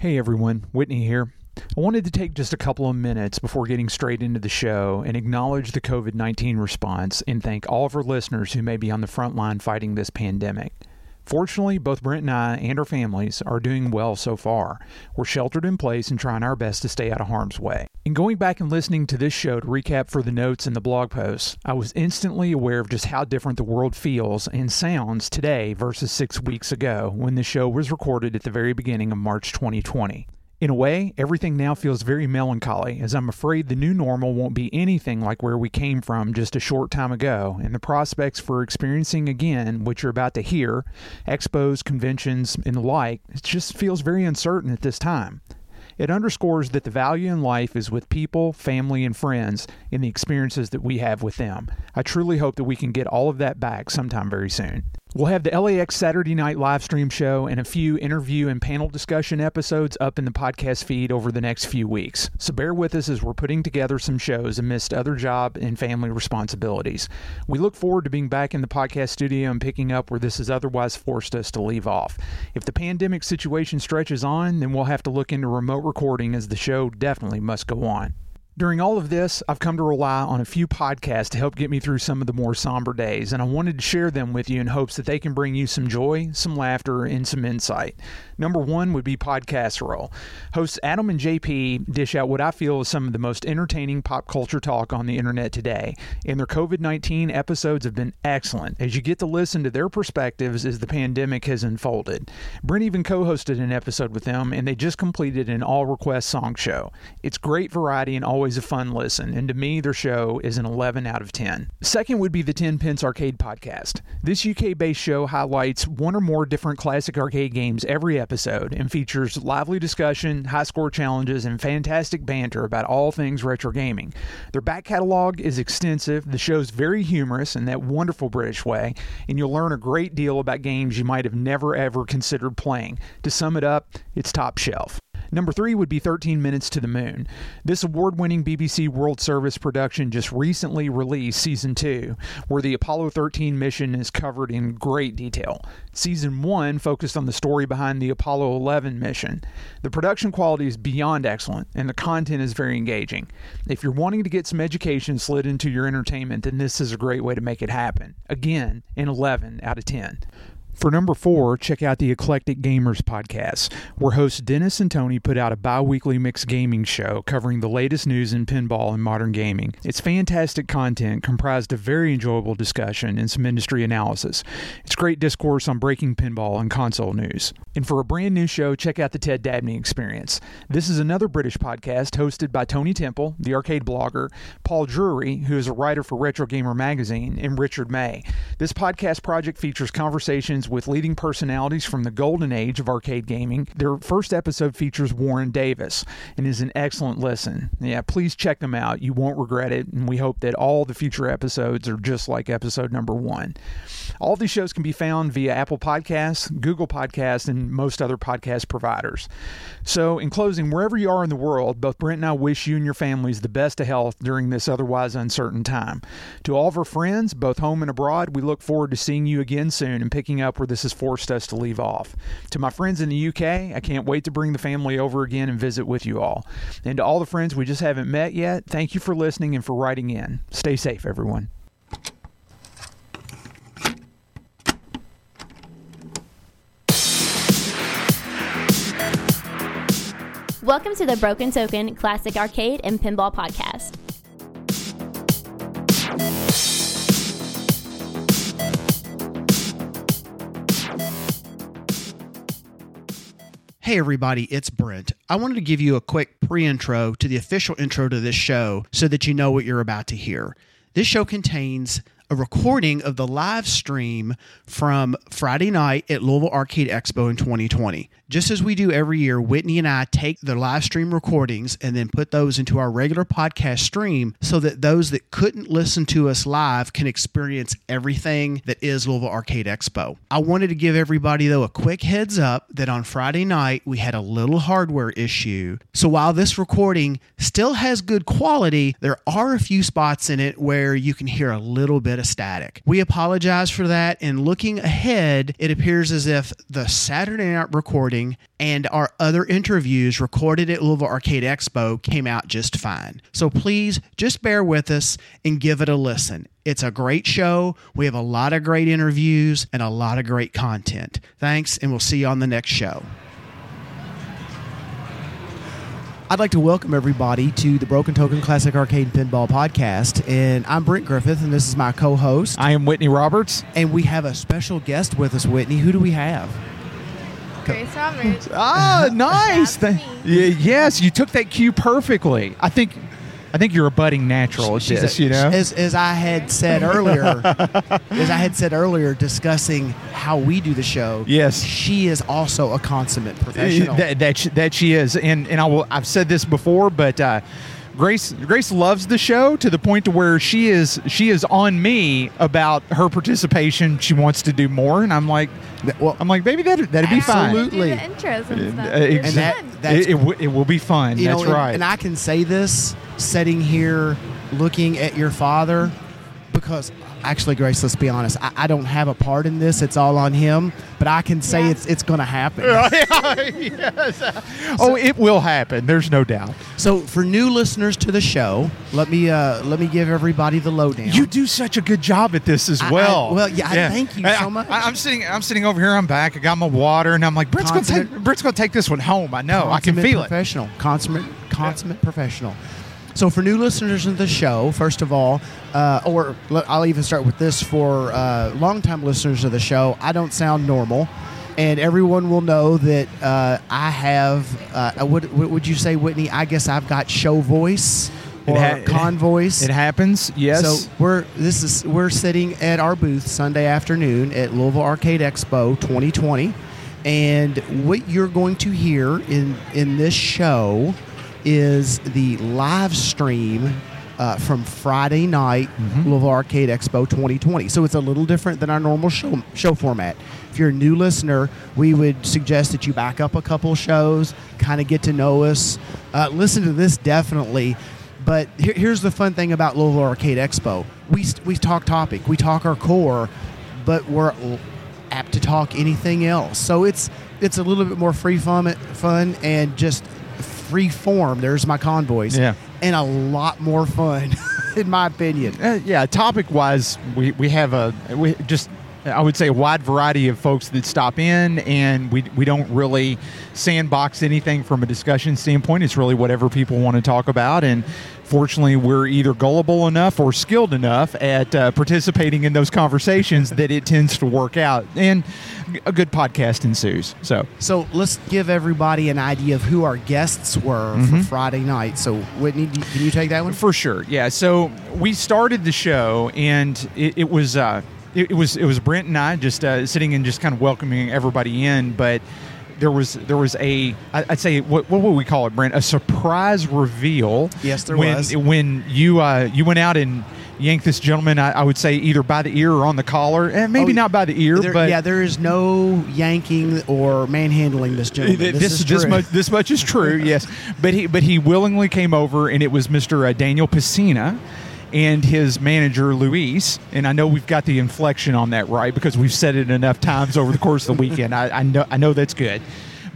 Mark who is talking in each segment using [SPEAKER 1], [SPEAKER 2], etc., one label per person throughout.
[SPEAKER 1] Hey everyone, Whitney here. I wanted to take just a couple of minutes before getting straight into the show and acknowledge the COVID 19 response and thank all of our listeners who may be on the front line fighting this pandemic. Fortunately, both Brent and I and our families are doing well so far. We're sheltered in place and trying our best to stay out of harm's way. In going back and listening to this show to recap for the notes and the blog posts, I was instantly aware of just how different the world feels and sounds today versus six weeks ago when the show was recorded at the very beginning of March 2020. In a way, everything now feels very melancholy, as I'm afraid the new normal won't be anything like where we came from just a short time ago, and the prospects for experiencing again what you're about to hear, expos, conventions, and the like, it just feels very uncertain at this time. It underscores that the value in life is with people, family, and friends, and the experiences that we have with them. I truly hope that we can get all of that back sometime very soon. We'll have the LAX Saturday night live stream show and a few interview and panel discussion episodes up in the podcast feed over the next few weeks. So bear with us as we're putting together some shows amidst other job and family responsibilities. We look forward to being back in the podcast studio and picking up where this has otherwise forced us to leave off. If the pandemic situation stretches on, then we'll have to look into remote recording as the show definitely must go on. During all of this, I've come to rely on a few podcasts to help get me through some of the more somber days, and I wanted to share them with you in hopes that they can bring you some joy, some laughter, and some insight. Number one would be Podcasserole. Hosts Adam and JP dish out what I feel is some of the most entertaining pop culture talk on the internet today, and their COVID 19 episodes have been excellent as you get to listen to their perspectives as the pandemic has unfolded. Brent even co hosted an episode with them, and they just completed an all request song show. It's great variety and always always a fun listen, and to me, their show is an 11 out of 10. Second would be the 10 Pence Arcade Podcast. This UK based show highlights one or more different classic arcade games every episode and features lively discussion, high score challenges, and fantastic banter about all things retro gaming. Their back catalog is extensive, the show's very humorous in that wonderful British way, and you'll learn a great deal about games you might have never ever considered playing. To sum it up, it's top shelf. Number three would be 13 Minutes to the Moon. This award winning BBC World Service production just recently released season two, where the Apollo 13 mission is covered in great detail. Season one focused on the story behind the Apollo 11 mission. The production quality is beyond excellent, and the content is very engaging. If you're wanting to get some education slid into your entertainment, then this is a great way to make it happen. Again, an 11 out of 10. For number four, check out the Eclectic Gamers podcast, where hosts Dennis and Tony put out a bi weekly mixed gaming show covering the latest news in pinball and modern gaming. It's fantastic content comprised of very enjoyable discussion and some industry analysis. It's great discourse on breaking pinball and console news. And for a brand new show, check out the Ted Dabney Experience. This is another British podcast hosted by Tony Temple, the arcade blogger, Paul Drury, who is a writer for Retro Gamer magazine, and Richard May. This podcast project features conversations with leading personalities from the golden age of arcade gaming. Their first episode features Warren Davis and is an excellent listen. Yeah, please check them out. You won't regret it, and we hope that all the future episodes are just like episode number one. All these shows can be found via Apple Podcasts, Google Podcasts, and most other podcast providers. So, in closing, wherever you are in the world, both Brent and I wish you and your families the best of health during this otherwise uncertain time. To all of our friends, both home and abroad, we look forward to seeing you again soon and picking up where this has forced us to leave off. To my friends in the UK, I can't wait to bring the family over again and visit with you all. And to all the friends we just haven't met yet, thank you for listening and for writing in. Stay safe, everyone.
[SPEAKER 2] Welcome to the Broken Token Classic Arcade and Pinball Podcast.
[SPEAKER 3] Hey, everybody, it's Brent. I wanted to give you a quick pre intro to the official intro to this show so that you know what you're about to hear. This show contains a recording of the live stream from Friday night at Louisville Arcade Expo in 2020. Just as we do every year, Whitney and I take the live stream recordings and then put those into our regular podcast stream so that those that couldn't listen to us live can experience everything that is Louisville Arcade Expo. I wanted to give everybody, though, a quick heads up that on Friday night we had a little hardware issue. So while this recording still has good quality, there are a few spots in it where you can hear a little bit of static. We apologize for that, and looking ahead, it appears as if the Saturday night recording
[SPEAKER 4] recording, and our other interviews recorded at Louisville Arcade Expo came out just fine. So please just bear with us and give it a listen. It's a great show. We have a lot of great interviews and a lot of great content. Thanks, and we'll see you on the next show. I'd like to welcome everybody to the Broken Token Classic Arcade and Pinball Podcast. And I'm Brent Griffith, and this is my co host.
[SPEAKER 5] I am Whitney Roberts.
[SPEAKER 4] And we have a special guest with us, Whitney. Who do we have?
[SPEAKER 2] Grace Roberts.
[SPEAKER 5] Ah, nice.
[SPEAKER 2] That's
[SPEAKER 5] Tha- yeah, yes, you took that cue perfectly. I think, I think you're a budding natural at
[SPEAKER 4] She's
[SPEAKER 5] this.
[SPEAKER 4] a-
[SPEAKER 5] you know,
[SPEAKER 4] as, as I had said earlier, as I had said earlier, discussing how we do the show.
[SPEAKER 5] Yes.
[SPEAKER 4] she is also a consummate professional.
[SPEAKER 5] that that she, that she is, and and I will. I've said this before, but uh, Grace Grace loves the show to the point to where she is she is on me about her participation. She wants to do more, and I'm like, well, I'm like, baby, that that'd be
[SPEAKER 4] Absolute-
[SPEAKER 5] fun.
[SPEAKER 4] Absolutely.
[SPEAKER 2] Do the intros and stuff.
[SPEAKER 5] Uh,
[SPEAKER 2] It's
[SPEAKER 5] exa-
[SPEAKER 4] that-
[SPEAKER 2] fun.
[SPEAKER 4] that's-
[SPEAKER 5] it, it, w- it will be fun.
[SPEAKER 4] you
[SPEAKER 5] That's
[SPEAKER 4] know, and-
[SPEAKER 5] right.
[SPEAKER 4] And, I can say this sitting here looking at your father because actually, Grace, let's be honest, I, I don't have a part in this. It's all on him, but I can say
[SPEAKER 2] Yeah.
[SPEAKER 4] it's it's going to happen.
[SPEAKER 5] yes. oh, it will happen. There's no doubt.
[SPEAKER 4] So, for new listeners to the show, let me uh, let me give everybody the lowdown.
[SPEAKER 5] You do such a good job at this as
[SPEAKER 4] I- I-
[SPEAKER 5] well.
[SPEAKER 4] well, yeah, I thank you
[SPEAKER 5] I-
[SPEAKER 4] so much.
[SPEAKER 5] I, am sitting. I'm sitting over here. I'm back. I got my water, and I'm like, Brent's gonna take.
[SPEAKER 4] Consummate-
[SPEAKER 5] Brent's gonna take this one home. I know. I can
[SPEAKER 4] Consummate
[SPEAKER 5] feel it.
[SPEAKER 4] professional, Consummate, consummate professional. So for new listeners of the show, first of all, uh, or l- I'll even start with this for uh, longtime listeners of the show. I don't sound normal, and everyone will know that uh, I have. Uh, what, what would you say, Whitney? I guess I've got show voice or
[SPEAKER 5] ha- it ha-
[SPEAKER 4] con voice.
[SPEAKER 5] It happens. Yes.
[SPEAKER 4] So we're this is we're sitting at our booth Sunday afternoon at Louisville Arcade Expo 2020, and what you're going to hear in in this show is the live stream. Uh, from Friday night, Louisville Arcade Expo 2020. So it's a little different than our normal show, show format. If you're a new listener, we would suggest that you back up a couple shows, kind of get to know us. Uh, listen to this definitely. But here, here's the fun thing about Louisville Arcade Expo: we st- we talk topic, we talk our core, but we're l- apt to talk anything else. So it's it's a little bit more free fun, fun and just free form. There's my convoys,
[SPEAKER 5] Yeah.
[SPEAKER 4] and a lot more fun, in my opinion.
[SPEAKER 5] Uh, yeah. Topic wise, we we have a we just. I would say a wide variety of folks that stop in, and we, we don't really sandbox anything from a discussion standpoint. It's really whatever people want to talk about, and fortunately, we're either gullible enough or skilled enough at uh, participating in those conversations that it tends to work out, and a good podcast ensues. So,
[SPEAKER 4] So let's give everybody an idea of who our guests were
[SPEAKER 5] Mm-hmm.
[SPEAKER 4] for Friday night. So Whitney, do- can you take that one?
[SPEAKER 5] For sure, yeah. So we started the show, and it, it was uh, it, it was it was Brent and I just uh, sitting and just kind of welcoming everybody in, but. There was there was a I- I'd say what, what would we call it Brent a surprise reveal
[SPEAKER 4] Yes, there
[SPEAKER 5] when,
[SPEAKER 4] was.
[SPEAKER 5] when you uh, you went out and yanked this gentleman I, I would say either by the ear or on the collar and maybe
[SPEAKER 4] Oh,
[SPEAKER 5] not by the ear
[SPEAKER 4] There-
[SPEAKER 5] but
[SPEAKER 4] yeah, there is no yanking or manhandling this gentleman.
[SPEAKER 5] Th-
[SPEAKER 4] This,
[SPEAKER 5] this,
[SPEAKER 4] is
[SPEAKER 5] this
[SPEAKER 4] true.
[SPEAKER 5] much this much is true yes but he but he willingly came over and it was mr uh, daniel piscina and his manager luis and i know we've got the inflection on that right because we've said it enough times over the course of the weekend i, I know i know that's good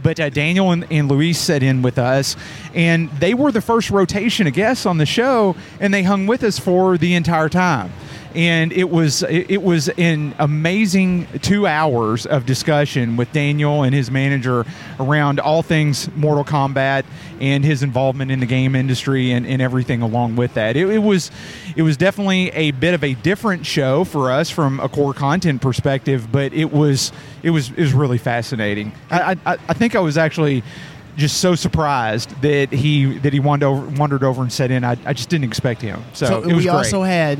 [SPEAKER 5] but uh, Daniel and, and Luis sat in with us, and they were the first rotation of guests on the show, and they hung with us for the entire time and it was it it was an amazing two hours of discussion with Daniel and his manager around all things Mortal Kombat and his involvement in the game industry and, and everything along with that. It, it was it was definitely a bit of a different show for us from a core content perspective, but it was it was it was really fascinating. I I, I think I was actually. Just so surprised that he that he wandered over, wandered over and set in. I, I just didn't expect him. So,
[SPEAKER 4] So
[SPEAKER 5] Oh, it was
[SPEAKER 4] we
[SPEAKER 5] great.
[SPEAKER 4] also had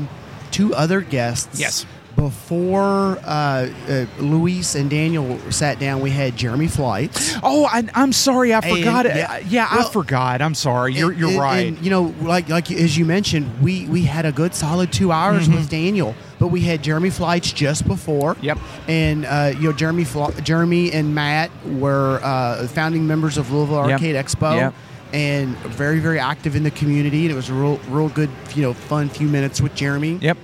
[SPEAKER 4] two other guests.
[SPEAKER 5] Yes.
[SPEAKER 4] Before uh, uh, Luis and Daniel sat down, we had Jeremy Flights.
[SPEAKER 5] Oh, I, I'm sorry, I
[SPEAKER 4] And-
[SPEAKER 5] forgot. it.
[SPEAKER 4] Uh, yeah.
[SPEAKER 5] Yeah, yeah
[SPEAKER 4] Well,
[SPEAKER 5] I forgot. I'm sorry. You're you're
[SPEAKER 4] And- and-
[SPEAKER 5] right.
[SPEAKER 4] and, you know, like like as you mentioned, we we had a good solid two hours with Daniel, but we had Jeremy Flights just before.
[SPEAKER 5] Mm-hmm. Yep.
[SPEAKER 4] And uh, you know, Jeremy Fl- Jeremy and Matt were uh, founding members of Louisville
[SPEAKER 5] Yep.
[SPEAKER 4] Arcade Expo.
[SPEAKER 5] Yep.
[SPEAKER 4] And very, very active in the community, and it was a real, real good, you know, fun few minutes with Jeremy.
[SPEAKER 5] yep.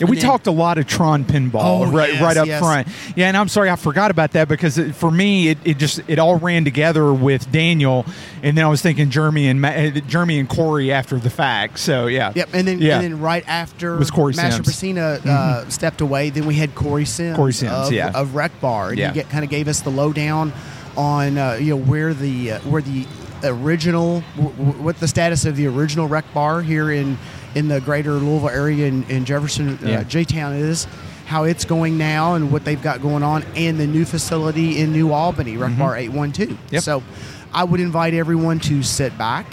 [SPEAKER 5] Yeah, we
[SPEAKER 4] And then-
[SPEAKER 5] talked a lot of Tron pinball
[SPEAKER 4] Oh,
[SPEAKER 5] right
[SPEAKER 4] yes,
[SPEAKER 5] right up
[SPEAKER 4] yes.
[SPEAKER 5] front. Yeah, and I'm sorry I forgot about that because it, for me it, it just it all ran together with Daniel, and then I was thinking Jeremy and Ma- uh, Jeremy and Corey after the fact. So yeah,
[SPEAKER 4] Yep, and then
[SPEAKER 5] yeah.
[SPEAKER 4] and then right after
[SPEAKER 5] Was Corey
[SPEAKER 4] Master
[SPEAKER 5] Sims. Mm-hmm.
[SPEAKER 4] Priscina uh, stepped away, then we had Corey Sims,
[SPEAKER 5] Corey Sims,
[SPEAKER 4] of,
[SPEAKER 5] yeah.
[SPEAKER 4] of Rec Bar, and
[SPEAKER 5] Yeah.
[SPEAKER 4] he get, kind of gave us the lowdown on uh, you know where the uh, where the original w- w- what the status of the original Rec Bar here in in the greater Louisville area in, in Jefferson uh,
[SPEAKER 5] Yeah.
[SPEAKER 4] J Town is. How it's going now and what they've got going on, and the new facility in New Albany, Rec Bar 812.
[SPEAKER 5] Mm-hmm. Yep.
[SPEAKER 4] So I would invite everyone to sit back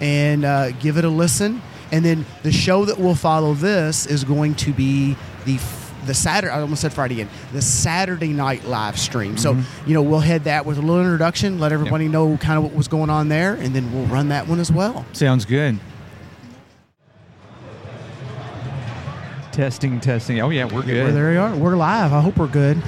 [SPEAKER 4] and uh, give it a listen. And then the show that will follow this is going to be the f- the Saturday. I almost said Friday again. The Saturday night live stream. So you know we'll head that with a little introduction, let everybody know kind of what was going on there, and then we'll run that one as well.
[SPEAKER 5] sounds good. Testing, testing. Oh yeah, we're good.
[SPEAKER 4] Well, there we are. We're live. I hope we're good.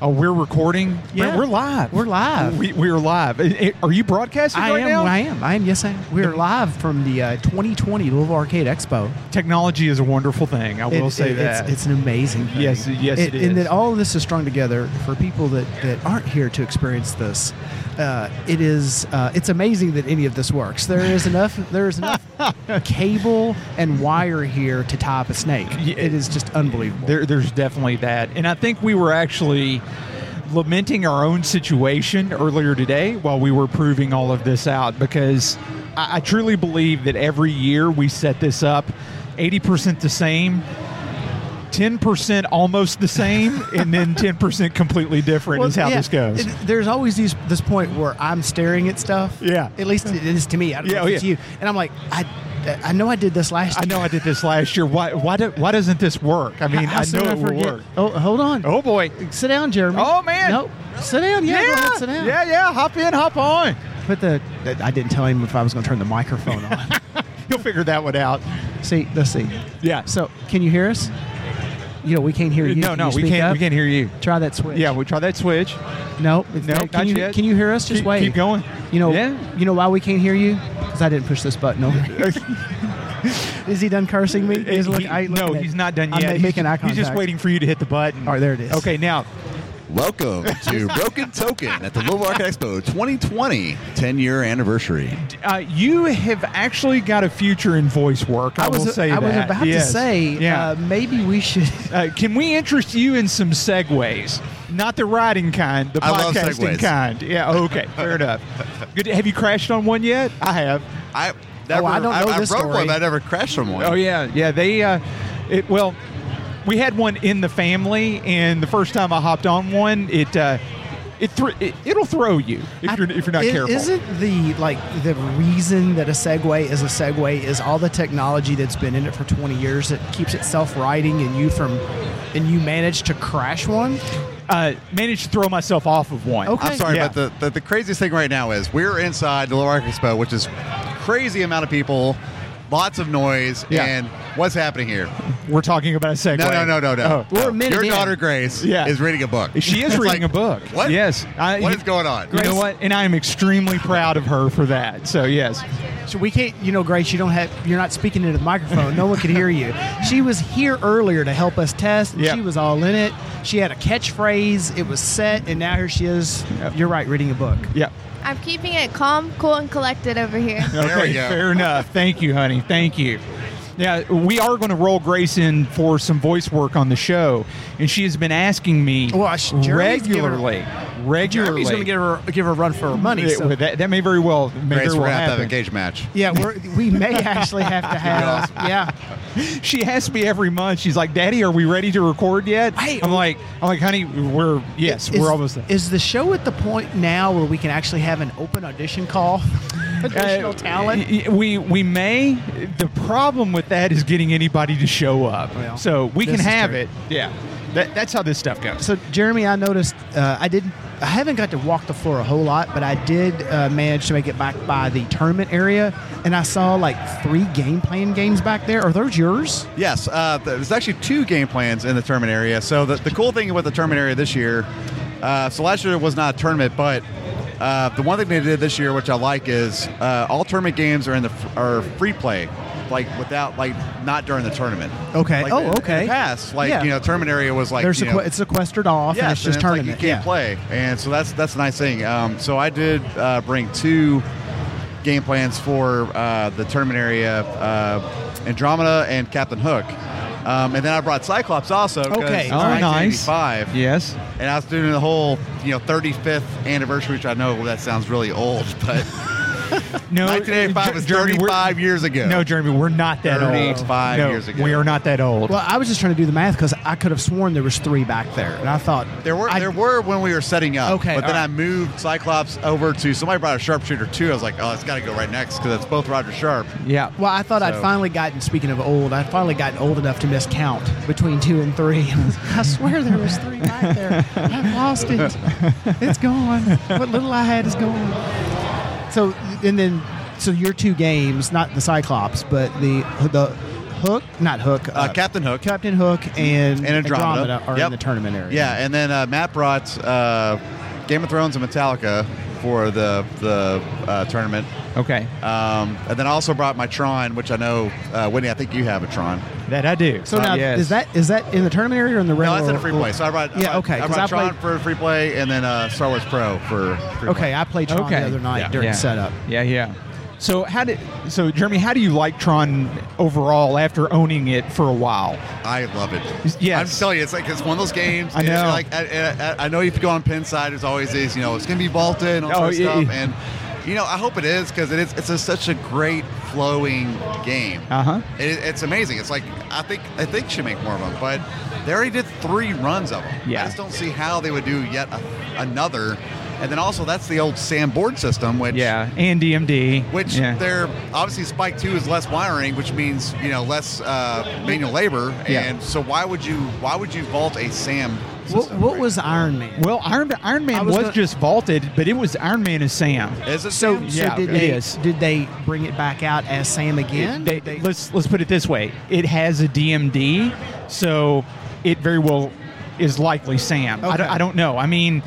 [SPEAKER 5] Oh, we're recording.
[SPEAKER 4] Yeah.
[SPEAKER 5] we're, we're live.
[SPEAKER 4] We're live.
[SPEAKER 5] We, we're live. Eh, eh, Are you broadcasting
[SPEAKER 4] I
[SPEAKER 5] right
[SPEAKER 4] am.
[SPEAKER 5] now?
[SPEAKER 4] I am. I am. Yes, I am. We're live from the uh, 2020 Louisville Arcade Expo.
[SPEAKER 5] Technology is a wonderful thing. I
[SPEAKER 4] It-
[SPEAKER 5] will say
[SPEAKER 4] it-
[SPEAKER 5] that.
[SPEAKER 4] it's, it's an amazing thing.
[SPEAKER 5] Yes, yes, it
[SPEAKER 4] And
[SPEAKER 5] is.
[SPEAKER 4] that all of this is strung together for people that, that aren't here to experience this. Uh, it is uh, it's amazing that any of this works. There is enough there is enough cable and wire here to tie up a snake.
[SPEAKER 5] Yeah.
[SPEAKER 4] It is just unbelievable.
[SPEAKER 5] There, there's definitely that. And I think we were actually lamenting our own situation earlier today while we were proving all of this out because I, I truly believe that every year we set this up 80% the same. 10% almost the same, and then 10% completely different is how
[SPEAKER 4] yeah,
[SPEAKER 5] this goes.
[SPEAKER 4] it- there's always these, this point where I'm staring at stuff.
[SPEAKER 5] Yeah.
[SPEAKER 4] At least it is to me. I don't
[SPEAKER 5] Yeah,
[SPEAKER 4] know
[SPEAKER 5] oh,
[SPEAKER 4] if it's
[SPEAKER 5] yeah.
[SPEAKER 4] you. And I'm like, I, I know I did this last
[SPEAKER 5] I
[SPEAKER 4] year.
[SPEAKER 5] know I did this last year. Why, why, do, why doesn't this work? I mean,
[SPEAKER 4] How
[SPEAKER 5] I
[SPEAKER 4] soon
[SPEAKER 5] know it will
[SPEAKER 4] forget-
[SPEAKER 5] work.
[SPEAKER 4] Oh, hold on.
[SPEAKER 5] Oh, boy.
[SPEAKER 4] Sit down, Jeremy.
[SPEAKER 5] Oh, man.
[SPEAKER 4] No, sit down. Yeah, go ahead, sit down.
[SPEAKER 5] yeah, yeah. Hop in, hop on.
[SPEAKER 4] Put the. I didn't tell him if I was going to turn the microphone on.
[SPEAKER 5] You'll figure that one out.
[SPEAKER 4] see, let's see.
[SPEAKER 5] Yeah.
[SPEAKER 4] So, can you hear us? You know, we can't hear you.
[SPEAKER 5] Uh, no,
[SPEAKER 4] Can
[SPEAKER 5] no,
[SPEAKER 4] you
[SPEAKER 5] we
[SPEAKER 4] speak
[SPEAKER 5] can't.
[SPEAKER 4] up?
[SPEAKER 5] We can't hear you.
[SPEAKER 4] Try that switch.
[SPEAKER 5] Yeah, we try that switch.
[SPEAKER 4] No. it's-
[SPEAKER 5] No,
[SPEAKER 4] can
[SPEAKER 5] not
[SPEAKER 4] you,
[SPEAKER 5] yet.
[SPEAKER 4] Can you hear us? Just
[SPEAKER 5] Keep-
[SPEAKER 4] wait.
[SPEAKER 5] keep going.
[SPEAKER 4] You know.
[SPEAKER 5] Yeah.
[SPEAKER 4] You know why we can't hear you? Because I didn't push this button over. is he done cursing me? He's look-
[SPEAKER 5] He-
[SPEAKER 4] I ain't
[SPEAKER 5] no,
[SPEAKER 4] looking at-
[SPEAKER 5] he's not done
[SPEAKER 4] I'm
[SPEAKER 5] yet.
[SPEAKER 4] ma-
[SPEAKER 5] he's,
[SPEAKER 4] making eye
[SPEAKER 5] he's
[SPEAKER 4] contact.
[SPEAKER 5] just waiting for you to hit the button.
[SPEAKER 4] All right, there it is.
[SPEAKER 5] Okay, now
[SPEAKER 6] Welcome to Broken Token at the Louisville Arc Expo 2020 10 year anniversary.
[SPEAKER 5] uh, you have actually got a future in voice work. I,
[SPEAKER 4] I was.
[SPEAKER 5] will say
[SPEAKER 4] I was
[SPEAKER 5] that.
[SPEAKER 4] about
[SPEAKER 5] Yes.
[SPEAKER 4] to say.
[SPEAKER 5] Yeah.
[SPEAKER 4] Uh, maybe we should.
[SPEAKER 5] Uh, can we interest you in some segues? Not the writing kind, the
[SPEAKER 6] I love
[SPEAKER 5] podcasting
[SPEAKER 6] segues.
[SPEAKER 5] kind. Yeah. Okay. Fair enough. Good. Have you crashed on one yet? I have.
[SPEAKER 6] I never,
[SPEAKER 4] I don't know
[SPEAKER 6] I,
[SPEAKER 4] this
[SPEAKER 6] broke
[SPEAKER 4] story.
[SPEAKER 6] one, but I never crashed on one.
[SPEAKER 5] Oh yeah, yeah. They, uh, it well, we had one in the family, and the first time I hopped on one, it uh, it, thr it it'll throw you if you're if you're not
[SPEAKER 4] I-
[SPEAKER 5] careful.
[SPEAKER 4] Isn't the like the reason that a Segway is a Segway is all the technology that's been in it for 20 years that keeps it self-riding and you from and you manage to crash one?
[SPEAKER 5] Uh, managed to throw myself off of one.
[SPEAKER 4] Okay.
[SPEAKER 6] I'm sorry,
[SPEAKER 5] Yeah.
[SPEAKER 6] but the, the, the craziest thing right now is we're inside the Louisville Arc Expo, which is crazy amount of people, lots of noise,
[SPEAKER 5] Yeah.
[SPEAKER 6] and what's happening here?
[SPEAKER 5] We're talking about a segue.
[SPEAKER 6] No, no, no, no, no.
[SPEAKER 5] Oh.
[SPEAKER 4] We're a
[SPEAKER 6] No.
[SPEAKER 4] minute
[SPEAKER 6] Your
[SPEAKER 4] in.
[SPEAKER 6] daughter Grace
[SPEAKER 5] Yeah.
[SPEAKER 6] is reading a book.
[SPEAKER 5] She is
[SPEAKER 6] It's
[SPEAKER 5] reading
[SPEAKER 6] like,
[SPEAKER 5] a book.
[SPEAKER 6] What?
[SPEAKER 5] Yes. I-
[SPEAKER 6] what is going on?
[SPEAKER 5] You know
[SPEAKER 6] Grace-
[SPEAKER 5] what? And I am extremely proud of her for that. So yes.
[SPEAKER 4] So we can't, you know, Grace, you don't have, you're not speaking into the microphone. No one could hear you. She was here earlier to help us test. and
[SPEAKER 5] Yep.
[SPEAKER 4] She was all in it. She had a catchphrase. It was set, and now here she is.
[SPEAKER 5] Yep.
[SPEAKER 4] You're right, reading a book.
[SPEAKER 5] Yeah.
[SPEAKER 7] I'm keeping it calm, cool, and collected over here.
[SPEAKER 5] Okay,
[SPEAKER 6] There we go.
[SPEAKER 5] fair enough. Thank you, honey. Thank you. Yeah, we are going to roll Grace in for some voice work on the show, and she has been asking me
[SPEAKER 4] Well, I sh- Jeremy's giving her-
[SPEAKER 5] regularly, regularly.
[SPEAKER 4] Jeremy's going to give her give her a run for her money.
[SPEAKER 5] Yeah,
[SPEAKER 4] so-
[SPEAKER 5] well, that, that may very well, may
[SPEAKER 6] Grace,
[SPEAKER 5] very
[SPEAKER 6] we're
[SPEAKER 5] well
[SPEAKER 6] going to have to have a
[SPEAKER 5] happen.
[SPEAKER 6] cage match.
[SPEAKER 4] yeah, we're, we may actually have to have. Yeah.
[SPEAKER 5] She asks me every month. She's like, "Daddy, are we ready to record yet?"
[SPEAKER 4] Hey,
[SPEAKER 5] I'm like, "I'm like, honey, we're yes,
[SPEAKER 4] Is-
[SPEAKER 5] we're almost there."
[SPEAKER 4] Is the show at the point now where we can actually have an open audition call? Additional
[SPEAKER 5] Uh,
[SPEAKER 4] talent?
[SPEAKER 5] y- y- We we may. The problem with that is getting anybody to show up.
[SPEAKER 4] Well,
[SPEAKER 5] so we
[SPEAKER 4] this
[SPEAKER 5] can
[SPEAKER 4] is
[SPEAKER 5] have
[SPEAKER 4] true.
[SPEAKER 5] it. Yeah, that, that's how this stuff goes.
[SPEAKER 4] So, Jeremy, I noticed uh, I didn't, I haven't got to walk the floor a whole lot, but I did uh, manage to make it back by the tournament area, and I saw like three game playing games back there. Are those yours?
[SPEAKER 6] Yes, uh, there's actually two game plans in the tournament area. So the, the cool thing about the tournament area this year, uh, so last year was not a tournament, but uh, the one thing they did this year, which I like, is uh, all tournament games are in the f- are free play. like without like not during the tournament.
[SPEAKER 4] Okay.
[SPEAKER 6] Like,
[SPEAKER 4] Oh,
[SPEAKER 6] in- in the
[SPEAKER 4] okay.
[SPEAKER 6] past, like
[SPEAKER 4] Yeah.
[SPEAKER 6] you know, tournament area was like
[SPEAKER 4] There's
[SPEAKER 6] you
[SPEAKER 4] sequ-
[SPEAKER 6] know,
[SPEAKER 4] it's sequestered off, and
[SPEAKER 6] Yes,
[SPEAKER 4] it's just tournament.
[SPEAKER 6] Like you can't
[SPEAKER 4] yeah.
[SPEAKER 6] play, and so that's that's a nice thing. Um, so I did uh, bring two game plans for uh, the tournament area, uh, Andromeda and Captain Hook, um, and then I brought Cyclops also. 'cause
[SPEAKER 4] Okay.
[SPEAKER 6] it's
[SPEAKER 4] Oh,
[SPEAKER 5] nice.
[SPEAKER 6] 1985,
[SPEAKER 5] Yes.
[SPEAKER 6] and I was doing the whole you know 35th anniversary, which I know that sounds really old, but
[SPEAKER 5] No.
[SPEAKER 6] 1985 was
[SPEAKER 5] Jeremy, we're-
[SPEAKER 6] 35 years ago.
[SPEAKER 5] No, Jeremy, we're not that old.
[SPEAKER 6] 35
[SPEAKER 5] no,
[SPEAKER 6] years ago.
[SPEAKER 5] We are not that old.
[SPEAKER 4] Well, I was just trying to do the math because I could have sworn there was three back there, and I thought
[SPEAKER 6] There were
[SPEAKER 4] I-
[SPEAKER 6] there were when we were setting up.
[SPEAKER 4] Okay,
[SPEAKER 6] but then
[SPEAKER 4] all right.
[SPEAKER 6] I moved Cyclops over to somebody brought a sharpshooter too. I was like, oh, it's got to go right next because it's both Roger Sharp.
[SPEAKER 5] yeah.
[SPEAKER 4] Well, I thought I'd
[SPEAKER 6] So-
[SPEAKER 4] finally gotten. Speaking of old, I'd finally gotten old enough to miscount between two and three. I, was, I swear there was three back there. I've lost it. It's gone. What little I had is gone. So and then, so your two games, not the Cyclops, but the the Hook, not Hook,
[SPEAKER 6] Uh, Captain Hook.
[SPEAKER 4] Captain Hook, and,
[SPEAKER 6] And Andromeda.
[SPEAKER 4] are
[SPEAKER 6] Yep.
[SPEAKER 4] in the tournament area.
[SPEAKER 6] Yeah, and then uh, Matt brought uh, Game of Thrones and Metallica for the the uh, tournament.
[SPEAKER 5] Okay.
[SPEAKER 6] Um, and then I also brought my Tron, which I know, uh, Whitney, I think you have a Tron.
[SPEAKER 5] That I do.
[SPEAKER 4] So now
[SPEAKER 5] Uh, Yes.
[SPEAKER 4] is that is that in the tournament area or in the
[SPEAKER 6] No,
[SPEAKER 4] regular?
[SPEAKER 6] that's in a free play. So I brought, I
[SPEAKER 4] Yeah,
[SPEAKER 6] brought-
[SPEAKER 4] okay,
[SPEAKER 6] I
[SPEAKER 4] 'cause
[SPEAKER 6] brought
[SPEAKER 4] I
[SPEAKER 6] Tron
[SPEAKER 4] played-
[SPEAKER 6] for free play and then uh, Star Wars Pro for free play.
[SPEAKER 4] Okay, I played Tron
[SPEAKER 5] Okay.
[SPEAKER 4] the other night
[SPEAKER 6] Yeah.
[SPEAKER 4] during
[SPEAKER 5] yeah.
[SPEAKER 4] setup.
[SPEAKER 5] Yeah, yeah. So how did so Jeremy? How do you like Tron overall after owning it for a while?
[SPEAKER 6] I love it.
[SPEAKER 5] Yes.
[SPEAKER 6] I'm telling you, it's like it's one of those games.
[SPEAKER 5] I
[SPEAKER 6] and it's
[SPEAKER 5] know.
[SPEAKER 6] Like I, I, I know if you go on pin side, there's always these, you know, it's gonna be vaulted and all
[SPEAKER 5] Oh,
[SPEAKER 6] that
[SPEAKER 5] yeah,
[SPEAKER 6] stuff.
[SPEAKER 5] yeah.
[SPEAKER 6] And you know, I hope it is because it is. It's a, such a great flowing game.
[SPEAKER 5] Uh-huh.
[SPEAKER 6] It, it's amazing. It's like I think I think should make more of them, but they already did three runs of them.
[SPEAKER 5] Yeah.
[SPEAKER 6] I just don't see how they would do yet a, another. And then also that's the old sandboard system, which
[SPEAKER 5] Yeah, and DMD.
[SPEAKER 6] which
[SPEAKER 5] yeah.
[SPEAKER 6] they're obviously spike two is less wiring, which means you know less uh, manual labor,
[SPEAKER 5] Yeah.
[SPEAKER 6] and so why would you why would you vault a Sam?
[SPEAKER 4] What,
[SPEAKER 6] System,
[SPEAKER 4] what
[SPEAKER 6] right?
[SPEAKER 4] was Iron Man?
[SPEAKER 5] Well, Iron Iron
[SPEAKER 4] I
[SPEAKER 5] Man was,
[SPEAKER 4] was gonna-
[SPEAKER 5] just vaulted, but it was Iron Man and Sam.
[SPEAKER 6] is it
[SPEAKER 4] so,
[SPEAKER 6] Sam?
[SPEAKER 4] so
[SPEAKER 5] Yeah,
[SPEAKER 4] did
[SPEAKER 5] it
[SPEAKER 4] they
[SPEAKER 5] is.
[SPEAKER 4] did they bring it back out as Sam again?
[SPEAKER 5] They-
[SPEAKER 4] They-
[SPEAKER 5] let's let's put it this way: it has a DMD, so it very well is likely Sam. I, don't,
[SPEAKER 4] Okay.
[SPEAKER 5] I don't know. I mean,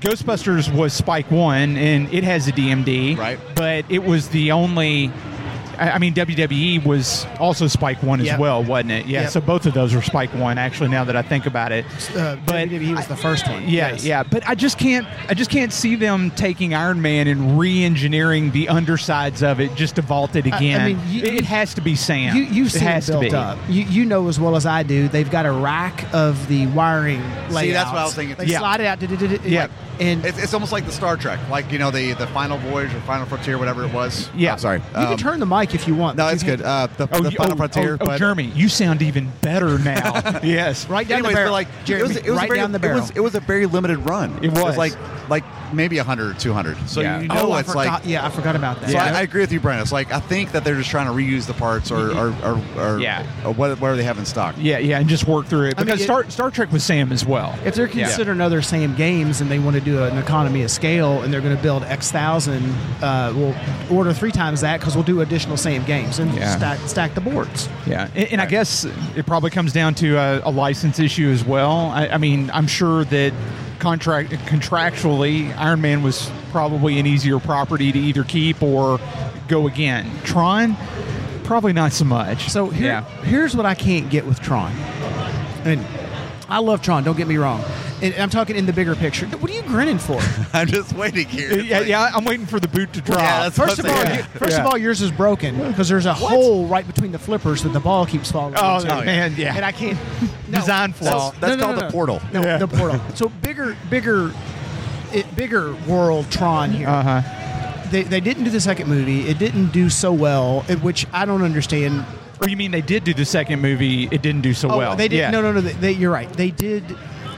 [SPEAKER 5] Ghostbusters was Spike One, and it has a DMD,
[SPEAKER 6] Right.
[SPEAKER 5] But it was the only. I I mean, WWE was also Spike One as
[SPEAKER 4] Yep.
[SPEAKER 5] well, wasn't it? Yeah.
[SPEAKER 4] Yep.
[SPEAKER 5] So both of those were Spike One. Actually, now that I think about it,
[SPEAKER 4] uh,
[SPEAKER 5] but
[SPEAKER 4] WWE was the first one.
[SPEAKER 5] Yeah,
[SPEAKER 4] yes.
[SPEAKER 5] yeah, but I just can't. I just can't see them taking Iron Man and re-engineering the undersides of it just to vault it again.
[SPEAKER 4] mean, you-
[SPEAKER 5] it, it has to be Sam.
[SPEAKER 4] You, you've
[SPEAKER 5] it
[SPEAKER 4] seen
[SPEAKER 5] has
[SPEAKER 4] it built
[SPEAKER 5] to be.
[SPEAKER 4] up. You, you know as well as I do. They've got a rack of the wiring layouts.
[SPEAKER 6] See, that's what I was thinking.
[SPEAKER 4] They
[SPEAKER 5] Yeah.
[SPEAKER 4] slide it out. did- did- did-
[SPEAKER 5] Yeah.
[SPEAKER 4] like, and
[SPEAKER 6] It's, it's almost like the Star Trek, like you know the the Final Voyage or Final Frontier, whatever it was.
[SPEAKER 5] Yeah.
[SPEAKER 6] I'm sorry.
[SPEAKER 4] you
[SPEAKER 6] Um,
[SPEAKER 4] can turn the mic if you want.
[SPEAKER 6] No,
[SPEAKER 4] but you
[SPEAKER 6] it's
[SPEAKER 4] can-
[SPEAKER 6] good. Uh, the, the
[SPEAKER 5] you-
[SPEAKER 6] Final Frontier.
[SPEAKER 5] oh,
[SPEAKER 6] but
[SPEAKER 5] Jeremy, you sound even better now. yes,
[SPEAKER 4] Right down
[SPEAKER 6] Anyways,
[SPEAKER 4] the
[SPEAKER 6] but
[SPEAKER 4] barrel.
[SPEAKER 6] like
[SPEAKER 4] Jeremy,
[SPEAKER 6] it was, it was
[SPEAKER 4] right
[SPEAKER 6] a very,
[SPEAKER 4] down the
[SPEAKER 6] It
[SPEAKER 4] barrel.
[SPEAKER 6] was, it was a very limited run.
[SPEAKER 5] It was.
[SPEAKER 6] like like maybe 100 or 200. So
[SPEAKER 5] Yeah.
[SPEAKER 6] you
[SPEAKER 4] oh,
[SPEAKER 6] know
[SPEAKER 4] I
[SPEAKER 6] Uh, it's
[SPEAKER 4] forgot,
[SPEAKER 6] like
[SPEAKER 4] yeah, I forgot about that.
[SPEAKER 6] So
[SPEAKER 5] Yeah.
[SPEAKER 6] I, I agree with you, Brent. It's like I think that they're just trying to reuse the parts or or, or, or,
[SPEAKER 5] Yeah.
[SPEAKER 6] or what, what do they have in stock?
[SPEAKER 5] Yeah, yeah, and just work through it
[SPEAKER 4] I mean,
[SPEAKER 5] because
[SPEAKER 4] it-
[SPEAKER 5] Star Star Trek was Sam as well.
[SPEAKER 4] If they're considering other Sam games and they want to do an economy of scale and they're going to build X thousand, uh, we'll order three times that because we'll do additional Sam games and
[SPEAKER 5] Yeah.
[SPEAKER 4] stack, stack the boards.
[SPEAKER 5] Yeah, and, and I guess it probably comes down to uh, a, a license issue as well. I, I mean, I'm sure that contract contractually, Iron Man was probably an easier property to either keep or go again. Tron, probably not so much.
[SPEAKER 4] So here,
[SPEAKER 5] yeah,
[SPEAKER 4] here's what I can't get with Tron. And I love Tron, don't get me wrong. And I'm talking in the bigger picture. What are you grinning for?
[SPEAKER 6] I'm just waiting here. It's
[SPEAKER 5] yeah,
[SPEAKER 6] like-
[SPEAKER 5] yeah. I'm waiting for the boot to drop.
[SPEAKER 6] Yeah, that's-
[SPEAKER 4] First of all,
[SPEAKER 6] Yeah.
[SPEAKER 4] you- first
[SPEAKER 5] Yeah.
[SPEAKER 4] of all, yours is broken because there's a hole right between the flippers that the ball keeps falling.
[SPEAKER 5] oh,
[SPEAKER 4] into.
[SPEAKER 6] yeah.
[SPEAKER 5] man, yeah.
[SPEAKER 4] and I can't. No.
[SPEAKER 5] Design flaw.
[SPEAKER 6] That's- called the portal.
[SPEAKER 4] No,
[SPEAKER 5] Yeah.
[SPEAKER 4] the portal. So bigger, bigger, it, bigger world Tron here.
[SPEAKER 5] uh huh.
[SPEAKER 4] They, they didn't do the second movie. It didn't do so well, it- which I don't understand.
[SPEAKER 5] Or you mean they did do the second movie? It didn't do so
[SPEAKER 4] Oh,
[SPEAKER 5] well.
[SPEAKER 4] they did.
[SPEAKER 5] Yeah.
[SPEAKER 4] No, no, no. They, they- you're right. They did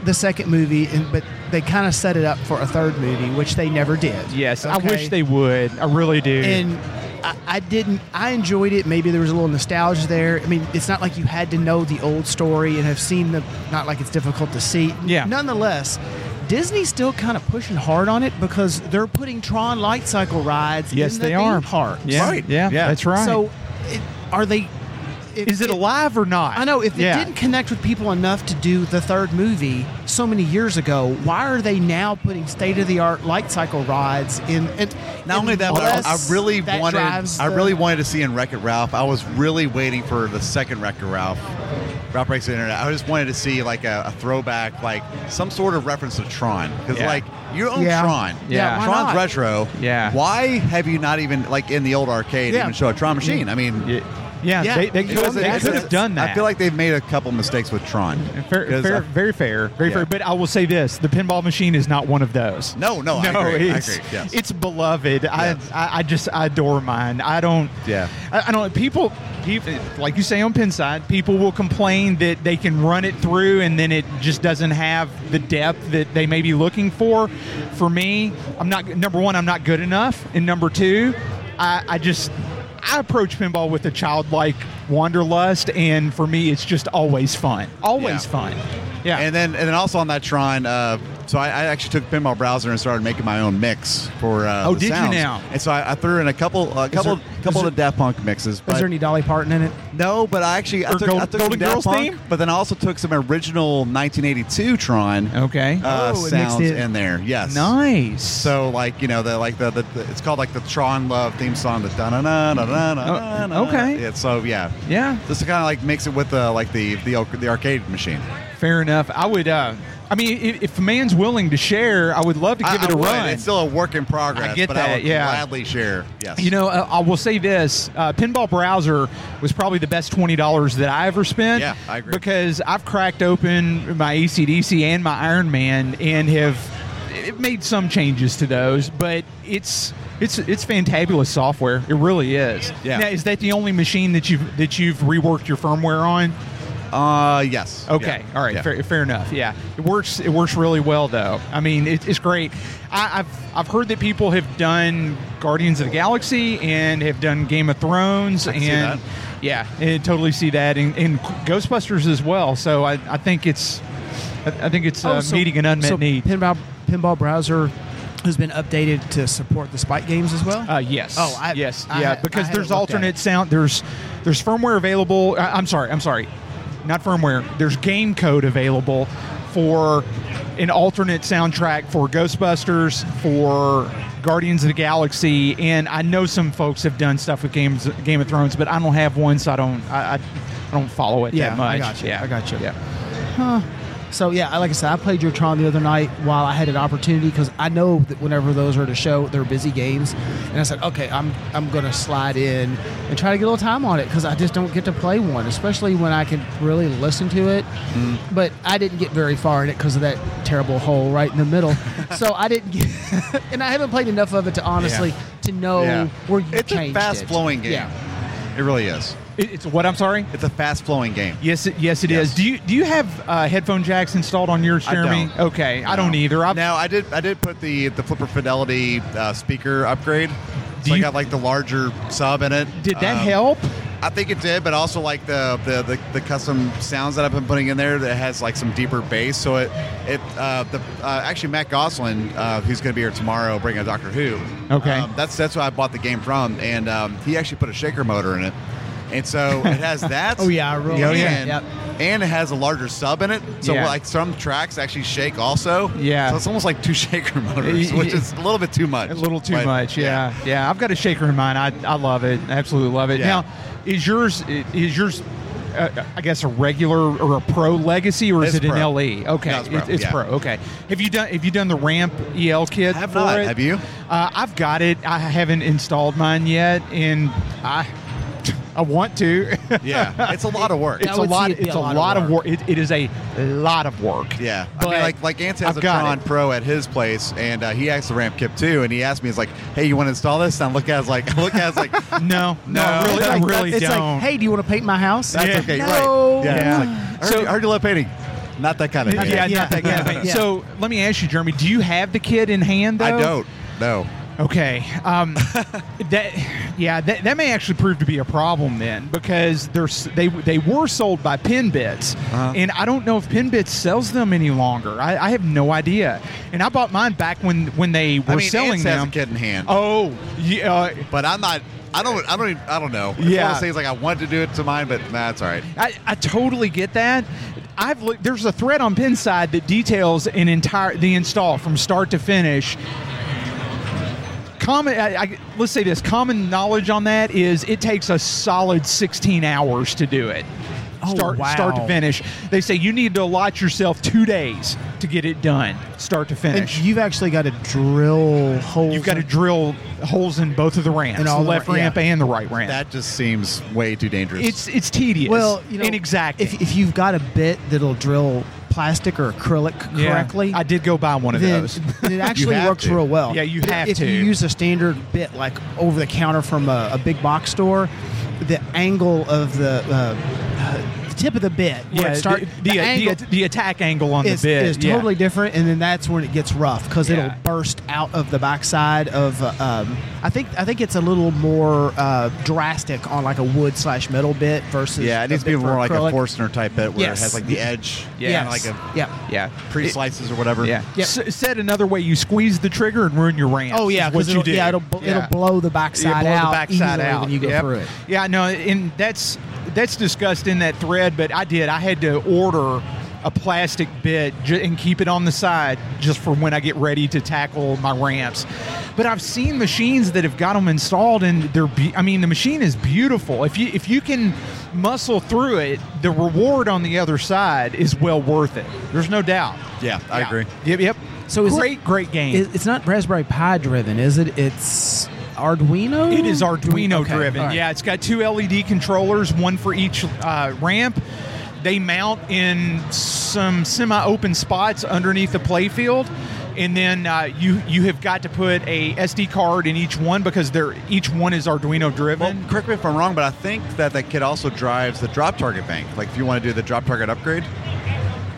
[SPEAKER 4] the second movie, and but they kind of set it up for a third movie, which they never did.
[SPEAKER 5] Yes, I
[SPEAKER 4] Okay?
[SPEAKER 5] wish they would. I really do.
[SPEAKER 4] and I, I didn't. I enjoyed it. Maybe there was a little nostalgia there. I mean, it's not like you had to know the old story and have seen the. Not like it's difficult to see.
[SPEAKER 5] Yeah.
[SPEAKER 4] Nonetheless, Disney's still kind of pushing hard on it because they're putting Tron light cycle rides.
[SPEAKER 5] yes,
[SPEAKER 4] in
[SPEAKER 5] they
[SPEAKER 4] the
[SPEAKER 5] are.
[SPEAKER 4] Theme parks.
[SPEAKER 5] Yeah,
[SPEAKER 6] Right.
[SPEAKER 5] yeah,
[SPEAKER 6] Yeah.
[SPEAKER 5] that's right.
[SPEAKER 4] So, it, are they? if-
[SPEAKER 5] Is it alive or not?
[SPEAKER 4] I know if it
[SPEAKER 5] Yeah.
[SPEAKER 4] didn't connect with people enough to do the third movie so many years ago, why are they now putting state of the art light cycle rods in? And
[SPEAKER 6] Not only that, but I, I
[SPEAKER 4] unless
[SPEAKER 6] really
[SPEAKER 4] that
[SPEAKER 6] wanted.
[SPEAKER 4] drives
[SPEAKER 6] I
[SPEAKER 4] the-
[SPEAKER 6] really wanted to see in Wreck It Ralph. I was really waiting for the second Wreck It Ralph. Ralph breaks the internet. I just wanted to see like a, a throwback, like some sort of reference to Tron, because
[SPEAKER 5] Yeah.
[SPEAKER 6] like you own
[SPEAKER 4] Yeah.
[SPEAKER 6] Tron.
[SPEAKER 5] Yeah.
[SPEAKER 4] why
[SPEAKER 6] Tron's
[SPEAKER 4] not?
[SPEAKER 6] retro.
[SPEAKER 5] Yeah.
[SPEAKER 6] Why have you not even like in the old arcade
[SPEAKER 4] Yeah.
[SPEAKER 6] even show a Tron machine? I mean,
[SPEAKER 5] Mm. Yeah, yeah,
[SPEAKER 4] Yeah.
[SPEAKER 5] they, they
[SPEAKER 4] It
[SPEAKER 5] could have
[SPEAKER 4] wasn't- it
[SPEAKER 5] they
[SPEAKER 4] could've
[SPEAKER 5] have done that.
[SPEAKER 6] I feel like they've made a couple mistakes with Tron.
[SPEAKER 5] Fair,
[SPEAKER 6] 'Cause
[SPEAKER 5] fair,
[SPEAKER 6] I-
[SPEAKER 5] very fair, very
[SPEAKER 6] Yeah.
[SPEAKER 5] fair. But I will say this: the pinball machine is not one of those.
[SPEAKER 6] No, no, I agree. I
[SPEAKER 5] It's,
[SPEAKER 6] agree. Yes.
[SPEAKER 5] it's beloved.
[SPEAKER 6] Yes.
[SPEAKER 5] I, I, I just I adore mine. I don't.
[SPEAKER 6] Yeah.
[SPEAKER 5] I, I don't. People, people, like you say on Pinside, people will complain that they can run it through and then it just doesn't have the depth that they may be looking for. For me, I'm not number one. I'm not good enough, and number two, I, I just. I approach pinball with a childlike wanderlust, and for me, it's just always fun. Always
[SPEAKER 6] Yeah.
[SPEAKER 5] fun. Yeah.
[SPEAKER 6] And then, and then also on that Tron, uh, so I, I actually took Pinball Browser and started making my own mix for. Uh,
[SPEAKER 5] Oh,
[SPEAKER 6] the
[SPEAKER 5] did you
[SPEAKER 6] sounds.
[SPEAKER 5] now?
[SPEAKER 6] And so I, I threw in a couple, a couple,
[SPEAKER 4] there-
[SPEAKER 6] couple
[SPEAKER 4] is
[SPEAKER 6] of the Daft Punk mixes. But
[SPEAKER 4] Is there any Dolly Parton in it?
[SPEAKER 6] no, but I actually I
[SPEAKER 5] Or
[SPEAKER 6] took,
[SPEAKER 5] Gold-
[SPEAKER 6] I took
[SPEAKER 5] Golden
[SPEAKER 6] some Daft
[SPEAKER 5] Girls
[SPEAKER 6] Punk,
[SPEAKER 5] theme?
[SPEAKER 6] but then I also took some original 1982 Tron
[SPEAKER 5] Okay.
[SPEAKER 4] Oh,
[SPEAKER 6] uh,
[SPEAKER 4] it mixed
[SPEAKER 6] sounds
[SPEAKER 4] it.
[SPEAKER 6] in there. Yes.
[SPEAKER 5] nice.
[SPEAKER 6] So like you know the like the, the, the it's called like the Tron Love theme song. The da na na na na na na.
[SPEAKER 5] Oh, okay.
[SPEAKER 6] Yeah, so yeah.
[SPEAKER 5] yeah,
[SPEAKER 6] This kind of like makes it with the like the the, the arcade machine.
[SPEAKER 5] fair enough. I would. Uh, I mean, if, if a man's willing to share, I would love to
[SPEAKER 6] I-
[SPEAKER 5] give
[SPEAKER 6] I
[SPEAKER 5] it a
[SPEAKER 6] would.
[SPEAKER 5] run.
[SPEAKER 6] It's still a work in progress.
[SPEAKER 5] I get
[SPEAKER 6] but I
[SPEAKER 5] that,
[SPEAKER 6] would
[SPEAKER 5] yeah.
[SPEAKER 6] gladly share. Yes.
[SPEAKER 5] you know, uh, I will say this: uh, Pinball Browser was probably the best twenty dollars that I ever spent.
[SPEAKER 6] Yeah, I agree.
[SPEAKER 5] Because I've cracked open my ECDC and my Iron Man, and have it made some changes to those, but it's it's it's fantabulous software. It really is.
[SPEAKER 6] Yeah.
[SPEAKER 5] Now, is that the only machine that you've that you've reworked your firmware on?
[SPEAKER 6] Uh, yes.
[SPEAKER 5] Okay.
[SPEAKER 6] Yeah.
[SPEAKER 5] All right.
[SPEAKER 6] Yeah.
[SPEAKER 5] Fair, fair enough. Yeah. It works. It works really well, though. I mean, it, it's great. I, I've I've heard that people have done Guardians of the Galaxy and have done Game of Thrones
[SPEAKER 6] can
[SPEAKER 5] and
[SPEAKER 6] see that.
[SPEAKER 5] yeah, I totally see that and, and Ghostbusters as well. So I, I think it's I, I think it's uh, meeting an unmet
[SPEAKER 4] Oh, so
[SPEAKER 5] need.
[SPEAKER 4] Pinball, pinball browser has been updated to support the Spike games as well.
[SPEAKER 5] Uh, yes.
[SPEAKER 4] Oh, I-
[SPEAKER 5] yes.
[SPEAKER 4] I
[SPEAKER 5] yeah,
[SPEAKER 4] had- I
[SPEAKER 5] because
[SPEAKER 4] hadn't
[SPEAKER 5] there's
[SPEAKER 4] looked at
[SPEAKER 5] alternate
[SPEAKER 4] it.
[SPEAKER 5] sound. There's there's firmware available. I, I'm sorry. I'm sorry. Not firmware. There's game code available for an alternate soundtrack for Ghostbusters, for Guardians of the Galaxy, and I know some folks have done stuff with games, Game of Thrones, but I don't have one, so I don't. I, I, I don't follow it
[SPEAKER 4] Yeah,
[SPEAKER 5] that much.
[SPEAKER 4] I got you,
[SPEAKER 5] Yeah,
[SPEAKER 4] I got you.
[SPEAKER 5] Yeah.
[SPEAKER 4] So yeah, I- like I said, I played your Tron the other night while I had an opportunity because I know that whenever those are to show, they're busy games, and I said, okay, I'm I'm gonna slide in and try to get a little time on it because I just don't get to play one, especially when I can really listen to it.
[SPEAKER 6] Mm-hmm.
[SPEAKER 4] But I didn't get very far in it because of that terrible hole right in the middle. so I didn't, get, and I haven't played enough of it to honestly to know
[SPEAKER 6] Yeah.
[SPEAKER 4] where you
[SPEAKER 6] It's a
[SPEAKER 4] changed
[SPEAKER 6] fast
[SPEAKER 4] it.
[SPEAKER 6] flowing game.
[SPEAKER 4] Yeah.
[SPEAKER 6] It really is.
[SPEAKER 5] It- it's what I'm sorry.
[SPEAKER 6] It's a fast flowing game.
[SPEAKER 5] Yes, it, yes, it is.
[SPEAKER 6] Yes.
[SPEAKER 5] Do you do you have uh, headphone jacks installed on yours,
[SPEAKER 6] I
[SPEAKER 5] Jeremy?
[SPEAKER 6] don't.
[SPEAKER 5] Okay, I don't
[SPEAKER 6] No.
[SPEAKER 5] either. I've,
[SPEAKER 6] Um, Now I did. I did put the the Flipper Fidelity uh, speaker upgrade.
[SPEAKER 5] Do
[SPEAKER 6] So I
[SPEAKER 5] you-
[SPEAKER 6] got like the larger sub in it.
[SPEAKER 5] did that
[SPEAKER 6] Um,
[SPEAKER 5] help?
[SPEAKER 6] I think it did, but also like the, the the the custom sounds that I've been putting in there that has like some deeper bass. So it it uh, the uh, actually Matt Goslin, uh, who's going to be here tomorrow, bringing a Doctor Who.
[SPEAKER 5] Okay.
[SPEAKER 6] um, that's that's why I bought the game from, and um, he actually put a shaker motor in it, and so it has that.
[SPEAKER 4] Oh, yeah, I really-
[SPEAKER 6] You know,
[SPEAKER 4] yeah,
[SPEAKER 6] and,
[SPEAKER 4] yep.
[SPEAKER 6] and it has a larger sub in it, so
[SPEAKER 5] Yeah.
[SPEAKER 6] like some tracks actually shake also.
[SPEAKER 5] Yeah.
[SPEAKER 6] so it's almost like two shaker motors,
[SPEAKER 5] Y- y-
[SPEAKER 6] which is a little bit too much.
[SPEAKER 5] A little too
[SPEAKER 6] But,
[SPEAKER 5] much, yeah. yeah, I've got a shaker in mine. I, I love it, I absolutely love it.
[SPEAKER 6] Yeah.
[SPEAKER 5] Now, is yours is yours, uh, I guess, a regular or a pro legacy, or is
[SPEAKER 6] It's
[SPEAKER 5] it
[SPEAKER 6] pro.
[SPEAKER 5] an LE? Okay,
[SPEAKER 6] No, it's pro,
[SPEAKER 5] It- it's
[SPEAKER 6] yeah.
[SPEAKER 5] pro. Okay, have you done have you done the ramp EL kit?
[SPEAKER 6] I have
[SPEAKER 5] for
[SPEAKER 6] not.
[SPEAKER 5] it?
[SPEAKER 6] Have you?
[SPEAKER 5] Uh, I've got it. I haven't installed mine yet, and I I want to.
[SPEAKER 6] Yeah, it's a lot of work.
[SPEAKER 5] It's
[SPEAKER 4] I
[SPEAKER 5] a
[SPEAKER 4] would see
[SPEAKER 5] lot.
[SPEAKER 4] it be
[SPEAKER 5] It's a lot of work. It, it is a lot of work.
[SPEAKER 6] Yeah,
[SPEAKER 5] but
[SPEAKER 6] I mean, like like Ant has
[SPEAKER 5] I've
[SPEAKER 6] a
[SPEAKER 5] got
[SPEAKER 6] Tron
[SPEAKER 5] it.
[SPEAKER 6] Pro at his place, and uh, he asked the ramp kip too, and he asked me, he's like, "Hey, you want to install this?" And I look at, us like, I look at, us like, "That's
[SPEAKER 5] No, no,
[SPEAKER 6] No.
[SPEAKER 5] I really, I
[SPEAKER 4] Like,
[SPEAKER 5] really
[SPEAKER 4] it's
[SPEAKER 5] don't.
[SPEAKER 4] like, hey, do you want to paint my house?
[SPEAKER 6] okay,
[SPEAKER 4] No.
[SPEAKER 6] right?" Yeah.
[SPEAKER 5] Yeah.
[SPEAKER 6] it's Like, I, heard
[SPEAKER 5] So-
[SPEAKER 6] you, I heard you love painting. Not that kind of painting.
[SPEAKER 5] Yeah,
[SPEAKER 4] Yeah,
[SPEAKER 5] not that kind of thing.
[SPEAKER 4] yeah.
[SPEAKER 5] So let me ask you, Jeremy, do you have the kid in hand? Though
[SPEAKER 6] I don't. No.
[SPEAKER 5] Okay. Um, that yeah, that, that may actually prove to be a problem then because they're, s- they they were sold by Pinbits,
[SPEAKER 6] Uh-huh.
[SPEAKER 5] and I don't know if Pinbits sells them any longer. I, I have no idea. And I bought mine back when when they were
[SPEAKER 6] I mean,
[SPEAKER 5] selling
[SPEAKER 6] Ants
[SPEAKER 5] them.
[SPEAKER 6] has a kid in hand,
[SPEAKER 5] Oh, yeah.
[SPEAKER 6] but I'm not. I don't. I don't. Even, I don't know. It's One of
[SPEAKER 5] Yeah.
[SPEAKER 6] those things like I wanted to do it to mine, but nah, it's all right.
[SPEAKER 5] I, I totally get that. I've looked, there's a thread on Pinside that details an entire the install from start to finish. Common, I, I, let's say this. Common knowledge on that is it takes a solid 16 hours to do it.
[SPEAKER 4] Oh,
[SPEAKER 5] start, start to
[SPEAKER 4] wow.
[SPEAKER 5] finish. They say you need to allot yourself two days to get it done, start to
[SPEAKER 4] And
[SPEAKER 5] finish.
[SPEAKER 4] you've actually got to drill holes.
[SPEAKER 5] You've got to
[SPEAKER 4] in-
[SPEAKER 5] drill holes in both of the ramps,
[SPEAKER 4] In all
[SPEAKER 5] the
[SPEAKER 4] the
[SPEAKER 5] left
[SPEAKER 4] ra- yeah.
[SPEAKER 5] ramp and the right ramp.
[SPEAKER 6] That just seems way too dangerous.
[SPEAKER 5] it's it's tedious.
[SPEAKER 4] well, you know,
[SPEAKER 5] inexact.
[SPEAKER 4] If, if you've got a bit that'll drill plastic or acrylic correctly,
[SPEAKER 5] I did go buy one of
[SPEAKER 4] then,
[SPEAKER 5] those.
[SPEAKER 4] then it actually
[SPEAKER 6] have
[SPEAKER 4] works
[SPEAKER 6] to.
[SPEAKER 4] real well.
[SPEAKER 5] Yeah, you have
[SPEAKER 4] if
[SPEAKER 5] to.
[SPEAKER 4] If you use a standard bit, like over the counter from a, a big box store, the angle of the uh, uh, the tip of the bit, where it start,
[SPEAKER 5] the, the,
[SPEAKER 4] angle
[SPEAKER 5] the- the attack angle on
[SPEAKER 4] is,
[SPEAKER 5] the bit
[SPEAKER 4] is
[SPEAKER 5] yeah.
[SPEAKER 4] totally different, and then that's when it gets rough because
[SPEAKER 5] Yeah.
[SPEAKER 4] it'll burst out of the backside of. uh, Um, I think I think it's a little more uh, drastic on like a wood slash metal bit versus
[SPEAKER 6] yeah, it
[SPEAKER 4] the
[SPEAKER 6] needs to be
[SPEAKER 4] bit for
[SPEAKER 6] more like
[SPEAKER 4] acrylic.
[SPEAKER 6] a Forstner type bit where
[SPEAKER 4] Yes.
[SPEAKER 6] it has like the edge,
[SPEAKER 5] Yeah.
[SPEAKER 6] yeah, like a
[SPEAKER 4] yeah.
[SPEAKER 5] Yeah,
[SPEAKER 6] pre slices or whatever.
[SPEAKER 5] Yeah.
[SPEAKER 4] Yep.
[SPEAKER 5] S- said another way, you squeeze the trigger and ruin your ramp.
[SPEAKER 4] Oh yeah,
[SPEAKER 5] is what
[SPEAKER 4] because
[SPEAKER 5] you
[SPEAKER 4] it'll,
[SPEAKER 5] do.
[SPEAKER 4] yeah, it'll, bl-
[SPEAKER 5] Yeah.
[SPEAKER 4] it'll blow the backside
[SPEAKER 5] blow the
[SPEAKER 4] out
[SPEAKER 5] backside
[SPEAKER 4] easily
[SPEAKER 5] out.
[SPEAKER 4] when you go
[SPEAKER 5] Yep.
[SPEAKER 4] through it.
[SPEAKER 5] Yeah, no, and that's that's discussed in that thread. But I did. I had to order a plastic bit ju- and keep it on the side just for when I get ready to tackle my ramps. But I've seen machines that have got them installed, and they're. Be- I mean, the machine is beautiful. If you if you can muscle through it, the reward on the other side is well worth it. There's no doubt.
[SPEAKER 6] Yeah, I agree.
[SPEAKER 5] Yep. Yep.
[SPEAKER 4] So is it-
[SPEAKER 5] great, great game.
[SPEAKER 4] It- It's not Raspberry Pi driven, is it? It's Arduino.
[SPEAKER 5] It is Arduino
[SPEAKER 4] Okay,
[SPEAKER 5] driven.
[SPEAKER 4] all right.
[SPEAKER 5] Yeah, it's got two LED controllers, one for each uh, ramp. They mount in some semi-open spots underneath the playfield, and then uh, you you have got to put a SD card in each one because they're each one is Arduino
[SPEAKER 6] Well,
[SPEAKER 5] driven.
[SPEAKER 6] correct me if I'm wrong, but I think that that kit also drives the drop target bank. Like if you want to do the drop target upgrade,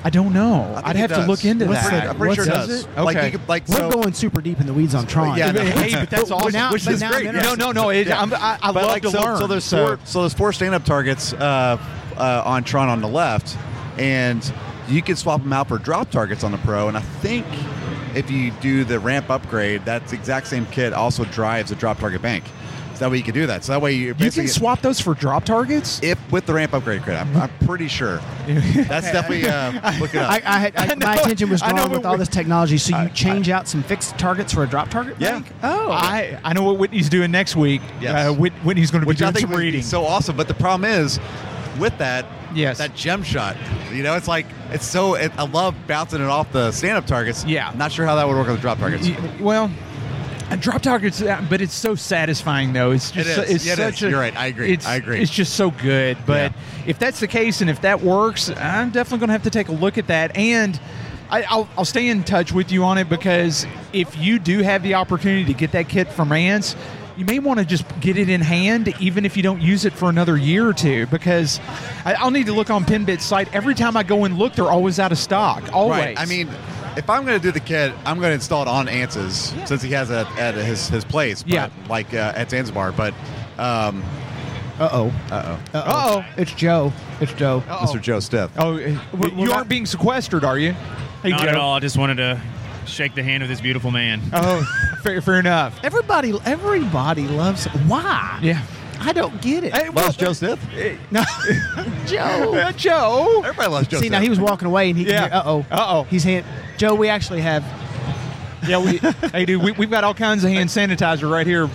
[SPEAKER 5] I don't know.
[SPEAKER 6] I
[SPEAKER 5] I'd
[SPEAKER 6] think it
[SPEAKER 5] have to
[SPEAKER 6] does.
[SPEAKER 5] look into
[SPEAKER 6] What's
[SPEAKER 5] that.
[SPEAKER 6] the- I'm pretty sure it
[SPEAKER 4] What's-
[SPEAKER 6] does.
[SPEAKER 5] does it?
[SPEAKER 6] Like
[SPEAKER 5] Okay.
[SPEAKER 6] you could, like
[SPEAKER 4] We're
[SPEAKER 6] so,
[SPEAKER 4] going super deep in the weeds on Tron.
[SPEAKER 6] Yeah,
[SPEAKER 5] But hey, but that's awesome.
[SPEAKER 4] now-
[SPEAKER 5] which
[SPEAKER 4] but
[SPEAKER 5] is
[SPEAKER 4] now I'm
[SPEAKER 5] great. No,
[SPEAKER 4] interested.
[SPEAKER 5] no, no. It, I'm, I, I
[SPEAKER 6] but
[SPEAKER 5] love
[SPEAKER 6] like,
[SPEAKER 5] to
[SPEAKER 6] so,
[SPEAKER 5] learn.
[SPEAKER 6] So there's
[SPEAKER 5] So-
[SPEAKER 6] four, so there's four stand-up targets uh, uh, on Tron on the left, and you can swap them out for drop targets on the Pro. And I think if you do the ramp upgrade, that exact same kit also drives the drop target bank. So that way you can do that. So that way you
[SPEAKER 5] you can swap those for drop targets.
[SPEAKER 6] if with the ramp upgrade kit. I'm, I'm pretty sure. That's definitely uh, look it up.
[SPEAKER 4] I, I had, I, my
[SPEAKER 5] know.
[SPEAKER 4] attention was
[SPEAKER 5] I know,
[SPEAKER 4] drawn with
[SPEAKER 5] but
[SPEAKER 4] all
[SPEAKER 5] we-
[SPEAKER 4] this technology, so you change out some fixed targets for a drop target.
[SPEAKER 6] Yeah.
[SPEAKER 4] bank? Oh,
[SPEAKER 5] I, I know what Whitney's doing next week.
[SPEAKER 6] Yes.
[SPEAKER 5] Uh, Whit, Whitney's going to be
[SPEAKER 6] which
[SPEAKER 5] doing
[SPEAKER 6] I think
[SPEAKER 5] some
[SPEAKER 6] would be
[SPEAKER 5] reading.
[SPEAKER 6] so awesome. But the problem is, with that,
[SPEAKER 5] Yes.
[SPEAKER 6] that gem shot. You know, it's like it's so. It, I love bouncing it off the stand-up targets.
[SPEAKER 5] Yeah.
[SPEAKER 6] not sure how that would work on the drop targets.
[SPEAKER 5] Y- Well, a drop targets, uh, but it's so satisfying though. It's just
[SPEAKER 6] It
[SPEAKER 5] so-
[SPEAKER 6] is.
[SPEAKER 5] it's
[SPEAKER 6] Yeah, it is.
[SPEAKER 5] such a.
[SPEAKER 6] You're right. I agree.
[SPEAKER 5] It's,
[SPEAKER 6] I agree.
[SPEAKER 5] It's just so good. But if that's the case, and if that works, I'm definitely going to have to take a look at that. And I, I'll, I'll stay in touch with you on it because if you do have the opportunity to get that kit from Ants. You may want to just get it in hand, even if you don't use it for another year or two, because I, I'll need to look on Pinbit's site. Every time I go and look, they're always out of stock. Always.
[SPEAKER 6] Right. I mean, if I'm going to do the kit, I'm going to install it on Anses since he has it at his his place. But,
[SPEAKER 5] Yeah.
[SPEAKER 6] like uh, at Zanzibar, but. Um,
[SPEAKER 4] uh oh,
[SPEAKER 6] uh oh.
[SPEAKER 5] oh,
[SPEAKER 4] it's Joe. It's Joe.
[SPEAKER 6] Mr. Joe Stiff.
[SPEAKER 5] Oh, you
[SPEAKER 4] we're
[SPEAKER 5] aren't
[SPEAKER 4] not-
[SPEAKER 5] being sequestered, are you? Hey,
[SPEAKER 8] Not at
[SPEAKER 5] Joe.
[SPEAKER 8] all. I just wanted to shake the hand of this beautiful man.
[SPEAKER 5] Oh, fair, fair enough.
[SPEAKER 4] Everybody, everybody loves. Why?
[SPEAKER 5] Yeah.
[SPEAKER 4] I don't get it.
[SPEAKER 5] Hey, well,
[SPEAKER 6] Loves Joe Stiff.
[SPEAKER 4] no, Joe.
[SPEAKER 5] uh, Joe.
[SPEAKER 6] Everybody loves Joe.
[SPEAKER 4] See, now he was walking away, and he
[SPEAKER 5] Yeah.
[SPEAKER 4] yeah. uh oh,
[SPEAKER 5] Uh-oh.
[SPEAKER 4] He's hand. Joe, we actually have.
[SPEAKER 5] Yeah, we. hey, dude, we, we've got all kinds of hand sanitizer right here.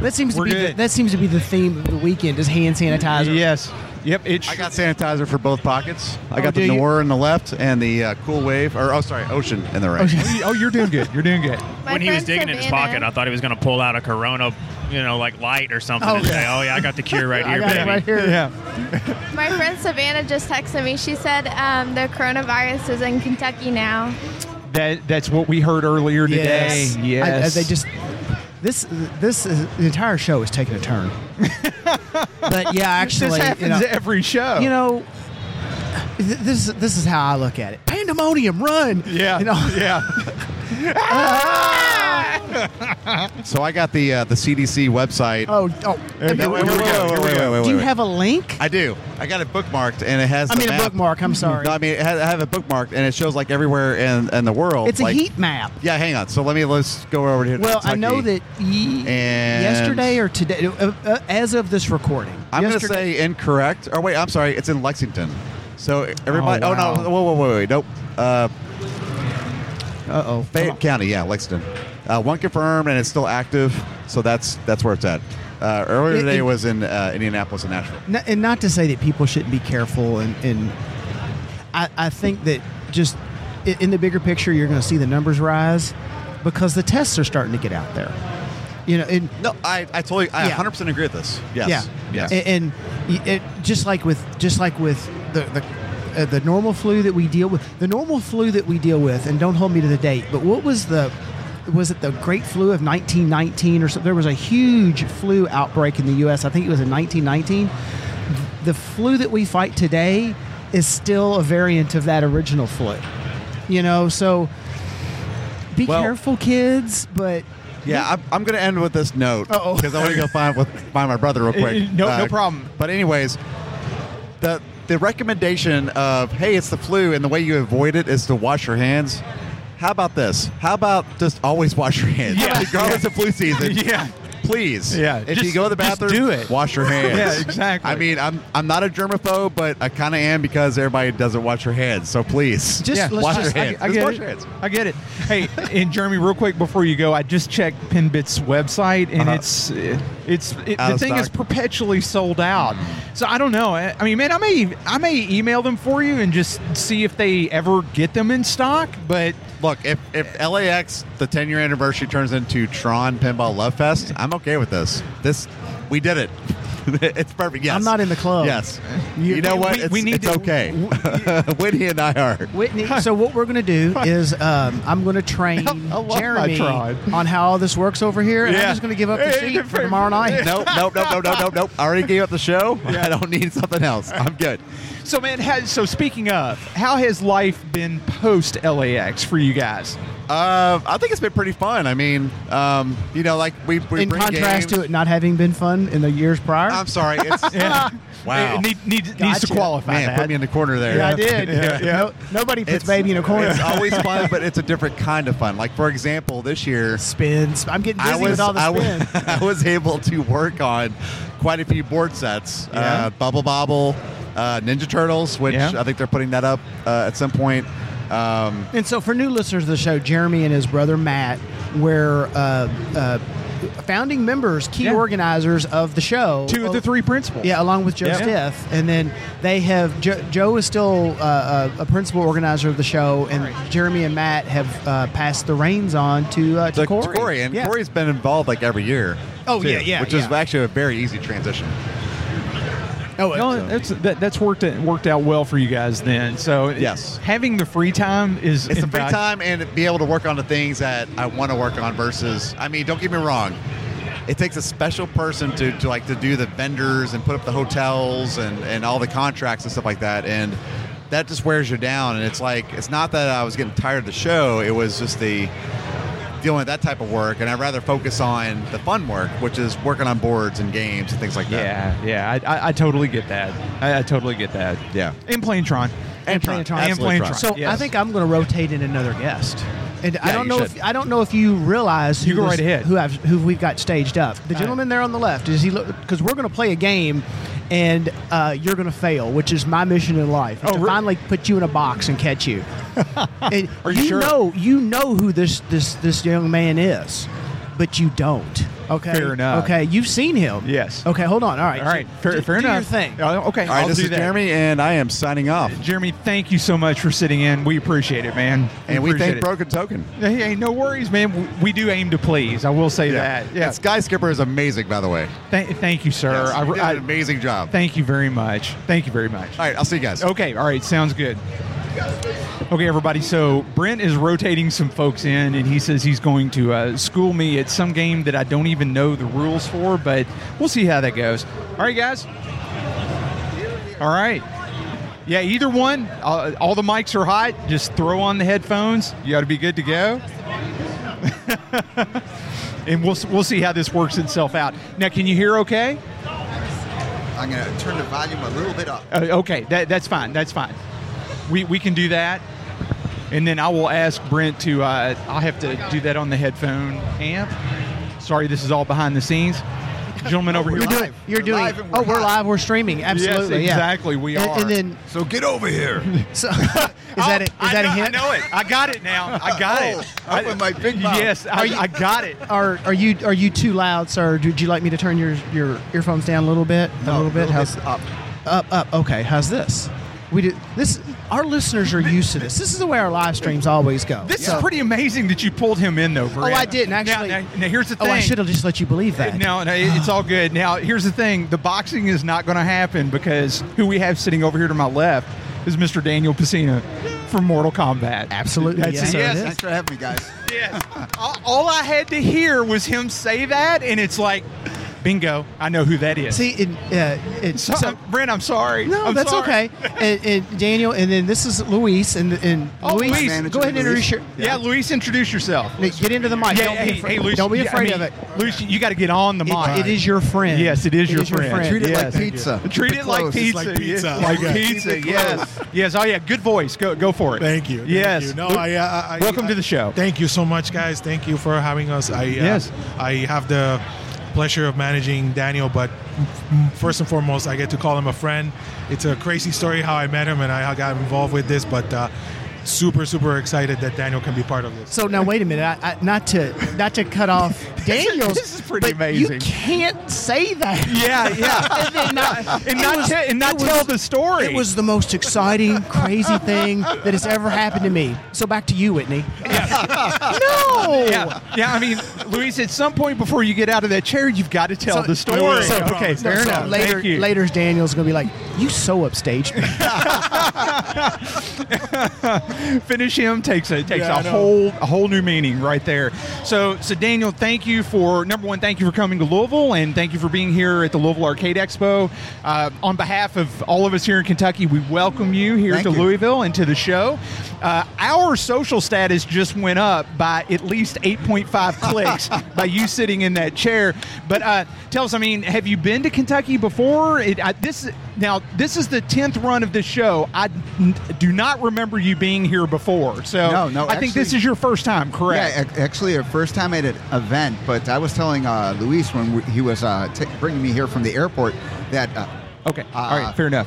[SPEAKER 4] That seems to
[SPEAKER 5] We're
[SPEAKER 4] be the,
[SPEAKER 5] good.
[SPEAKER 4] that seems to be the theme of the weekend is hand sanitizer.
[SPEAKER 5] Yes. Yep. It
[SPEAKER 6] I got sanitizer for both pockets. I
[SPEAKER 4] Oh,
[SPEAKER 6] got
[SPEAKER 4] do
[SPEAKER 6] the
[SPEAKER 4] you?
[SPEAKER 6] Noir in the left and the uh, Cool Wave, or oh, sorry, Ocean in the right.
[SPEAKER 5] oh, you're doing good. You're doing good.
[SPEAKER 7] My
[SPEAKER 8] when he was
[SPEAKER 7] friend
[SPEAKER 8] digging in his
[SPEAKER 7] Savannah-
[SPEAKER 8] pocket, I thought he was going to pull out a Corona, you know, like light or something
[SPEAKER 4] Oh,
[SPEAKER 8] and
[SPEAKER 4] yeah.
[SPEAKER 8] say, "Oh yeah, I got the cure right
[SPEAKER 4] I
[SPEAKER 8] here,
[SPEAKER 4] got
[SPEAKER 8] baby."
[SPEAKER 4] it right here.
[SPEAKER 5] Yeah.
[SPEAKER 7] My friend Savannah just texted me. She said um, the coronavirus is in Kentucky now.
[SPEAKER 5] That that's what we heard earlier today.
[SPEAKER 4] Yes.
[SPEAKER 5] Yes.
[SPEAKER 4] I- I- they just this this is, the entire show is taking a turn. but yeah, actually,
[SPEAKER 5] This happens
[SPEAKER 4] you know,
[SPEAKER 5] every show.
[SPEAKER 4] you know, th- this this is how I look at it. Pandemonium, run!
[SPEAKER 5] Yeah.
[SPEAKER 4] You know,
[SPEAKER 5] Yeah.
[SPEAKER 6] So I got the uh, the CDC website.
[SPEAKER 4] Oh, oh.
[SPEAKER 6] And that- here we go, here we go, wait,
[SPEAKER 4] Do you
[SPEAKER 6] wait.
[SPEAKER 4] have a link?
[SPEAKER 6] I do. I got it bookmarked, and it has.
[SPEAKER 4] I
[SPEAKER 6] the
[SPEAKER 4] mean, a
[SPEAKER 6] map.
[SPEAKER 4] bookmark. I'm sorry.
[SPEAKER 6] No, I mean, it has, I have it bookmarked, and it shows like everywhere in, in the world.
[SPEAKER 4] It's a
[SPEAKER 6] like-
[SPEAKER 4] heat map.
[SPEAKER 6] Yeah, hang on. So let me let's go over here. to
[SPEAKER 4] Well, I know
[SPEAKER 6] Kentucky.
[SPEAKER 4] that ye-
[SPEAKER 6] And-
[SPEAKER 4] yesterday or today, uh, uh, as of this recording,
[SPEAKER 6] I'm going to
[SPEAKER 4] yesterday-
[SPEAKER 6] say incorrect. Or wait, I'm sorry. It's in Lexington. So everybody.
[SPEAKER 4] Oh,
[SPEAKER 6] Oh,
[SPEAKER 4] wow.
[SPEAKER 6] no! Whoa, whoa, whoa, wait. Nope. Uh,
[SPEAKER 4] Uh-oh.
[SPEAKER 6] Fayette County. Yeah, Lexington. Uh, one confirmed, and it's still active. So that's that's where it's at. Uh, earlier
[SPEAKER 4] It-
[SPEAKER 6] today
[SPEAKER 4] it-
[SPEAKER 6] was in uh, Indianapolis and Nashville.
[SPEAKER 4] N- and not to say that people shouldn't be careful and, and I, I think that just i- in the bigger picture you're going to see the numbers rise because the tests are starting to get out there you know and
[SPEAKER 6] No, I, I totally, I
[SPEAKER 4] Yeah.
[SPEAKER 6] 100% agree with this. Yes.
[SPEAKER 4] yeah
[SPEAKER 6] Yes.
[SPEAKER 4] A- and, y it, just like with just like with the the uh, the normal flu that we deal with the normal flu that we deal with and don't hold me to the date but what was the was it the great flu of 1919 or something there was a huge flu outbreak in the US I think it was in 1919 the flu that we fight today is still a variant of that original flu. You know, so be
[SPEAKER 6] Well-
[SPEAKER 4] careful, kids. But
[SPEAKER 6] Yeah, I'm, I'm going to end with this note
[SPEAKER 4] Uh-oh.
[SPEAKER 6] because I want to go find with, find my brother real quick. Uh,
[SPEAKER 5] No- no problem.
[SPEAKER 6] But anyways, the the recommendation of hey, it's the flu, and the way you avoid it is to wash your hands. How about this? How about just always wash your hands,
[SPEAKER 5] Yeah.
[SPEAKER 6] regardless of flu season?
[SPEAKER 5] Yeah.
[SPEAKER 6] Please,
[SPEAKER 5] Yeah,
[SPEAKER 6] If you
[SPEAKER 5] just-
[SPEAKER 6] go to the
[SPEAKER 5] just
[SPEAKER 6] bathroom,
[SPEAKER 5] do it.
[SPEAKER 6] Wash your hands.
[SPEAKER 5] Yeah, exactly.
[SPEAKER 6] I mean, I'm I'm not a germaphobe, but I kind of am because everybody doesn't wash your hands. So please,
[SPEAKER 4] Just- let's
[SPEAKER 6] wash
[SPEAKER 4] just-
[SPEAKER 6] your
[SPEAKER 5] I-
[SPEAKER 6] hands.
[SPEAKER 5] I,
[SPEAKER 6] Just
[SPEAKER 5] get
[SPEAKER 6] wash
[SPEAKER 5] it.
[SPEAKER 6] your hands.
[SPEAKER 5] I get it. Hey, and Jeremy, real quick before you go, I just checked Pinbit's website, and
[SPEAKER 6] Uh-huh.
[SPEAKER 5] it's eh, it's it,
[SPEAKER 6] Out
[SPEAKER 5] the
[SPEAKER 6] of
[SPEAKER 5] thing is
[SPEAKER 6] stock.
[SPEAKER 5] perpetually sold out. So I don't know. I, I mean, man, I may I may email them for you and just see if they ever get them in stock. But
[SPEAKER 6] Look, if, if LAX the 10 year anniversary turns into Tron Pinball Love Fest, I'm okay with this. This we did it. it's perfect. Yes,
[SPEAKER 4] I'm not in the club.
[SPEAKER 6] Yes, you, know what?
[SPEAKER 5] we-
[SPEAKER 6] it's
[SPEAKER 5] we need
[SPEAKER 6] it's
[SPEAKER 5] to-
[SPEAKER 6] okay. Whitney and I are.
[SPEAKER 4] Whitney. so what we're gonna do is um, I'm gonna train
[SPEAKER 5] I love my
[SPEAKER 4] Jeremy
[SPEAKER 5] tribe.
[SPEAKER 4] on how all this works over here, and I'm
[SPEAKER 5] Yeah.
[SPEAKER 4] just gonna give up the
[SPEAKER 5] Hey,
[SPEAKER 4] seat
[SPEAKER 5] good
[SPEAKER 4] for
[SPEAKER 5] for-
[SPEAKER 4] tomorrow night.
[SPEAKER 6] Nope, nope, nope, nope, nope, nope, nope. I already gave up the show. I don't need something else. I'm good.
[SPEAKER 5] so man, has, so speaking of, how has life been post LAX for you guys?
[SPEAKER 6] Uh, I think it's been pretty fun. I mean, um, you know, like we, we
[SPEAKER 4] In
[SPEAKER 6] bring
[SPEAKER 4] contrast
[SPEAKER 6] games.
[SPEAKER 4] to it not having been fun in the years prior.
[SPEAKER 6] I'm sorry. It's,
[SPEAKER 5] It
[SPEAKER 6] Wow.
[SPEAKER 5] Eh, need, need, needs
[SPEAKER 4] Gotcha.
[SPEAKER 5] to qualify.
[SPEAKER 6] man,
[SPEAKER 5] that.
[SPEAKER 6] put me in the corner there.
[SPEAKER 4] yeah, I did.
[SPEAKER 5] Yeah, yeah.
[SPEAKER 4] No, nobody puts baby in a corner.
[SPEAKER 6] It's always fun, but it's a different kind of fun. Like for example, this year
[SPEAKER 4] spins. I'm getting busy
[SPEAKER 6] I was
[SPEAKER 4] with all the
[SPEAKER 6] I
[SPEAKER 4] spin.
[SPEAKER 6] was, I was able to work on quite a few board sets.
[SPEAKER 5] Yeah.
[SPEAKER 6] Uh, Bubble Bobble, uh, Ninja Turtles, which
[SPEAKER 5] Yeah.
[SPEAKER 6] I think they're putting that up uh, at some point. Um,
[SPEAKER 4] And so, for new listeners of the show, Jeremy and his brother Matt were uh, uh, founding members, key
[SPEAKER 5] Yeah.
[SPEAKER 4] organizers of the show.
[SPEAKER 5] Two of the three principals.
[SPEAKER 4] Yeah, along with Joe
[SPEAKER 5] Yeah.
[SPEAKER 4] Stiff. And then they have, jo- Joe is still uh, a a principal organizer of the show, and Jeremy and Matt have uh, passed the reins on to, uh, to
[SPEAKER 6] to- to
[SPEAKER 4] Corey.
[SPEAKER 6] Corey, and
[SPEAKER 4] yeah.
[SPEAKER 6] Corey's been involved like every year.
[SPEAKER 4] Oh, yeah, yeah,
[SPEAKER 6] which is
[SPEAKER 4] yeah.
[SPEAKER 6] actually a very easy transition.
[SPEAKER 4] Oh,
[SPEAKER 6] uh,
[SPEAKER 5] No, that's that, that's worked it worked out well for you guys then. So
[SPEAKER 6] Yes.
[SPEAKER 5] having the free time is
[SPEAKER 6] It's a free
[SPEAKER 5] invalu-
[SPEAKER 6] time and be able to work on the things that I want to work on versus I mean, don't get me wrong. It takes a special person to, to like to do the vendors and put up the hotels and, and all the contracts and stuff like that and that just wears you down and it's like it's not that I was getting tired of the show, it was just the dealing with that type of work and I'd rather focus on the fun work, which is working on boards and games and things like that.
[SPEAKER 5] Yeah, yeah, I, I, I totally get that. I, I totally get that.
[SPEAKER 6] Yeah.
[SPEAKER 5] and playing Tron.
[SPEAKER 6] And
[SPEAKER 4] playing
[SPEAKER 6] Tron.
[SPEAKER 4] Tron. And
[SPEAKER 6] Absolutely
[SPEAKER 5] playing Tron.
[SPEAKER 6] Tron.
[SPEAKER 4] So I
[SPEAKER 5] Yes.
[SPEAKER 4] think I'm going to rotate in another guest. And I
[SPEAKER 6] Yeah,
[SPEAKER 4] don't
[SPEAKER 6] you
[SPEAKER 4] know
[SPEAKER 6] should.
[SPEAKER 4] if I don't know if you realize who
[SPEAKER 5] You go
[SPEAKER 4] was-
[SPEAKER 5] right ahead.
[SPEAKER 4] who I've, who we've got staged up. The gentleman there on the left is he because we're going to play a game and uh, you're going to fail, which is my mission in life. is
[SPEAKER 5] Oh,
[SPEAKER 4] to
[SPEAKER 5] really?
[SPEAKER 4] finally put you in a box and catch you. And
[SPEAKER 5] Are you sure?
[SPEAKER 4] know you know who this this this young man is, but you don't. Okay.
[SPEAKER 5] Fair enough.
[SPEAKER 4] Okay, you've seen him.
[SPEAKER 5] Yes.
[SPEAKER 4] Okay, hold on. All right.
[SPEAKER 5] All right,
[SPEAKER 4] So
[SPEAKER 5] fair,
[SPEAKER 4] do-
[SPEAKER 5] fair
[SPEAKER 4] do Your
[SPEAKER 5] enough.
[SPEAKER 4] thing.
[SPEAKER 5] Oh, okay,
[SPEAKER 6] All right,
[SPEAKER 5] I'll
[SPEAKER 6] this
[SPEAKER 5] do
[SPEAKER 6] is
[SPEAKER 5] that.
[SPEAKER 6] Jeremy and I am signing off.
[SPEAKER 5] Jeremy, thank you so much for sitting in. We appreciate it, man.
[SPEAKER 6] And we
[SPEAKER 5] appreciate
[SPEAKER 6] thank
[SPEAKER 5] it.
[SPEAKER 6] Broken Token.
[SPEAKER 5] Hey, hey, no worries, man. W- We do aim to please. I will say that. Yeah.
[SPEAKER 6] Sky Skipper is amazing, by the way.
[SPEAKER 5] Th- thank you, sir.
[SPEAKER 6] Yes,
[SPEAKER 5] I,
[SPEAKER 6] you did an
[SPEAKER 5] I-
[SPEAKER 6] amazing job.
[SPEAKER 5] thank you very much. Thank you very much.
[SPEAKER 6] All right, I'll see you guys.
[SPEAKER 5] Okay, all right, sounds good. Okay, everybody. So Brent is rotating some folks in, and he says he's going to uh, school me at some game that I don't even know the rules for, but we'll see how that goes. All right, guys. All right. Yeah, either one. Uh, all the mics are hot. Just throw on the headphones. You got to be good to go. and we'll s- we'll see how this works itself out. Now, can you hear okay?
[SPEAKER 6] I'm going to turn the volume a little bit up.
[SPEAKER 5] Uh, okay, that, that's fine. That's fine. We we can do that. And then I will ask Brent to. Uh, I'll have to do that on the headphone amp. Sorry, this is all behind the scenes. Gentlemen over here.
[SPEAKER 6] We're
[SPEAKER 4] You're doing.
[SPEAKER 6] Live.
[SPEAKER 4] You're
[SPEAKER 6] We're
[SPEAKER 4] doing.
[SPEAKER 6] live and we're
[SPEAKER 4] oh, we're
[SPEAKER 6] hot.
[SPEAKER 4] live. We're streaming. Absolutely. yeah.
[SPEAKER 5] exactly, we
[SPEAKER 4] And-
[SPEAKER 5] are. Oh,
[SPEAKER 4] And, then
[SPEAKER 6] So get over here.
[SPEAKER 4] so, is that it? Is
[SPEAKER 5] I
[SPEAKER 4] that
[SPEAKER 5] know,
[SPEAKER 4] a hint?
[SPEAKER 5] I know it. I got it now. I got
[SPEAKER 6] Oh,
[SPEAKER 5] it.
[SPEAKER 6] I
[SPEAKER 5] I-
[SPEAKER 6] went my big mouth.
[SPEAKER 5] Yes, I, I got it.
[SPEAKER 4] Are are you are you too loud, sir? Would you like me to turn your your earphones down a little bit? a little bit. How's
[SPEAKER 6] up.
[SPEAKER 4] up up? Okay. How's this? We do this. Our listeners are used to this. This is the way our live streams always go.
[SPEAKER 5] This
[SPEAKER 4] So-
[SPEAKER 5] is pretty amazing that you pulled him in, though, Brent.
[SPEAKER 4] Oh, I didn't,
[SPEAKER 5] Now-
[SPEAKER 4] actually.
[SPEAKER 5] Now, now here's the
[SPEAKER 4] Oh,
[SPEAKER 5] thing.
[SPEAKER 4] I should have just let you believe that.
[SPEAKER 5] No, no, it- it's all good. Now, here's the thing: the boxing is not going to happen because who we have sitting over here to my left is Mr. Daniel Pacina from Mortal Kombat.
[SPEAKER 4] Absolutely,
[SPEAKER 5] That's
[SPEAKER 4] yes, sir,
[SPEAKER 5] yes,
[SPEAKER 4] it is.
[SPEAKER 6] Thanks for having me, guys.
[SPEAKER 5] yes. all, all I had to hear was him say that, and it's like, bingo! I know who that is.
[SPEAKER 4] See, it, uh, it,
[SPEAKER 5] so,
[SPEAKER 4] so-
[SPEAKER 5] Brent, I'm sorry.
[SPEAKER 4] no,
[SPEAKER 5] I'm
[SPEAKER 4] that's
[SPEAKER 5] sorry.
[SPEAKER 4] okay. And, and Daniel, and then this is Luis, and and
[SPEAKER 5] Oh,
[SPEAKER 4] Luis,
[SPEAKER 5] Luis.
[SPEAKER 4] go ahead and introduce your.
[SPEAKER 5] Yeah, Luis, introduce yourself.
[SPEAKER 4] Nick, Get into the mic.
[SPEAKER 5] Yeah,
[SPEAKER 4] don't,
[SPEAKER 5] hey,
[SPEAKER 4] be afraid,
[SPEAKER 5] hey, Luis,
[SPEAKER 4] don't be
[SPEAKER 5] yeah, I
[SPEAKER 4] afraid
[SPEAKER 5] mean,
[SPEAKER 4] of it.
[SPEAKER 5] Luis, you got to get on the
[SPEAKER 4] It-
[SPEAKER 5] mic.
[SPEAKER 4] It is your friend.
[SPEAKER 5] Yes, it is your friend.
[SPEAKER 6] Treat it
[SPEAKER 5] Yes.
[SPEAKER 6] like pizza.
[SPEAKER 5] Treat
[SPEAKER 6] Keep
[SPEAKER 5] it like
[SPEAKER 6] close.
[SPEAKER 5] pizza.
[SPEAKER 6] It's like
[SPEAKER 5] yes.
[SPEAKER 9] pizza.
[SPEAKER 5] Like
[SPEAKER 9] Okay.
[SPEAKER 5] pizza.
[SPEAKER 6] Keep it
[SPEAKER 5] Yes. yes. Oh yeah. Good voice. Go go for it.
[SPEAKER 9] Thank you. Thank
[SPEAKER 5] yes.
[SPEAKER 9] you. No,
[SPEAKER 5] Luke,
[SPEAKER 9] I, I, I-
[SPEAKER 5] Welcome
[SPEAKER 9] I-
[SPEAKER 5] to the show.
[SPEAKER 9] Thank you so much, guys. Thank you for having us. I uh,
[SPEAKER 5] Yes.
[SPEAKER 9] I have the pleasure of managing Daniel, but m- first and foremost, I get to call him a friend. It's a crazy story how I met him and I how I got involved with this, but uh, super super excited that Daniel can be part of this.
[SPEAKER 4] So now, wait a minute. I, I, not to not to cut off Daniel's.
[SPEAKER 5] this is pretty
[SPEAKER 4] but You
[SPEAKER 5] amazing.
[SPEAKER 4] can't say that.
[SPEAKER 5] yeah. Yeah.
[SPEAKER 4] And then not,
[SPEAKER 5] and not te- and not
[SPEAKER 4] it was-
[SPEAKER 5] tell the story.
[SPEAKER 4] It was the most exciting, crazy thing that has ever happened to me. So back to you, Whitney. no.
[SPEAKER 5] Yeah, yeah. I mean, Luis, at some point before you get out of that chair, you've got to tell the story.
[SPEAKER 9] so-
[SPEAKER 5] okay,
[SPEAKER 9] so-
[SPEAKER 5] fair
[SPEAKER 4] so
[SPEAKER 5] enough.
[SPEAKER 4] Later,
[SPEAKER 5] Thank you.
[SPEAKER 4] later's Daniel's gonna be like, "You so upstaged me."
[SPEAKER 5] finish him takes a takes
[SPEAKER 9] Yeah, I
[SPEAKER 5] a
[SPEAKER 9] know.
[SPEAKER 5] whole a whole new meaning right there. So so Daniel, thank you for number one, thank you for coming to Louisville and thank you for being here at the Louisville Arcade Expo. Uh, on behalf of all of us here in Kentucky, we welcome you here
[SPEAKER 6] Thank
[SPEAKER 5] to
[SPEAKER 6] you.
[SPEAKER 5] Louisville and to the show. Uh, our social status just went up by at least eight point five clicks by you sitting in that chair. But uh, tell us, I mean, have you been to Kentucky before? It, I, this now this is the tenth run of this show. I n- do not remember you being here before, so
[SPEAKER 6] No, no,
[SPEAKER 5] I think
[SPEAKER 6] actually-
[SPEAKER 5] this is your first time, correct?
[SPEAKER 6] Yeah, ac- actually, our first time at an event, but I was telling uh, Luis when we, he was uh, t- bringing me here from the airport that uh,
[SPEAKER 5] okay, all right, fair enough.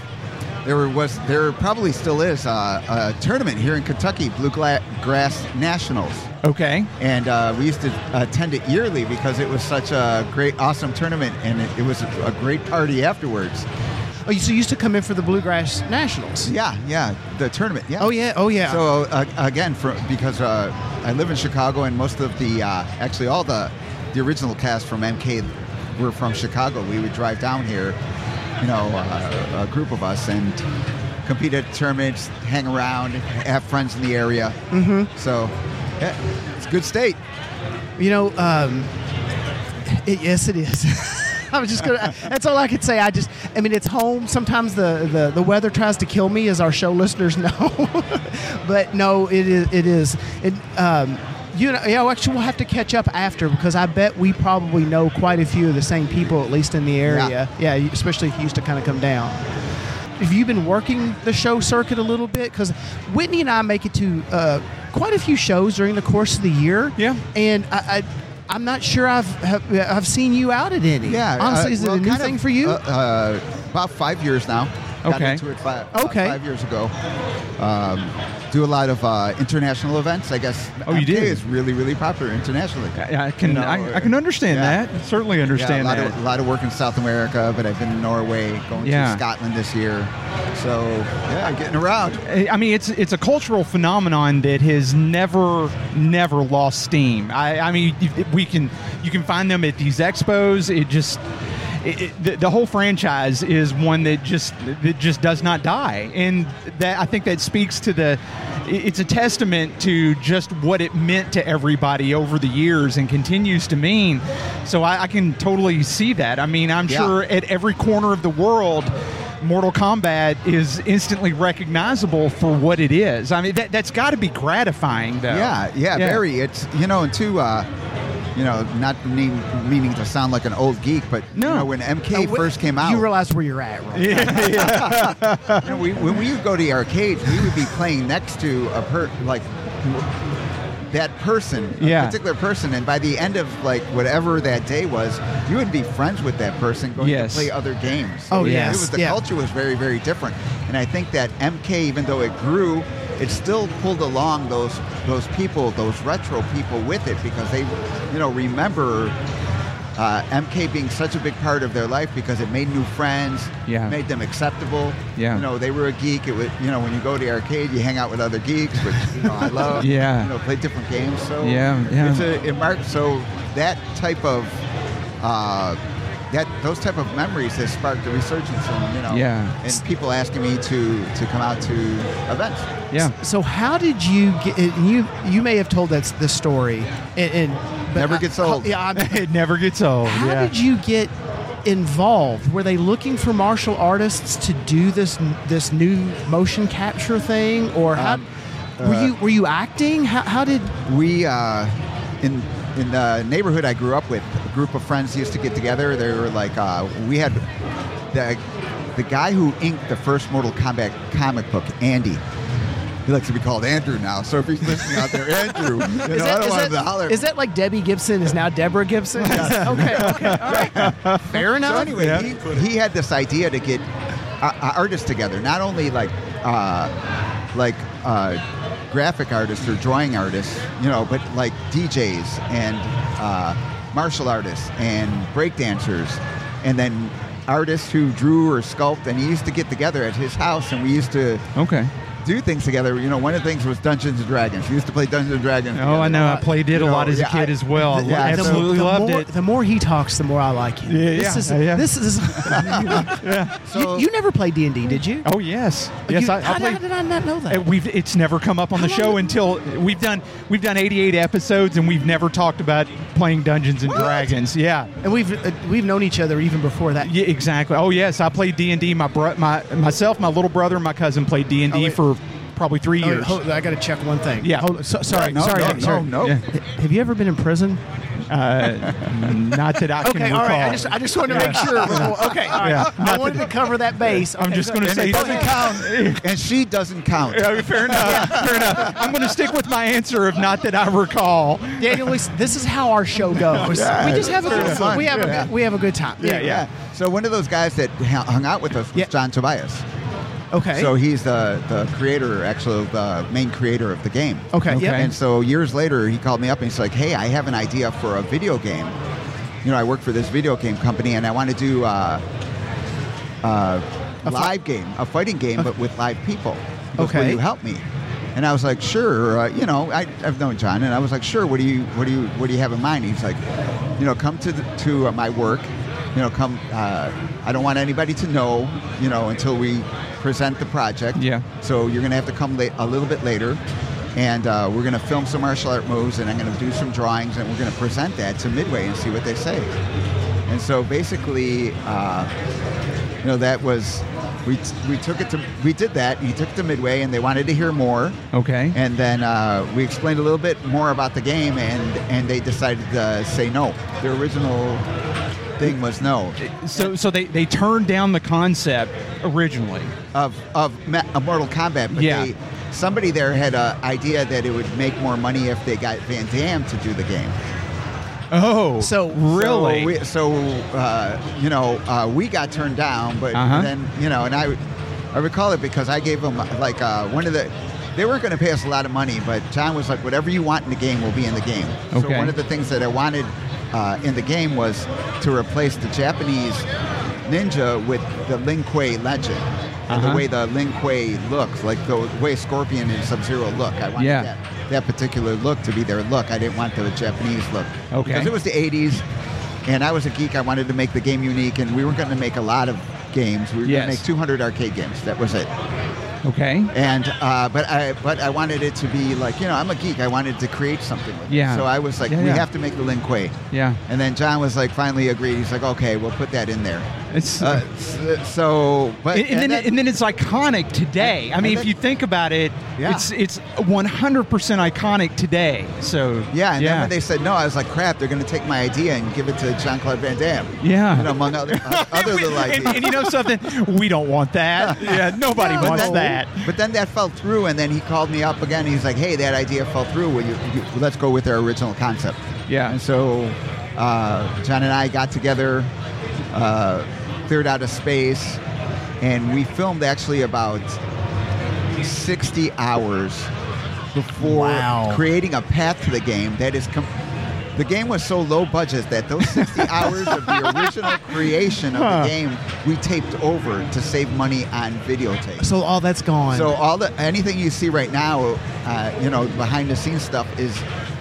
[SPEAKER 6] there was, there probably still is uh, a tournament here in Kentucky, Blue Gla- Grass Nationals,
[SPEAKER 5] Okay,
[SPEAKER 6] and uh, we used to attend it yearly because it was such a great, awesome tournament, and it, it was a, a great party afterwards.
[SPEAKER 4] Oh, you so you used to come in for the Bluegrass Nationals.
[SPEAKER 6] Yeah, yeah, the tournament. Yeah.
[SPEAKER 4] Oh yeah. Oh yeah.
[SPEAKER 6] So uh, again, for, because uh, I live in Chicago, and most of the uh, actually all the the original cast from MK were from Chicago. We would drive down here, you know, uh, a group of us, and compete at tournaments, hang around, have friends in the area. Mm-hmm. So, yeah, it's a good state.
[SPEAKER 4] you know, um, it, yes, it is. I was just gonna. That's all I could say. I just. I mean, it's home. Sometimes the, the, the weather tries to kill me, as our show listeners know. but no, it is. It is. It, um, you know, yeah. well, Actually, we'll have to catch up after because I bet we probably know quite a few of the same people, at least in the area. Yeah. you- especially if you used to kind of come down. Have you been working the show circuit a little bit? Because Whitney and I make it to uh, quite a few shows during the course of the year.
[SPEAKER 5] Yeah.
[SPEAKER 4] And I, I I'm not sure I've have, I've seen you out at any.
[SPEAKER 6] Yeah.
[SPEAKER 4] Honestly,
[SPEAKER 6] uh,
[SPEAKER 4] is it
[SPEAKER 6] well,
[SPEAKER 4] a new
[SPEAKER 6] kind of,
[SPEAKER 4] thing for you?
[SPEAKER 6] Uh, uh, about five years now. Got
[SPEAKER 5] Okay.
[SPEAKER 6] into it fi- about
[SPEAKER 4] Okay.
[SPEAKER 6] Five years ago. Um, do a lot of uh, international events. I guess.
[SPEAKER 5] Oh, you
[SPEAKER 6] MK
[SPEAKER 5] did?
[SPEAKER 6] is really, really popular internationally.
[SPEAKER 5] I, I can
[SPEAKER 6] No,
[SPEAKER 5] I, I can understand
[SPEAKER 6] yeah.
[SPEAKER 5] that. Certainly understand
[SPEAKER 6] yeah, a lot
[SPEAKER 5] that.
[SPEAKER 6] Of, a lot of work in South America, but I've been in Norway, going
[SPEAKER 5] Yeah.
[SPEAKER 6] to Scotland this year. So yeah, I'm getting around.
[SPEAKER 5] I mean, it's it's a cultural phenomenon that has never never lost steam. I, I mean, you- we can you can find them at these expos. It just it, it, the, the whole franchise is one that just that just does not die, and that I think that speaks to the. it- It's a testament to just what it meant to everybody over the years and continues to mean. So I, I can totally see that. I mean, I'm
[SPEAKER 6] Yeah.
[SPEAKER 5] sure at every corner of the world Mortal Kombat is instantly recognizable for what it is. I mean, that, that's got to be gratifying, though.
[SPEAKER 6] Yeah, yeah, very. It's you know, and two, uh, you know, not mean, meaning to sound like an old geek, but no, you know, when MK first came out,
[SPEAKER 4] Uh, You realize where you're at, right?
[SPEAKER 6] You know, we, when we would go to the arcade, we would be playing next to a per like that person, a
[SPEAKER 5] Yeah.
[SPEAKER 6] particular person, and by the end of like whatever that day was, you would be friends with that person, going
[SPEAKER 5] Yes.
[SPEAKER 6] to play other games.
[SPEAKER 5] Oh,
[SPEAKER 6] It
[SPEAKER 5] yes.
[SPEAKER 6] was- the
[SPEAKER 5] Yeah.
[SPEAKER 6] culture was very very different, and I think that MK, even though it grew. It still pulled along those those people, those retro people, with it because they, you know, remember uh, MK being such a big part of their life because it made new friends,
[SPEAKER 1] Yeah.
[SPEAKER 6] made them acceptable.
[SPEAKER 1] Yeah.
[SPEAKER 6] You know, they were a geek. It was, you know, when you go to the arcade, you hang out with other geeks, which you know I love.
[SPEAKER 1] Yeah.
[SPEAKER 6] You know, play different games. So
[SPEAKER 1] Yeah, yeah.
[SPEAKER 6] It's a, it marks so that type of uh, that those type of memories has sparked a resurgence, and you know,
[SPEAKER 1] Yeah.
[SPEAKER 6] and people asking me to to come out to events.
[SPEAKER 1] Yeah.
[SPEAKER 4] So how did you get? and You you may have told that's the story, and, and but
[SPEAKER 6] Never
[SPEAKER 4] I-
[SPEAKER 6] gets old.
[SPEAKER 4] Yeah, I'm-
[SPEAKER 5] It never gets old.
[SPEAKER 4] how
[SPEAKER 5] yeah.
[SPEAKER 4] did you get involved? Were they looking for martial artists to do this this new motion capture thing, or how?
[SPEAKER 6] uh,
[SPEAKER 4] were you were you acting? How, how did?
[SPEAKER 6] we uh, in in the neighborhood I grew up with, a group of friends used to get together. They were like, uh, we had the the guy who inked the first Mortal Kombat comic book, Andy. He likes to be called Andrew now. So if he's listening out there, Andrew, you know, I don't want him to holler.
[SPEAKER 4] is that like Debbie Gibson is now Deborah Gibson? okay, okay, all right, fair enough.
[SPEAKER 6] So anyway, he, he had this idea to get uh, uh, artists together, not only like uh, like uh, graphic artists or drawing artists, you know, but like DJs and uh, martial artists and breakdancers, and then artists who drew or sculpt. And he used to get together at his house, and we used to
[SPEAKER 5] Okay.
[SPEAKER 6] do things together. You know, one of the things was Dungeons and Dragons. We used to play Dungeons and Dragons.
[SPEAKER 5] Oh, I
[SPEAKER 6] together.
[SPEAKER 5] know. I played it
[SPEAKER 6] You
[SPEAKER 5] a lot
[SPEAKER 6] know,
[SPEAKER 5] as a
[SPEAKER 6] yeah,
[SPEAKER 5] kid
[SPEAKER 6] I-
[SPEAKER 5] as well.
[SPEAKER 6] yeah,
[SPEAKER 5] I
[SPEAKER 6] so
[SPEAKER 5] absolutely
[SPEAKER 4] the
[SPEAKER 5] loved
[SPEAKER 4] more,
[SPEAKER 5] it.
[SPEAKER 4] The more he talks, the more I like him.
[SPEAKER 5] Yeah,
[SPEAKER 4] this
[SPEAKER 5] yeah,
[SPEAKER 4] is
[SPEAKER 5] yeah, yeah.
[SPEAKER 4] this is.
[SPEAKER 6] So-
[SPEAKER 4] you, you never played D and D, did you?
[SPEAKER 5] Oh yes, yes.
[SPEAKER 4] You-
[SPEAKER 5] I,
[SPEAKER 4] how,
[SPEAKER 5] I
[SPEAKER 4] did-
[SPEAKER 5] played.
[SPEAKER 4] how did I not know that?
[SPEAKER 5] Uh, We've it's never come up on the show until we've done we've done 88 episodes and we've never talked about playing Dungeons and Dragons. Yeah.
[SPEAKER 4] and we've uh, we've known each other even before that.
[SPEAKER 5] Yeah, exactly. Oh yes, I played D and D. My bro- my myself, my little brother, and my cousin played D and
[SPEAKER 4] Oh,
[SPEAKER 5] D
[SPEAKER 4] wait.
[SPEAKER 5] for probably three
[SPEAKER 4] Oh, wait,
[SPEAKER 5] years.
[SPEAKER 4] hold- I got to check one thing.
[SPEAKER 5] Yeah.
[SPEAKER 4] Hold, so, sorry.
[SPEAKER 6] No,
[SPEAKER 4] sorry.
[SPEAKER 6] no,
[SPEAKER 4] I'm sorry.
[SPEAKER 6] no, no.
[SPEAKER 5] Yeah.
[SPEAKER 4] Have you ever been in prison?
[SPEAKER 5] Not that I can
[SPEAKER 4] Okay.
[SPEAKER 5] recall.
[SPEAKER 4] All right. I just I just wanted to make sure. Okay. All right.
[SPEAKER 5] Yeah.
[SPEAKER 4] I wanted to cover that base.
[SPEAKER 5] I'm
[SPEAKER 4] Okay,
[SPEAKER 5] just
[SPEAKER 4] so-
[SPEAKER 5] going to
[SPEAKER 6] And it
[SPEAKER 5] say
[SPEAKER 6] doesn't count. And she doesn't count.
[SPEAKER 5] Yeah, fair enough. Fair enough. I'm going to stick with my answer of not that I recall.
[SPEAKER 4] Daniel, we- this is how our show goes. we just have a
[SPEAKER 6] Fair
[SPEAKER 4] good,
[SPEAKER 6] enough.
[SPEAKER 4] we have
[SPEAKER 6] Yeah.
[SPEAKER 4] a, we have a good time.
[SPEAKER 6] Yeah. So one of those guys that ha- hung out with us was
[SPEAKER 4] Yeah.
[SPEAKER 6] John Tobias.
[SPEAKER 4] Okay.
[SPEAKER 6] So he's the, the creator, actually, the main creator of the game.
[SPEAKER 4] Okay, yeah.
[SPEAKER 6] And so years later, he called me up and he's like, "Hey, I have an idea for a video game. You know, I work for this video game company, and I want to do uh, uh, a live game, a fighting game, but with live people. He goes, Will
[SPEAKER 4] Okay.
[SPEAKER 6] you help me?" And I was like, "Sure." Uh, you know, I, I've known John, and I was like, "Sure." What do you what do you what do you have in mind? He's like, "You know, come to the, to uh, my work. You know, come. Uh, I don't want anybody to know. You know, until we present the project.
[SPEAKER 1] Yeah.
[SPEAKER 6] So you're going to have to come late, a little bit later, and uh, we're going to film some martial art moves, and I'm going to do some drawings, and we're going to present that to Midway and see what they say. And so basically, uh, you know, that was we we took it to we did that. And he took it to Midway, and they wanted to hear more.
[SPEAKER 1] Okay.
[SPEAKER 6] And then uh, we explained a little bit more about the game, and and they decided to say no. Their original thing was no
[SPEAKER 5] So so they they turned down the concept originally.
[SPEAKER 6] of of Ma- of Mortal Kombat, but
[SPEAKER 5] Yeah.
[SPEAKER 6] they, somebody there had an idea that it would make more money if they got Van Damme to do the game.
[SPEAKER 5] Oh.
[SPEAKER 4] So-
[SPEAKER 5] really.
[SPEAKER 6] So, we, so uh, you know, uh, we got turned down, but
[SPEAKER 5] Uh-huh.
[SPEAKER 6] then you know, and I, I recall it because I gave them like uh, one of the. They weren't going to pay us a lot of money, but John was like, "Whatever you want in the game will be in the game." So
[SPEAKER 1] Okay.
[SPEAKER 6] one of the things that I wanted uh, in the game was to replace the Japanese ninja with the Lin Kuei legend. And
[SPEAKER 1] Uh-huh.
[SPEAKER 6] the way the Lin Kuei looks, like the way Scorpion and Sub Zero look. I wanted
[SPEAKER 1] Yeah.
[SPEAKER 6] that, that particular look to be their look. I didn't want the Japanese look.
[SPEAKER 1] Okay.
[SPEAKER 6] Because it was the 80s, and I was a geek. I wanted to make the game unique, and we were going to make a lot of games. We were
[SPEAKER 1] Yes.
[SPEAKER 6] going to make 200 arcade games. That was it.
[SPEAKER 1] Okay.
[SPEAKER 6] And uh, but I but I wanted it to be like you know I'm a geek. I wanted to create something. With it.
[SPEAKER 1] Yeah.
[SPEAKER 6] So I was like,
[SPEAKER 1] Yeah,
[SPEAKER 6] we
[SPEAKER 1] yeah.
[SPEAKER 6] have to make the Lin Kuei.
[SPEAKER 1] Yeah.
[SPEAKER 6] And then John was like, finally agreed. He's like, okay, we'll put that in there.
[SPEAKER 5] It's
[SPEAKER 6] Uh, s- so, but
[SPEAKER 5] and, and then
[SPEAKER 6] that-
[SPEAKER 5] and then it's iconic today. I mean,
[SPEAKER 6] and
[SPEAKER 5] if
[SPEAKER 6] that-
[SPEAKER 5] you think about it,
[SPEAKER 6] Yeah.
[SPEAKER 5] it's it's 100 percent iconic today. So
[SPEAKER 6] yeah, and then
[SPEAKER 5] yeah,
[SPEAKER 6] when they said no, I was like, crap, they're going to take my idea and give it to Jean Claude Van Damme.
[SPEAKER 5] Yeah.
[SPEAKER 6] You know, among other, other little ideas.
[SPEAKER 5] and, and you know something, we don't want that. Yeah, nobody
[SPEAKER 6] But
[SPEAKER 5] wants
[SPEAKER 6] then-
[SPEAKER 5] that.
[SPEAKER 6] But then that fell through, and then he called me up again. He's like, "Hey, that idea fell through. Will you, you- let's go with our original concept."
[SPEAKER 5] Yeah.
[SPEAKER 6] And so uh, John and I got together, uh, cleared out a space, and we filmed actually about sixty hours before
[SPEAKER 4] Wow.
[SPEAKER 6] creating a path to the game that is. Com- the game was so low budget that those 60 hours of the original creation of
[SPEAKER 4] Huh.
[SPEAKER 6] the game we taped over to save money on videotape.
[SPEAKER 4] So all that's gone.
[SPEAKER 6] So all the anything you see right now, uh, you know, behind the scenes stuff is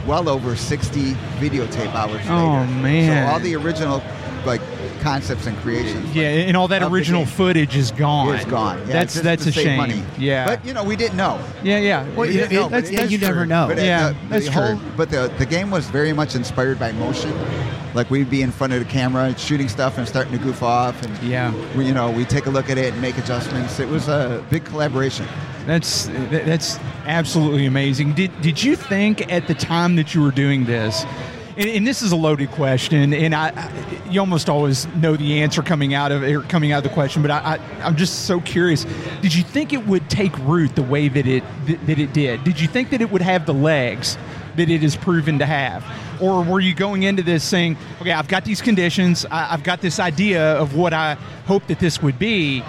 [SPEAKER 6] well over 60 videotape hours.
[SPEAKER 5] Oh,
[SPEAKER 6] later.
[SPEAKER 5] man.
[SPEAKER 6] So all the original like concepts and creations.
[SPEAKER 5] Yeah, and all that
[SPEAKER 6] Of the
[SPEAKER 5] original
[SPEAKER 6] game.
[SPEAKER 5] footage is gone.
[SPEAKER 6] Is gone. Yeah,
[SPEAKER 5] that's
[SPEAKER 6] just
[SPEAKER 5] that's
[SPEAKER 6] to
[SPEAKER 5] a
[SPEAKER 6] save
[SPEAKER 5] shame.
[SPEAKER 6] money.
[SPEAKER 5] Yeah.
[SPEAKER 6] But you know, we didn't know.
[SPEAKER 5] yeah, yeah.
[SPEAKER 6] We didn't know, but
[SPEAKER 4] that's-
[SPEAKER 6] it
[SPEAKER 4] that
[SPEAKER 6] is
[SPEAKER 4] you
[SPEAKER 6] true.
[SPEAKER 4] never know.
[SPEAKER 6] But, uh,
[SPEAKER 5] Yeah,
[SPEAKER 6] the-
[SPEAKER 5] that's
[SPEAKER 6] the whole-
[SPEAKER 5] true.
[SPEAKER 6] But the the game was very much inspired by motion. Like we'd be in front of the camera shooting stuff and starting to goof off, and
[SPEAKER 5] Yeah.
[SPEAKER 6] we, you know, we take a look at it and make adjustments. It was a big collaboration.
[SPEAKER 5] That's that- that's absolutely amazing. Did did you think at the time that you were doing this? And, and this is a loaded question, and I, I you almost always know the answer coming out of or coming out of the question, but I, I I'm just so curious. Did you think it would take root the way that it that, that it did? Did you think that it would have the legs that it is proven to have? Or were you going into this saying, okay, I've got these conditions, I, I've got this idea of what I hope that this would be,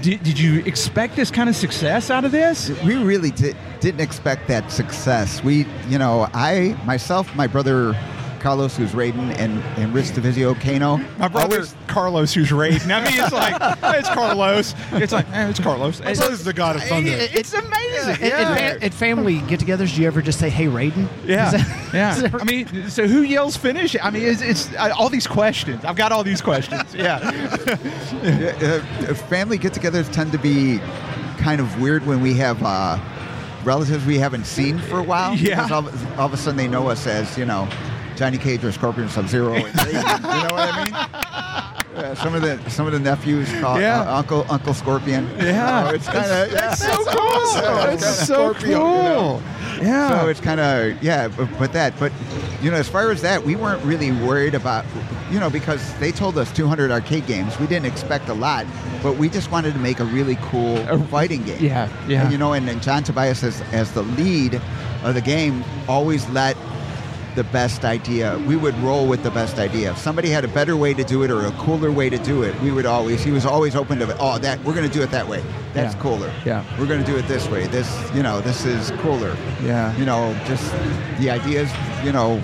[SPEAKER 5] did, did you expect this kind of success out of this?
[SPEAKER 6] we really did, didn't expect that success. We, you know, I myself, my brother Carlos, who's Raiden, and and Rich Divisio Kano.
[SPEAKER 5] My brother
[SPEAKER 6] always-
[SPEAKER 5] Carlos, who's raiding. I mean, it's like it's Carlos. It's like eh, it's Carlos. It's,
[SPEAKER 9] This is the god of thunder.
[SPEAKER 5] it's amazing.
[SPEAKER 4] At, at
[SPEAKER 5] Yeah.
[SPEAKER 4] fa- at family get-togethers, do you ever just say, "Hey, Raiden"? Is
[SPEAKER 5] Yeah,
[SPEAKER 4] that- is
[SPEAKER 5] yeah.
[SPEAKER 4] that-
[SPEAKER 5] I mean, so who yells finish? I mean, it's, it's uh, all these questions. I've got all these questions. Yeah,
[SPEAKER 6] uh, uh, family get-togethers tend to be kind of weird when we have uh, relatives we haven't seen for a while.
[SPEAKER 5] Yeah.
[SPEAKER 6] Because all, of- all of a sudden they know us as you know Johnny Cage or Scorpion Sub Zero. you know what I mean? Yeah, some of the some of the nephews call
[SPEAKER 5] Yeah.
[SPEAKER 6] uh, Uncle Uncle Scorpion.
[SPEAKER 5] Yeah.
[SPEAKER 6] So it's kind of yeah.
[SPEAKER 5] so cool.
[SPEAKER 6] That's
[SPEAKER 5] Oh, It's
[SPEAKER 6] kinda
[SPEAKER 5] so
[SPEAKER 6] Scorpio, you know?
[SPEAKER 5] cool. Yeah.
[SPEAKER 6] So it's kind of yeah, but, but that, but you know, as far as that, we weren't really worried about, you know, because they told us 200 arcade games. We didn't expect a lot, but we just wanted to make a really cool fighting game.
[SPEAKER 5] yeah, yeah.
[SPEAKER 6] And, you know, and, and John Tobias as as the lead of the game always let the best idea. We would roll with the best idea. If somebody had a better way to do it or a cooler way to do it, we would always. He was always open to. Oh, that we're going to do it that way. That's
[SPEAKER 5] Yeah.
[SPEAKER 6] cooler.
[SPEAKER 5] Yeah.
[SPEAKER 6] We're going to do it this way. This, you know, this is cooler
[SPEAKER 5] Yeah.
[SPEAKER 6] you know, just the ideas, you know,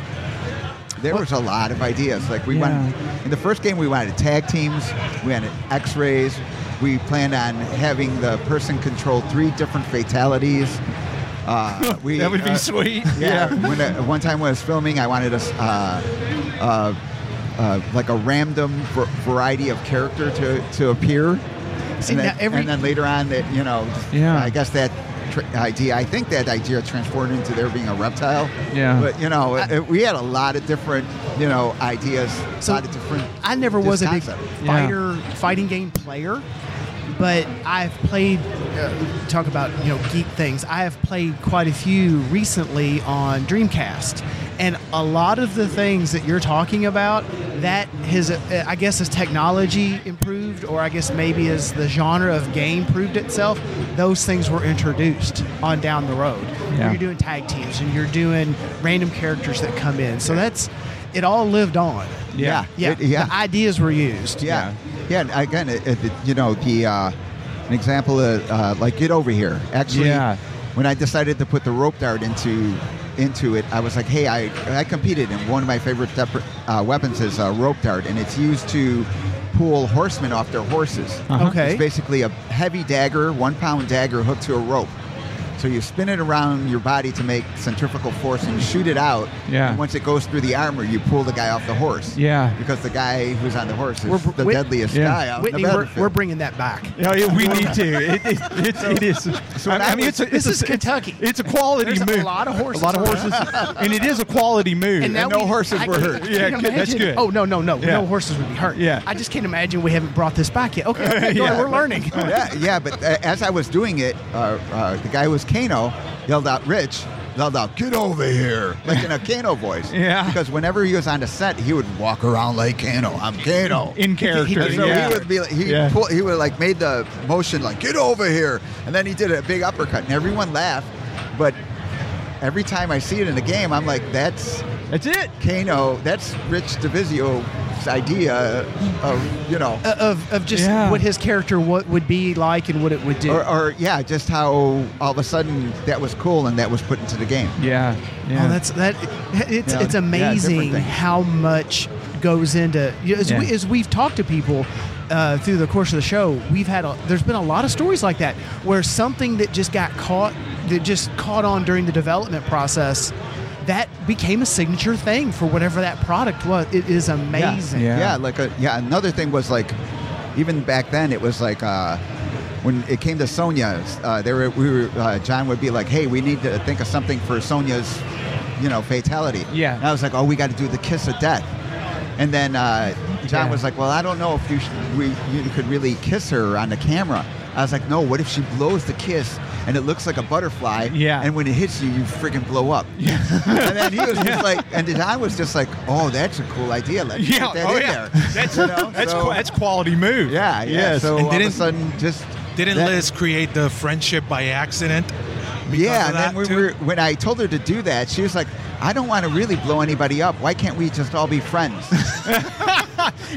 [SPEAKER 6] there was a lot of ideas. Like we
[SPEAKER 5] Yeah.
[SPEAKER 6] wanted in the first game, we wanted tag teams, we wanted X-rays, we planned on having the person control three different fatalities. Uh, we,
[SPEAKER 5] that would be
[SPEAKER 6] uh,
[SPEAKER 5] sweet.
[SPEAKER 6] yeah. when uh, one time when I was filming, I wanted a s- uh, uh, uh, like a random v- variety of character to, to appear.
[SPEAKER 4] See,
[SPEAKER 6] and,
[SPEAKER 4] now
[SPEAKER 6] then,
[SPEAKER 4] every-
[SPEAKER 6] and then later on, that you know, just-
[SPEAKER 5] Yeah.
[SPEAKER 6] I guess that tr idea. I think that idea transformed into there being a reptile.
[SPEAKER 5] Yeah.
[SPEAKER 6] But you know, it- it- we had a lot of different you know ideas, a
[SPEAKER 4] So,
[SPEAKER 6] lot of different.
[SPEAKER 4] I never was a big
[SPEAKER 6] Just concept.
[SPEAKER 5] Yeah.
[SPEAKER 4] fighter fighting game player, but I've played. Uh, talk about you know geek things. I have played quite a few recently on Dreamcast, and a lot of the things that you're talking about, that has uh, I guess as technology improved, or I guess maybe as the genre of game proved itself, those things were introduced on down the road.
[SPEAKER 5] Yeah.
[SPEAKER 4] You're doing tag teams, and you're doing random characters that come in. So that's it. All lived on.
[SPEAKER 6] Yeah.
[SPEAKER 4] Yeah,
[SPEAKER 6] It- yeah.
[SPEAKER 4] the ideas were used.
[SPEAKER 6] Yeah, yeah. and again, it, it, you know, the uh, an example of uh, like get over here. Actually,
[SPEAKER 5] Yeah.
[SPEAKER 6] when I decided to put the rope dart into into it, I was like, hey, I I competed, and one of my favorite dep- uh, weapons is uh, rope dart, and it's used to pull horsemen off their horses.
[SPEAKER 4] Okay.
[SPEAKER 6] It's basically a heavy dagger, one pound dagger hooked to a rope. So you spin it around your body to make centrifugal force and you shoot it out.
[SPEAKER 1] Yeah.
[SPEAKER 6] And once it goes through the armor, you pull the guy off the horse.
[SPEAKER 1] Yeah.
[SPEAKER 6] Because the guy who's on the horse is
[SPEAKER 4] We're-
[SPEAKER 6] the
[SPEAKER 4] Whit-
[SPEAKER 6] deadliest
[SPEAKER 4] Yeah.
[SPEAKER 6] guy out
[SPEAKER 4] Whitney,
[SPEAKER 6] in the
[SPEAKER 4] we're,
[SPEAKER 6] battlefield.
[SPEAKER 4] we're bringing that back.
[SPEAKER 5] Yeah, yeah, we need to. It, it, it, it is.
[SPEAKER 6] So
[SPEAKER 5] I,
[SPEAKER 6] when
[SPEAKER 5] I
[SPEAKER 6] I
[SPEAKER 5] mean, it's
[SPEAKER 6] was-
[SPEAKER 5] a,
[SPEAKER 4] this
[SPEAKER 5] it's a-
[SPEAKER 4] is Kentucky.
[SPEAKER 5] It's a quality
[SPEAKER 4] There's a
[SPEAKER 5] move.
[SPEAKER 4] lot of horses
[SPEAKER 5] A lot of
[SPEAKER 4] around.
[SPEAKER 5] horses, and it is a quality move.
[SPEAKER 4] now
[SPEAKER 6] And no
[SPEAKER 4] we-
[SPEAKER 6] horses
[SPEAKER 4] I
[SPEAKER 6] were
[SPEAKER 4] can-
[SPEAKER 6] hurt.
[SPEAKER 4] I
[SPEAKER 5] Yeah,
[SPEAKER 4] can
[SPEAKER 5] good- that's
[SPEAKER 4] imagine-
[SPEAKER 5] good.
[SPEAKER 4] Oh no, no, no,
[SPEAKER 5] Yeah.
[SPEAKER 4] no horses would be hurt.
[SPEAKER 5] Yeah.
[SPEAKER 4] I just can't imagine we haven't brought this back yet. Okay, go ahead, we're learning.
[SPEAKER 6] yeah, yeah, but uh, as I was doing it, uh, uh, the guy who was Kano yelled out, Rich, yelled out, get over here, like in a Kano voice.
[SPEAKER 5] Yeah.
[SPEAKER 6] Because whenever he was on the set, he would walk around like Kano. I'm Kano.
[SPEAKER 5] in character.
[SPEAKER 6] And so
[SPEAKER 5] yeah.
[SPEAKER 6] he would be like, he,
[SPEAKER 5] Yeah.
[SPEAKER 6] pull, he would like made the motion like get over here, and then he did a big uppercut, and everyone laughed. But every time I see it in the game, I'm like, that's
[SPEAKER 5] That's it.
[SPEAKER 6] Oh, Kano, that's Rich Divizio's idea of you know,
[SPEAKER 4] of of just
[SPEAKER 5] Yeah.
[SPEAKER 4] what his character what would be like and what it would do.
[SPEAKER 6] or, or yeah, just how all of a sudden that was cool and that was put into the game.
[SPEAKER 1] Yeah. Yeah.
[SPEAKER 4] Oh, that's that. It's
[SPEAKER 6] Yeah,
[SPEAKER 4] it's
[SPEAKER 6] yeah, different
[SPEAKER 4] amazing
[SPEAKER 6] things.
[SPEAKER 4] how much goes into you know, as, we,
[SPEAKER 1] Yeah.
[SPEAKER 4] as we've talked to people uh, through the course of the show. We've had a, there's been a lot of stories like that where something that just got caught that just caught on during the development process that became a signature thing for whatever that product was. It is amazing.
[SPEAKER 1] Yeah.
[SPEAKER 6] Yeah. like a, yeah. Another thing was like, even back then, it was like uh, when it came to Sonya's, uh, there were, we were uh, John would be like, "Hey, we need to think of something for Sonya's, you know, fatality."
[SPEAKER 1] Yeah.
[SPEAKER 6] And I was like, "Oh, we got to do the kiss of death." And then uh, John
[SPEAKER 1] Yeah.
[SPEAKER 6] was like, "Well, I don't know if you should, we you could really kiss her on the camera." I was like, "No, what if she blows the kiss?" And it looks like a butterfly.
[SPEAKER 5] Yeah.
[SPEAKER 6] And when it hits you, you freaking blow up. Yeah. and then he was just like, and John was just like, oh, that's a cool idea. Let's
[SPEAKER 5] Yeah.
[SPEAKER 6] Put that
[SPEAKER 5] oh
[SPEAKER 6] in
[SPEAKER 5] yeah.
[SPEAKER 6] there.
[SPEAKER 5] That's
[SPEAKER 6] You know,
[SPEAKER 5] that's
[SPEAKER 6] so-
[SPEAKER 5] qu- that's quality move.
[SPEAKER 6] yeah, yeah.
[SPEAKER 5] Yes.
[SPEAKER 6] So
[SPEAKER 9] And
[SPEAKER 6] all of a
[SPEAKER 9] didn't-
[SPEAKER 6] sudden, just
[SPEAKER 9] Didn't
[SPEAKER 6] that-
[SPEAKER 9] Liz create the friendship by accident? because
[SPEAKER 6] Yeah,
[SPEAKER 9] of
[SPEAKER 6] and then
[SPEAKER 9] that
[SPEAKER 6] we
[SPEAKER 9] too?
[SPEAKER 6] were, when I told her to do that, she was like, I don't want to really blow anybody up. Why can't we just all be friends?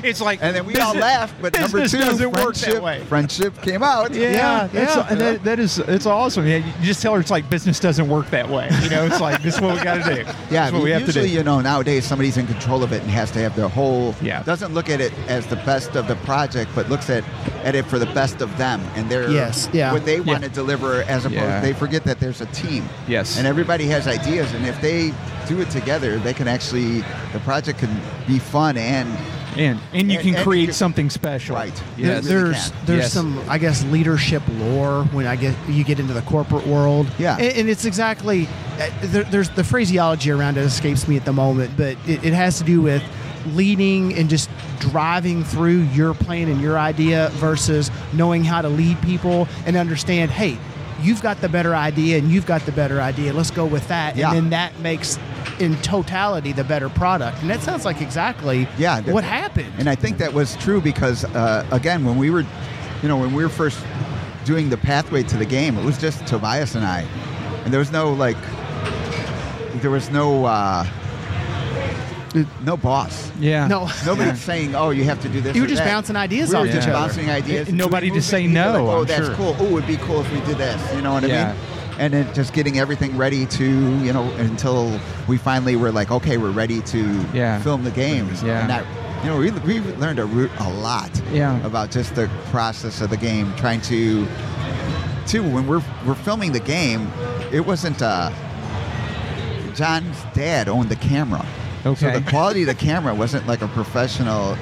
[SPEAKER 5] It's like
[SPEAKER 6] And then we
[SPEAKER 5] this
[SPEAKER 6] all
[SPEAKER 5] is-
[SPEAKER 6] laughed. But number
[SPEAKER 5] business
[SPEAKER 6] two,
[SPEAKER 5] doesn't work that
[SPEAKER 6] friendship,
[SPEAKER 5] way.
[SPEAKER 6] friendship came out.
[SPEAKER 5] Yeah, that's-
[SPEAKER 6] yeah.
[SPEAKER 5] and that, that is it's awesome. Yeah, you just tell her it's like business doesn't work that way. You know, it's like this is what we got to do.
[SPEAKER 6] Yeah,
[SPEAKER 5] This is what we have to
[SPEAKER 6] usually
[SPEAKER 5] do.
[SPEAKER 6] you know nowadays somebody's in control of it and has to have their whole.
[SPEAKER 5] Yeah.
[SPEAKER 6] Doesn't look at it as the best of the project, but looks at at it for the best of them and their
[SPEAKER 4] Yes, yeah.
[SPEAKER 6] what they
[SPEAKER 4] Yeah.
[SPEAKER 6] want to deliver as opposed.
[SPEAKER 1] Yeah.
[SPEAKER 6] They forget that there's a team.
[SPEAKER 1] Yes.
[SPEAKER 6] And everybody has ideas, and if they do it together, they can actually the project can be fun and
[SPEAKER 1] and and you
[SPEAKER 6] And-
[SPEAKER 1] can
[SPEAKER 6] and-
[SPEAKER 1] create something special.
[SPEAKER 6] right.
[SPEAKER 1] Yeah.
[SPEAKER 6] Yes.
[SPEAKER 4] There-
[SPEAKER 6] Really
[SPEAKER 4] there's
[SPEAKER 6] can.
[SPEAKER 4] there's
[SPEAKER 1] Yes.
[SPEAKER 4] some I guess leadership lore when I get you get into the corporate world.
[SPEAKER 6] Yeah.
[SPEAKER 4] and, and it's exactly uh, there, there's the phraseology around it escapes me at the moment, but it, it has to do with leading and just driving through your plan and your idea versus knowing how to lead people and understand hey you've got the better idea and you've got the better idea let's go with that
[SPEAKER 6] Yeah.
[SPEAKER 4] and then that makes in totality the better product and that sounds like exactly
[SPEAKER 6] yeah that-
[SPEAKER 4] what happened
[SPEAKER 6] and i think that was true because uh, again when we were you know when we were first doing the pathway to the game it was just tobias and i and there was no like there was no uh no boss
[SPEAKER 1] Yeah.
[SPEAKER 4] no
[SPEAKER 6] Nobody saying, "Oh, you have to do this."
[SPEAKER 4] You
[SPEAKER 6] or
[SPEAKER 4] were just
[SPEAKER 6] that.
[SPEAKER 4] bouncing ideas
[SPEAKER 6] we were
[SPEAKER 4] off
[SPEAKER 6] just
[SPEAKER 1] each other.
[SPEAKER 6] bouncing ideas.
[SPEAKER 1] And nobody
[SPEAKER 6] doing
[SPEAKER 1] to say
[SPEAKER 6] movies, and be
[SPEAKER 1] no,
[SPEAKER 6] Like, oh,
[SPEAKER 1] I'm
[SPEAKER 6] that's
[SPEAKER 1] sure.
[SPEAKER 6] cool. Oh, it'd be cool if we did this. You know what
[SPEAKER 1] Yeah.
[SPEAKER 6] I mean? And then just getting everything ready to, you know, until we finally were like, okay, we're ready to
[SPEAKER 1] Yeah.
[SPEAKER 6] film the games.
[SPEAKER 1] Yeah.
[SPEAKER 6] And that, you know, we, we learned a, root, a lot
[SPEAKER 1] Yeah.
[SPEAKER 6] about just the process of the game, trying to, too, when we're, we're filming the game, it wasn't, uh, John's dad owned the camera.
[SPEAKER 5] Oh,
[SPEAKER 1] Okay.
[SPEAKER 6] So the quality of the camera wasn't like a professional,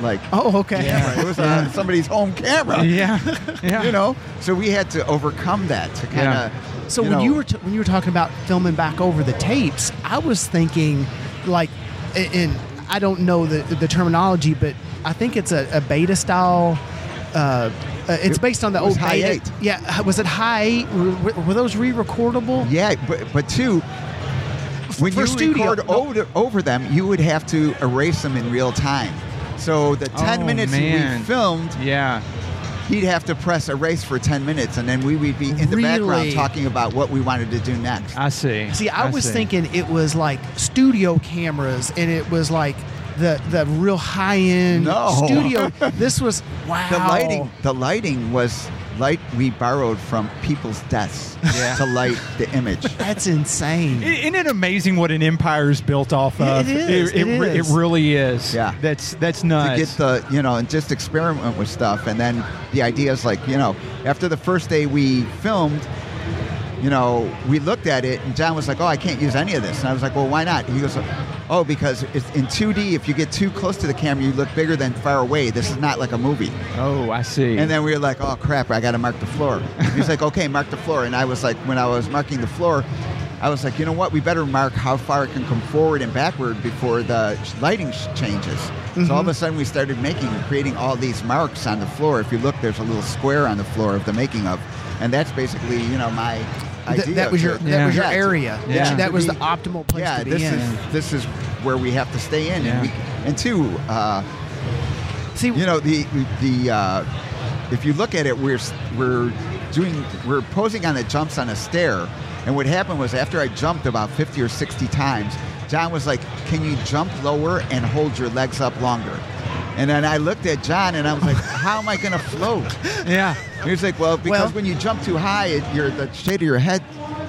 [SPEAKER 6] like
[SPEAKER 4] oh okay
[SPEAKER 6] camera. It was on somebody's home camera.
[SPEAKER 1] Yeah. Yeah.
[SPEAKER 6] You know, so we had to overcome that to kind
[SPEAKER 1] Yeah.
[SPEAKER 6] of.
[SPEAKER 4] So when you were t- when you were talking about filming back over the tapes, I was thinking, like, a- and I don't know the the terminology, but I think it's a, a beta style. Uh, uh, it's
[SPEAKER 6] It-
[SPEAKER 4] based on the
[SPEAKER 6] it
[SPEAKER 4] old
[SPEAKER 6] was Hi
[SPEAKER 4] beta.
[SPEAKER 6] 8.
[SPEAKER 4] Yeah, was it high eight? Were, were those re-recordable?
[SPEAKER 6] yeah, but but two, when
[SPEAKER 4] for
[SPEAKER 6] you
[SPEAKER 4] studio-
[SPEAKER 6] record
[SPEAKER 4] no.
[SPEAKER 6] over, over them, you would have to erase them in real time. So the ten
[SPEAKER 1] Oh,
[SPEAKER 6] minutes
[SPEAKER 1] man.
[SPEAKER 6] we filmed,
[SPEAKER 1] Yeah.
[SPEAKER 6] he'd have to press erase for ten minutes, and then we would be in the
[SPEAKER 4] Really?
[SPEAKER 6] background talking about what we wanted to do next.
[SPEAKER 1] I see.
[SPEAKER 4] See, I, was thinking it was like studio cameras, and it was like the the real high end
[SPEAKER 6] No.
[SPEAKER 4] studio. this was wow.
[SPEAKER 6] The lighting, the lighting was light we borrowed from people's desks to light the image.
[SPEAKER 4] That's insane.
[SPEAKER 5] I- Isn't it amazing what an empire is built off
[SPEAKER 4] Yeah,
[SPEAKER 5] of?
[SPEAKER 4] it is,
[SPEAKER 5] It,
[SPEAKER 4] it
[SPEAKER 5] re-
[SPEAKER 4] is.
[SPEAKER 5] it really is.
[SPEAKER 6] Yeah.
[SPEAKER 5] That's that's
[SPEAKER 6] to
[SPEAKER 5] nuts.
[SPEAKER 6] get the you know and just experiment with stuff and then the idea is like you know after the first day we filmed you know, we looked at it, and John was like, "Oh, I can't use any of this," and I was like, "Well, why not?" He goes, "Oh, because it's in 2D. If you get too close to the camera, you look bigger than far away. This is not like a movie."
[SPEAKER 5] Oh, I see.
[SPEAKER 6] And then we were like, "Oh crap, I got to mark the floor." And he's like, "Okay, mark the floor." And I was like, when I was marking the floor, I was like, "You know what? We better mark how far it can come forward and backward before the sh- lighting sh- changes." So
[SPEAKER 4] Mm-hmm.
[SPEAKER 6] all of a sudden, we started making, creating all these marks on the floor. If you look, there's a little square on the floor of the making of, and that's basically, you know, my.
[SPEAKER 4] Th-
[SPEAKER 6] Idea
[SPEAKER 4] that was
[SPEAKER 6] to-
[SPEAKER 4] your that was your
[SPEAKER 6] Yeah, to-
[SPEAKER 4] area. That-
[SPEAKER 6] yeah.
[SPEAKER 4] That, was the
[SPEAKER 6] To be-
[SPEAKER 4] optimal place
[SPEAKER 6] yeah,
[SPEAKER 4] to be
[SPEAKER 6] this
[SPEAKER 4] in.
[SPEAKER 6] is this is where we have to stay in,
[SPEAKER 4] Yeah.
[SPEAKER 6] and, we, and two, uh,
[SPEAKER 4] see,
[SPEAKER 6] you know the the uh, if you look at it, we're s- we're doing we're posing on the jumps on a stair, and what happened was after I jumped about fifty or sixty times, John was like, "Can you jump lower and hold your legs up longer?" And then I looked at John and I was like, "How am I going to float?"
[SPEAKER 5] Yeah.
[SPEAKER 6] He was like, "Well, because when you jump too high, it, your the shade of your head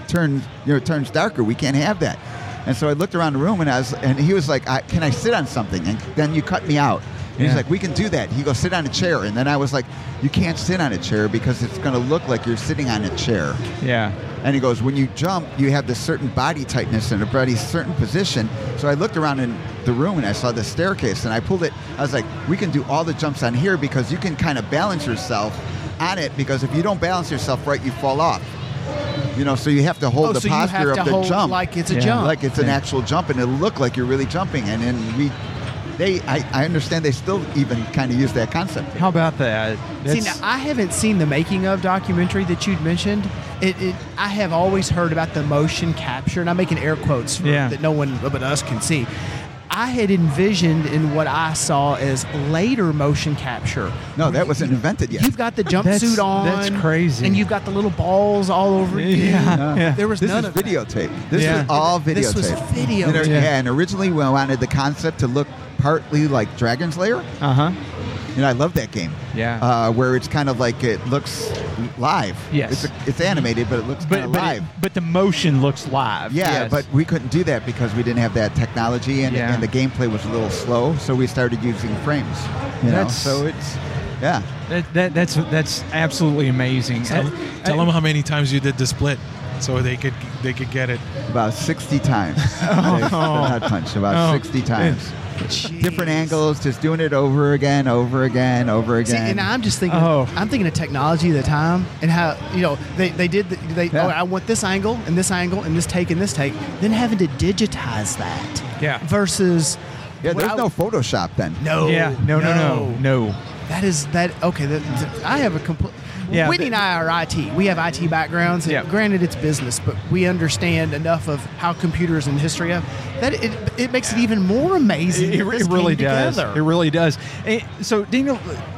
[SPEAKER 6] turns you know turns darker. We can't have that." And so I looked around the room and I was, and he was like, I, "Can I sit on something?" And then you cut me out. And He's
[SPEAKER 5] Yeah.
[SPEAKER 6] like, "We can do that." He goes, "Sit on a chair." And then I was like, "You can't sit on a chair because it's going to look like you're sitting on a chair."
[SPEAKER 5] Yeah.
[SPEAKER 6] And he goes, when you jump, you have this certain body tightness in a body certain position. So I looked around in the room and I saw the staircase and I pulled it. I was like, we can do all the jumps on here because you can kind of balance yourself on it because if you don't balance yourself right, you fall off. You know, so you have to hold
[SPEAKER 4] Oh,
[SPEAKER 6] the
[SPEAKER 4] so you have
[SPEAKER 6] posture
[SPEAKER 4] to
[SPEAKER 6] of the
[SPEAKER 4] hold
[SPEAKER 6] jump,
[SPEAKER 4] like it's a Yeah. jump.
[SPEAKER 6] like it's an
[SPEAKER 4] Yeah.
[SPEAKER 6] actual jump, and it'll look like you're really jumping. And then we, they, I, I understand they still even kind of use that concept.
[SPEAKER 5] How about that?
[SPEAKER 4] See, now, I haven't seen the making of documentary that you'd mentioned. It, it I have always heard about the motion capture, and I'm making air quotes for,
[SPEAKER 5] Yeah.
[SPEAKER 4] that no one but us can see. I had envisioned in what I saw as later motion capture.
[SPEAKER 6] No, that wasn't invented yet.
[SPEAKER 4] You've got the
[SPEAKER 5] That's-
[SPEAKER 4] jumpsuit on.
[SPEAKER 5] that's crazy.
[SPEAKER 4] And you've got the little balls all over you.
[SPEAKER 5] Yeah, yeah.
[SPEAKER 4] There was
[SPEAKER 6] this
[SPEAKER 4] none
[SPEAKER 6] is
[SPEAKER 4] of that.
[SPEAKER 6] videotape. This
[SPEAKER 5] Yeah.
[SPEAKER 6] is all videotape.
[SPEAKER 4] This was video.
[SPEAKER 6] You know,
[SPEAKER 5] Yeah.
[SPEAKER 6] yeah. and originally we wanted the concept to look partly like Dragon's Lair.
[SPEAKER 5] Uh huh.
[SPEAKER 6] You know, I love that game.
[SPEAKER 5] Yeah.
[SPEAKER 6] Uh, where it's kind of like it looks live.
[SPEAKER 5] Yes.
[SPEAKER 6] It's, it's animated, but it looks kind
[SPEAKER 5] But
[SPEAKER 6] of
[SPEAKER 5] but,
[SPEAKER 6] live.
[SPEAKER 5] it, but the motion looks live.
[SPEAKER 6] yeah,
[SPEAKER 5] Yes.
[SPEAKER 6] but we couldn't do that because we didn't have that technology, and,
[SPEAKER 5] Yeah.
[SPEAKER 6] and the gameplay was a little slow. So we started using frames. You know,
[SPEAKER 5] That's-
[SPEAKER 6] so it's yeah.
[SPEAKER 5] that, that that's that's absolutely amazing.
[SPEAKER 9] Tell,
[SPEAKER 5] Uh,
[SPEAKER 9] tell them how many times you did the split, so they could they could get it.
[SPEAKER 6] About 60 times. Not punch, about
[SPEAKER 9] Oh.
[SPEAKER 6] 60 times.
[SPEAKER 4] Jeez.
[SPEAKER 6] Different angles, just doing it over again, over again, over
[SPEAKER 4] See,
[SPEAKER 6] again.
[SPEAKER 4] and I'm just thinking,
[SPEAKER 5] Oh.
[SPEAKER 4] I'm thinking of technology at the time and how, you know, they, they did, the, they,
[SPEAKER 6] Yeah.
[SPEAKER 4] oh, I want this angle and this angle and this take and this take, then having to digitize that.
[SPEAKER 5] Yeah.
[SPEAKER 4] Versus.
[SPEAKER 6] yeah,
[SPEAKER 4] what
[SPEAKER 6] there's
[SPEAKER 4] I-
[SPEAKER 6] no Photoshop then.
[SPEAKER 4] No.
[SPEAKER 5] yeah, no, no, no, no.
[SPEAKER 4] That is, that, okay, that, that- I have a complete.
[SPEAKER 5] Yeah,
[SPEAKER 4] Whitney and
[SPEAKER 5] the-
[SPEAKER 4] I are IT. We have IT backgrounds. and
[SPEAKER 5] Yeah.
[SPEAKER 4] Granted, it's business, but we understand enough of how computers and history of that. It, it makes it even more amazing.
[SPEAKER 5] It,
[SPEAKER 4] that this
[SPEAKER 5] it really
[SPEAKER 4] came
[SPEAKER 5] does.
[SPEAKER 4] together.
[SPEAKER 5] It really does. Eh, so, Daniel,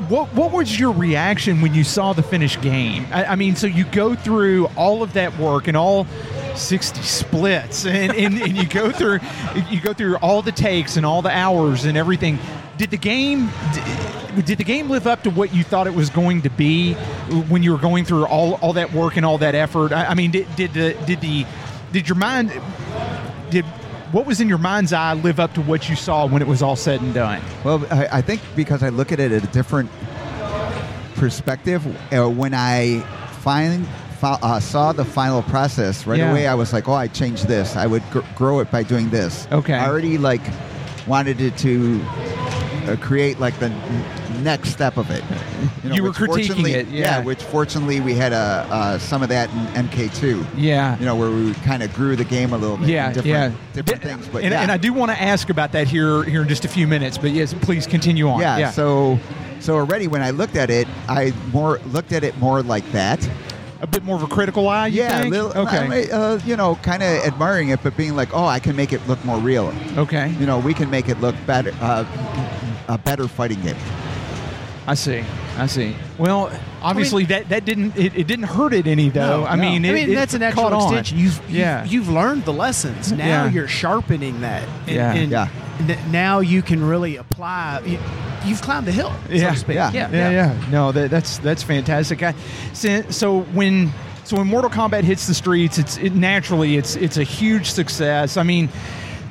[SPEAKER 5] what what was your reaction when you saw the finished game? I, I mean, so you go through all of that work and all sixty splits, and, and, and you go through you go through all the takes and all the hours and everything. Did the game d- did the game live up to what you thought it was going to be when you were going through all, all that work and all that effort? I, I mean, did, did the did the did your mind did what was in your mind's eye live up to what you saw when it was all said and done?
[SPEAKER 6] Well, I, I think because I look at it at a different perspective, uh, when I find, fo- uh, saw the final process, right
[SPEAKER 5] Yeah.
[SPEAKER 6] away I was like, oh, I changed this. I would gr- grow it by doing this.
[SPEAKER 5] Okay.
[SPEAKER 6] I already like wanted it to uh, create like the n- next step of it.
[SPEAKER 5] You were
[SPEAKER 6] which
[SPEAKER 5] critiquing
[SPEAKER 6] fortunately-
[SPEAKER 5] it, yeah.
[SPEAKER 6] Which fortunately we had uh, uh, some of that in MK2.
[SPEAKER 5] Yeah.
[SPEAKER 6] You know where we kind of grew the game a little bit. in
[SPEAKER 5] yeah,
[SPEAKER 6] different,
[SPEAKER 5] yeah,
[SPEAKER 6] Different
[SPEAKER 5] Th-
[SPEAKER 6] things, but
[SPEAKER 5] and,
[SPEAKER 6] yeah.
[SPEAKER 5] and I do want to ask about that here here in just a few minutes. But yes, please continue on.
[SPEAKER 6] Yeah,
[SPEAKER 5] yeah.
[SPEAKER 6] So, so already when I looked at it, I more looked at it more like that.
[SPEAKER 5] a bit more of a critical eye. You
[SPEAKER 6] yeah, a
[SPEAKER 5] think?
[SPEAKER 6] little,
[SPEAKER 5] okay,
[SPEAKER 6] uh, you know, kind of admiring it, but being like, oh, I can make it look more real.
[SPEAKER 5] okay,
[SPEAKER 6] You know, we can make it look better, uh, a better fighting game.
[SPEAKER 5] I see, I see. Well, obviously that that didn't it, it didn't hurt it any though. I mean, it,
[SPEAKER 4] I mean
[SPEAKER 5] it
[SPEAKER 4] that's an actual
[SPEAKER 5] caught on.
[SPEAKER 4] extension. You've, you've
[SPEAKER 5] yeah,
[SPEAKER 4] you've learned the lessons. Now
[SPEAKER 5] Yeah.
[SPEAKER 4] you're sharpening that. And,
[SPEAKER 5] Yeah.
[SPEAKER 4] and
[SPEAKER 6] Yeah.
[SPEAKER 4] n- now you can really apply. You, you've climbed the hill. So
[SPEAKER 5] yeah.
[SPEAKER 4] to speak.
[SPEAKER 6] Yeah.
[SPEAKER 5] yeah, yeah, No, that, that's that's fantastic. I, so, so when so when Mortal Kombat hits the streets, it's it, naturally it's it's a huge success. I mean,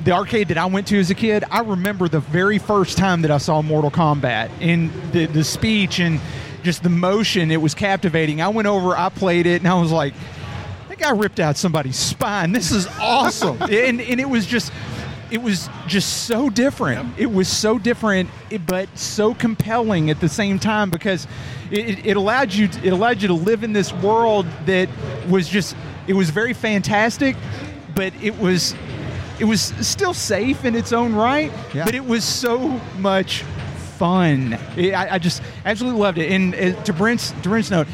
[SPEAKER 5] the arcade that I went to as a kid, I remember the very first time that I saw Mortal Kombat and the the speech and just the motion. It was captivating. I went over, I played it, and I was like. That guy ripped out somebody's spine. This is awesome. and and it was just it was just so different. It was so different, it- but so compelling at the same time because it, it- it allowed you to, it allowed you to live in this world that was just it was very fantastic, but it was it was still safe in its own right. But it was so much fun. It, I, I just absolutely loved it. And uh, to Brent's to Brent's note,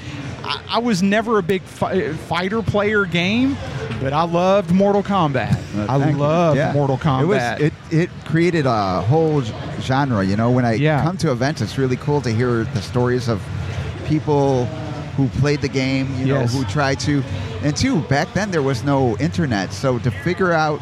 [SPEAKER 5] I, I was never a big fi- fighter player game, but I loved Mortal Kombat. I
[SPEAKER 6] Thank you.
[SPEAKER 5] loved
[SPEAKER 6] Yeah.
[SPEAKER 5] Mortal Kombat.
[SPEAKER 6] It was it, it created a whole g- genre. You know, when I come to events, it's really cool to hear the stories of people who played the game. You
[SPEAKER 5] Yes.
[SPEAKER 6] know, who tried to, and two back then there was no internet, so to figure out.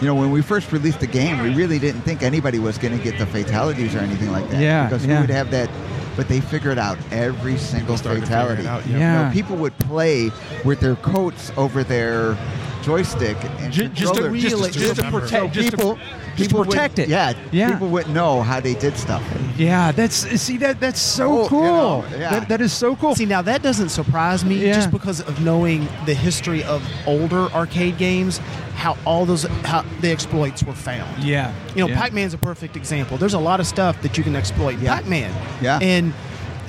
[SPEAKER 6] You know, when we first released the game, we really didn't think anybody was going to get the fatalities or anything like that.
[SPEAKER 5] Yeah,
[SPEAKER 6] because
[SPEAKER 5] yeah.
[SPEAKER 6] we would have that, but they figured out every single
[SPEAKER 9] started to figure it
[SPEAKER 6] fatality.
[SPEAKER 9] out,
[SPEAKER 6] You know,
[SPEAKER 5] yeah.
[SPEAKER 6] people would play with their coats over their joystick and
[SPEAKER 5] Ju- just to
[SPEAKER 6] controller
[SPEAKER 5] just to- just to protect, just to-
[SPEAKER 6] people,
[SPEAKER 5] just
[SPEAKER 6] people
[SPEAKER 5] to protect
[SPEAKER 6] would,
[SPEAKER 5] it.
[SPEAKER 6] Yeah,
[SPEAKER 5] yeah,
[SPEAKER 6] people wouldn't know how they did stuff.
[SPEAKER 5] yeah. That's see that that's so
[SPEAKER 6] Oh, you
[SPEAKER 5] cool.
[SPEAKER 6] know, yeah.
[SPEAKER 5] that, that is so cool.
[SPEAKER 4] See, now that doesn't surprise me
[SPEAKER 5] Yeah.
[SPEAKER 4] just because of knowing the history of older arcade games, how all those how the exploits were found.
[SPEAKER 5] yeah,
[SPEAKER 4] You know,
[SPEAKER 5] yeah.
[SPEAKER 4] Pac-Man's a perfect example. There's a lot of stuff that you can exploit in Pac-Man.
[SPEAKER 6] Yeah.
[SPEAKER 4] And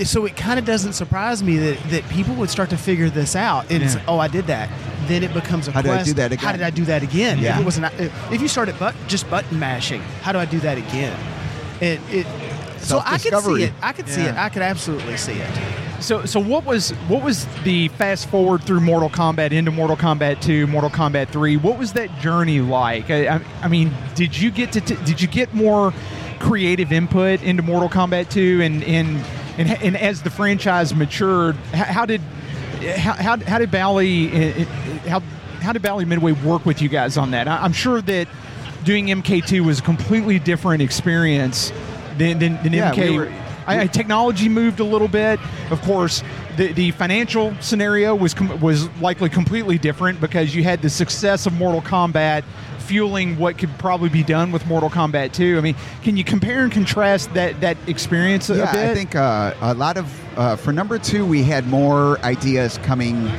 [SPEAKER 4] so it kind of doesn't surprise me that, that people would start to figure this out. And it's,
[SPEAKER 5] Yeah.
[SPEAKER 4] oh, I did that. Then it becomes a
[SPEAKER 6] How did I
[SPEAKER 4] quest.
[SPEAKER 6] do that
[SPEAKER 4] How
[SPEAKER 6] again?
[SPEAKER 4] did I do that again?
[SPEAKER 6] Yeah.
[SPEAKER 4] If, it was an, if you start at but, just button mashing, how do I do that again? It, it, so I could see
[SPEAKER 6] Self-discovery.
[SPEAKER 4] it. I could see it.
[SPEAKER 5] Yeah.
[SPEAKER 4] I could absolutely see it.
[SPEAKER 5] So, so what was what was the fast forward through Mortal Kombat into Mortal Kombat Two, Mortal Kombat Three? What was that journey like? I, I, I mean, did you get to t- did you get more creative input into Mortal Kombat Two, and and and, and as the franchise matured, how, how did how, how, how did Bally eh, eh, how how did Bally Midway work with you guys on that? I, I'm sure that doing MK2 was a completely different experience than than, than
[SPEAKER 6] Yeah,
[SPEAKER 5] MK.
[SPEAKER 6] we were-
[SPEAKER 5] I, I, technology moved a little bit. Of course, the, the financial scenario was com- was likely completely different because you had the success of Mortal Kombat fueling what could probably be done with Mortal Kombat 2. I mean, can you compare and contrast that that experience a-
[SPEAKER 6] yeah,
[SPEAKER 5] a bit?
[SPEAKER 6] I think uh, a lot of uh, for number two, we had more ideas coming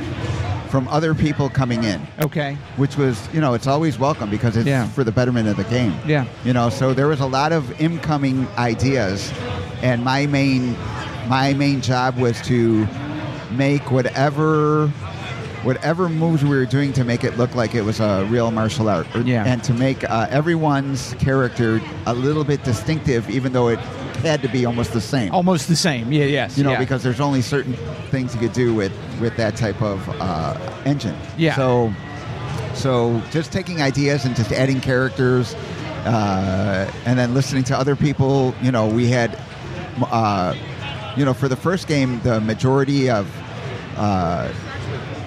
[SPEAKER 6] from other people coming in.
[SPEAKER 5] Okay.
[SPEAKER 6] which was you know it's always welcome because it's
[SPEAKER 5] Yeah.
[SPEAKER 6] for the betterment of the game
[SPEAKER 5] Yeah.
[SPEAKER 6] you know so there was a lot of incoming ideas and my main my main job was to make whatever whatever moves we were doing to make it look like it was a real martial art or-
[SPEAKER 5] Yeah.
[SPEAKER 6] and to make uh, everyone's character a little bit distinctive even though it had to be almost the same
[SPEAKER 5] Almost the same. Yeah. Yes.
[SPEAKER 6] you know,
[SPEAKER 5] yeah.
[SPEAKER 6] because there's only certain things you could do with with that type of uh, engine.
[SPEAKER 5] Yeah.
[SPEAKER 6] So, so just taking ideas and just adding characters, uh, and then listening to other people. You know, we had, uh, you know, for the first game, the majority of. Uh,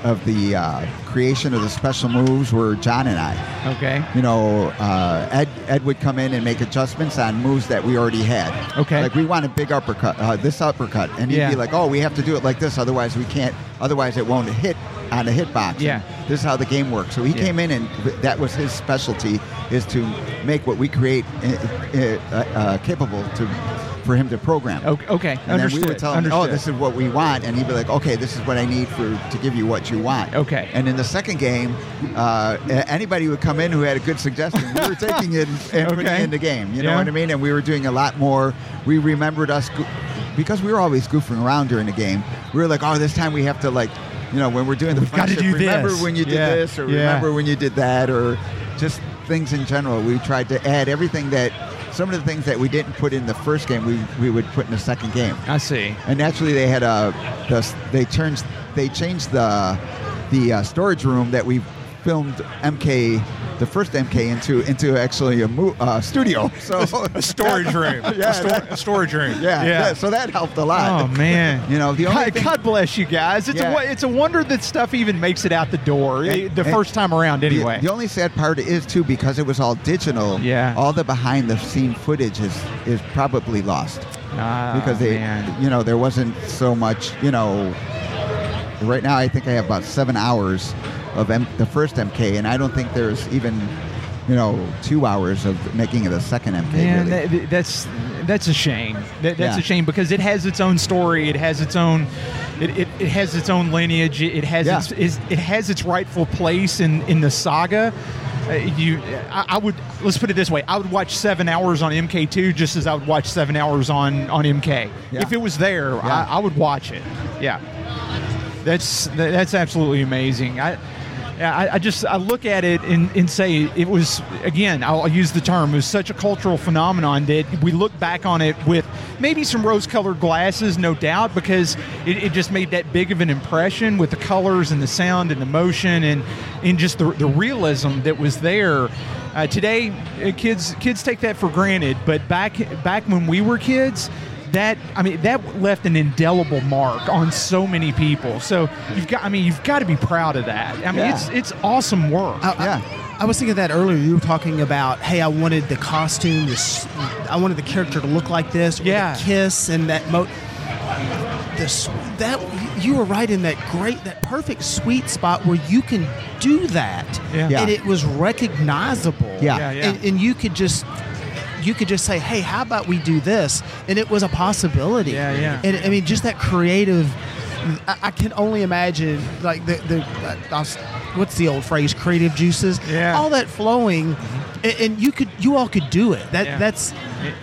[SPEAKER 6] of the uh, creation of the special moves were John and I.
[SPEAKER 5] okay.
[SPEAKER 6] You know, uh, Ed Ed would come in and make adjustments on moves that we already had.
[SPEAKER 5] Okay.
[SPEAKER 6] Like we want a big uppercut, uh, this uppercut, and he'd
[SPEAKER 5] Yeah.
[SPEAKER 6] be like, "Oh, we have to do it like this, otherwise we can't. Otherwise it won't hit on the hitbox." And
[SPEAKER 5] Yeah.
[SPEAKER 6] This is how the game works. So he
[SPEAKER 5] Yeah.
[SPEAKER 6] came in, and th- that was his specialty: is to make what we create uh, uh, uh, capable to for him to program.
[SPEAKER 5] Okay. okay.
[SPEAKER 6] And
[SPEAKER 5] Understood.
[SPEAKER 6] then we would tell him,
[SPEAKER 5] Understood.
[SPEAKER 6] "Oh, this is what we want," and he'd be like, "Okay, this is what I need for to give you what you want."
[SPEAKER 5] Okay.
[SPEAKER 6] And in the second game, uh, a- anybody would come in who had a good suggestion. We were taking it and putting
[SPEAKER 5] Okay.
[SPEAKER 6] it in the game. You know
[SPEAKER 5] Yeah.
[SPEAKER 6] what I mean? And we were doing a lot more. We remembered us go- because we were always goofing around during the game. We were like, "Oh, this time we have to like." You know, when we're doing the
[SPEAKER 5] We've gotta
[SPEAKER 6] friendship,
[SPEAKER 5] do
[SPEAKER 6] remember
[SPEAKER 5] this."
[SPEAKER 6] when you did
[SPEAKER 5] Yeah.
[SPEAKER 6] this, or
[SPEAKER 5] Yeah.
[SPEAKER 6] remember when you did that, or just things in general. We tried to add everything that some of the things that we didn't put in the first game, we, we would put in the second game.
[SPEAKER 5] I see.
[SPEAKER 6] And naturally, they had a the, they turned they changed the the uh, storage room that we filmed MK the first MK into into actually a mo- uh, studio. So
[SPEAKER 10] A storage room.
[SPEAKER 6] Yeah,
[SPEAKER 10] a, stor- a storage room.
[SPEAKER 6] yeah,
[SPEAKER 10] yeah.
[SPEAKER 6] that- so that helped a lot.
[SPEAKER 5] Oh man.
[SPEAKER 6] You know, the only
[SPEAKER 5] God,
[SPEAKER 6] thing-
[SPEAKER 5] God bless you guys. It's
[SPEAKER 6] Yeah.
[SPEAKER 5] a wo- it's a wonder that stuff even makes it out the door eh, the
[SPEAKER 6] and-
[SPEAKER 5] first time around.
[SPEAKER 6] The-
[SPEAKER 5] Anyway.
[SPEAKER 6] The, only sad part is too because it was all digital.
[SPEAKER 5] Yeah.
[SPEAKER 6] all the behind the scene footage is is probably lost
[SPEAKER 4] Oh,
[SPEAKER 5] Ah,
[SPEAKER 6] because they
[SPEAKER 5] man.
[SPEAKER 6] you know there wasn't so much you know. Right now, I think I have about seven hours of M- the first MK, and I don't think there's even you know two hours of making it a second MK.
[SPEAKER 5] Man,
[SPEAKER 6] really.
[SPEAKER 5] that, that's that's a shame. That, that's
[SPEAKER 11] Yeah.
[SPEAKER 5] a shame because it has its own story. It has its own. It, it, it has its own lineage. It, it has
[SPEAKER 11] Yeah.
[SPEAKER 5] its, is it has its rightful place in in the saga. Uh, you, I, I would let's put it this way. I would watch seven hours on MK2 just as I would watch seven hours on on MK.
[SPEAKER 11] Yeah.
[SPEAKER 5] If it was there, I, I would watch it. Yeah, that's that, that's absolutely amazing. I. Yeah, I, I just I look at it and, and say it was again I'll use the term it was such a cultural phenomenon that we look back on it with maybe some rose-colored glasses no doubt because it, it just made that big of an impression with the colors and the sound and the motion and and just the, the realism that was there uh, today uh, kids kids take that for granted but back back when we were kids that I mean that left an indelible mark on so many people. So you've got I mean you've got to be proud of that. I mean
[SPEAKER 4] Yeah. Uh,
[SPEAKER 5] it's it's awesome work.
[SPEAKER 4] I, yeah. I, was thinking of that earlier. You were talking about, hey, I wanted the costume, this, I wanted the character to look like this, with
[SPEAKER 5] Yeah.
[SPEAKER 4] a kiss, and that mo. This that you were right in that great, that perfect sweet spot where you can do that,
[SPEAKER 3] Yeah. Yeah.
[SPEAKER 4] and it was recognizable.
[SPEAKER 3] Yeah. Yeah, yeah.
[SPEAKER 4] And, and you could just. You could just say, "Hey, how about we do this?" And it was a possibility. Yeah,
[SPEAKER 5] yeah.
[SPEAKER 4] And I mean, just that creative. I, I can only imagine, like the the uh, I'll s- what's the old phrase? Creative juices. Yeah. All that flowing,
[SPEAKER 5] Mm-hmm.
[SPEAKER 4] and, and you could, you all could do it. That
[SPEAKER 9] Yeah.
[SPEAKER 4] that's.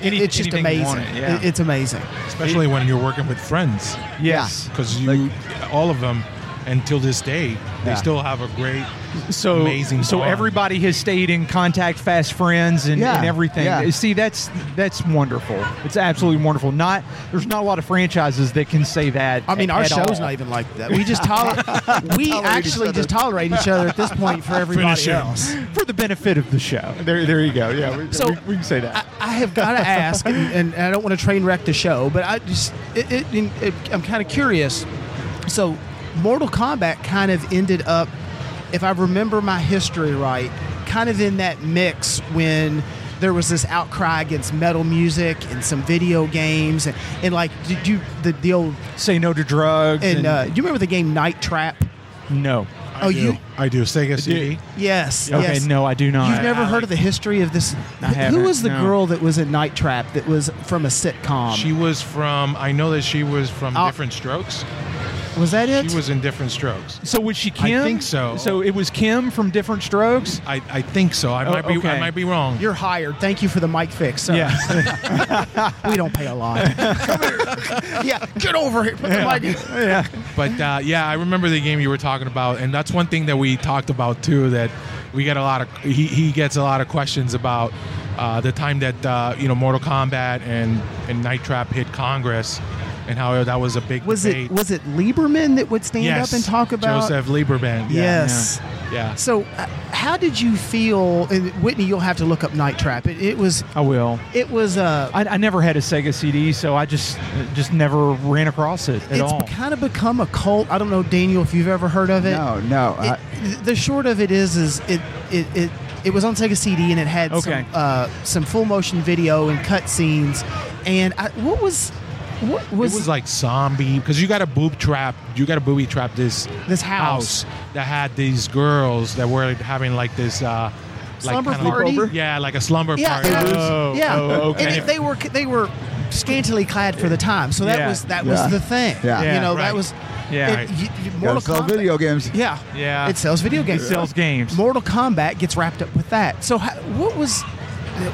[SPEAKER 9] Any-
[SPEAKER 4] it's just
[SPEAKER 9] anything you
[SPEAKER 4] amazing.
[SPEAKER 9] want it, yeah.
[SPEAKER 4] It- it's amazing.
[SPEAKER 9] especially when you're working with friends.
[SPEAKER 5] Yes.
[SPEAKER 9] because you, all of them, until this day, they
[SPEAKER 5] Yeah.
[SPEAKER 9] still have a great,
[SPEAKER 5] so
[SPEAKER 9] amazing.
[SPEAKER 5] So
[SPEAKER 9] bond.
[SPEAKER 5] everybody has stayed in contact, fast friends, and,
[SPEAKER 9] Yeah,
[SPEAKER 5] and everything.
[SPEAKER 9] yeah.
[SPEAKER 5] See, that's that's wonderful. It's absolutely wonderful. Not there's not a lot of franchises that can say that.
[SPEAKER 4] I mean, our
[SPEAKER 5] at
[SPEAKER 4] show's
[SPEAKER 5] all.
[SPEAKER 4] not even like that. We just tolerate. we
[SPEAKER 5] Tolerate each
[SPEAKER 4] actually
[SPEAKER 5] other.
[SPEAKER 4] just tolerate each other at this point for everybody
[SPEAKER 5] Finish him.
[SPEAKER 4] else.
[SPEAKER 5] for the benefit of the show. There, there you go. Yeah, we,
[SPEAKER 4] So-
[SPEAKER 5] we, we can say that.
[SPEAKER 4] I have got to ask, and, and I don't want to train wreck the show, but I just it, it, it, I'm kind of curious. So, Mortal Kombat kind of ended up, if I remember my history right, kind of in that mix when there was this outcry against metal music and some video games and, and like did you the, the old
[SPEAKER 5] say no to drugs
[SPEAKER 4] and,
[SPEAKER 9] and-
[SPEAKER 4] uh, do you remember the game Night Trap?
[SPEAKER 5] no.
[SPEAKER 9] I
[SPEAKER 4] oh,
[SPEAKER 9] do.
[SPEAKER 4] you-
[SPEAKER 9] I do. Sega CD.
[SPEAKER 4] Yes.
[SPEAKER 9] Okay,
[SPEAKER 4] yes.
[SPEAKER 9] no, I do not.
[SPEAKER 4] You've never heard of the history of this? Who
[SPEAKER 9] haven't,
[SPEAKER 4] was the
[SPEAKER 9] no.
[SPEAKER 4] girl that was in Night Trap that was from a sitcom?
[SPEAKER 9] She was from. I know that she was from
[SPEAKER 4] Oh.
[SPEAKER 9] Different Strokes.
[SPEAKER 4] Was that it?
[SPEAKER 9] She was in Different Strokes.
[SPEAKER 5] So was she Kim?
[SPEAKER 9] I think so.
[SPEAKER 5] So it was Kim from Different Strokes.
[SPEAKER 9] I, I think so. I might be. I might be wrong.
[SPEAKER 4] Oh, You're hired. Thank you for the mic fix. Sir. we don't pay a lot. yeah, get over here. Put
[SPEAKER 9] Yeah.
[SPEAKER 4] the mic.
[SPEAKER 5] Yeah.
[SPEAKER 9] But uh, yeah, I remember the game you were talking about, and that's one thing that we talked about too. That we get a lot of he, he gets a lot of questions about uh, the time that uh, you know Mortal Kombat and and Night Trap hit Congress, and how that was a big
[SPEAKER 4] Was
[SPEAKER 9] debate.
[SPEAKER 4] it was it Lieberman that would stand
[SPEAKER 9] yes,
[SPEAKER 4] up and talk about
[SPEAKER 9] Joseph Lieberman? Yeah,
[SPEAKER 4] Yes.
[SPEAKER 9] yeah. yeah.
[SPEAKER 4] So, uh, how did you feel? And Whitney, you'll have to look up Night Trap. It, it was
[SPEAKER 5] I will.
[SPEAKER 4] it was uh,
[SPEAKER 5] I, I never had a Sega CD, so I just just never ran across it at
[SPEAKER 4] it's
[SPEAKER 5] all.
[SPEAKER 4] kind of become a cult. I don't know, Daniel, if you've ever heard of it.
[SPEAKER 6] No, no.
[SPEAKER 4] It- the short of it is, is it it it, it was on Sega CD and it had
[SPEAKER 5] Okay.
[SPEAKER 4] some uh, some full motion video and cut scenes. And I, what was what was,
[SPEAKER 9] it was like zombie because you got to boob trap you got to booby trap this
[SPEAKER 4] This house.
[SPEAKER 9] that had these girls that were having like this uh like
[SPEAKER 4] Slumber
[SPEAKER 9] kinda like-
[SPEAKER 4] party?
[SPEAKER 9] yeah like a slumber
[SPEAKER 4] yeah,
[SPEAKER 9] party
[SPEAKER 4] it was-
[SPEAKER 9] Oh,
[SPEAKER 4] yeah,
[SPEAKER 9] oh, okay.
[SPEAKER 4] and it, they were they were scantily clad for the time, so that
[SPEAKER 9] Yeah.
[SPEAKER 4] was that
[SPEAKER 6] Yeah.
[SPEAKER 4] was the thing.
[SPEAKER 6] Yeah.
[SPEAKER 4] you
[SPEAKER 6] Yeah.
[SPEAKER 4] know that
[SPEAKER 6] Right.
[SPEAKER 4] was
[SPEAKER 6] Yeah.
[SPEAKER 4] it-
[SPEAKER 6] Right.
[SPEAKER 4] you- you-
[SPEAKER 6] Gotta
[SPEAKER 4] Mortal
[SPEAKER 6] sell
[SPEAKER 4] Kombat-
[SPEAKER 6] video games.
[SPEAKER 4] Yeah,
[SPEAKER 5] Yeah.
[SPEAKER 4] It sells video games.
[SPEAKER 5] It sells games.
[SPEAKER 4] Mortal Kombat gets wrapped up with that. So, how, what was,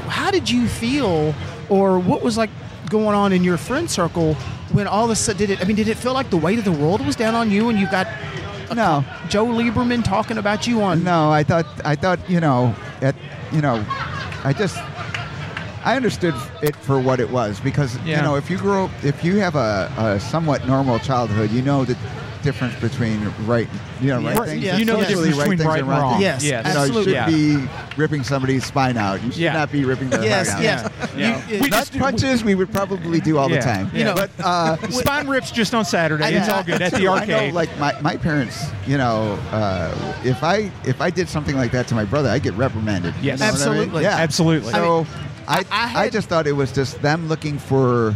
[SPEAKER 4] how did you feel, or what was like going on in your friend circle when all of a sudden did it? I mean, did it feel like the weight of the world was down on you, and you got a-
[SPEAKER 6] No.
[SPEAKER 4] Joe Lieberman talking about you on?
[SPEAKER 6] No, I thought I thought you know at you know, I just I understood it for what it was because
[SPEAKER 5] Yeah.
[SPEAKER 6] you know if you grow up if you have a, a somewhat normal childhood you know the difference between right you know right
[SPEAKER 5] Right,
[SPEAKER 6] things
[SPEAKER 5] yeah.
[SPEAKER 6] and
[SPEAKER 5] You know the
[SPEAKER 6] socially
[SPEAKER 5] difference between
[SPEAKER 6] things
[SPEAKER 5] right and wrong.
[SPEAKER 6] things.
[SPEAKER 5] Yes, Yes.
[SPEAKER 6] you know, you
[SPEAKER 5] absolutely.
[SPEAKER 6] should
[SPEAKER 5] Yeah.
[SPEAKER 6] be ripping somebody's spine out you should
[SPEAKER 5] Yeah.
[SPEAKER 6] not be ripping their
[SPEAKER 4] Yes,
[SPEAKER 6] heart out
[SPEAKER 4] yes.
[SPEAKER 5] Yeah.
[SPEAKER 6] You,
[SPEAKER 5] We
[SPEAKER 6] nut
[SPEAKER 5] just-
[SPEAKER 6] punches we would probably do all
[SPEAKER 5] Yeah.
[SPEAKER 6] the time
[SPEAKER 5] Yeah.
[SPEAKER 6] but uh,
[SPEAKER 5] Spine rips just on Saturday.
[SPEAKER 6] I-
[SPEAKER 5] it's
[SPEAKER 6] I-
[SPEAKER 5] all good at
[SPEAKER 6] I
[SPEAKER 5] the
[SPEAKER 6] know,
[SPEAKER 5] arcade.
[SPEAKER 6] I know, like my, my parents, you know, uh, if I if I did something like that to my brother, I would get reprimanded. you
[SPEAKER 5] Yes.
[SPEAKER 6] know what I mean?
[SPEAKER 5] Absolutely.
[SPEAKER 6] yeah,
[SPEAKER 5] Absolutely.
[SPEAKER 6] So I I, just thought it was just them looking for,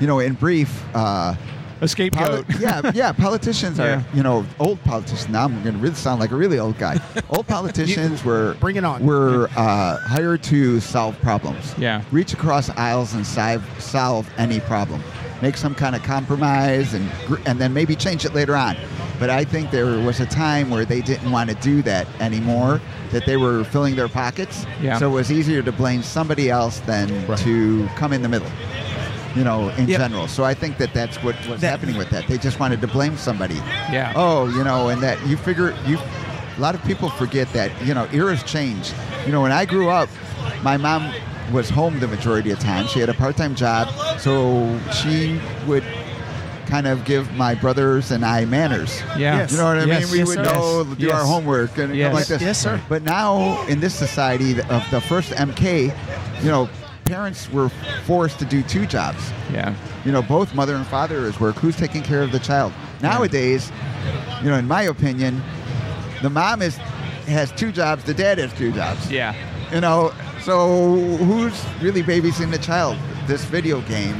[SPEAKER 6] you know, in brief, uh,
[SPEAKER 5] a scapegoat.
[SPEAKER 6] Poli- yeah, yeah. Politicians are, you know, old politicians. Now I'm going to really sound like a really old guy. Old politicians were bring it on. Were uh, hired to solve problems.
[SPEAKER 1] Yeah.
[SPEAKER 6] reach across aisles and solve solve any problem. Make some kind of compromise and gr- and then maybe change it later on. But I think there was a time where they didn't want to do that anymore. That they were filling their pockets.
[SPEAKER 1] Yeah.
[SPEAKER 6] So it was easier to blame somebody else than to come in the middle. You know, in
[SPEAKER 1] Yep.
[SPEAKER 6] general. So I think that that's what was happening with that. They just wanted to blame somebody.
[SPEAKER 1] Yeah.
[SPEAKER 6] Oh, you know, and that you figure you. A lot of people forget that you know eras change. You know, when I grew up, my mom was home the majority of the time. She had a part-time job, so she would kind of give my brothers and I manners.
[SPEAKER 1] Yeah. Yes.
[SPEAKER 6] You know what I
[SPEAKER 1] Yes.
[SPEAKER 6] mean? We
[SPEAKER 1] Yes,
[SPEAKER 6] would
[SPEAKER 1] sir.
[SPEAKER 6] know,
[SPEAKER 1] Yes.
[SPEAKER 6] do our
[SPEAKER 1] Yes.
[SPEAKER 6] homework and
[SPEAKER 1] Yes.
[SPEAKER 6] come like this.
[SPEAKER 1] Yes, sir.
[SPEAKER 6] But now in this society of the first MK, you know, parents were forced to do two jobs
[SPEAKER 1] Yeah.
[SPEAKER 6] you know, both mother and father is work. Who's taking care of the child? Nowadays, you know, in my opinion, the mom is has two jobs, the dad has two jobs.
[SPEAKER 1] Yeah.
[SPEAKER 6] You know, so who's really babysitting the child? This video game.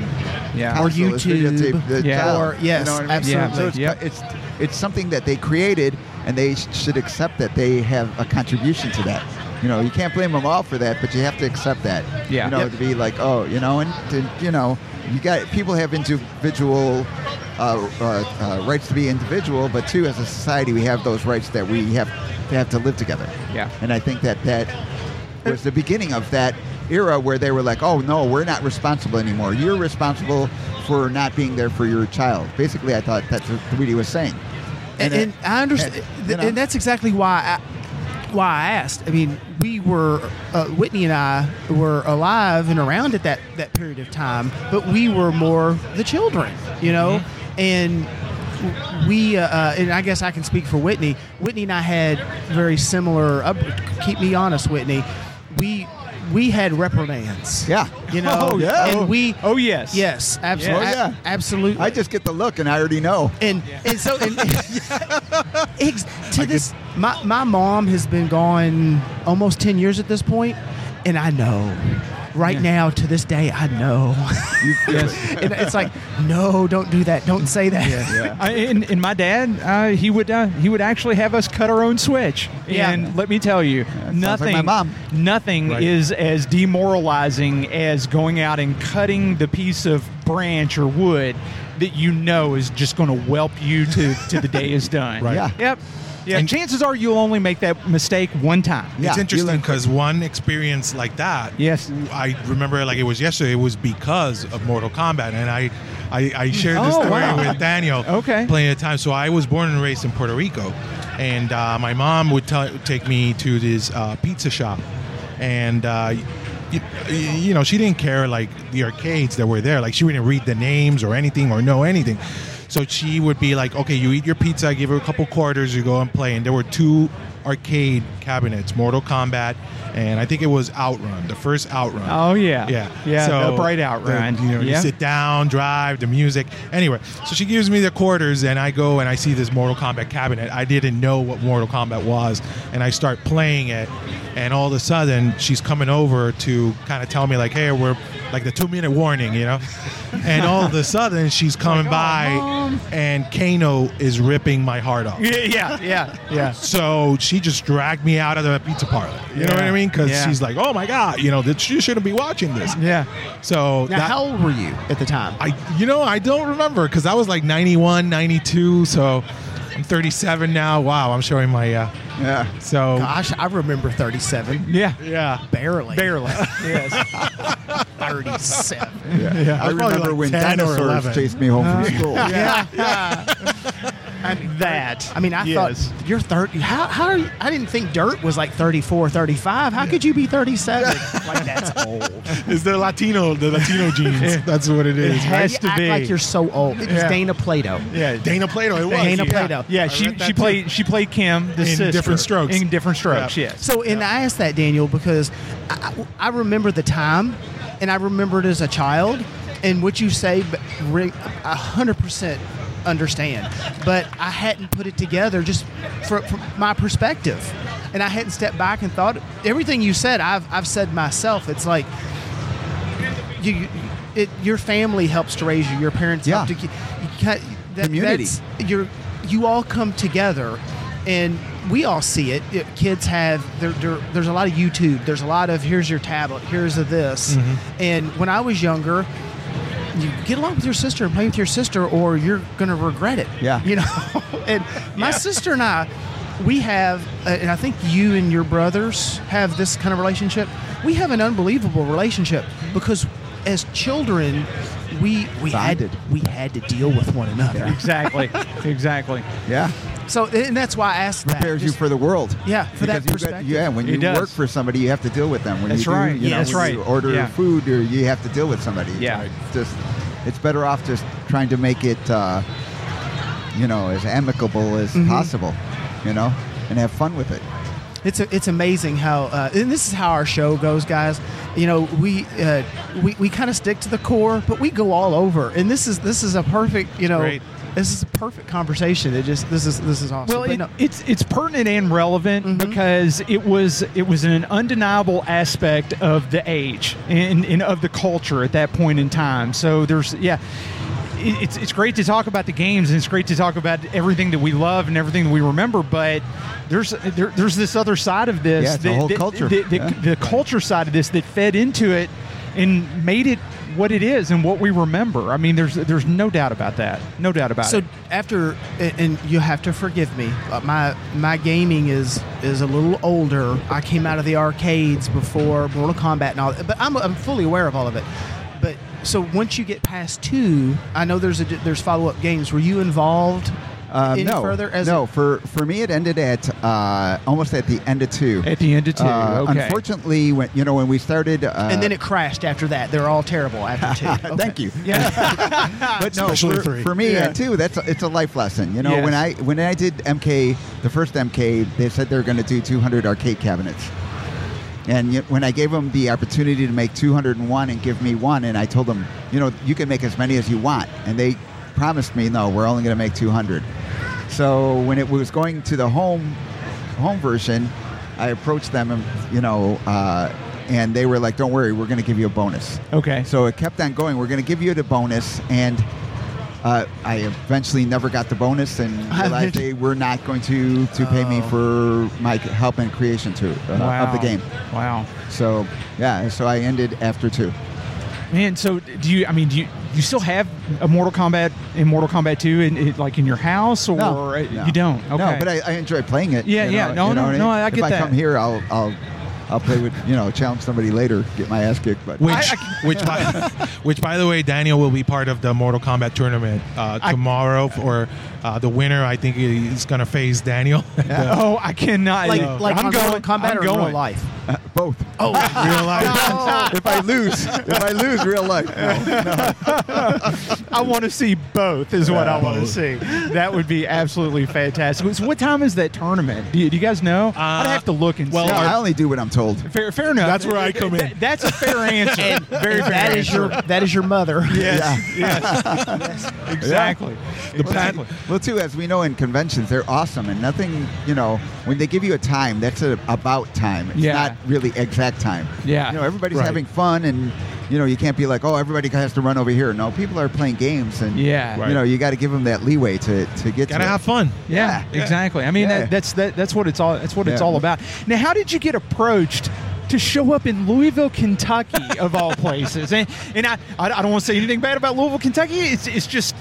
[SPEAKER 1] Yeah.
[SPEAKER 4] Or
[SPEAKER 6] console, this
[SPEAKER 4] YouTube.
[SPEAKER 6] videotape, the
[SPEAKER 1] Yeah.
[SPEAKER 6] child.
[SPEAKER 4] Or- yes,
[SPEAKER 6] what I mean?
[SPEAKER 1] absolutely.
[SPEAKER 6] So it's,
[SPEAKER 1] Yeah.
[SPEAKER 6] it's it's something that they created and they sh- should accept that they have a contribution to that. You know, you can't blame them all for that, but you have to accept that.
[SPEAKER 1] Yeah.
[SPEAKER 6] You know,
[SPEAKER 1] Yep.
[SPEAKER 6] to be like, oh, you know, and to, you know, you got people have individual uh, uh, uh, rights to be individual, but too, as a society, we have those rights that we have to have to live together.
[SPEAKER 1] Yeah.
[SPEAKER 6] And I think that that was the beginning of that era where they were like, oh no, we're not responsible anymore. You're responsible for not being there for your child. Basically, I thought that's what Tweety was saying.
[SPEAKER 4] and, and
[SPEAKER 6] it-
[SPEAKER 4] I understand,
[SPEAKER 6] and,
[SPEAKER 4] and,
[SPEAKER 6] you know.
[SPEAKER 4] that's exactly why I, why I asked. I mean, we were uh, Whitney and I were alive and around at that that period of time, but we were more the children, you know,
[SPEAKER 6] Mm-hmm.
[SPEAKER 4] and. We uh, uh, and I guess I can speak for Whitney. Whitney and I had very similar. Up- keep me honest, Whitney. We we had reprimands.
[SPEAKER 6] Yeah.
[SPEAKER 4] you know.
[SPEAKER 6] Oh, yeah.
[SPEAKER 4] And we
[SPEAKER 5] Oh yes.
[SPEAKER 4] yes, absolutely,
[SPEAKER 6] Oh, yeah.
[SPEAKER 4] absolutely.
[SPEAKER 6] I just get the look and I already know.
[SPEAKER 4] And and so and, ex- to this, my my mom has been gone almost ten years at this point, and I know. Right now, to this day, I know. and it's like, no, don't do that. Don't say that.
[SPEAKER 5] I, and, and my dad, uh, he would uh, he would actually have us cut our own switch.
[SPEAKER 4] Yeah.
[SPEAKER 5] And let me tell you,
[SPEAKER 6] sounds
[SPEAKER 5] nothing
[SPEAKER 6] like my mom.
[SPEAKER 5] nothing
[SPEAKER 9] Right.
[SPEAKER 5] is as demoralizing as going out and cutting the piece of branch or wood that you know is just going to whelp you to, to the day is done.
[SPEAKER 9] Right.
[SPEAKER 6] Yeah.
[SPEAKER 5] Yep. Yeah.
[SPEAKER 9] And-
[SPEAKER 5] chances are you'll only make that mistake one time.
[SPEAKER 6] Yeah.
[SPEAKER 9] it's
[SPEAKER 6] you
[SPEAKER 9] interesting
[SPEAKER 6] learn
[SPEAKER 9] because one experience like that.
[SPEAKER 5] Yes.
[SPEAKER 9] I remember like it was yesterday. It was because of Mortal Kombat, and I, I, I shared this
[SPEAKER 5] Oh,
[SPEAKER 9] story
[SPEAKER 5] wow.
[SPEAKER 9] with Daniel.
[SPEAKER 5] Okay.
[SPEAKER 9] plenty of times. So I was born and raised in Puerto Rico, and uh, my mom would t- take me to this uh, pizza shop, and. Uh, you, you know, she didn't care like the arcades that were there. Like she wouldn't read the names or anything or know anything. So she would be like, "Okay, you eat your pizza. I give her a couple quarters. You go and play." And there were two arcade cabinets, Mortal Kombat, and I think it was Outrun, the first Outrun.
[SPEAKER 5] Oh yeah.
[SPEAKER 9] Yeah.
[SPEAKER 5] Yeah.
[SPEAKER 9] So
[SPEAKER 5] the bright
[SPEAKER 9] the-
[SPEAKER 5] outrun.
[SPEAKER 9] you know, you
[SPEAKER 5] yeah.
[SPEAKER 9] sit down, drive, the music. Anyway, so she gives me the quarters, and I go and I see this Mortal Kombat cabinet. I didn't know what Mortal Kombat was, and I start playing it, and all of a sudden she's coming over to kind of tell me like, "Hey, we're like the two minute warning," you know. And all of a sudden she's coming by, and Kano is ripping my heart off.
[SPEAKER 5] yeah. Yeah. Yeah. Yeah.
[SPEAKER 9] So she just dragged me out of the pizza parlor. You know what I mean? Because
[SPEAKER 5] Yeah.
[SPEAKER 9] she's like, "Oh my god, you know that you shouldn't be watching this."
[SPEAKER 5] Yeah.
[SPEAKER 9] So
[SPEAKER 4] Now,
[SPEAKER 9] that,
[SPEAKER 4] how old were you at the time?
[SPEAKER 9] I you know I don't remember because I was like 91, 92. So I'm 37 now. Wow, I'm showing my uh,
[SPEAKER 6] Yeah.
[SPEAKER 9] so
[SPEAKER 4] Gosh, I remember thirty-seven.
[SPEAKER 5] Yeah.
[SPEAKER 9] yeah.
[SPEAKER 4] Barely.
[SPEAKER 5] Barely. yes.
[SPEAKER 4] Thirty-seven.
[SPEAKER 6] Yeah. I
[SPEAKER 9] was probably
[SPEAKER 6] remember
[SPEAKER 9] like
[SPEAKER 6] when
[SPEAKER 9] 10 or
[SPEAKER 6] dinosaurs
[SPEAKER 9] 11.
[SPEAKER 6] chased me home from school.
[SPEAKER 4] Uh, yeah. that. I mean, I
[SPEAKER 5] Yes.
[SPEAKER 4] thought you're 30. How, how are you? I didn't think dirt was like 34, 35. How could you be 37? like, that's old.
[SPEAKER 9] It's the Latino, the Latino genes. That's what it is.
[SPEAKER 5] has-
[SPEAKER 4] you
[SPEAKER 5] to
[SPEAKER 4] act
[SPEAKER 5] be.
[SPEAKER 4] like you're so old. It was
[SPEAKER 5] Yeah.
[SPEAKER 4] Dana Plato.
[SPEAKER 5] Yeah.
[SPEAKER 9] Dana Plato, it was
[SPEAKER 4] Dana
[SPEAKER 9] yeah.
[SPEAKER 4] Plato.
[SPEAKER 5] Yeah,
[SPEAKER 9] I
[SPEAKER 5] she,
[SPEAKER 9] read that
[SPEAKER 5] she
[SPEAKER 9] too.
[SPEAKER 5] played she played Kim the
[SPEAKER 9] In
[SPEAKER 5] sister.
[SPEAKER 9] Different Strokes.
[SPEAKER 5] In different strokes,
[SPEAKER 9] Yeah.
[SPEAKER 5] yes.
[SPEAKER 4] So, and I asked that, Daniel, because I, I I remember the time and I remember it as a child. And what you say, but re- 100% understand. But I hadn't put it together just fro- from my perspective. And I hadn't stepped back and thought everything you said, I've, I've said myself. It's like, you, you- it, your family helps to raise you. Your parents
[SPEAKER 6] Yeah.
[SPEAKER 4] help to. ke- You, ca- that,
[SPEAKER 6] Community.
[SPEAKER 4] That's, you're you all come together, and we all see it. It- kids have there. There's a lot of YouTube. There's a lot of here's your tablet. Here's a this.
[SPEAKER 9] Mhm.
[SPEAKER 6] Mm-hmm.
[SPEAKER 4] And when I was younger. You get along with your sister and play with your sister, or you're gonna regret it.
[SPEAKER 6] Yeah.
[SPEAKER 4] you know. and my sister and I, we have, uh, and I think you and your brothers have this kind of relationship. We have an unbelievable relationship because as children, we we
[SPEAKER 6] Bonded.
[SPEAKER 4] had we had to deal with one another.
[SPEAKER 5] Exactly. exactly.
[SPEAKER 6] Yeah.
[SPEAKER 4] So, and that's why I asked that.
[SPEAKER 6] Prepares you
[SPEAKER 4] Just-
[SPEAKER 6] for the world.
[SPEAKER 4] yeah, for that
[SPEAKER 6] Because you got-
[SPEAKER 4] perspective.
[SPEAKER 6] yeah, when
[SPEAKER 5] It
[SPEAKER 6] you
[SPEAKER 5] does.
[SPEAKER 6] work for somebody, you have to deal with them. When
[SPEAKER 5] That's
[SPEAKER 6] you do,
[SPEAKER 5] right.
[SPEAKER 6] you
[SPEAKER 5] Yeah,
[SPEAKER 6] know,
[SPEAKER 5] that's
[SPEAKER 6] when
[SPEAKER 5] right.
[SPEAKER 6] You order
[SPEAKER 5] Yeah.
[SPEAKER 6] food, or you have to deal with somebody.
[SPEAKER 5] Yeah.
[SPEAKER 6] It's uh, just it's better off just trying to make it, uh, you know, as amicable as
[SPEAKER 4] Mm-hmm.
[SPEAKER 6] possible, you know, and have fun with it.
[SPEAKER 4] It's a, it's amazing how uh, and this is how our show goes, guys. You know, we uh, we, we kind of stick to the core, but we go all over. And this is this is a perfect you know
[SPEAKER 9] Great.
[SPEAKER 4] this is a perfect conversation. It just this is this is awesome.
[SPEAKER 5] Well,
[SPEAKER 4] But
[SPEAKER 5] it,
[SPEAKER 4] no-
[SPEAKER 5] it's it's pertinent and relevant
[SPEAKER 6] Mm-hmm.
[SPEAKER 5] because it was it was an undeniable aspect of the age and, and of the culture at that point in time. So there's yeah. it- It's, it's great to talk about the games and it's great to talk about everything that we love and everything that we remember but there's there, there's this other side of this
[SPEAKER 6] Yeah, it's a
[SPEAKER 5] that-
[SPEAKER 6] whole
[SPEAKER 5] that-
[SPEAKER 6] culture.
[SPEAKER 5] that- that-
[SPEAKER 6] Yeah.
[SPEAKER 5] the culture side of this that fed into it and made it what it is and what we remember i mean there's there's no doubt about that no doubt about
[SPEAKER 4] so
[SPEAKER 5] it
[SPEAKER 4] after and- and you have to forgive me uh, my my gaming is is a little older i came out of the arcades before mortal kombat and all that but i'm, I'm fully aware of all of it but so once you get past two i know there's a there's follow-up games were you involved
[SPEAKER 5] Uh,
[SPEAKER 6] Um,
[SPEAKER 4] any
[SPEAKER 6] no,
[SPEAKER 4] further as
[SPEAKER 6] no. for for me, it ended at uh, almost at the end of two.
[SPEAKER 5] At the end of two,
[SPEAKER 6] Uh,
[SPEAKER 5] okay.
[SPEAKER 6] Unfortunately, when you know when we started, uh,
[SPEAKER 4] and then it crashed after that they're all terrible after two Okay.
[SPEAKER 6] Thank you. but no,
[SPEAKER 9] Especially
[SPEAKER 6] for,
[SPEAKER 9] three.
[SPEAKER 6] for me
[SPEAKER 4] Yeah.
[SPEAKER 6] uh, too. That's a, it's a life lesson. You know, when I
[SPEAKER 5] Yes.
[SPEAKER 6] when I did MK, the first MK, they said they were going to do 200 arcade cabinets. And yet when I gave them the opportunity to make 201 and give me one, and I told them, you know, you can make as many as you want, and they promised me, no, we're only going to make 200. So when it was going to the home home version, I approached them, and you know, uh, and they were like, don't worry, we're going to give you a bonus.
[SPEAKER 5] okay
[SPEAKER 6] So it kept on going. We're going to give you the bonus, and uh, I eventually never got the bonus, and realized they were not going to to pay me for my help and creation to uh, of the game.
[SPEAKER 5] Oh. Wow,
[SPEAKER 6] So yeah, so I ended after two.
[SPEAKER 5] man. So do you? I mean, do you? You still have a Mortal Kombat in Mortal Kombat Two, in, in- like in your house, or
[SPEAKER 6] No, no.
[SPEAKER 5] you don't? Okay.
[SPEAKER 6] No, but I, I enjoy playing it.
[SPEAKER 5] Yeah,
[SPEAKER 6] you
[SPEAKER 5] yeah.
[SPEAKER 6] know-
[SPEAKER 5] No,
[SPEAKER 6] you know
[SPEAKER 5] no,
[SPEAKER 6] what
[SPEAKER 5] no, I get
[SPEAKER 6] if
[SPEAKER 5] that.
[SPEAKER 6] I come here, I'll I'll I'll play with you know challenge somebody later, get my ass kicked. But
[SPEAKER 9] Which, which, by, which, by the way, Daniel will be part of the Mortal Kombat tournament uh, tomorrow. Or uh, the winner, I think, is going to face Daniel. The
[SPEAKER 5] oh, I cannot.
[SPEAKER 4] like
[SPEAKER 5] no.
[SPEAKER 4] like
[SPEAKER 5] I'm
[SPEAKER 4] on
[SPEAKER 5] going.
[SPEAKER 4] Mortal Kombat
[SPEAKER 5] I'm
[SPEAKER 4] or
[SPEAKER 5] going.
[SPEAKER 4] real life
[SPEAKER 6] both.
[SPEAKER 4] oh
[SPEAKER 9] real life.
[SPEAKER 7] Oh.
[SPEAKER 6] If I lose, if I lose, real life. No, no.
[SPEAKER 5] I want to see both. Is what I want
[SPEAKER 9] Oh.
[SPEAKER 5] to see. That would be absolutely fantastic. So what time is that tournament? Do you, do you guys know?
[SPEAKER 4] Uh,
[SPEAKER 5] I'd have to look and
[SPEAKER 9] well,
[SPEAKER 5] see.
[SPEAKER 6] No, I only do what I'm told.
[SPEAKER 5] Fair, fair enough.
[SPEAKER 9] That's where I come in.
[SPEAKER 5] That- that's a fair answer. Very fair
[SPEAKER 4] that is your
[SPEAKER 5] answer.
[SPEAKER 4] that is your mother
[SPEAKER 6] Yeah.
[SPEAKER 5] exactly. exactly.
[SPEAKER 6] Well, too, as we know in conventions, they're awesome, and nothing, you know, when they give you a time, that's a about time. It's
[SPEAKER 5] Yeah.
[SPEAKER 6] not really exact time.
[SPEAKER 5] Yeah.
[SPEAKER 6] You know, everybody's
[SPEAKER 9] Right.
[SPEAKER 6] having fun, and, you know, you can't be like, oh, everybody has to run over here. No, people are playing games, and,
[SPEAKER 5] Yeah.
[SPEAKER 6] you know, you got to give them that leeway to, to get
[SPEAKER 9] Gotta
[SPEAKER 6] to
[SPEAKER 9] have
[SPEAKER 6] it.
[SPEAKER 9] fun.
[SPEAKER 5] Yeah,
[SPEAKER 6] Yeah.
[SPEAKER 5] exactly. I mean,
[SPEAKER 6] Yeah.
[SPEAKER 5] that, that's that, that's what it's all that's what it's
[SPEAKER 6] Yeah.
[SPEAKER 5] all about. Now, how did you get approached to show up in Louisville, Kentucky, of all places? And and I I, I don't want to say anything bad about Louisville, Kentucky. It's it's just.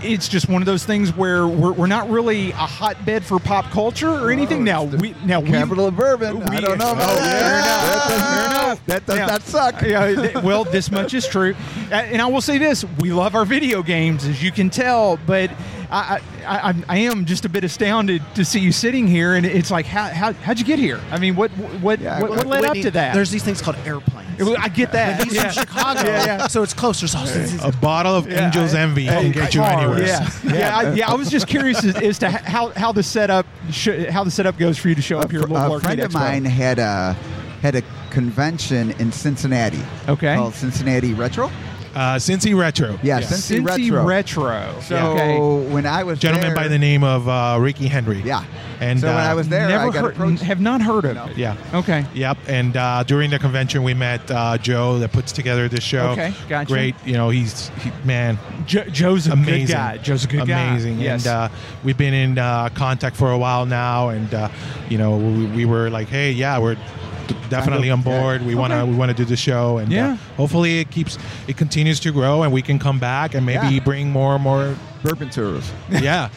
[SPEAKER 5] It's just one of those things where we're, we're not really a hotbed for pop culture or anything. Now
[SPEAKER 6] it's the
[SPEAKER 5] we now we
[SPEAKER 6] Capital of Bourbon. I
[SPEAKER 5] we-
[SPEAKER 6] don't know
[SPEAKER 5] Oh,
[SPEAKER 6] about that.
[SPEAKER 5] fair enough.
[SPEAKER 6] That does,
[SPEAKER 5] Fair enough.
[SPEAKER 6] That does
[SPEAKER 5] Yeah.
[SPEAKER 6] not suck.
[SPEAKER 5] yeah, th- well, this much is true, A- and I will say this: we love our video games, as you can tell. But I, I, I, I am just a bit astounded to see you sitting here, and it's like, how, how how'd you get here? I mean, what what
[SPEAKER 6] Yeah,
[SPEAKER 5] what, what led up
[SPEAKER 4] Whitney,
[SPEAKER 5] to that?
[SPEAKER 4] there's these things called airplanes
[SPEAKER 5] I get that.
[SPEAKER 4] He's
[SPEAKER 5] Yeah.
[SPEAKER 4] from Chicago,
[SPEAKER 5] Yeah, yeah.
[SPEAKER 4] so it's closer. So it's- it's-
[SPEAKER 9] A bottle of Angel's Envy can get you
[SPEAKER 5] Cars,
[SPEAKER 9] anywhere.
[SPEAKER 5] Yeah, yeah, I, yeah. I was just curious as, as to how, how the setup sh- how the setup goes for you to show up here.
[SPEAKER 6] A
[SPEAKER 5] at
[SPEAKER 6] fr-
[SPEAKER 5] Louisville
[SPEAKER 6] a
[SPEAKER 5] Arcade
[SPEAKER 6] friend of
[SPEAKER 5] Expo.
[SPEAKER 6] mine had a had a convention in Cincinnati
[SPEAKER 5] Okay.
[SPEAKER 6] called Cincinnati Retro.
[SPEAKER 9] Uh, Cincy Retro.
[SPEAKER 6] Yeah, Cincy Retro. So when I was there-
[SPEAKER 9] gentleman by the name of uh, Ricky Henry.
[SPEAKER 6] Yeah.
[SPEAKER 9] And
[SPEAKER 6] So when
[SPEAKER 9] uh,
[SPEAKER 6] I was there, I got
[SPEAKER 9] heard-
[SPEAKER 6] approached.
[SPEAKER 5] Have not heard of it.
[SPEAKER 9] Yeah.
[SPEAKER 5] Okay.
[SPEAKER 9] Yep. And uh, during the convention, we met uh, Joe that puts together this show.
[SPEAKER 5] Okay, gotcha.
[SPEAKER 9] Great. You know, he's he, man.
[SPEAKER 5] Joe's a good
[SPEAKER 9] amazing.
[SPEAKER 5] guy. Joe's a good
[SPEAKER 9] amazing.
[SPEAKER 5] guy.
[SPEAKER 9] Amazing.
[SPEAKER 5] Yes.
[SPEAKER 9] And uh, we've been in uh, contact for a while now, and uh, you know, we, we were like, hey, yeah, we're d- definitely on board. We wanna
[SPEAKER 5] Okay.
[SPEAKER 9] we wanna do the show, and
[SPEAKER 5] Yeah.
[SPEAKER 9] uh, hopefully it keeps it continues to grow, and we can come back and maybe
[SPEAKER 6] Yeah.
[SPEAKER 9] bring more and more
[SPEAKER 6] bourbon tours.
[SPEAKER 9] Yeah.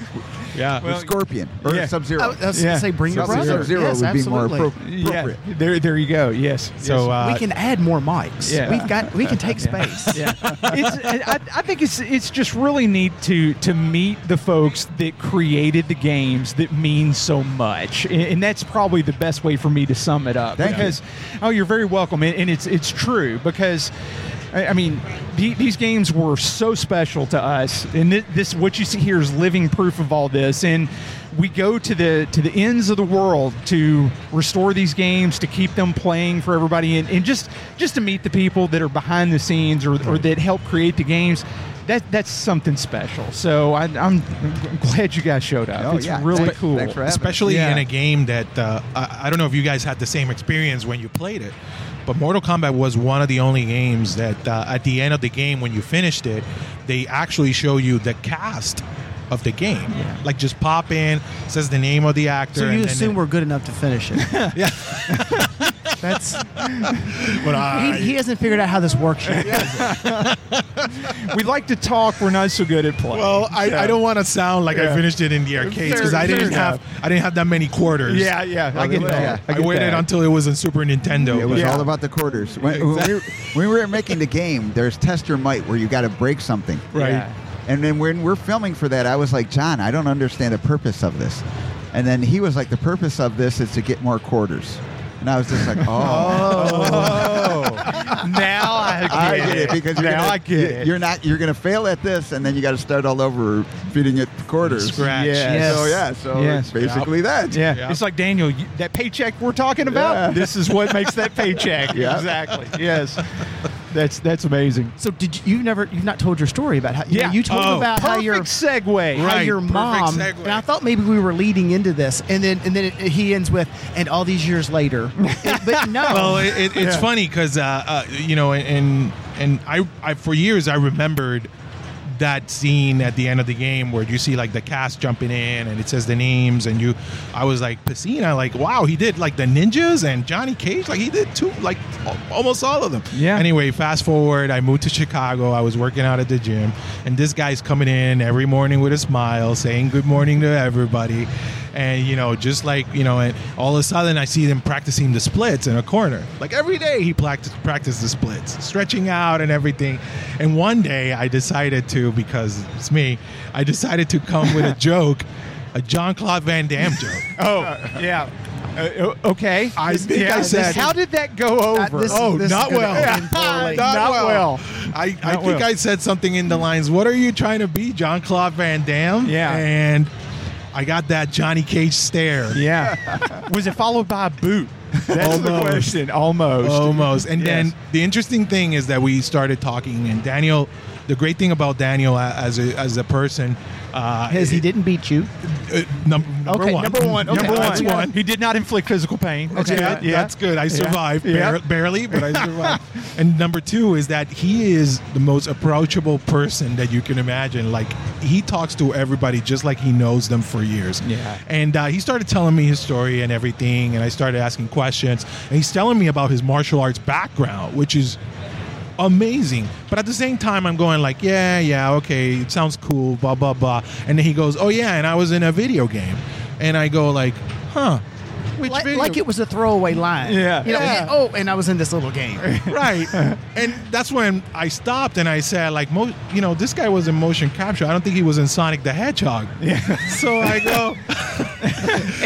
[SPEAKER 9] Yeah,
[SPEAKER 6] Well, Scorpion or yeah. Sub-Zero. I was gonna
[SPEAKER 4] say Oh, bring your brother.
[SPEAKER 6] Sub-Zero
[SPEAKER 4] Yes,
[SPEAKER 6] would be more
[SPEAKER 4] absolutely.
[SPEAKER 6] appro- appropriate.
[SPEAKER 5] Yeah. There, there you go. Yes.
[SPEAKER 9] So, uh,
[SPEAKER 4] we can add more mics.
[SPEAKER 5] Yeah.
[SPEAKER 4] We've got we can take space.
[SPEAKER 5] yeah. it's, I, I think it's it's just really neat to to meet the folks that created the games that mean so much, and, and that's probably the best way for me to sum it up.
[SPEAKER 6] Thank you.
[SPEAKER 5] because oh, you're very welcome, and, and it's it's true because. I I mean, the- these games were so special to us, and thi- this what you see here is living proof of all this. And we go to the to the ends of the world to restore these games, to keep them playing for everybody, and, and just just to meet the people that are behind the scenes or, or that help create the games. That that's something special. So I, I'm, I'm glad you guys showed up.
[SPEAKER 6] Oh,
[SPEAKER 5] it's
[SPEAKER 6] yeah.
[SPEAKER 5] really
[SPEAKER 6] Thanks-
[SPEAKER 5] cool.
[SPEAKER 6] thanks for having us.
[SPEAKER 9] especially
[SPEAKER 5] Yeah.
[SPEAKER 9] in a game that uh, I, I don't know if you guys had the same experience when you played it but mortal kombat was one of the only games that uh, at the end of the game when you finished it they actually show you the cast of the game like just pop in says the name of the
[SPEAKER 4] So
[SPEAKER 9] actor
[SPEAKER 4] you
[SPEAKER 9] and- and
[SPEAKER 4] assume
[SPEAKER 9] then-
[SPEAKER 4] we're good enough to finish it.
[SPEAKER 9] Yeah.
[SPEAKER 4] That's
[SPEAKER 9] but
[SPEAKER 4] he,
[SPEAKER 9] I-
[SPEAKER 4] he hasn't figured out how this works yet.
[SPEAKER 5] we like to talk. We're not so good at playing.
[SPEAKER 9] well, I, I don't want to sound like I finished it in the arcades because I
[SPEAKER 5] Fair-
[SPEAKER 9] didn't
[SPEAKER 5] fair
[SPEAKER 9] have I didn't have that many quarters.
[SPEAKER 5] Yeah, yeah, I
[SPEAKER 9] I,
[SPEAKER 5] get that. I
[SPEAKER 9] I,
[SPEAKER 5] get
[SPEAKER 9] waited
[SPEAKER 5] that.
[SPEAKER 9] until it was in Super Nintendo.
[SPEAKER 6] It was
[SPEAKER 9] but-
[SPEAKER 6] all about the quarters. When, when we, were- when we were making the game, there's test your might where you got to break something.
[SPEAKER 9] right.
[SPEAKER 5] Yeah.
[SPEAKER 6] And then when we're filming for that, I was like, John, I don't understand the purpose of this. And then he was like, the purpose of this is to get more quarters. And I was just like, oh,
[SPEAKER 5] now I get,
[SPEAKER 6] I get it because you're
[SPEAKER 5] now
[SPEAKER 6] gonna,
[SPEAKER 5] I get it.
[SPEAKER 6] You're not you're gonna fail at this, and then you got to start all over feeding it quarters.
[SPEAKER 9] Scratch.
[SPEAKER 5] Yes.
[SPEAKER 6] So yeah, so
[SPEAKER 5] Yes.
[SPEAKER 6] it's basically that.
[SPEAKER 5] Yeah.
[SPEAKER 9] Yeah.
[SPEAKER 5] It's like Daniel, you- that paycheck we're talking about,
[SPEAKER 6] Yeah.
[SPEAKER 5] this is what makes that paycheck.
[SPEAKER 6] Yeah.
[SPEAKER 5] Exactly. Yes. That's that's amazing.
[SPEAKER 4] So did you, you've never you've not told your story about how you know,
[SPEAKER 5] Yeah.
[SPEAKER 4] you told
[SPEAKER 9] Oh.
[SPEAKER 4] about how
[SPEAKER 5] Perfect
[SPEAKER 4] your
[SPEAKER 5] segue.
[SPEAKER 4] how
[SPEAKER 9] Right.
[SPEAKER 4] your
[SPEAKER 9] Perfect
[SPEAKER 4] mom
[SPEAKER 9] segue.
[SPEAKER 4] and I thought maybe we were leading into this and then and then it, he ends with and all these years later but no
[SPEAKER 9] well, it, it, it's funny because uh, uh, you know, and and I, I for years I remembered that scene at the end of the game where you see like the cast jumping in and it says the names and you I was like Pacina like wow he did like the ninjas and Johnny Cage like he did too like al- almost all of them
[SPEAKER 5] Yeah.
[SPEAKER 9] anyway fast forward I moved to Chicago I was working out at the gym and this guy's coming in every morning with a smile saying good morning to everybody and you know just like you know and all of a sudden I see them practicing the splits in a corner like every day he practiced practiced the splits stretching out and everything and one day I decided to because it's me I decided to come with a joke a John Claude Van Damme joke
[SPEAKER 5] Oh, yeah. Uh, o- okay.
[SPEAKER 9] I
[SPEAKER 5] This-
[SPEAKER 9] think I
[SPEAKER 5] this-
[SPEAKER 9] said-
[SPEAKER 5] how did that go over?
[SPEAKER 4] Uh, this-
[SPEAKER 9] oh
[SPEAKER 4] this is
[SPEAKER 9] not
[SPEAKER 4] gonna
[SPEAKER 9] well
[SPEAKER 4] end poorly.
[SPEAKER 9] not,
[SPEAKER 5] Not
[SPEAKER 9] well,
[SPEAKER 5] well.
[SPEAKER 9] I, I
[SPEAKER 5] Not
[SPEAKER 9] think
[SPEAKER 5] well.
[SPEAKER 9] I said something in the lines what are you trying to be John Claude Van Damme
[SPEAKER 5] Yeah.
[SPEAKER 9] and I got that Johnny Cage stare
[SPEAKER 5] yeah. Was it followed by a boot? That's the
[SPEAKER 9] Almost. Um,
[SPEAKER 5] question. Almost.
[SPEAKER 9] Almost. And
[SPEAKER 5] Yes.
[SPEAKER 9] then the interesting thing is that we started talking, and Daniel. The great thing about Daniel a- as a as a person, uh,
[SPEAKER 4] because he didn't beat you
[SPEAKER 9] uh, num- number
[SPEAKER 4] Okay,
[SPEAKER 9] one,
[SPEAKER 4] number one. Okay,
[SPEAKER 9] number
[SPEAKER 4] that's
[SPEAKER 9] one.
[SPEAKER 4] one.
[SPEAKER 5] He did not inflict physical pain.
[SPEAKER 9] Okay, that- that's good. I survived
[SPEAKER 5] Yeah.
[SPEAKER 9] bar- barely, but I survived. and number two is that he is the most approachable person that you can imagine. Like he talks to everybody just like he knows them for years.
[SPEAKER 5] Yeah.
[SPEAKER 9] And uh, he started telling me his story and everything, and I started asking questions. And he's telling me about his martial arts background, which is amazing. But at the same time, I'm going like, yeah, yeah, okay, it sounds cool, blah blah blah. And then he goes, oh yeah, and I was in a video game, and I go like, huh. Which
[SPEAKER 4] like,
[SPEAKER 9] video
[SPEAKER 4] like it was a throwaway line
[SPEAKER 5] Yeah.
[SPEAKER 4] you know
[SPEAKER 9] Yeah.
[SPEAKER 4] oh and I was in this little game
[SPEAKER 9] right and that's when i stopped and i said like mo- you know this guy was in motion capture i don't think he was in sonic the hedgehog yeah so i go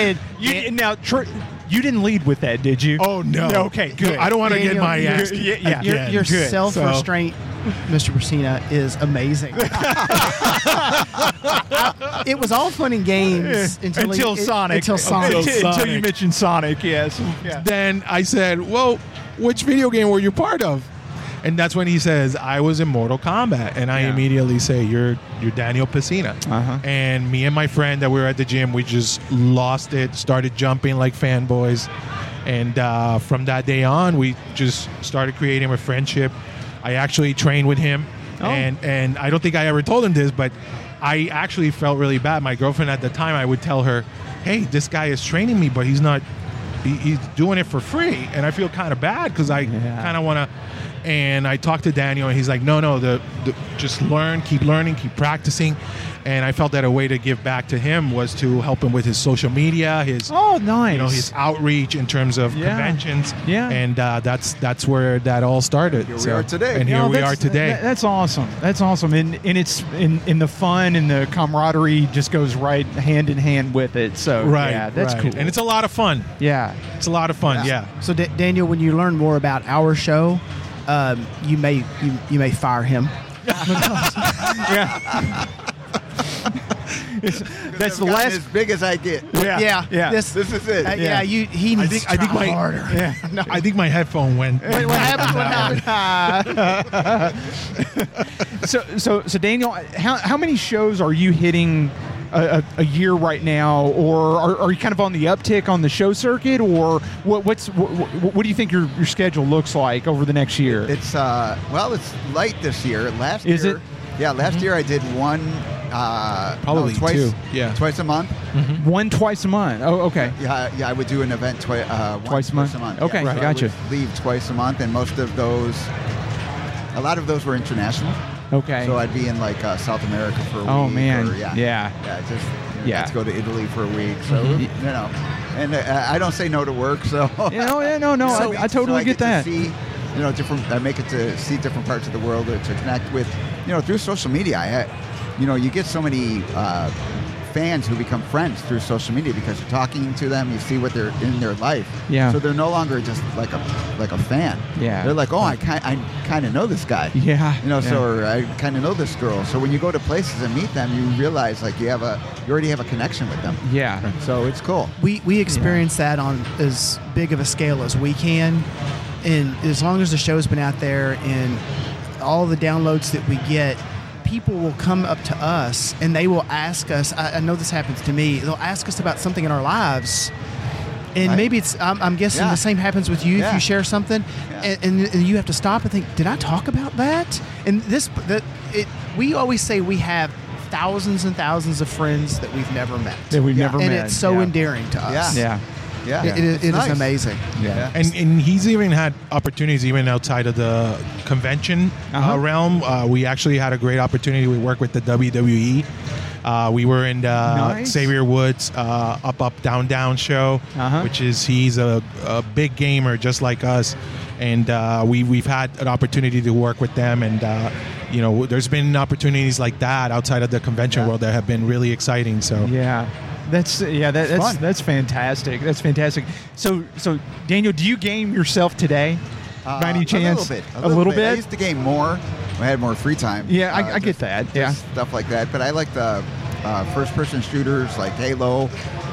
[SPEAKER 5] And you now tr- you didn't lead with that, did you?
[SPEAKER 9] oh no
[SPEAKER 5] okay, good.
[SPEAKER 9] i don't want to get
[SPEAKER 4] Daniel,
[SPEAKER 9] my
[SPEAKER 4] you're-
[SPEAKER 9] ass
[SPEAKER 5] yeah, yeah.
[SPEAKER 4] your,
[SPEAKER 9] again.
[SPEAKER 4] your
[SPEAKER 9] Good.
[SPEAKER 4] self
[SPEAKER 9] So-
[SPEAKER 4] restraint, Mr. Priscina, is amazing. it was all fun and games until,
[SPEAKER 5] until
[SPEAKER 4] it-
[SPEAKER 5] Sonic.
[SPEAKER 4] Until Sonic.
[SPEAKER 9] Until
[SPEAKER 5] Until, until you
[SPEAKER 9] Sonic.
[SPEAKER 5] mentioned Sonic, yes. Yeah.
[SPEAKER 9] then I said, "Well, which video game were you part of?" and that's when he says, "I was in Mortal Kombat," and I immediately say, "You're you're Daniel Pacina."
[SPEAKER 8] Uh-huh.
[SPEAKER 9] And me and my friend that we were at the gym, we just lost it, started jumping like fanboys, and uh, from that day on, we just started creating a friendship. I actually trained with him, and and I don't think I ever told him this, but I actually felt really bad. My girlfriend at the time, I would tell her, "Hey, this guy is training me, but he's not." he- He's doing it for free, and I feel kind of bad because I kind of want to. And I talked to Daniel, and he's like, "No, no, the, the just learn, keep learning, keep practicing." And I felt that a way to give back to him was to help him with his social media, his
[SPEAKER 5] oh, nice,
[SPEAKER 9] you know, his outreach in terms of
[SPEAKER 5] Yeah.
[SPEAKER 9] conventions,
[SPEAKER 5] Yeah.
[SPEAKER 9] and uh, that's that's where that all started.
[SPEAKER 5] Here
[SPEAKER 9] So- and here we are today.
[SPEAKER 5] that's awesome. That's awesome, and and it's in in the fun and the camaraderie just goes right hand in hand with it. So
[SPEAKER 9] Right,
[SPEAKER 5] yeah, that's
[SPEAKER 9] right.
[SPEAKER 5] cool.
[SPEAKER 9] And it's a lot of fun.
[SPEAKER 5] Yeah,
[SPEAKER 9] it's a lot of fun. Yeah.
[SPEAKER 4] So D- Daniel, when you learn more about our show, um, you may you, you may fire him.
[SPEAKER 5] yeah.
[SPEAKER 6] That's the last as big as I get.
[SPEAKER 4] Yeah, Yeah, yeah. this-
[SPEAKER 6] this is it.
[SPEAKER 4] uh, yeah, you- he needs to try
[SPEAKER 9] my,
[SPEAKER 4] harder.
[SPEAKER 9] Yeah, I think my headphone went.
[SPEAKER 4] Wait, what happened? What
[SPEAKER 5] so so so Daniel, how how many shows are you hitting a, a, a year right now, or are, are you kind of on the uptick on the show circuit, or what what's what, what do you think your, your schedule looks like over the next year?
[SPEAKER 6] It's uh, well, it's light this year. Last
[SPEAKER 5] Is
[SPEAKER 6] year,
[SPEAKER 5] it? Mm-hmm.
[SPEAKER 6] Yeah, last year I did one, uh, no,
[SPEAKER 5] Probably
[SPEAKER 6] twice,
[SPEAKER 5] two, Mm-hmm. yeah.
[SPEAKER 6] twice a month.
[SPEAKER 5] One twice a month. Oh, okay.
[SPEAKER 6] Yeah, yeah, I would do an event twi- uh, once,
[SPEAKER 5] Twice a month. Okay,
[SPEAKER 6] yeah. So I
[SPEAKER 5] gotcha.
[SPEAKER 6] would leave twice a month, and most of those, a lot of those were international.
[SPEAKER 5] Okay.
[SPEAKER 6] So I'd be in like uh, South America for a week.
[SPEAKER 5] Oh, man.
[SPEAKER 6] Or, yeah.
[SPEAKER 5] Yeah.
[SPEAKER 6] Yeah. Just you know,
[SPEAKER 5] Yeah.
[SPEAKER 6] Let's go to Italy for a week. So
[SPEAKER 5] Mhm.
[SPEAKER 6] you know, and uh, I don't say no to work. So
[SPEAKER 5] Yeah, no, yeah, no, no, I- I totally get
[SPEAKER 6] to
[SPEAKER 5] that.
[SPEAKER 6] see, you know, different. I make it to see different parts of the world or to connect with, you know, through social media. I, ha- you know, you get so many uh, fans who become friends through social media because you're talking to them, you see what they're in their life.
[SPEAKER 5] Yeah.
[SPEAKER 6] So they're no longer just like a like a fan.
[SPEAKER 5] Yeah.
[SPEAKER 6] They're like, oh, I kind I kind of know this guy.
[SPEAKER 5] Yeah,
[SPEAKER 6] You know,
[SPEAKER 5] yeah.
[SPEAKER 6] so or I kind of know this girl. So when you go to places and meet them, you realize like you have a you already have a connection with them.
[SPEAKER 5] Yeah.
[SPEAKER 6] So it's cool.
[SPEAKER 4] We we experience that on as big of a scale as we can, and as long as the show's been out there and all the downloads that we get, people will come up to us and they will ask us. I, I know this happens to me. They'll ask us about something in our lives. And
[SPEAKER 6] Right.
[SPEAKER 4] maybe it's, I'm, I'm guessing
[SPEAKER 6] Yeah.
[SPEAKER 4] the same happens with you if
[SPEAKER 6] Yeah.
[SPEAKER 4] you share something, and, and, and you have to stop and think, did I talk about that? And this, that it, we always say we have thousands and thousands of friends that we've never met.
[SPEAKER 5] That we've never
[SPEAKER 4] and
[SPEAKER 5] met,
[SPEAKER 4] it's so
[SPEAKER 5] yeah.
[SPEAKER 4] endearing to us.
[SPEAKER 5] Yeah.
[SPEAKER 6] Yeah.
[SPEAKER 4] It- it is-
[SPEAKER 6] It's
[SPEAKER 4] it is
[SPEAKER 6] nice.
[SPEAKER 4] amazing.
[SPEAKER 6] Yeah.
[SPEAKER 9] And, and he's even had opportunities even outside of the convention uh realm. Uh, we actually had a great opportunity. We worked with the WWE. Uh, we were in the
[SPEAKER 5] Nice.
[SPEAKER 9] Xavier Woods uh, Up Up Down Down show,
[SPEAKER 5] Uh-huh.
[SPEAKER 9] which is he's a, a big gamer just like us, and uh, we we've had an opportunity to work with them, and uh, you know there's been opportunities like that outside of the convention world that have been really exciting. So
[SPEAKER 5] Yeah. That's yeah. That, that's
[SPEAKER 9] fun.
[SPEAKER 5] that's fantastic. That's fantastic. So so Daniel, do you game yourself today?
[SPEAKER 6] Uh,
[SPEAKER 5] by any chance?
[SPEAKER 6] A little bit.
[SPEAKER 5] A little bit?
[SPEAKER 6] I used to game more. when I had more free time.
[SPEAKER 5] Yeah, I-
[SPEAKER 6] Uh,
[SPEAKER 5] I get that, yeah.
[SPEAKER 6] just stuff like that. But I like the uh, first-person shooters like Halo,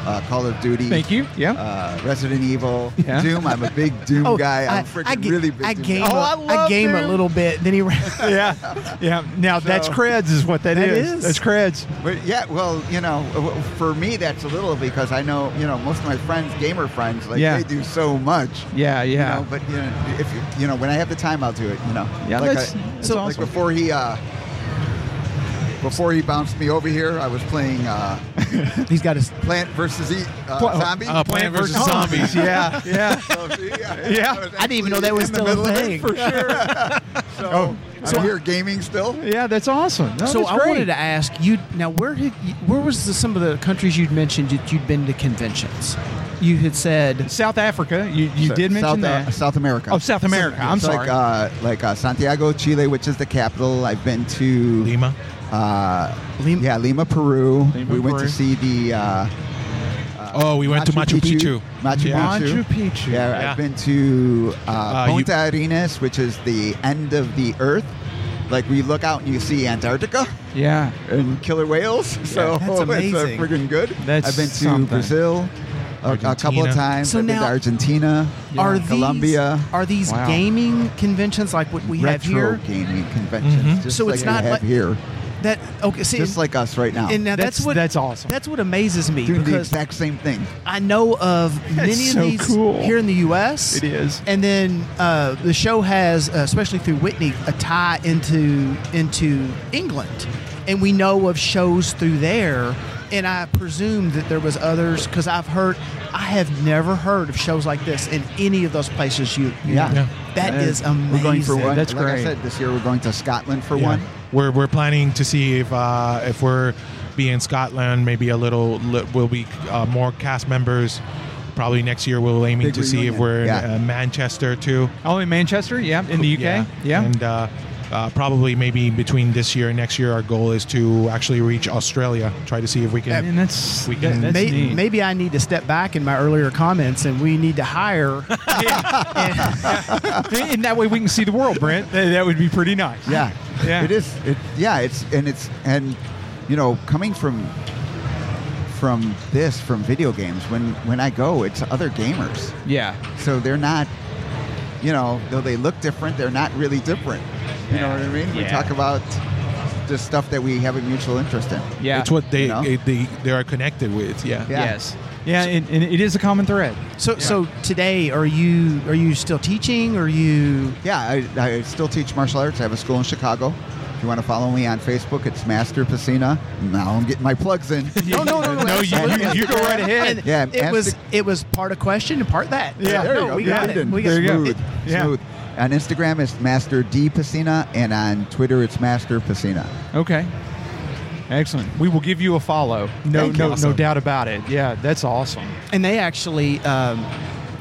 [SPEAKER 6] uh, Call of Duty.
[SPEAKER 5] Thank you. Yeah.
[SPEAKER 6] Uh, Resident Evil,
[SPEAKER 5] Yeah.
[SPEAKER 6] Doom. I'm a big Doom
[SPEAKER 4] Oh,
[SPEAKER 6] guy. I'm
[SPEAKER 4] I-
[SPEAKER 6] freaking
[SPEAKER 4] I ga-
[SPEAKER 6] really Oh, big.
[SPEAKER 4] I
[SPEAKER 6] Doom
[SPEAKER 4] game,
[SPEAKER 6] guy.
[SPEAKER 4] a- I game a
[SPEAKER 5] Doom.
[SPEAKER 4] little bit, then he ran.
[SPEAKER 5] yeah. Yeah. Now that's creds is what
[SPEAKER 4] That
[SPEAKER 5] is.
[SPEAKER 4] is.
[SPEAKER 5] That's creds.
[SPEAKER 6] But yeah, well, you know, w- for me that's a little because I know, you know, most of my friends, gamer friends, like
[SPEAKER 5] Yeah.
[SPEAKER 6] they do so much.
[SPEAKER 5] Yeah, yeah.
[SPEAKER 6] You know, but you know, if you, you know, when I have the time, I'll do it. You know,
[SPEAKER 5] Yeah,
[SPEAKER 6] like
[SPEAKER 5] that's-
[SPEAKER 6] I-
[SPEAKER 5] that's
[SPEAKER 6] so
[SPEAKER 5] awesome.
[SPEAKER 6] like before he uh, before he bounced me over here, I was playing uh,
[SPEAKER 4] He's got his.
[SPEAKER 6] Plant versus Eat uh,
[SPEAKER 4] Pl-
[SPEAKER 6] Zombie.
[SPEAKER 9] uh, Plant versus Oh. Zombies,
[SPEAKER 5] yeah, yeah.
[SPEAKER 6] So, yeah,
[SPEAKER 5] Yeah.
[SPEAKER 6] was
[SPEAKER 4] I didn't even know
[SPEAKER 6] actually
[SPEAKER 4] that was
[SPEAKER 6] in the
[SPEAKER 4] still a
[SPEAKER 6] middle of it
[SPEAKER 4] thing.
[SPEAKER 6] for sure. so
[SPEAKER 5] Oh.
[SPEAKER 6] I'm
[SPEAKER 4] So-
[SPEAKER 6] here gaming still.
[SPEAKER 5] Yeah, that's awesome. No,
[SPEAKER 4] so
[SPEAKER 5] that's
[SPEAKER 4] I
[SPEAKER 5] great.
[SPEAKER 4] wanted to ask you now where had you, where was the, some of the countries you'd mentioned that you'd been to conventions? You had said
[SPEAKER 5] South Africa. You you
[SPEAKER 6] So-
[SPEAKER 5] did mention
[SPEAKER 6] South,
[SPEAKER 5] that.
[SPEAKER 6] uh, South America.
[SPEAKER 5] Oh, South America. I'm
[SPEAKER 6] It's
[SPEAKER 5] sorry.
[SPEAKER 6] Like, uh, like uh, Santiago, Chile, which is the capital. I've been to
[SPEAKER 9] Lima.
[SPEAKER 6] Uh, Yeah, Lima, Peru. we went
[SPEAKER 9] Peru.
[SPEAKER 6] to see the. Uh,
[SPEAKER 9] oh, we went to Machu Picchu.
[SPEAKER 6] Machu
[SPEAKER 9] Yeah.
[SPEAKER 5] Machu
[SPEAKER 6] Picchu.
[SPEAKER 5] Picchu.
[SPEAKER 6] Yeah,
[SPEAKER 9] Yeah.
[SPEAKER 6] I've been to uh,
[SPEAKER 9] you-
[SPEAKER 6] Punta Arenas, which is the end of the Earth. Like we look out and you see Antarctica
[SPEAKER 5] yeah.
[SPEAKER 6] and killer whales. So
[SPEAKER 4] that's
[SPEAKER 6] it's uh,
[SPEAKER 4] amazing.
[SPEAKER 6] friggin' good.
[SPEAKER 5] That's
[SPEAKER 6] I've been to
[SPEAKER 5] something.
[SPEAKER 6] Brazil. a, a couple of
[SPEAKER 9] Argentina.
[SPEAKER 6] times.
[SPEAKER 9] So
[SPEAKER 6] I've been to
[SPEAKER 9] now-
[SPEAKER 6] Argentina,
[SPEAKER 9] Are
[SPEAKER 6] yeah, Colombia.
[SPEAKER 4] These, are these
[SPEAKER 6] Wow.
[SPEAKER 4] gaming conventions like what we have
[SPEAKER 6] retro
[SPEAKER 4] here?
[SPEAKER 6] gaming conventions,
[SPEAKER 9] Mm-hmm.
[SPEAKER 4] Mhm.
[SPEAKER 6] just
[SPEAKER 4] So
[SPEAKER 6] like
[SPEAKER 4] it's not
[SPEAKER 6] we have
[SPEAKER 4] like-
[SPEAKER 6] here,
[SPEAKER 4] That okay? See,
[SPEAKER 6] just like us right now.
[SPEAKER 4] and now that's, what that's awesome. That's what amazes me
[SPEAKER 6] doing the
[SPEAKER 4] because
[SPEAKER 6] exact same thing.
[SPEAKER 4] I know of many
[SPEAKER 6] so
[SPEAKER 4] of these
[SPEAKER 6] cool.
[SPEAKER 4] here in the U.S.
[SPEAKER 6] It is.
[SPEAKER 4] and then uh, the show has, uh, especially through Whitney, a tie into into England, and we know of shows through there. And I presume that there was others because I've heard, I have never heard of shows like this in any of those places. You, you
[SPEAKER 6] Yeah.
[SPEAKER 4] know. that
[SPEAKER 6] And
[SPEAKER 4] is amazing.
[SPEAKER 6] We're going for one. like I said, this year we're going to Scotland for
[SPEAKER 9] Yeah.
[SPEAKER 6] one.
[SPEAKER 9] We're we're planning to see if uh, if we're be in Scotland, maybe a little. li- We'll be uh, more cast members. Probably next year we'll aiming
[SPEAKER 5] Big
[SPEAKER 9] to see if
[SPEAKER 5] reunion.
[SPEAKER 9] we're
[SPEAKER 5] Yeah.
[SPEAKER 9] in uh, Manchester too.
[SPEAKER 5] Oh, in Manchester, yeah, in the UK, yeah.
[SPEAKER 9] and. Uh, uh, probably maybe between this year and next year, our goal is to actually reach Australia. Try to see if we can.
[SPEAKER 4] I mean,
[SPEAKER 9] that's we
[SPEAKER 4] Yeah,
[SPEAKER 9] can.
[SPEAKER 4] may- maybe I need to step back in my earlier comments, and we need to hire.
[SPEAKER 5] and that way we can see the world, Brent. That that would be pretty nice.
[SPEAKER 6] Yeah,
[SPEAKER 5] Yeah.
[SPEAKER 6] It is. It, yeah, it's and it's and you know coming from from this from video games when when I go, it's other gamers.
[SPEAKER 5] Yeah.
[SPEAKER 6] So they're not, you know, though they look different, they're not really different. You know what I mean? We
[SPEAKER 9] Yeah.
[SPEAKER 6] talk about just stuff that we have a mutual interest in.
[SPEAKER 9] it's what they
[SPEAKER 6] You know?
[SPEAKER 9] it- they they are connected with. Yeah.
[SPEAKER 6] Yes.
[SPEAKER 5] Yeah, and, and it is a common thread.
[SPEAKER 4] So, so today, are you are you still teaching? Are you?
[SPEAKER 6] Yeah, I, I still teach martial arts. I have a school in Chicago. If you want to follow me on Facebook, it's Master Piscina. Now I'm getting my plugs in.
[SPEAKER 4] No, no, no, no.
[SPEAKER 6] No, you-
[SPEAKER 4] absolutely.
[SPEAKER 6] you- you go right ahead.
[SPEAKER 4] And
[SPEAKER 6] Yeah,
[SPEAKER 4] it was
[SPEAKER 6] Aztec-
[SPEAKER 4] it was part a question and part that.
[SPEAKER 6] Yeah, there
[SPEAKER 4] no,
[SPEAKER 6] you go.
[SPEAKER 4] we got
[SPEAKER 6] Yeah,
[SPEAKER 4] it. We got
[SPEAKER 6] there you go.
[SPEAKER 4] it.
[SPEAKER 6] Smooth. Smooth. On Instagram, it's Master D Piscina, and on Twitter, it's Master Piscina.
[SPEAKER 5] Okay. Excellent. We will give you a follow. No,
[SPEAKER 4] Thank you.
[SPEAKER 5] no, no
[SPEAKER 4] Awesome.
[SPEAKER 5] doubt about it. Yeah, that's awesome.
[SPEAKER 4] And they actually. Um,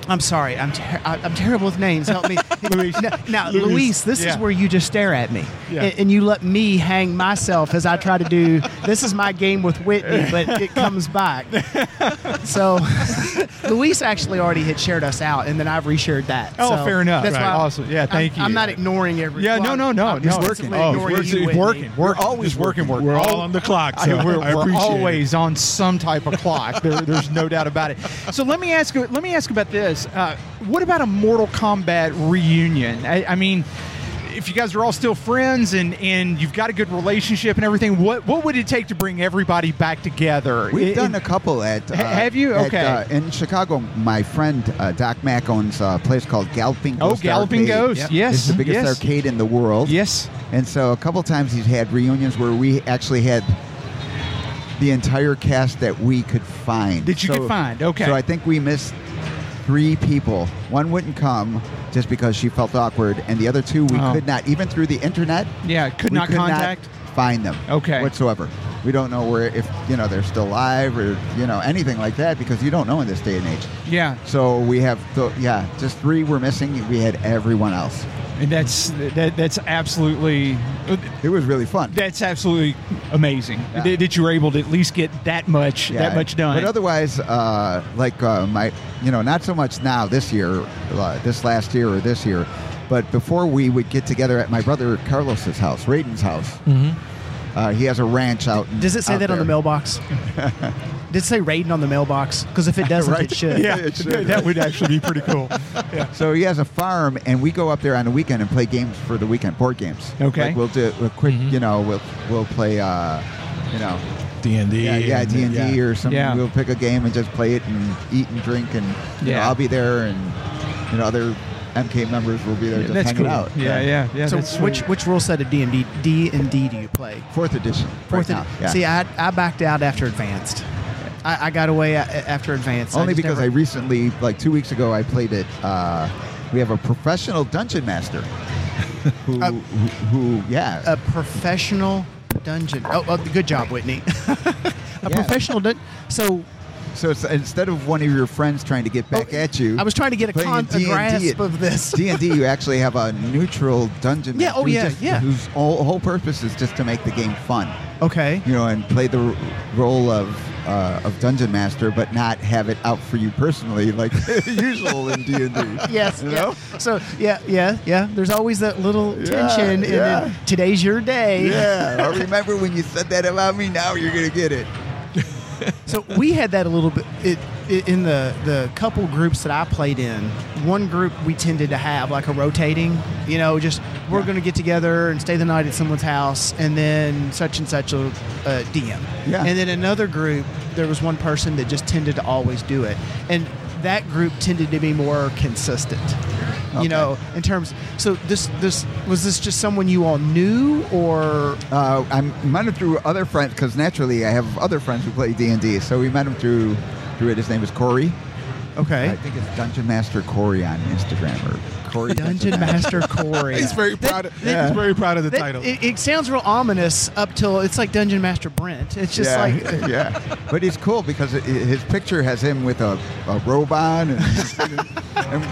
[SPEAKER 4] I'm sorry. I'm ter- I- I'm terrible with names. Help me, Luis. Now, now,
[SPEAKER 5] Luis.
[SPEAKER 4] Luis, this
[SPEAKER 5] Yeah.
[SPEAKER 4] is where you just stare at me,
[SPEAKER 5] Yeah.
[SPEAKER 4] and, and you let me hang myself as I try to do. This is my game with Whitney, but it comes back. So, Luis actually already had shared us out, and then I've reshared that.
[SPEAKER 5] Oh,
[SPEAKER 4] So
[SPEAKER 5] fair enough.
[SPEAKER 4] That's
[SPEAKER 5] Right.
[SPEAKER 4] why
[SPEAKER 5] Awesome. Yeah, thank
[SPEAKER 4] I'm,
[SPEAKER 5] you.
[SPEAKER 4] I'm not ignoring every.
[SPEAKER 5] Yeah,
[SPEAKER 4] well,
[SPEAKER 5] no, no, no,
[SPEAKER 4] I'm
[SPEAKER 5] no.
[SPEAKER 4] explicitly
[SPEAKER 9] Oh,
[SPEAKER 4] ignoring you,
[SPEAKER 5] we're, it's
[SPEAKER 4] Whitney.
[SPEAKER 5] working. We're always working. Working.
[SPEAKER 9] We're all on the clock, so
[SPEAKER 5] we're
[SPEAKER 9] I
[SPEAKER 5] we're
[SPEAKER 9] appreciate it.
[SPEAKER 5] always on some type of clock. There, there's no doubt about it. So let me ask. Let me ask about this. Uh, what about a Mortal Kombat reunion? I, I mean. If you guys are all still friends and, and you've got a good relationship and everything, what what would it take to bring everybody back together?
[SPEAKER 6] We've
[SPEAKER 5] It-
[SPEAKER 6] done
[SPEAKER 5] it-
[SPEAKER 6] a couple at.
[SPEAKER 5] Ha- have you?
[SPEAKER 6] at,
[SPEAKER 5] Okay.
[SPEAKER 6] uh, in Chicago, my friend uh, Doc Mack owns a place called Galloping
[SPEAKER 5] Oh,
[SPEAKER 6] Ghost.
[SPEAKER 5] Galloping
[SPEAKER 6] Arcade.
[SPEAKER 5] Ghost. Yep. Yes,
[SPEAKER 6] It's the biggest
[SPEAKER 5] yes.
[SPEAKER 6] arcade in the world.
[SPEAKER 5] Yes.
[SPEAKER 6] And so a couple times he's had reunions where we actually had the entire cast that we could find.
[SPEAKER 5] That you could find, okay.
[SPEAKER 6] So I think we missed three people. One wouldn't come just because she felt awkward, and the other two we
[SPEAKER 5] Oh.
[SPEAKER 6] could not, even through the internet.
[SPEAKER 5] Yeah, could
[SPEAKER 6] we
[SPEAKER 5] not contact?
[SPEAKER 6] find them.
[SPEAKER 5] Okay.
[SPEAKER 6] Whatsoever. We don't know where if you know they're still alive or you know anything like that because you don't know in this day and age.
[SPEAKER 5] yeah,
[SPEAKER 6] So we have th- yeah, just three were missing. We had everyone else.
[SPEAKER 5] and that's that, that's absolutely
[SPEAKER 6] It was really fun.
[SPEAKER 5] That's absolutely amazing
[SPEAKER 6] Yeah.
[SPEAKER 5] that, that you were able to at least get that much that much done.
[SPEAKER 6] But otherwise, uh, like uh, my, you know, not so much now this year, uh, this last year or this year, but before we would get together at my brother Carlos's house, Raiden's house.
[SPEAKER 4] Mhm.
[SPEAKER 6] Uh, he has a ranch out. in-
[SPEAKER 4] Does it say
[SPEAKER 6] out
[SPEAKER 4] that on the
[SPEAKER 6] there.
[SPEAKER 4] mailbox? Did it say raiding on the mailbox? Because if it doesn't,
[SPEAKER 6] Right.
[SPEAKER 4] it should.
[SPEAKER 6] Yeah, it should. That would
[SPEAKER 5] actually be pretty cool.
[SPEAKER 6] So he has a farm, and we go up there on the weekend and play games for the weekend, board games.
[SPEAKER 5] Okay.
[SPEAKER 6] Like we'll do a quick,
[SPEAKER 4] Mm-hmm.
[SPEAKER 6] you know, we'll we'll play, uh, you know,
[SPEAKER 9] D and D.
[SPEAKER 6] yeah, yeah, D and D or something.
[SPEAKER 9] Yeah.
[SPEAKER 6] We'll pick a game and just play it and eat and drink, and you know,
[SPEAKER 5] Yeah.
[SPEAKER 6] I'll be there, and you know, other MK members will be there just hanging out.
[SPEAKER 4] So which which rule set of D and D D and D do you play?
[SPEAKER 6] Fourth edition.
[SPEAKER 4] Fourth
[SPEAKER 6] right
[SPEAKER 4] ed-
[SPEAKER 6] now, yeah.
[SPEAKER 4] See, I, I backed out after advanced. I, I got away a- after advanced. I
[SPEAKER 6] Only
[SPEAKER 4] just
[SPEAKER 6] because
[SPEAKER 4] never-
[SPEAKER 6] I recently, like two weeks ago, I played it. Uh, we have a professional dungeon master. Who,
[SPEAKER 4] Uh,
[SPEAKER 6] who, who- yeah.
[SPEAKER 4] a professional dungeon. Oh, oh good job, Whitney. a professional dungeon. So
[SPEAKER 6] So it's, instead of one of your friends trying to get back at you,
[SPEAKER 4] Oh, I was trying to get a
[SPEAKER 6] playing
[SPEAKER 4] con- a
[SPEAKER 6] D&D
[SPEAKER 4] grasp of this.
[SPEAKER 6] D and D, you actually have a neutral dungeon.
[SPEAKER 4] Yeah,
[SPEAKER 6] master
[SPEAKER 4] oh
[SPEAKER 6] who
[SPEAKER 4] yeah,
[SPEAKER 6] just-
[SPEAKER 4] yeah.
[SPEAKER 6] Whose whole, whole purpose is just to make the game fun.
[SPEAKER 4] Okay.
[SPEAKER 6] You know, and play the r- role of uh, of dungeon master, but not have it out for you personally, like usual in D and D.
[SPEAKER 4] yes.
[SPEAKER 6] You
[SPEAKER 4] yeah.
[SPEAKER 6] know?
[SPEAKER 4] So yeah, yeah, yeah. There's always that little
[SPEAKER 6] Yeah,
[SPEAKER 4] tension. and
[SPEAKER 6] yeah.
[SPEAKER 4] then today's your day.
[SPEAKER 6] Yeah, I remember when you said that about me. Now you're gonna get it.
[SPEAKER 4] So we had that a little bit. It, i- in the the couple groups that I played in, one group we tended to have like a rotating, you know, just we're going to get together and stay the night at someone's house, and then such and such a uh, DM.
[SPEAKER 6] Yeah.
[SPEAKER 4] And then another group, there was one person that just tended to always do it, and that group tended to be more consistent. You know, in terms. So this this was this just someone you all knew, or
[SPEAKER 6] Uh, I met him through other friends because naturally I have other friends who play D and D. So we met him through through it. His name is Corey.
[SPEAKER 4] Okay.
[SPEAKER 6] I think it's Dungeon Master Corey on Instagram or Corey
[SPEAKER 4] Dungeon Master Corey?
[SPEAKER 9] He's very proud. Of, He's very proud of the
[SPEAKER 4] That-
[SPEAKER 9] title.
[SPEAKER 4] It, it sounds real ominous up till it's like Dungeon Master Brent. It's just
[SPEAKER 6] yeah,
[SPEAKER 4] like uh,
[SPEAKER 6] yeah. But he's cool because it, his picture has him with a, a robe on, and and,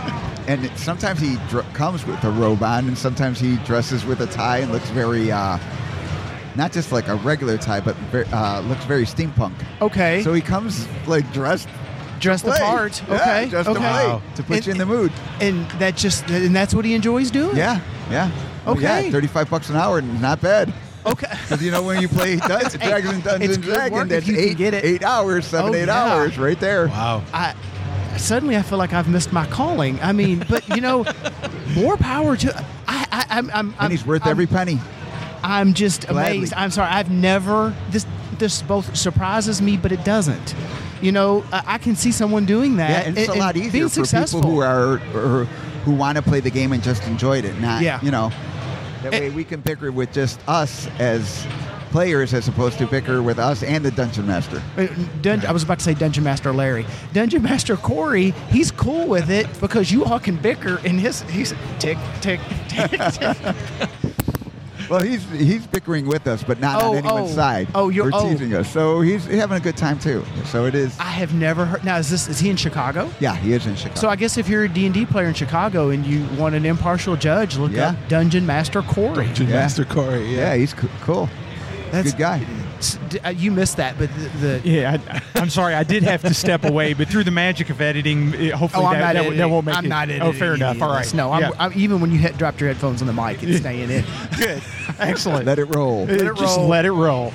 [SPEAKER 6] and sometimes he dr- comes with a robe on, and sometimes he dresses with a tie and looks very. Uh, not just like a regular tie, but ver- uh, looks very steampunk.
[SPEAKER 4] okay,
[SPEAKER 6] So he comes like dressed,
[SPEAKER 4] dress the
[SPEAKER 6] play.
[SPEAKER 4] part.
[SPEAKER 6] Yeah,
[SPEAKER 4] okay,
[SPEAKER 6] dressed
[SPEAKER 4] okay,
[SPEAKER 6] to play to put
[SPEAKER 4] And-
[SPEAKER 6] you in the mood.
[SPEAKER 4] and that just and that's what he enjoys doing.
[SPEAKER 6] Yeah, yeah. Oh,
[SPEAKER 4] Okay.
[SPEAKER 6] Yeah, thirty-five bucks an hour, not bad.
[SPEAKER 4] Okay.
[SPEAKER 6] Because you know when you play Dun- Dragons and Dungeons
[SPEAKER 4] it's
[SPEAKER 6] and
[SPEAKER 4] good work if
[SPEAKER 6] Dragons, that's
[SPEAKER 4] you can
[SPEAKER 6] eight,
[SPEAKER 4] get it.
[SPEAKER 6] eight hours, seven,
[SPEAKER 4] Oh,
[SPEAKER 6] eight
[SPEAKER 4] yeah.
[SPEAKER 6] hours right there.
[SPEAKER 9] wow.
[SPEAKER 4] I suddenly I feel like I've missed my calling. I mean, but you know, more power to. I, I, I'm, I'm,
[SPEAKER 6] And he's
[SPEAKER 4] Um,
[SPEAKER 6] worth every penny.
[SPEAKER 4] I'm just
[SPEAKER 6] Gladly.
[SPEAKER 4] amazed. I'm sorry. I've never this this both surprises me, but it doesn't. You know, I, I can see someone doing that.
[SPEAKER 6] Yeah, and it's a lot
[SPEAKER 4] being
[SPEAKER 6] easier for
[SPEAKER 4] successful.
[SPEAKER 6] people who are or who want to play the game and just enjoyed it. Not,
[SPEAKER 4] Yeah. Eh.
[SPEAKER 6] you know, that way we can bicker with just us as players, as opposed to bicker with us and the dungeon master.
[SPEAKER 4] Uh, Dun- I was about to say Dungeon Master Larry. Dungeon Master Corey, he's cool with it because you all can bicker and his he's tick tick tick. tick.
[SPEAKER 6] Well, he's he's bickering with us, but not
[SPEAKER 4] Oh,
[SPEAKER 6] on anyone's
[SPEAKER 4] oh.
[SPEAKER 6] side.
[SPEAKER 4] Oh, you're-
[SPEAKER 6] They're
[SPEAKER 4] oh.
[SPEAKER 6] teasing us, so he's having a good time too. So it is.
[SPEAKER 4] I have never heard. Now is this is he in Chicago?
[SPEAKER 6] Yeah, he is in Chicago.
[SPEAKER 4] So I guess if you're a D&D player in Chicago and you want an impartial judge, look
[SPEAKER 6] Yeah.
[SPEAKER 4] up Dungeon Master Corey.
[SPEAKER 9] Dungeon
[SPEAKER 6] Yeah.
[SPEAKER 9] Master Corey.
[SPEAKER 6] yeah,
[SPEAKER 9] Yeah.
[SPEAKER 6] he's co- cool.
[SPEAKER 4] That's
[SPEAKER 6] Good guy.
[SPEAKER 4] s- d- uh, You missed that, but the, the
[SPEAKER 5] Yeah, I, I'm sorry, I did have to step away, but through the magic of editing, it- hopefully
[SPEAKER 4] Oh, I'm
[SPEAKER 5] that,
[SPEAKER 4] not
[SPEAKER 5] that,
[SPEAKER 4] editing.
[SPEAKER 5] that won't make
[SPEAKER 4] I'm
[SPEAKER 5] it.
[SPEAKER 4] not
[SPEAKER 5] oh,
[SPEAKER 4] editing
[SPEAKER 5] fair
[SPEAKER 4] any
[SPEAKER 5] enough.
[SPEAKER 4] of
[SPEAKER 5] All
[SPEAKER 4] this.
[SPEAKER 5] right.
[SPEAKER 4] No, I'm,
[SPEAKER 5] Yeah.
[SPEAKER 4] I'm, even when you hit, dropped your headphones on the mic, it's staying in.
[SPEAKER 5] good. Excellent.
[SPEAKER 6] Let it roll.
[SPEAKER 5] It-
[SPEAKER 4] it
[SPEAKER 5] just
[SPEAKER 4] roll.
[SPEAKER 5] let it roll.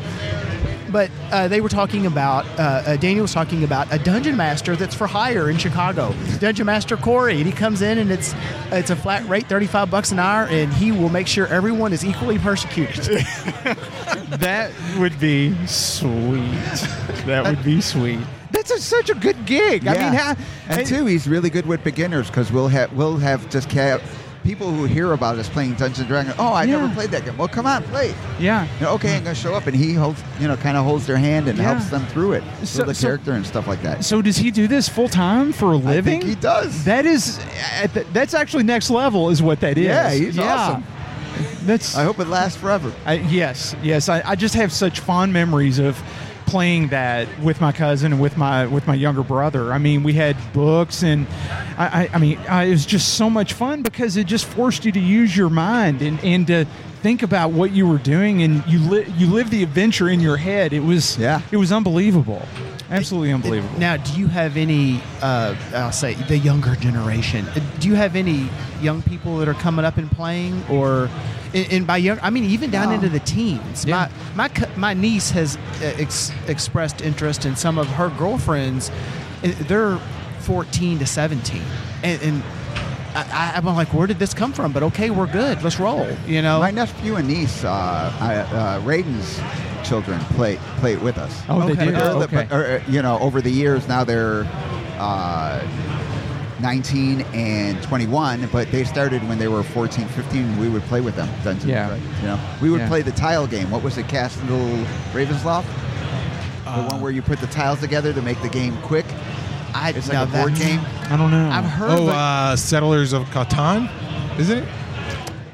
[SPEAKER 4] But uh, they were talking about, uh, uh, Daniel was talking about a dungeon master that's for hire in Chicago. Dungeon Master Corey, and he comes in and it's it's a flat rate, 35 bucks an hour, and he will make sure everyone is equally persecuted.
[SPEAKER 5] That would be sweet. That would be sweet. That's a, such a good gig. I
[SPEAKER 6] Yeah.
[SPEAKER 5] mean, how,
[SPEAKER 6] and two, he's really good with beginners because we'll have we'll have just ca- people who hear about us playing Dungeons and Dragons. Oh, I
[SPEAKER 5] Yeah.
[SPEAKER 6] never played that game. Well, come on, play.
[SPEAKER 5] Yeah.
[SPEAKER 6] You know, okay, I'm gonna show up, and he holds you know kind of holds their hand and
[SPEAKER 5] Yeah.
[SPEAKER 6] helps them through it, through
[SPEAKER 5] So-
[SPEAKER 6] the
[SPEAKER 5] so-
[SPEAKER 6] character and stuff like that.
[SPEAKER 5] So does he do this full time for a
[SPEAKER 6] I
[SPEAKER 5] living?
[SPEAKER 6] think he does.
[SPEAKER 5] That is, at the- that's actually next level, is what that is.
[SPEAKER 6] Yeah, he's awesome.
[SPEAKER 5] That's
[SPEAKER 6] I hope it lasts forever.
[SPEAKER 5] I, yes, yes. I, I just have such fond memories of playing that with my cousin and with my with my younger brother. I mean, we had books, and I, I, I mean, I, it was just so much fun because it just forced you to use your mind and and to think about what you were doing, and you li- you live the adventure in your head. It was
[SPEAKER 6] Yeah.
[SPEAKER 5] it was unbelievable, absolutely unbelievable.
[SPEAKER 4] now, do you have any, uh, I'll say, the younger generation? uh, Do you have any young people that are coming up and playing? Or, and, and by young, I mean even down into the teens.
[SPEAKER 5] Yeah.
[SPEAKER 4] My, my, cou- my niece has uh, ex- expressed interest in some of her girlfriends. uh, They're 14 to 17. And, and I, I- I'm like, where did this come from? But okay, we're good. Let's roll, you know?
[SPEAKER 6] My nephew and niece, uh, I, uh, Raiden's children, play play it with us.
[SPEAKER 5] oh, they
[SPEAKER 4] okay.
[SPEAKER 5] did.
[SPEAKER 6] But they're
[SPEAKER 5] Oh,
[SPEAKER 6] the-
[SPEAKER 5] okay.
[SPEAKER 6] but, or, uh, you know, over the years now they're uh, 19 and 21, but they started when they were 14, 15. We would play with them Dungeons.
[SPEAKER 5] Yeah.
[SPEAKER 6] Right, you know, we would
[SPEAKER 5] Yeah.
[SPEAKER 6] play the tile game. What was it, Castle Ravensloft? the one where you put the tiles together to make the game quick.
[SPEAKER 4] I,
[SPEAKER 6] It's
[SPEAKER 4] now
[SPEAKER 6] like a board
[SPEAKER 4] that's-
[SPEAKER 6] game.
[SPEAKER 5] I don't know.
[SPEAKER 4] I've heard
[SPEAKER 9] Oh,
[SPEAKER 4] of
[SPEAKER 9] uh, Settlers of Catan, isn't it?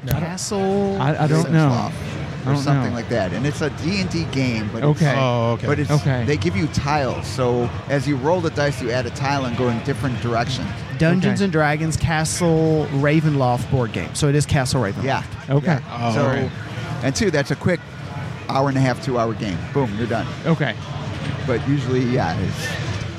[SPEAKER 4] Castle.
[SPEAKER 5] I, I don't know.
[SPEAKER 6] Ravensloft,
[SPEAKER 5] I
[SPEAKER 6] Or
[SPEAKER 5] don't
[SPEAKER 6] something
[SPEAKER 5] know.
[SPEAKER 6] like that, and it's a D and D game, but it's-
[SPEAKER 5] Okay.
[SPEAKER 9] Oh, okay.
[SPEAKER 6] But it's
[SPEAKER 5] Okay.
[SPEAKER 6] they give you tiles, so as you roll the dice, you add a tile and go in different directions.
[SPEAKER 4] Dungeons
[SPEAKER 5] Okay.
[SPEAKER 4] and Dragons Castle Ravenloft board game. So it is Castle Ravenloft.
[SPEAKER 6] Yeah.
[SPEAKER 5] Okay.
[SPEAKER 6] Yeah.
[SPEAKER 9] Oh,
[SPEAKER 6] so,
[SPEAKER 9] all right.
[SPEAKER 6] and two, that's a quick hour and a half, two hour game. Boom, you're done.
[SPEAKER 5] Okay.
[SPEAKER 6] But usually, yeah, it's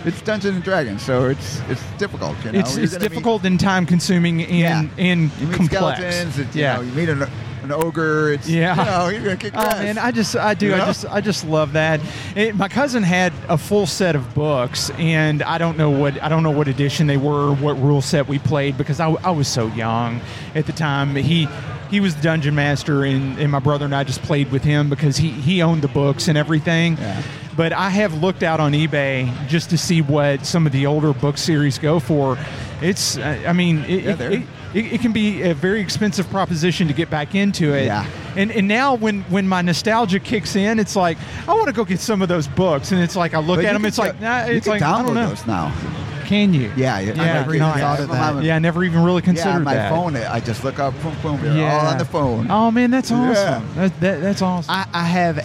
[SPEAKER 6] it's Dungeons and Dragons, so it's it's difficult. You know,
[SPEAKER 5] It's,
[SPEAKER 6] You're
[SPEAKER 5] it's
[SPEAKER 6] gonna meet-
[SPEAKER 5] difficult and time consuming and
[SPEAKER 6] yeah.
[SPEAKER 5] and
[SPEAKER 6] you meet
[SPEAKER 5] complex.
[SPEAKER 6] skeletons. It, you
[SPEAKER 5] yeah.
[SPEAKER 6] know, you meet an an ogre. It's, yeah. You know, you're going to kick
[SPEAKER 5] Oh
[SPEAKER 6] ass.
[SPEAKER 5] man, I just I do
[SPEAKER 6] You know?
[SPEAKER 5] I just I just love that. It, my cousin had a full set of books, and I don't know what I don't know what edition they were, what rule set we played because I, I was so young at the time. He he was the dungeon master, and, and my brother and I just played with him because he he owned the books and everything. But I have looked out on eBay just to see what some of the older book series go for. It's I I mean it,
[SPEAKER 6] Yeah,
[SPEAKER 5] it-
[SPEAKER 6] they're-
[SPEAKER 5] it- it, it can be a very expensive proposition to get back into it.
[SPEAKER 6] Yeah.
[SPEAKER 5] And and now when when my nostalgia kicks in, it's like I want to go get some of those books, and it's like I look
[SPEAKER 6] But
[SPEAKER 5] at
[SPEAKER 6] you
[SPEAKER 5] them,
[SPEAKER 6] can
[SPEAKER 5] it's
[SPEAKER 6] do-
[SPEAKER 5] like nah,
[SPEAKER 6] you
[SPEAKER 5] it's
[SPEAKER 6] can
[SPEAKER 5] like I don't
[SPEAKER 6] download
[SPEAKER 5] know.
[SPEAKER 6] those now.
[SPEAKER 5] Can you?
[SPEAKER 6] Yeah, I never
[SPEAKER 5] yeah,
[SPEAKER 6] even
[SPEAKER 5] I-
[SPEAKER 6] thought of that.
[SPEAKER 5] yeah, I never even really
[SPEAKER 6] yeah,
[SPEAKER 5] considered
[SPEAKER 6] on my
[SPEAKER 5] that.
[SPEAKER 6] phone, I just look up, boom, boom, they're
[SPEAKER 5] Yeah.
[SPEAKER 6] all on the phone.
[SPEAKER 5] Oh man, that's
[SPEAKER 6] Yeah.
[SPEAKER 5] awesome. That, that, that's awesome.
[SPEAKER 4] I, I have a.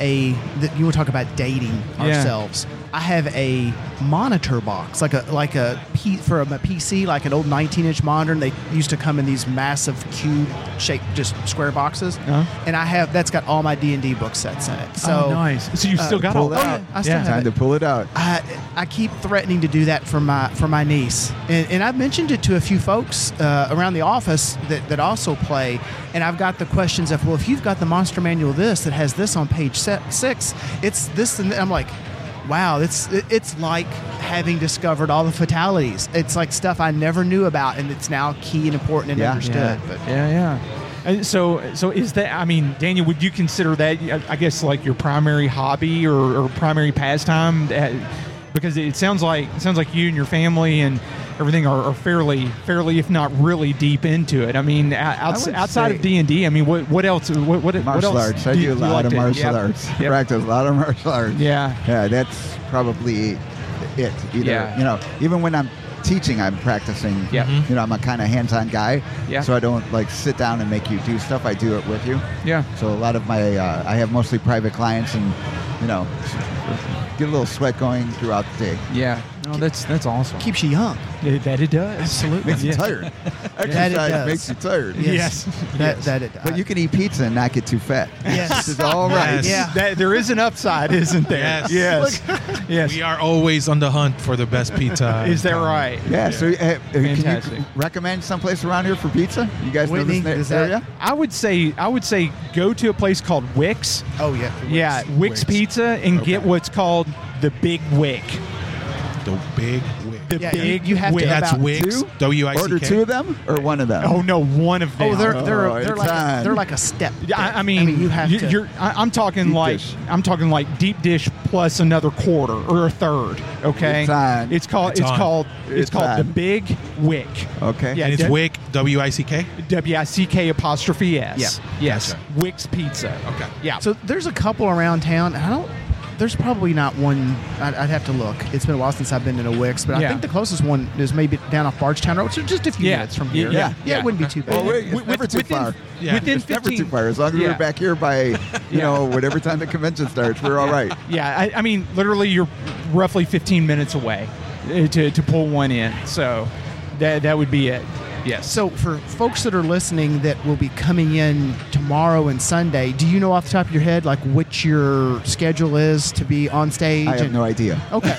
[SPEAKER 4] th- You want to talk about dating
[SPEAKER 5] Yeah.
[SPEAKER 4] ourselves? I have a monitor box, like a like a P, for a PC, like an old 19-inch monitor. And they used to come in these massive cube-shaped, just square boxes.
[SPEAKER 5] Uh-huh.
[SPEAKER 4] And I have that's got all my D and D book sets in it. So
[SPEAKER 5] oh, nice. So you've
[SPEAKER 4] uh,
[SPEAKER 5] still got
[SPEAKER 6] pull
[SPEAKER 5] all
[SPEAKER 6] that
[SPEAKER 5] that.
[SPEAKER 6] out.
[SPEAKER 4] I still
[SPEAKER 5] Yeah.
[SPEAKER 4] have
[SPEAKER 6] Time
[SPEAKER 4] it.
[SPEAKER 6] to pull it out.
[SPEAKER 4] I, I keep threatening to do that for my for my niece, and, and I've mentioned it to a few folks uh, around the office that, that also play. And I've got the questions of, well, if you've got the monster manual this that has this on page se- six, it's this, and th-" I'm like, wow, it's it- it's like having discovered all the fatalities. It's like stuff I never knew about, and it's now key and important and
[SPEAKER 6] Yeah.
[SPEAKER 4] understood.
[SPEAKER 5] Yeah,
[SPEAKER 4] But
[SPEAKER 5] yeah, yeah. And Uh, so, so is that? I mean, Daniel, would you consider that? uh, I- I guess like your primary hobby or, or primary pastime, Uh, because it sounds like it sounds like you and your family and everything are, are fairly, fairly, if not really deep into it. I mean, o- outs,
[SPEAKER 6] would
[SPEAKER 5] outside
[SPEAKER 6] say-
[SPEAKER 5] of D and D, I mean, what what else? What what, what
[SPEAKER 6] Martial
[SPEAKER 5] else?
[SPEAKER 6] arts. I
[SPEAKER 5] do
[SPEAKER 6] do,
[SPEAKER 5] you-
[SPEAKER 6] a
[SPEAKER 5] do you
[SPEAKER 6] lot
[SPEAKER 5] like
[SPEAKER 6] of
[SPEAKER 5] to-
[SPEAKER 6] martial
[SPEAKER 5] yep,
[SPEAKER 6] arts.
[SPEAKER 5] yep.
[SPEAKER 6] Practice a lot of martial arts.
[SPEAKER 5] Yeah.
[SPEAKER 6] Yeah, that's probably it. Either
[SPEAKER 5] Yeah.
[SPEAKER 6] you know, even when I'm teaching, I'm practicing.
[SPEAKER 5] Yeah. Mhm.
[SPEAKER 6] You know, I'm a kind of hands-on guy.
[SPEAKER 5] Yeah.
[SPEAKER 6] So I don't like sit down and make you do stuff. I do it with you.
[SPEAKER 5] Yeah.
[SPEAKER 6] So a lot of my, uh, I have mostly private clients, and you know, get a little sweat going throughout the day.
[SPEAKER 5] Yeah. No, that's that's awesome.
[SPEAKER 4] keeps you young.
[SPEAKER 5] Yeah, that it does.
[SPEAKER 4] Absolutely.
[SPEAKER 6] Makes you
[SPEAKER 5] Yeah.
[SPEAKER 6] tired.
[SPEAKER 4] That it
[SPEAKER 6] Exercise
[SPEAKER 4] does.
[SPEAKER 6] makes you tired.
[SPEAKER 5] Yes.
[SPEAKER 4] That,
[SPEAKER 5] Yes.
[SPEAKER 4] that it.
[SPEAKER 6] But you can eat pizza and not get too fat.
[SPEAKER 4] Yes.
[SPEAKER 6] This is all Oh, right.
[SPEAKER 9] Yes.
[SPEAKER 4] Yeah.
[SPEAKER 5] That, there is an upside, isn't there?
[SPEAKER 9] Yes.
[SPEAKER 5] Yes. yes.
[SPEAKER 9] We are always on the hunt for the best pizza.
[SPEAKER 5] Is that right?
[SPEAKER 6] Yeah, so uh, can
[SPEAKER 5] Fantastic.
[SPEAKER 6] you recommend someplace around here for pizza? You guys
[SPEAKER 4] Whitney,
[SPEAKER 6] know this
[SPEAKER 4] is
[SPEAKER 6] na-
[SPEAKER 4] that-
[SPEAKER 6] area?
[SPEAKER 5] I would say I would say go to a place called Wicks.
[SPEAKER 4] oh yeah.
[SPEAKER 5] Yeah, Wicks, Pizza, and get what's called the Big Wick.
[SPEAKER 9] The big wick.
[SPEAKER 5] The
[SPEAKER 4] Yeah, you-
[SPEAKER 5] Big
[SPEAKER 4] you have to
[SPEAKER 5] Wick.
[SPEAKER 4] have
[SPEAKER 9] That's
[SPEAKER 4] about
[SPEAKER 9] Wicks.
[SPEAKER 6] two?
[SPEAKER 9] W I C K.
[SPEAKER 6] Order two of them or one of them?
[SPEAKER 5] Oh no, one of them.
[SPEAKER 4] Oh, they're they're
[SPEAKER 6] Oh,
[SPEAKER 4] they're like
[SPEAKER 6] time.
[SPEAKER 4] a, they're like a step.
[SPEAKER 5] Yeah, I, I mean,
[SPEAKER 4] you have to.
[SPEAKER 5] You're, I, I'm talking
[SPEAKER 6] Deep
[SPEAKER 5] like
[SPEAKER 6] dish.
[SPEAKER 5] I'm talking like deep dish plus another quarter or a third. Okay,
[SPEAKER 6] It's on.
[SPEAKER 5] it's called
[SPEAKER 9] It's
[SPEAKER 5] it's,
[SPEAKER 9] on.
[SPEAKER 5] called it's,
[SPEAKER 6] It's
[SPEAKER 5] called the
[SPEAKER 6] on.
[SPEAKER 5] Big Wick.
[SPEAKER 6] Okay.
[SPEAKER 5] Yeah,
[SPEAKER 9] And it's
[SPEAKER 5] Deb-
[SPEAKER 9] Wick, W I C K.
[SPEAKER 5] W i c k apostrophe s.
[SPEAKER 4] Yeah.
[SPEAKER 5] Yes,
[SPEAKER 9] Gotcha.
[SPEAKER 5] Wicks Pizza.
[SPEAKER 9] Okay.
[SPEAKER 5] Yeah.
[SPEAKER 4] So there's a couple around town. and I don't. There's probably not one. I'd, I'd have to look. It's been a while since I've been in a Wix, but
[SPEAKER 5] Yeah.
[SPEAKER 4] I think the closest one is maybe down off Bargetown Road, so just a few
[SPEAKER 5] Yeah.
[SPEAKER 4] minutes from
[SPEAKER 5] Yeah,
[SPEAKER 4] here.
[SPEAKER 5] yeah,
[SPEAKER 4] yeah,
[SPEAKER 5] yeah.
[SPEAKER 4] it wouldn't be too bad.
[SPEAKER 6] Well, wait, it's
[SPEAKER 5] With-
[SPEAKER 6] never too
[SPEAKER 5] Oh, within,
[SPEAKER 6] far.
[SPEAKER 9] Yeah.
[SPEAKER 5] Within
[SPEAKER 6] It's never
[SPEAKER 5] 15
[SPEAKER 6] too far. As long as
[SPEAKER 5] yeah.
[SPEAKER 6] we're back here by, you know, whatever time the convention starts, we're all right.
[SPEAKER 5] Yeah, I, I mean, literally, you're roughly 15 minutes away uh, to, to pull one in. So that that would be it. Yes.
[SPEAKER 4] So for folks that are listening that will be coming in tomorrow and Sunday, do you know off the top of your head like what your schedule is to be on stage?
[SPEAKER 6] I have
[SPEAKER 4] and-
[SPEAKER 6] no idea.
[SPEAKER 4] Okay.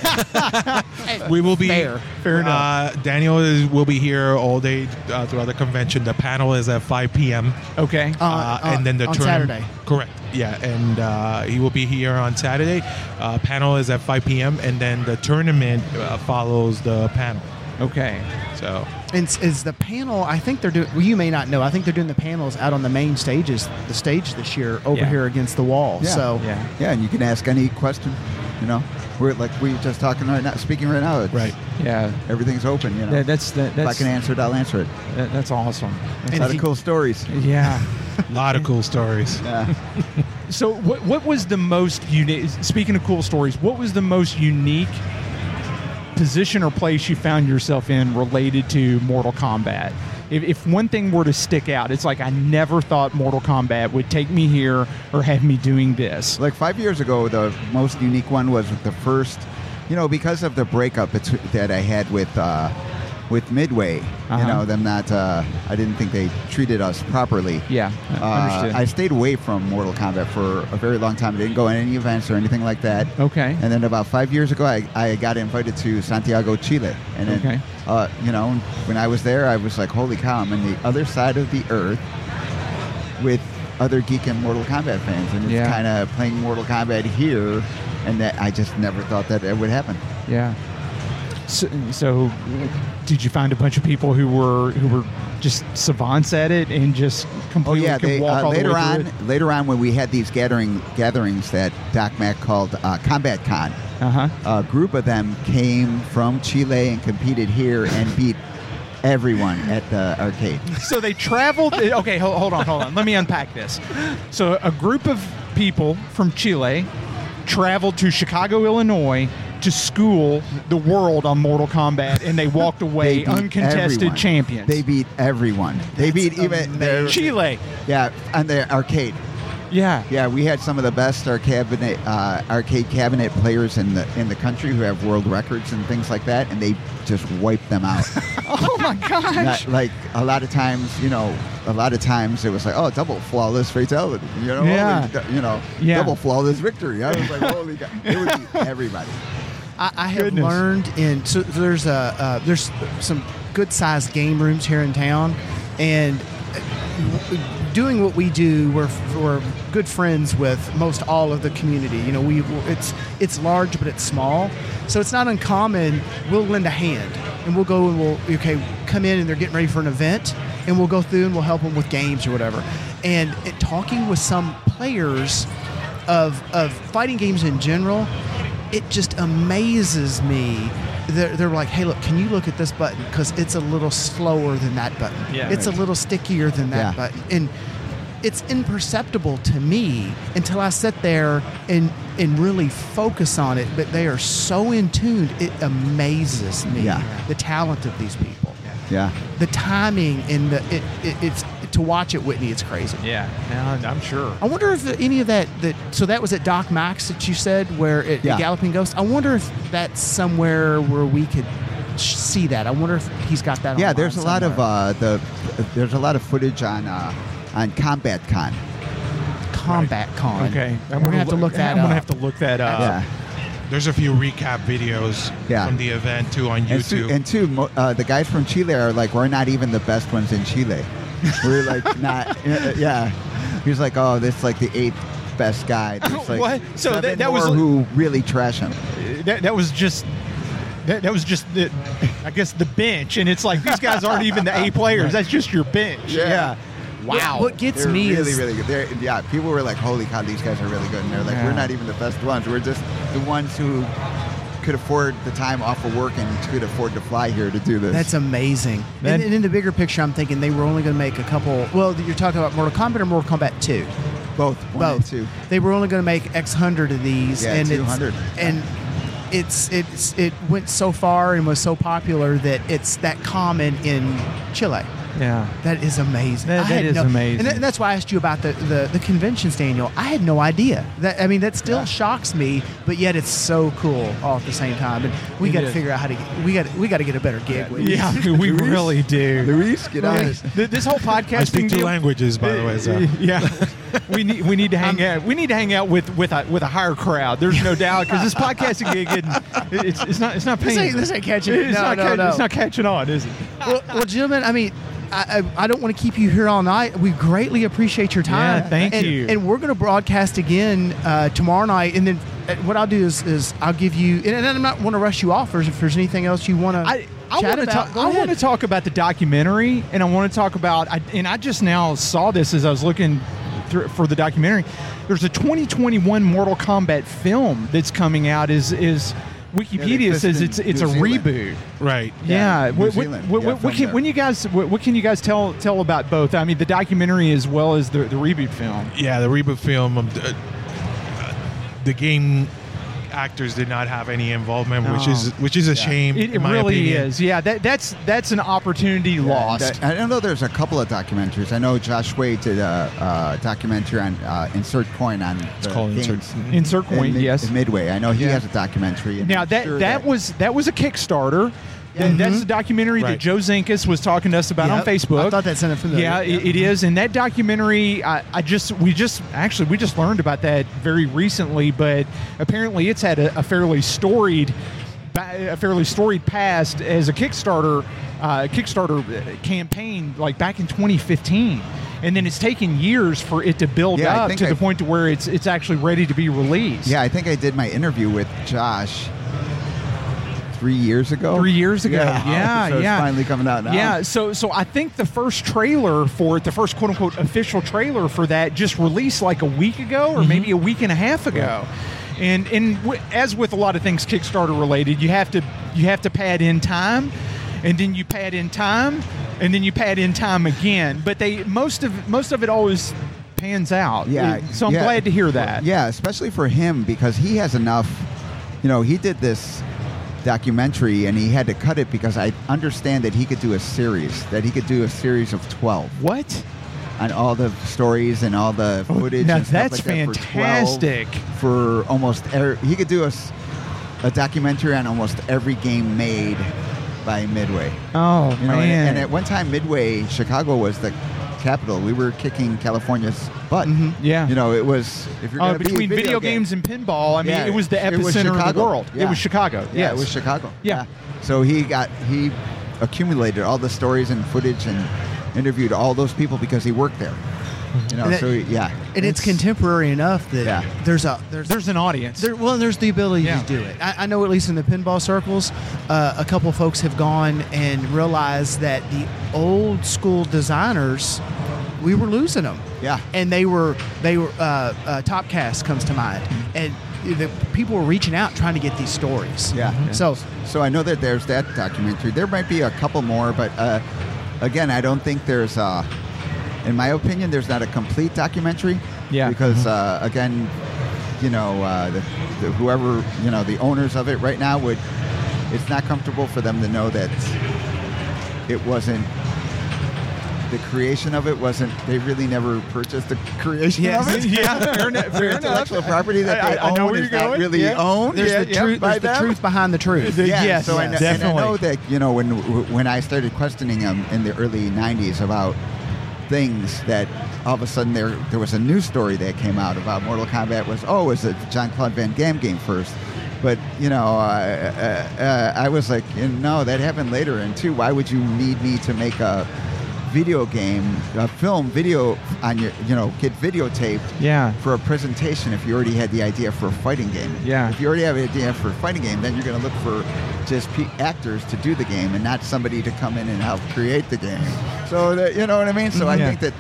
[SPEAKER 9] We will be
[SPEAKER 4] Fair.
[SPEAKER 5] Fair
[SPEAKER 9] Uh, Daniel is, will be here all day uh, throughout the convention. The panel is at 5 p.m.
[SPEAKER 5] okay.
[SPEAKER 4] Uh,
[SPEAKER 9] uh, and then the
[SPEAKER 4] on
[SPEAKER 9] tournam-
[SPEAKER 4] Saturday.
[SPEAKER 9] Correct. Yeah, and uh, he will be here on Saturday. Uh, panel is at 5 p.m. and then the tournament uh, follows the panel.
[SPEAKER 5] okay.
[SPEAKER 9] So
[SPEAKER 4] And s- is the panel? I think they're doing. Well, you may not know. I think they're doing the panels out on the main stages, the stage this year over
[SPEAKER 5] Yeah.
[SPEAKER 4] here against the wall.
[SPEAKER 6] Yeah.
[SPEAKER 4] So
[SPEAKER 5] Yeah.
[SPEAKER 6] Yeah, and you can ask any question, you know. We're like we were just talking right now, speaking right now. It's,
[SPEAKER 9] Right.
[SPEAKER 5] Yeah.
[SPEAKER 6] Everything's open, you know.
[SPEAKER 5] That, that's that,
[SPEAKER 6] if I
[SPEAKER 5] that's
[SPEAKER 6] can answer it, I'll answer it.
[SPEAKER 5] that, that's awesome.
[SPEAKER 6] A
[SPEAKER 5] That's-
[SPEAKER 6] lot
[SPEAKER 4] he-
[SPEAKER 6] of cool stories.
[SPEAKER 5] yeah.
[SPEAKER 9] a lot of cool stories.
[SPEAKER 6] Yeah.
[SPEAKER 5] So what what was the most unique? Speaking of cool stories, what was the most unique position or place you found yourself in related to Mortal Kombat? If, if one thing were to stick out, it's like I never thought Mortal Kombat would take me here or have me doing this.
[SPEAKER 6] Like five years ago, the most unique one was the first, you know, because of the breakup bet- that I had with uh, with Midway.
[SPEAKER 5] Uh-huh.
[SPEAKER 6] You know, them not. Uh, I didn't think they treated us properly.
[SPEAKER 5] Yeah,
[SPEAKER 6] Uh,
[SPEAKER 5] understood.
[SPEAKER 6] I stayed away from Mortal Kombat for a very long time. I didn't go in any events or anything like that.
[SPEAKER 5] Okay.
[SPEAKER 6] And then about five years ago, I, I got invited to Santiago, Chile. And then,
[SPEAKER 5] Okay.
[SPEAKER 6] uh, you know, when I was there, I was like, holy cow, I'm in the other side of the earth with other geek and Mortal Kombat fans, and it's
[SPEAKER 1] Yeah.
[SPEAKER 6] kind of playing Mortal Kombat here, and that I just never thought that it would happen.
[SPEAKER 1] Yeah.
[SPEAKER 5] So, so, did you find a bunch of people who were who were just savants at it and just completely
[SPEAKER 6] yeah,
[SPEAKER 5] could
[SPEAKER 6] they,
[SPEAKER 5] Oh, walk
[SPEAKER 6] uh,
[SPEAKER 5] all
[SPEAKER 6] later
[SPEAKER 5] the way through
[SPEAKER 6] on,
[SPEAKER 5] it?
[SPEAKER 6] later on when we had these gathering gatherings that Doc Mack called uh, Combat Con,
[SPEAKER 5] uh-huh.
[SPEAKER 6] a group of them came from Chile and competed here and beat everyone at the arcade.
[SPEAKER 5] So they traveled. eh, Okay, ho- hold on, hold on. Let me unpack this. So a group of people from Chile traveled to Chicago, Illinois, to school the world on Mortal Kombat, and they walked away
[SPEAKER 6] beat
[SPEAKER 5] uncontested
[SPEAKER 6] everyone.
[SPEAKER 5] champions.
[SPEAKER 6] They beat everyone. They beat even their,
[SPEAKER 5] Chile.
[SPEAKER 6] Yeah, on the arcade.
[SPEAKER 5] Yeah.
[SPEAKER 6] Yeah, we had some of the best arcade cabinet, uh, arcade cabinet players in the in the country who have world records and things like that, and they just wiped them out.
[SPEAKER 5] Oh my gosh.
[SPEAKER 6] Not, like a lot of times, you know, a lot of times it was like, oh, double flawless fatality, you know,
[SPEAKER 5] Yeah.
[SPEAKER 6] Holy- you know,
[SPEAKER 5] Yeah.
[SPEAKER 6] double flawless victory. I was like, holy god, it would be everybody.
[SPEAKER 4] I, I have
[SPEAKER 5] Goodness.
[SPEAKER 4] learned in so there's a uh, there's some good sized game rooms here in town, and doing what we do, we're, we're good friends with most all of the community. You know, we it's it's large, but it's small, so it's not uncommon. We'll lend a hand, and we'll go and we'll okay come in, and they're getting ready for an event, and we'll go through and we'll help them with games or whatever. And it, talking with some players of of fighting games in general, it just amazes me. They're, they're like, hey, look, can you look at this button? Because it's a little slower than that button.
[SPEAKER 5] Yeah.
[SPEAKER 4] It's a little stickier than that
[SPEAKER 6] Yeah.
[SPEAKER 4] button. And it's imperceptible to me until I sit there and and really focus on it. But they are so in tuned, it amazes me
[SPEAKER 6] Yeah.
[SPEAKER 4] the talent of these people.
[SPEAKER 6] Yeah,
[SPEAKER 4] The timing and the it, it it's to watch it, Whitney, it's crazy.
[SPEAKER 5] Yeah, now I'm sure.
[SPEAKER 4] I wonder if any of that that so that was at Doc Max that you said where it
[SPEAKER 6] Yeah.
[SPEAKER 4] the Galloping Ghost. I wonder if that's somewhere where we could sh- see that. I wonder if he's got that.
[SPEAKER 6] yeah.
[SPEAKER 4] online
[SPEAKER 6] There's a lot of
[SPEAKER 4] somewhere.
[SPEAKER 6] uh, the there's a lot of footage on uh, on Combat Con. uh,
[SPEAKER 4] Combat Con.
[SPEAKER 5] Okay,
[SPEAKER 4] we're gonna have to look that
[SPEAKER 5] I'm gonna
[SPEAKER 4] up.
[SPEAKER 5] have to look that up.
[SPEAKER 6] yeah.
[SPEAKER 9] There's a few recap videos
[SPEAKER 6] Yeah.
[SPEAKER 9] from the event too on
[SPEAKER 6] And two,
[SPEAKER 9] YouTube.
[SPEAKER 6] and two mo- uh, the guys from Chile are like, we're not even the best ones in Chile. We're like not, uh, yeah. He was like, oh, this is like the eighth best guy. There's, like,
[SPEAKER 5] What? So that-
[SPEAKER 6] seven
[SPEAKER 5] that was
[SPEAKER 6] more
[SPEAKER 5] a-
[SPEAKER 6] who really trash him.
[SPEAKER 5] that, that was just that, that was just the I guess the bench, and it's like these guys aren't even the A players. That's just your bench.
[SPEAKER 6] Yeah.
[SPEAKER 4] Wow. What gets
[SPEAKER 6] They're
[SPEAKER 4] me
[SPEAKER 6] really,
[SPEAKER 4] is
[SPEAKER 6] really good. They're, yeah, people were like, holy cow, these guys are really good. And they're like,
[SPEAKER 5] Yeah.
[SPEAKER 6] we're not even the best ones. We're just the ones who could afford the time off of work and could afford to fly here to do this.
[SPEAKER 4] That's amazing.
[SPEAKER 5] That-
[SPEAKER 4] and, and in the bigger picture, I'm thinking they were only going to make a couple. Well, you're talking about Mortal Kombat or Mortal Kombat 2?
[SPEAKER 6] both. One and
[SPEAKER 4] Both.
[SPEAKER 6] two.
[SPEAKER 4] They were only going to make X hundred of these.
[SPEAKER 6] Yeah,
[SPEAKER 4] and it's-
[SPEAKER 6] 200.
[SPEAKER 4] And it's it's it went so far and was so popular that it's that common in Chile.
[SPEAKER 5] yeah.
[SPEAKER 4] That is amazing.
[SPEAKER 5] That-
[SPEAKER 4] I
[SPEAKER 5] that
[SPEAKER 4] had
[SPEAKER 5] is
[SPEAKER 4] no-
[SPEAKER 5] amazing.
[SPEAKER 4] And, tha- that's why I asked you about the, the, the conventions, Daniel. I had no idea. That I mean, that still shocks me, but yet it's so cool all at the same time. And we
[SPEAKER 5] It
[SPEAKER 4] got to
[SPEAKER 5] is.
[SPEAKER 4] figure out how to get, we got we got to get a better gig. with
[SPEAKER 5] Yeah, we really do.
[SPEAKER 6] Luis, get on this.
[SPEAKER 5] Th- This whole podcasting
[SPEAKER 9] I speak two
[SPEAKER 5] deal-
[SPEAKER 9] languages, by the way. So.
[SPEAKER 5] Yeah, we need we need to hang out. We need to hang out with with a with a higher crowd. There's no doubt because this podcasting gig, isn't- it's it's not it's not paying.
[SPEAKER 4] This ain't- this ain't catching-
[SPEAKER 5] It's
[SPEAKER 4] no,
[SPEAKER 5] not
[SPEAKER 4] no,
[SPEAKER 5] catch-
[SPEAKER 4] no.
[SPEAKER 5] It's not catching on, is it?
[SPEAKER 4] well, well, gentlemen, I mean, I, I, I don't want to keep you here all night. We greatly appreciate your time.
[SPEAKER 5] Yeah, thank
[SPEAKER 4] and,
[SPEAKER 5] you.
[SPEAKER 4] And we're going to broadcast again uh, tomorrow night. And then uh, what I'll do is, is I'll give you, and, and I'm not want to rush you off. Or if there's anything else you want to
[SPEAKER 5] I, I
[SPEAKER 4] Um, chat
[SPEAKER 5] want to
[SPEAKER 4] about,
[SPEAKER 5] talk.
[SPEAKER 4] go
[SPEAKER 5] I
[SPEAKER 4] ahead.
[SPEAKER 5] want to talk about the documentary, and I want to talk about. I, and I just now saw this as I was looking through, for the documentary. There's a 2021 Mortal Kombat film that's coming out. Is is Wikipedia
[SPEAKER 6] exist
[SPEAKER 5] says
[SPEAKER 6] in
[SPEAKER 5] it's it's
[SPEAKER 6] New
[SPEAKER 5] a
[SPEAKER 6] Zealand.
[SPEAKER 5] reboot.
[SPEAKER 9] Right.
[SPEAKER 5] Yeah.
[SPEAKER 6] Yeah, New
[SPEAKER 5] What, what-
[SPEAKER 6] Zealand.
[SPEAKER 5] what-
[SPEAKER 6] Yeah,
[SPEAKER 5] what
[SPEAKER 6] filmed
[SPEAKER 5] can,
[SPEAKER 6] there.
[SPEAKER 5] when you guys what, what can you guys tell tell about both? I mean, the documentary as well as the, the reboot film.
[SPEAKER 9] Yeah, the reboot film, um, uh, the game actors did not have any involvement, which
[SPEAKER 5] No.
[SPEAKER 9] is which is a shame.
[SPEAKER 5] It, it
[SPEAKER 9] in my
[SPEAKER 5] really
[SPEAKER 9] opinion.
[SPEAKER 5] is. Yeah. That that's that's an opportunity lost.
[SPEAKER 6] And I I know there's a couple of documentaries. I know Josh Wade did a, a documentary on uh, Insert Coin on the
[SPEAKER 9] called
[SPEAKER 6] games
[SPEAKER 9] Insert-
[SPEAKER 6] in
[SPEAKER 5] Insert coin.
[SPEAKER 6] Mid-
[SPEAKER 5] yes.
[SPEAKER 6] in Midway. I know he
[SPEAKER 5] Yeah.
[SPEAKER 6] has a documentary. and
[SPEAKER 5] Now
[SPEAKER 6] I'm
[SPEAKER 5] that
[SPEAKER 6] sure
[SPEAKER 5] that was that was a Kickstarter. Th- That's the documentary that
[SPEAKER 9] Right.
[SPEAKER 5] Joe Zinkas was talking to us about on
[SPEAKER 4] Yep.
[SPEAKER 5] Facebook.
[SPEAKER 4] I thought that sounded familiar.
[SPEAKER 5] Yeah,
[SPEAKER 4] Yeah.
[SPEAKER 5] It, it is. And that documentary, I, I just we just actually we just learned about that very recently, but apparently it's had a, a fairly storied ba- a fairly storied past as a Kickstarter uh, Kickstarter uh, campaign like back in 2015. and then it's taken years for it to build
[SPEAKER 6] Yeah, I
[SPEAKER 5] up
[SPEAKER 6] think
[SPEAKER 5] to
[SPEAKER 6] I-
[SPEAKER 5] the point to where it's it's actually ready to be released.
[SPEAKER 6] Yeah, I think I did my interview with Josh three years ago.
[SPEAKER 5] Three years ago. Yeah,
[SPEAKER 6] so it's
[SPEAKER 5] yeah.
[SPEAKER 6] finally coming out now.
[SPEAKER 5] Yeah, so so I think the first trailer for it, the first quote unquote official trailer for that, just released like a week ago
[SPEAKER 6] Mm-hmm.
[SPEAKER 5] or maybe a week and a half ago. And and w- as with a lot of things Kickstarter related, you have to you have to pad in time, and then you pad in time, and then you pad in time again. But they most of most of it always pans out. Uh,
[SPEAKER 6] Yeah.
[SPEAKER 5] So I'm
[SPEAKER 6] yeah.
[SPEAKER 5] glad to hear that.
[SPEAKER 6] Yeah, especially for him because he has enough. You know, he did this documentary and he had to cut it because I understand that he could do a series, that he could do a series of 12.
[SPEAKER 5] What?
[SPEAKER 6] On all the stories and all the footage.
[SPEAKER 5] Oh, now
[SPEAKER 6] and stuff
[SPEAKER 5] that's
[SPEAKER 6] like that for 12
[SPEAKER 5] fantastic.
[SPEAKER 6] For, almost er- he could do a, s- a documentary on almost every game made by Midway.
[SPEAKER 5] Oh
[SPEAKER 6] You know, and-
[SPEAKER 5] man.
[SPEAKER 6] and, at one time, Midway, Chicago was the capital. We were kicking California's butt.
[SPEAKER 5] Yeah.
[SPEAKER 6] You know, it was if you're
[SPEAKER 5] Uh,
[SPEAKER 6] gonna be a
[SPEAKER 5] between
[SPEAKER 6] video,
[SPEAKER 5] video
[SPEAKER 6] game-
[SPEAKER 5] games and pinball, I mean,
[SPEAKER 6] Yeah,
[SPEAKER 5] it was the
[SPEAKER 6] it was
[SPEAKER 5] epicenter of the
[SPEAKER 6] Chicago.
[SPEAKER 5] world. It
[SPEAKER 6] Yeah.
[SPEAKER 5] was Chicago.
[SPEAKER 6] yeah,
[SPEAKER 5] yes.
[SPEAKER 6] it was Chicago.
[SPEAKER 5] Yeah.
[SPEAKER 6] So he got he accumulated all the stories and footage and interviewed all those people because he worked there. You know,
[SPEAKER 3] And that-
[SPEAKER 6] so yeah,
[SPEAKER 3] and it's contemporary enough that
[SPEAKER 6] Yeah.
[SPEAKER 3] there's a there's
[SPEAKER 5] There's an audience.
[SPEAKER 3] There, well, there's the ability
[SPEAKER 5] Yeah.
[SPEAKER 3] to do it. I, I know, at least in the pinball circles, uh, a couple folks have gone and realized that the old school designers, we were losing them.
[SPEAKER 6] Yeah.
[SPEAKER 3] and they were they were uh, uh, Topcast comes to mind,
[SPEAKER 6] Mm-hmm.
[SPEAKER 3] and the people were reaching out trying to get these stories.
[SPEAKER 6] Yeah. Yeah.
[SPEAKER 3] So
[SPEAKER 6] So I know that there's that documentary. There might be a couple more, but uh, again, I don't think there's, uh, in my opinion, there's not a complete documentary.
[SPEAKER 5] Yeah. Mm-hmm.
[SPEAKER 6] Because uh, again, you know, uh, the, the, whoever you know the owners of it right now would, it's not comfortable for them to know that it wasn't. The creation of it wasn't. They really never purchased the creation of it.
[SPEAKER 5] yeah, fair enough. Fair enough.
[SPEAKER 6] Intellectual property that
[SPEAKER 5] I-
[SPEAKER 6] they
[SPEAKER 5] I- I know
[SPEAKER 6] own
[SPEAKER 5] where
[SPEAKER 6] is
[SPEAKER 5] you're
[SPEAKER 6] not
[SPEAKER 5] going.
[SPEAKER 6] really
[SPEAKER 5] Yeah.
[SPEAKER 6] owned.
[SPEAKER 3] there's
[SPEAKER 5] Yeah,
[SPEAKER 3] the
[SPEAKER 5] yeah.
[SPEAKER 3] truth.
[SPEAKER 6] By
[SPEAKER 3] There's the
[SPEAKER 6] them?
[SPEAKER 3] truth behind the truth.
[SPEAKER 5] The-
[SPEAKER 6] Yeah,
[SPEAKER 5] Yes,
[SPEAKER 6] so
[SPEAKER 5] yes,
[SPEAKER 6] I kn- and I,
[SPEAKER 5] definitely.
[SPEAKER 6] know that you know when when I started questioning him in the early '90s about things that all of a sudden there there was a news story that came out about Mortal Kombat was oh it was a John Claude Van Damme game first, but you know uh, uh, uh, I was like you know, no that happened later and two why would you need me to make a video game a film video on your you know get videotaped
[SPEAKER 5] Yeah.
[SPEAKER 6] for a presentation if you already had the idea for a fighting game.
[SPEAKER 5] Yeah.
[SPEAKER 6] If you already have an idea for a fighting game, then you're going to look for just pe- actors to do the game and not somebody to come in and help create the game. So that, you know what I mean? So I
[SPEAKER 5] Yeah.
[SPEAKER 6] think that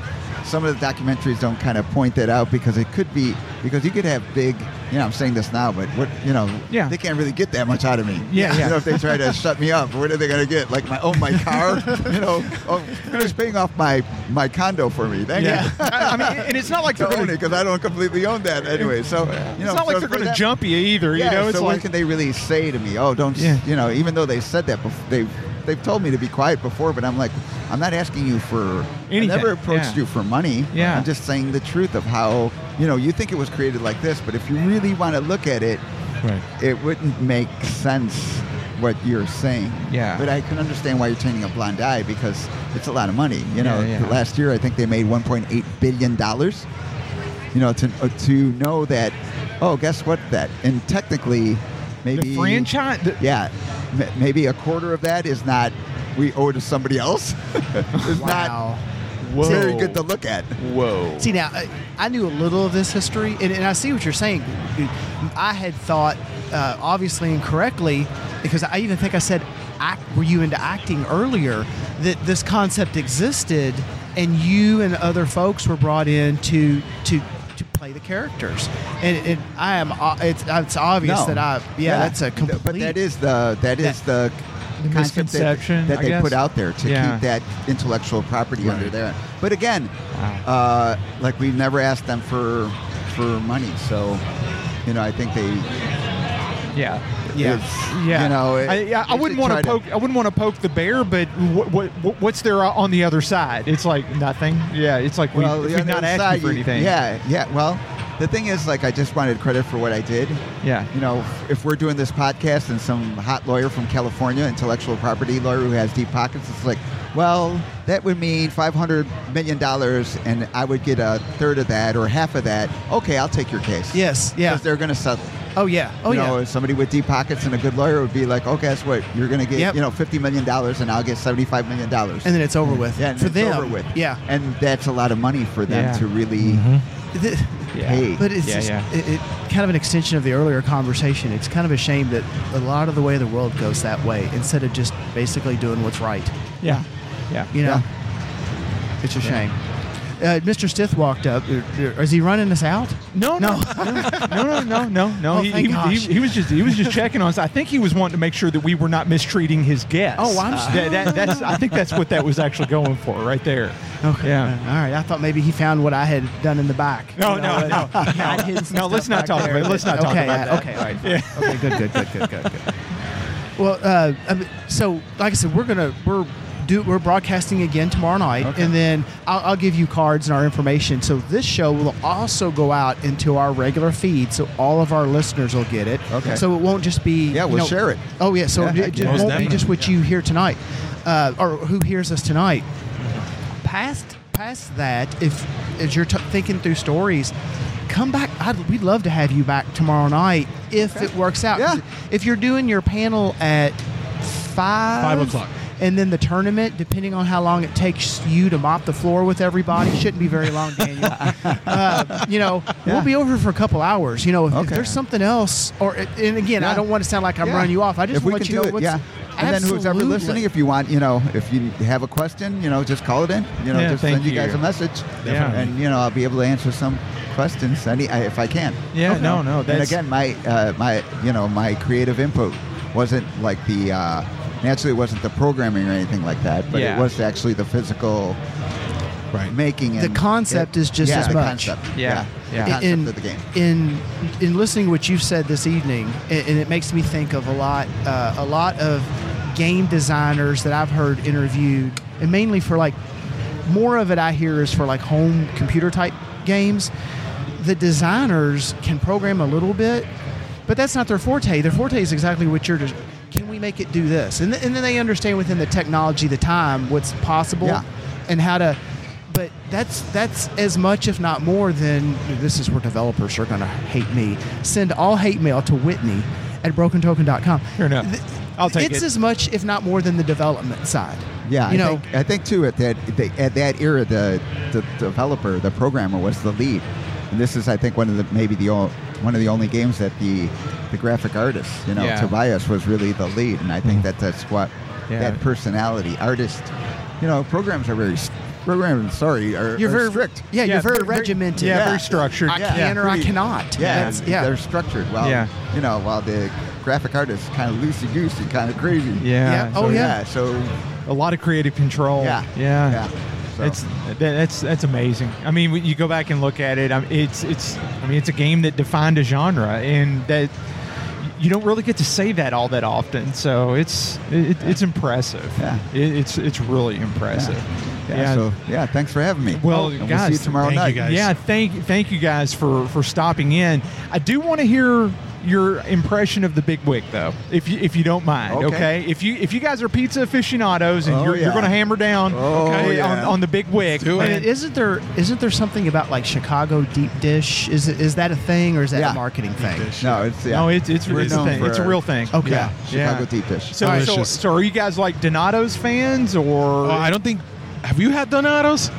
[SPEAKER 6] some of the documentaries don't kind of point that out because it could be because you could have big you know i'm saying this now but what you know
[SPEAKER 5] Yeah.
[SPEAKER 6] they can't really get that much out of me
[SPEAKER 5] Yeah, yeah.
[SPEAKER 6] you know if they try to shut me up what are they going to get like my oh my car you know oh who's paying off my my condo for me thank
[SPEAKER 5] Yeah.
[SPEAKER 6] you
[SPEAKER 5] I I mean, and it's not like
[SPEAKER 6] to
[SPEAKER 5] they're
[SPEAKER 6] own
[SPEAKER 5] going
[SPEAKER 6] it because I don't completely own that anyway. So you know,
[SPEAKER 5] it's not like they're
[SPEAKER 6] so for
[SPEAKER 5] going to
[SPEAKER 6] that-
[SPEAKER 5] jump you either.
[SPEAKER 6] Yeah,
[SPEAKER 5] you know, it's
[SPEAKER 6] so
[SPEAKER 5] like
[SPEAKER 6] what can they really say to me? Oh, don't s-
[SPEAKER 5] Yeah.
[SPEAKER 6] you know? Even though they said that, bef- they've they've told me to be quiet before, but I'm like, I'm not asking you for.
[SPEAKER 5] Anything,
[SPEAKER 6] I never approached
[SPEAKER 5] yeah.
[SPEAKER 6] you for money.
[SPEAKER 5] Yeah.
[SPEAKER 6] I'm just saying the truth of how you know you think it was created like this, but if you really want to look at it,
[SPEAKER 5] Right.
[SPEAKER 6] it wouldn't make sense what you're saying.
[SPEAKER 5] Yeah.
[SPEAKER 6] But I can understand why you're turning a blind eye because it's a lot of money. You know,
[SPEAKER 5] Yeah, yeah.
[SPEAKER 6] last year I think they made 1.8 billion dollars. You know, to uh, to know that, oh, guess what? That and technically, maybe
[SPEAKER 5] the franchise. the-
[SPEAKER 6] Yeah, m- maybe a quarter of that is not we owe to somebody else. it's
[SPEAKER 3] Wow.
[SPEAKER 6] not very good to look at.
[SPEAKER 5] Whoa.
[SPEAKER 3] See now, I, I knew a little of this history, and, and I see what you're saying. I had thought, uh, obviously incorrectly, because I even think I said, act, "Were you into acting earlier?" That this concept existed, and you and other folks were brought in to to to play the characters. And, and I am, o- it's, it's obvious that I, yeah, that's a complete.
[SPEAKER 6] But that is the that is the
[SPEAKER 5] The
[SPEAKER 6] concept that-
[SPEAKER 5] misconception,
[SPEAKER 6] that,
[SPEAKER 5] I
[SPEAKER 6] they
[SPEAKER 5] guess.
[SPEAKER 6] put out there to
[SPEAKER 5] Yeah.
[SPEAKER 6] keep that intellectual property under there. But again, uh, like we never asked them for for money, so you know I think they
[SPEAKER 5] Yeah.
[SPEAKER 3] Yeah.
[SPEAKER 6] it's,
[SPEAKER 5] Yeah,
[SPEAKER 6] you know it-
[SPEAKER 5] I, yeah, I
[SPEAKER 6] they should
[SPEAKER 5] wouldn't want
[SPEAKER 6] try
[SPEAKER 5] to poke. I wouldn't want to poke the bear, but what, what, what's there on the other side? It's like nothing. Yeah, it's like we,
[SPEAKER 6] Well,
[SPEAKER 5] if
[SPEAKER 6] the
[SPEAKER 5] we're
[SPEAKER 6] other
[SPEAKER 5] not asking
[SPEAKER 6] side,
[SPEAKER 5] for
[SPEAKER 6] you-
[SPEAKER 5] anything.
[SPEAKER 6] Yeah, yeah. Well, the thing is, like, I just wanted credit for what I did.
[SPEAKER 5] yeah,
[SPEAKER 6] You know, if we're doing this podcast and some hot lawyer from California, intellectual property lawyer who has deep pockets, it's like, well, that would mean $500 million and I would get a third of that or half of that. Okay, I'll take your case.
[SPEAKER 3] Yes, yeah.
[SPEAKER 6] Because they're going to settle.
[SPEAKER 4] Oh yeah. Oh
[SPEAKER 6] you
[SPEAKER 4] yeah.
[SPEAKER 6] know, somebody with deep pockets and a good lawyer would be like, "Oh, guess what? You're going to get
[SPEAKER 4] Yep.
[SPEAKER 6] you know fifty million dollars, and I'll get seventy-five million dollars."
[SPEAKER 4] And then it's over with.
[SPEAKER 6] Yeah, and
[SPEAKER 4] For
[SPEAKER 6] it's
[SPEAKER 4] them.
[SPEAKER 6] over with.
[SPEAKER 4] Yeah.
[SPEAKER 6] and that's a lot of money for them
[SPEAKER 4] Yeah.
[SPEAKER 6] to really
[SPEAKER 4] The-
[SPEAKER 6] pay.
[SPEAKER 4] But it's just, It, it, kind of an extension of the earlier conversation. It's kind of a shame that a lot of the way the world goes that way instead of just basically doing what's right.
[SPEAKER 12] Yeah. Yeah.
[SPEAKER 4] You know, it's a shame. Uh, Mr. Stith walked up. Er, er, Is he running us out?
[SPEAKER 5] No, no, no, no, no, no. no.
[SPEAKER 4] Oh,
[SPEAKER 5] he,
[SPEAKER 4] thank
[SPEAKER 5] he-
[SPEAKER 4] gosh.
[SPEAKER 5] he- he was just he was just checking on us. I think he was wanting to make sure that we were not mistreating his guests.
[SPEAKER 4] Oh, I'm
[SPEAKER 5] Uh,
[SPEAKER 4] s-
[SPEAKER 5] that, that- that's I think that's what that was actually going for right there.
[SPEAKER 4] Okay.
[SPEAKER 5] Yeah.
[SPEAKER 4] All right. I thought maybe he found what I had done in the back.
[SPEAKER 5] No,
[SPEAKER 4] You
[SPEAKER 5] Oh, no,
[SPEAKER 4] know,
[SPEAKER 5] no,
[SPEAKER 4] I-
[SPEAKER 5] no.
[SPEAKER 4] I'd hidden some
[SPEAKER 5] No,
[SPEAKER 4] stuff
[SPEAKER 5] let's not
[SPEAKER 4] back
[SPEAKER 5] talk
[SPEAKER 4] there
[SPEAKER 5] about- let's not talk
[SPEAKER 4] okay,
[SPEAKER 5] about
[SPEAKER 4] uh,
[SPEAKER 5] that.
[SPEAKER 4] Okay. All right.
[SPEAKER 5] Yeah.
[SPEAKER 4] Okay. Good. Good. Good. Good. Good. Good. Good. Well, uh, I mean, so like I said, we're gonna we're do we're broadcasting again tomorrow night, and then I'll, I'll give you cards and our information. So this show will also go out into our regular feed, so all of our listeners will get it.
[SPEAKER 6] Okay.
[SPEAKER 4] So it won't just be
[SPEAKER 6] Yeah,
[SPEAKER 4] you
[SPEAKER 6] we'll
[SPEAKER 4] know-
[SPEAKER 6] share it.
[SPEAKER 4] Oh yeah, so
[SPEAKER 6] Yeah,
[SPEAKER 4] it,
[SPEAKER 6] heck
[SPEAKER 4] it
[SPEAKER 6] yeah.
[SPEAKER 4] won't
[SPEAKER 6] Most
[SPEAKER 4] be just what you hear tonight, uh, or who hears us tonight. Past past that, if as you're t- thinking through stories. Come back. I'd, we'd love to have you back tomorrow night if it works out. 'Cause
[SPEAKER 6] Yeah.
[SPEAKER 4] If you're doing your panel at five,
[SPEAKER 9] Five o'clock.
[SPEAKER 4] and then the tournament, depending on how long it takes you to mop the floor with everybody, shouldn't be very long, Daniel. uh, you know, we'll be over for a couple hours. You know, if, if
[SPEAKER 6] Okay.
[SPEAKER 4] there's something else, or and again, I
[SPEAKER 6] Yeah.
[SPEAKER 4] don't want to sound like I'm
[SPEAKER 6] Yeah.
[SPEAKER 4] running you off. I just
[SPEAKER 6] if we
[SPEAKER 4] want
[SPEAKER 6] can
[SPEAKER 4] you to
[SPEAKER 6] do
[SPEAKER 4] know
[SPEAKER 6] it,
[SPEAKER 4] what's
[SPEAKER 6] yeah. And then who's ever
[SPEAKER 4] Absolutely.
[SPEAKER 6] listening, if you want, you know, if you have a question, you know, just call it in. You know,
[SPEAKER 5] Yeah,
[SPEAKER 6] just
[SPEAKER 5] thank
[SPEAKER 6] send you
[SPEAKER 5] you.
[SPEAKER 6] guys a message,
[SPEAKER 5] Yeah.
[SPEAKER 6] and you know, I'll be able to answer some questions any I- if I can.
[SPEAKER 5] Yeah, no, no.
[SPEAKER 6] and
[SPEAKER 5] That's
[SPEAKER 6] again, my uh, my you know my creative input wasn't like the uh, naturally it wasn't the programming or anything like that, but
[SPEAKER 5] Yeah.
[SPEAKER 6] it was actually the physical
[SPEAKER 9] Right.
[SPEAKER 6] making.
[SPEAKER 4] The
[SPEAKER 6] and
[SPEAKER 4] concept
[SPEAKER 6] is
[SPEAKER 4] is just
[SPEAKER 6] yeah,
[SPEAKER 4] as
[SPEAKER 6] the
[SPEAKER 4] much.
[SPEAKER 6] Concept.
[SPEAKER 5] Yeah. Yeah.
[SPEAKER 6] The concept
[SPEAKER 4] in,
[SPEAKER 6] of the game.
[SPEAKER 4] In in listening to what you've said this evening, a- and it makes me think of a lot uh, a lot of game designers that I've heard interviewed, and mainly for like more of it I hear is for like home computer type games. The designers can program a little bit, but that's not their forte. Their forte is exactly what you're just. Can we make it do this? And, th- and then they understand within the technology, the time, what's possible,
[SPEAKER 6] Yeah.
[SPEAKER 4] and how to but that's that's as much, if not more, than this is where developers are going to hate me. Send all hate mail to Whitney at brokentoken.com.
[SPEAKER 5] fair enough.
[SPEAKER 4] Th-
[SPEAKER 5] I'll take
[SPEAKER 4] it's
[SPEAKER 5] it.
[SPEAKER 4] as much, if not more, than the development side.
[SPEAKER 6] Yeah,
[SPEAKER 4] you
[SPEAKER 6] I
[SPEAKER 4] know,
[SPEAKER 6] think, uh, I think too at that the, at that era, the, the developer, the programmer was the lead, and this is I think one of the maybe the ol one of the only games that the the graphic artist, you know,
[SPEAKER 12] Yeah.
[SPEAKER 6] Tobias was really the lead, and I
[SPEAKER 4] Mm-hmm.
[SPEAKER 6] think that that's what
[SPEAKER 12] Yeah.
[SPEAKER 6] that personality, artist, you know, programs are very s- programming. Sorry, are,
[SPEAKER 4] you're
[SPEAKER 6] are
[SPEAKER 4] very
[SPEAKER 6] strict.
[SPEAKER 4] Yeah,
[SPEAKER 5] Yeah,
[SPEAKER 4] you're very
[SPEAKER 5] very- very-
[SPEAKER 4] regimented.
[SPEAKER 5] yeah, very structured.
[SPEAKER 4] I
[SPEAKER 6] Yeah.
[SPEAKER 4] can or I
[SPEAKER 6] Pretty-
[SPEAKER 4] cannot.
[SPEAKER 6] Yeah,
[SPEAKER 4] That's- yeah.
[SPEAKER 6] they're structured. While
[SPEAKER 5] Yeah.
[SPEAKER 6] you know, while the graphic artist is kind of loosey goosey, kind of crazy.
[SPEAKER 5] yeah.
[SPEAKER 4] Yeah.
[SPEAKER 6] So,
[SPEAKER 4] Oh, yeah.
[SPEAKER 6] So
[SPEAKER 5] A lot of creative control.
[SPEAKER 6] Yeah.
[SPEAKER 5] Yeah.
[SPEAKER 6] So-
[SPEAKER 5] It's that- that's that's amazing. I mean, when you go back and look at it. I mean, it's it's I mean, it's a game that defined a genre, and that you don't really get to say that all that often. So it's it, it's impressive.
[SPEAKER 6] Yeah.
[SPEAKER 5] It, it's it's really impressive.
[SPEAKER 6] Yeah. So yeah, thanks for having me.
[SPEAKER 5] Well,
[SPEAKER 6] and we'll see you
[SPEAKER 5] guys,
[SPEAKER 6] tomorrow
[SPEAKER 9] thank you,
[SPEAKER 6] night.
[SPEAKER 9] guys.
[SPEAKER 5] Yeah, thank thank you guys for for stopping in. I do want to hear your impression of the big wig though, if you if you don't mind. Okay.
[SPEAKER 6] Okay.
[SPEAKER 5] If you if you guys are pizza aficionados and
[SPEAKER 6] Oh,
[SPEAKER 5] you're, you're
[SPEAKER 6] yeah.
[SPEAKER 5] going to hammer down
[SPEAKER 6] Oh,
[SPEAKER 5] okay,
[SPEAKER 6] yeah.
[SPEAKER 5] on, on the big wig,
[SPEAKER 9] do
[SPEAKER 4] And isn't there isn't there something about like Chicago deep dish? Is it, is that a thing or is that
[SPEAKER 6] Yeah.
[SPEAKER 4] a marketing thing?
[SPEAKER 6] No, it's yeah.
[SPEAKER 5] no, it's it's,
[SPEAKER 6] We're
[SPEAKER 5] it's a
[SPEAKER 6] known
[SPEAKER 5] thing.
[SPEAKER 6] for
[SPEAKER 5] It's a
[SPEAKER 6] our-
[SPEAKER 5] real thing.
[SPEAKER 4] Okay.
[SPEAKER 6] Yeah,
[SPEAKER 5] Yeah.
[SPEAKER 6] Chicago deep dish.
[SPEAKER 5] So, so,
[SPEAKER 9] Delicious.
[SPEAKER 5] so are you guys like Donatos fans or?
[SPEAKER 9] Oh, I don't think. Have you had Donatos?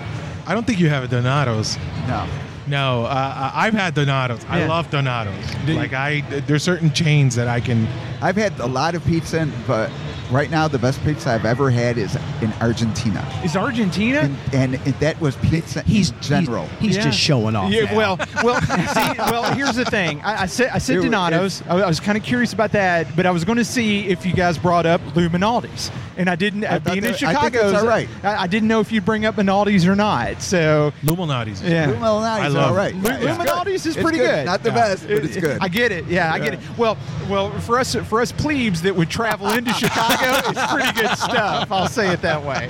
[SPEAKER 9] I don't think you have Donatos.
[SPEAKER 6] no,
[SPEAKER 9] No, uh, I- I've had Donatos. I
[SPEAKER 5] Yeah.
[SPEAKER 9] love Donatos.
[SPEAKER 5] Do you-
[SPEAKER 9] like I, there's certain chains that I can.
[SPEAKER 6] I've had a lot of pizza, and- but right now the best pizza I've ever had is in Argentina,
[SPEAKER 5] is Argentina?
[SPEAKER 6] and, and it- that was pizza. He's general.
[SPEAKER 4] He's
[SPEAKER 5] Yeah.
[SPEAKER 4] just showing off.
[SPEAKER 5] Yeah,
[SPEAKER 4] now.
[SPEAKER 5] well, well, see, well. Here's the thing. I, I said I said
[SPEAKER 6] It was-
[SPEAKER 5] Donatos. I, I was kind of curious about that, but I was going to see if you guys brought up Lou Minaldi's, and I didn't. uh,
[SPEAKER 6] I thought
[SPEAKER 5] being in
[SPEAKER 6] that- I think
[SPEAKER 5] Chicago,
[SPEAKER 6] that's all right.
[SPEAKER 5] I, I didn't know if you'd bring up Minaldi's or not. So
[SPEAKER 9] Luminati's.
[SPEAKER 5] yeah.
[SPEAKER 6] Well, now
[SPEAKER 9] I
[SPEAKER 6] he's
[SPEAKER 9] love
[SPEAKER 6] all right.
[SPEAKER 9] it.
[SPEAKER 6] Yeah, it's
[SPEAKER 5] Luminati's is
[SPEAKER 6] It's
[SPEAKER 5] pretty good.
[SPEAKER 6] Not the
[SPEAKER 9] Yeah.
[SPEAKER 6] best, but it's
[SPEAKER 5] It-
[SPEAKER 6] good.
[SPEAKER 5] I get it. Yeah, I get it. Well, well, for us for us plebes that would travel into Chicago, it's pretty good stuff. I'll say it that way.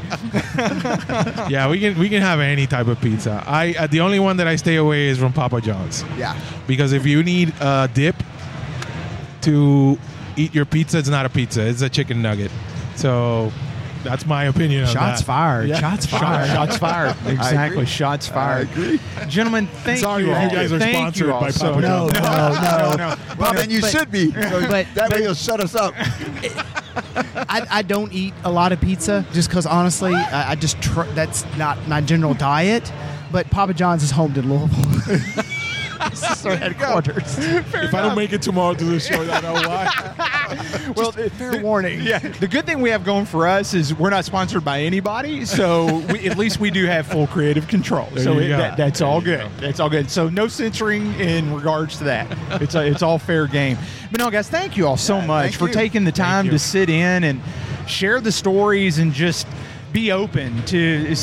[SPEAKER 9] yeah, we can we can have any type of pizza. I uh, the only one that I stay away is from Papa John's
[SPEAKER 6] yeah.
[SPEAKER 9] because if you need a dip to eat your pizza, it's not a pizza; it's a chicken nugget. So That's my opinion. of
[SPEAKER 5] Shots
[SPEAKER 9] that.
[SPEAKER 5] fired.
[SPEAKER 9] Yeah.
[SPEAKER 5] Shots
[SPEAKER 9] Shot-
[SPEAKER 5] fired.
[SPEAKER 9] Shots fired.
[SPEAKER 5] I agree. Shots fired. Gentlemen, thank
[SPEAKER 9] Sorry
[SPEAKER 5] you.
[SPEAKER 9] if
[SPEAKER 5] all.
[SPEAKER 9] you guys are
[SPEAKER 5] Thank
[SPEAKER 9] sponsored
[SPEAKER 5] you all
[SPEAKER 9] by
[SPEAKER 5] so
[SPEAKER 9] Papa
[SPEAKER 5] much.
[SPEAKER 6] no,
[SPEAKER 9] John's.
[SPEAKER 5] no.
[SPEAKER 6] Well, then you
[SPEAKER 4] But-
[SPEAKER 6] should be. So
[SPEAKER 4] but-
[SPEAKER 6] that way you'll shut us up.
[SPEAKER 4] I, I don't eat a lot of pizza just because honestly, I, I just tr- that's not my general diet. But Papa John's is home to Louisville. this is our headquarters.
[SPEAKER 9] If I don't make it tomorrow to the show, I know why.
[SPEAKER 5] Well, the-
[SPEAKER 4] fair
[SPEAKER 5] the-
[SPEAKER 4] warning.
[SPEAKER 5] Yeah, the good thing we have going for us is we're not sponsored by anybody, so we, at least we do have full creative control.
[SPEAKER 9] There
[SPEAKER 5] so
[SPEAKER 9] you go.
[SPEAKER 5] that, that's
[SPEAKER 9] There
[SPEAKER 5] all
[SPEAKER 9] you
[SPEAKER 5] good.
[SPEAKER 9] go.
[SPEAKER 5] That's all good. So no censoring in regards to that. It's a, it's all fair game. But no, guys, thank you all so much
[SPEAKER 6] thank
[SPEAKER 5] for
[SPEAKER 6] you.
[SPEAKER 5] taking the time
[SPEAKER 9] you.
[SPEAKER 5] to sit in and share the stories and just be open to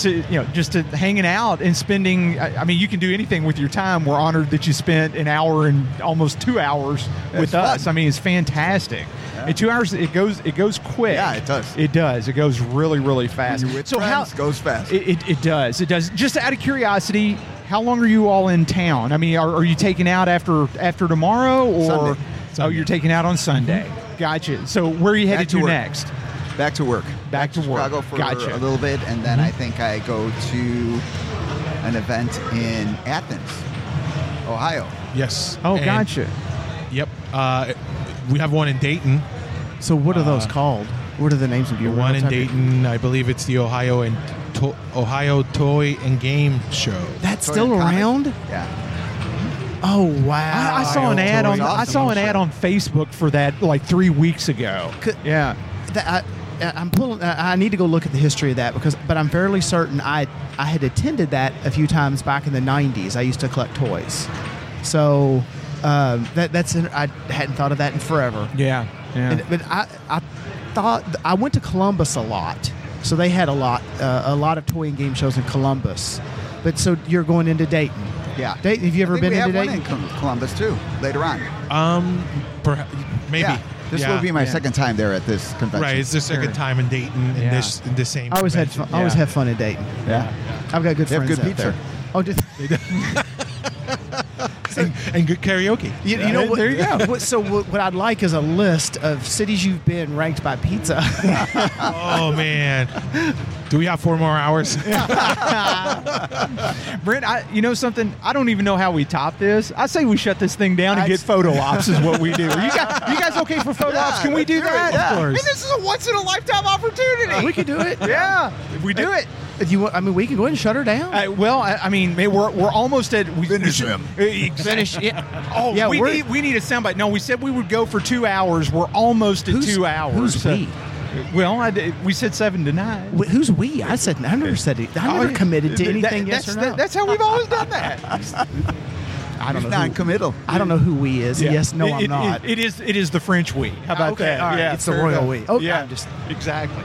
[SPEAKER 5] you know just to hanging out and spending i I mean you can do anything with your time we're honored that you spent an hour and almost two hours with
[SPEAKER 6] fun.
[SPEAKER 5] us I mean, it's fantastic. In two hours, it goes it goes quick.
[SPEAKER 6] Yeah, it does.
[SPEAKER 5] It does. It goes really really fast.
[SPEAKER 6] When you're with friends, goes fast.
[SPEAKER 5] It, it, it does. It does. Just out of curiosity, how long are you all in town? I mean, are, are you taking out after after tomorrow or?
[SPEAKER 6] Sunday.
[SPEAKER 5] Oh, you're taking out on Sunday.
[SPEAKER 4] Mm-hmm.
[SPEAKER 5] Gotcha. So where are you headed
[SPEAKER 6] Back to
[SPEAKER 5] to,
[SPEAKER 6] work.
[SPEAKER 5] next?
[SPEAKER 6] Back to work.
[SPEAKER 5] Back to work.
[SPEAKER 6] Chicago for
[SPEAKER 5] Gotcha.
[SPEAKER 6] a little bit, and then I
[SPEAKER 4] Mm-hmm.
[SPEAKER 6] think I go to an event in Athens, Ohio.
[SPEAKER 9] Yes.
[SPEAKER 5] Oh,
[SPEAKER 9] And-
[SPEAKER 5] gotcha.
[SPEAKER 9] Yep. Uh, we have one in Dayton.
[SPEAKER 4] So what are those called? What are the names of
[SPEAKER 9] The
[SPEAKER 4] your
[SPEAKER 9] one in Dayton, I believe it's the Ohio and to- Ohio Toy and Game Show.
[SPEAKER 4] That's
[SPEAKER 6] Toy
[SPEAKER 4] still
[SPEAKER 6] and Comic.
[SPEAKER 4] around?
[SPEAKER 6] Yeah.
[SPEAKER 4] Oh wow!
[SPEAKER 5] I, I saw an ad on
[SPEAKER 6] Toys
[SPEAKER 5] I saw an
[SPEAKER 6] Awesome.
[SPEAKER 5] ad on Facebook for that like three weeks ago.
[SPEAKER 4] Could-
[SPEAKER 5] yeah.
[SPEAKER 4] that I, uh, I'm pulling. I I need to go look at the history of that because, but I'm fairly certain I I had attended that a few times back in the '90s. I used to collect toys, so um, that that's an, I hadn't thought of that in forever.
[SPEAKER 5] Yeah. Yeah.
[SPEAKER 4] And, but I I thought I went to Columbus a lot, so they had a lot uh, a lot of toy and game shows in Columbus. But so you're going into Dayton,
[SPEAKER 6] Yeah.
[SPEAKER 4] Dayton, have you ever
[SPEAKER 6] I think
[SPEAKER 4] been
[SPEAKER 6] we
[SPEAKER 4] into
[SPEAKER 6] have one
[SPEAKER 4] Dayton?
[SPEAKER 6] in Col- Columbus too later on.
[SPEAKER 9] Um, perha- maybe.
[SPEAKER 6] Yeah. This
[SPEAKER 9] Yeah.
[SPEAKER 6] will be my
[SPEAKER 5] Yeah.
[SPEAKER 6] second time there at this convention.
[SPEAKER 9] Right, it's the second time in Dayton in
[SPEAKER 5] Yeah.
[SPEAKER 9] this in the same.
[SPEAKER 4] I always had
[SPEAKER 9] convention.
[SPEAKER 4] fun, I always
[SPEAKER 5] Yeah.
[SPEAKER 4] have fun in Dayton.
[SPEAKER 6] Yeah.
[SPEAKER 4] I've got good
[SPEAKER 6] They have
[SPEAKER 4] friends
[SPEAKER 6] good
[SPEAKER 4] out
[SPEAKER 6] pizza.
[SPEAKER 4] there. Oh, did
[SPEAKER 9] and, and good karaoke.
[SPEAKER 4] You, you know
[SPEAKER 5] There-
[SPEAKER 4] what?
[SPEAKER 5] there you go.
[SPEAKER 4] What, so what, what I'd like is a list of cities you've been ranked by pizza.
[SPEAKER 9] Oh man, do we have four more hours?
[SPEAKER 5] Brent, I, you know something? I don't even know how we top this. I say we shut this thing down and
[SPEAKER 4] I
[SPEAKER 5] get
[SPEAKER 4] just-
[SPEAKER 5] photo ops is what we do. Are you guys, you guys okay for photo
[SPEAKER 6] Yeah,
[SPEAKER 5] ops? Can we do
[SPEAKER 6] let's do
[SPEAKER 5] that?
[SPEAKER 6] it, yeah.
[SPEAKER 9] Of course.
[SPEAKER 5] And this is a once in a lifetime opportunity.
[SPEAKER 4] we could do it.
[SPEAKER 5] yeah, if we do it.
[SPEAKER 4] If Uh, you want, I mean, we can go ahead and shut her down.
[SPEAKER 5] Uh, well, I, I mean, man, we're, we're almost at we
[SPEAKER 6] Finish
[SPEAKER 5] we should-
[SPEAKER 6] him.
[SPEAKER 5] Uh, exactly.
[SPEAKER 4] Finish. Yeah.
[SPEAKER 5] Oh,
[SPEAKER 4] Yeah,
[SPEAKER 5] we
[SPEAKER 4] we're-
[SPEAKER 5] need we need a soundbite. No, we said we would go for two hours. We're almost at
[SPEAKER 4] Who's-
[SPEAKER 5] two hours.
[SPEAKER 4] who's we?
[SPEAKER 5] Well, I did- we said seven to nine.
[SPEAKER 4] Wh- Who's we? I said I never said it. I never committed to
[SPEAKER 5] Th- Oh, that-
[SPEAKER 4] anything. yes
[SPEAKER 5] that's,
[SPEAKER 4] or no?
[SPEAKER 5] that's how we've always done that.
[SPEAKER 4] I don't
[SPEAKER 6] It's
[SPEAKER 4] know. who-
[SPEAKER 6] non-committal.
[SPEAKER 4] I don't know who we is.
[SPEAKER 5] Yeah.
[SPEAKER 4] Yes. No,
[SPEAKER 5] It-
[SPEAKER 4] I'm
[SPEAKER 5] it-
[SPEAKER 4] not.
[SPEAKER 5] it- it is. It is the French we. How about
[SPEAKER 4] okay,
[SPEAKER 5] that?
[SPEAKER 4] all right,
[SPEAKER 5] Yeah,
[SPEAKER 4] it's the
[SPEAKER 5] fair
[SPEAKER 4] royal we.
[SPEAKER 5] enough.
[SPEAKER 4] Oh,
[SPEAKER 5] yeah,
[SPEAKER 4] I'm just-
[SPEAKER 5] exactly.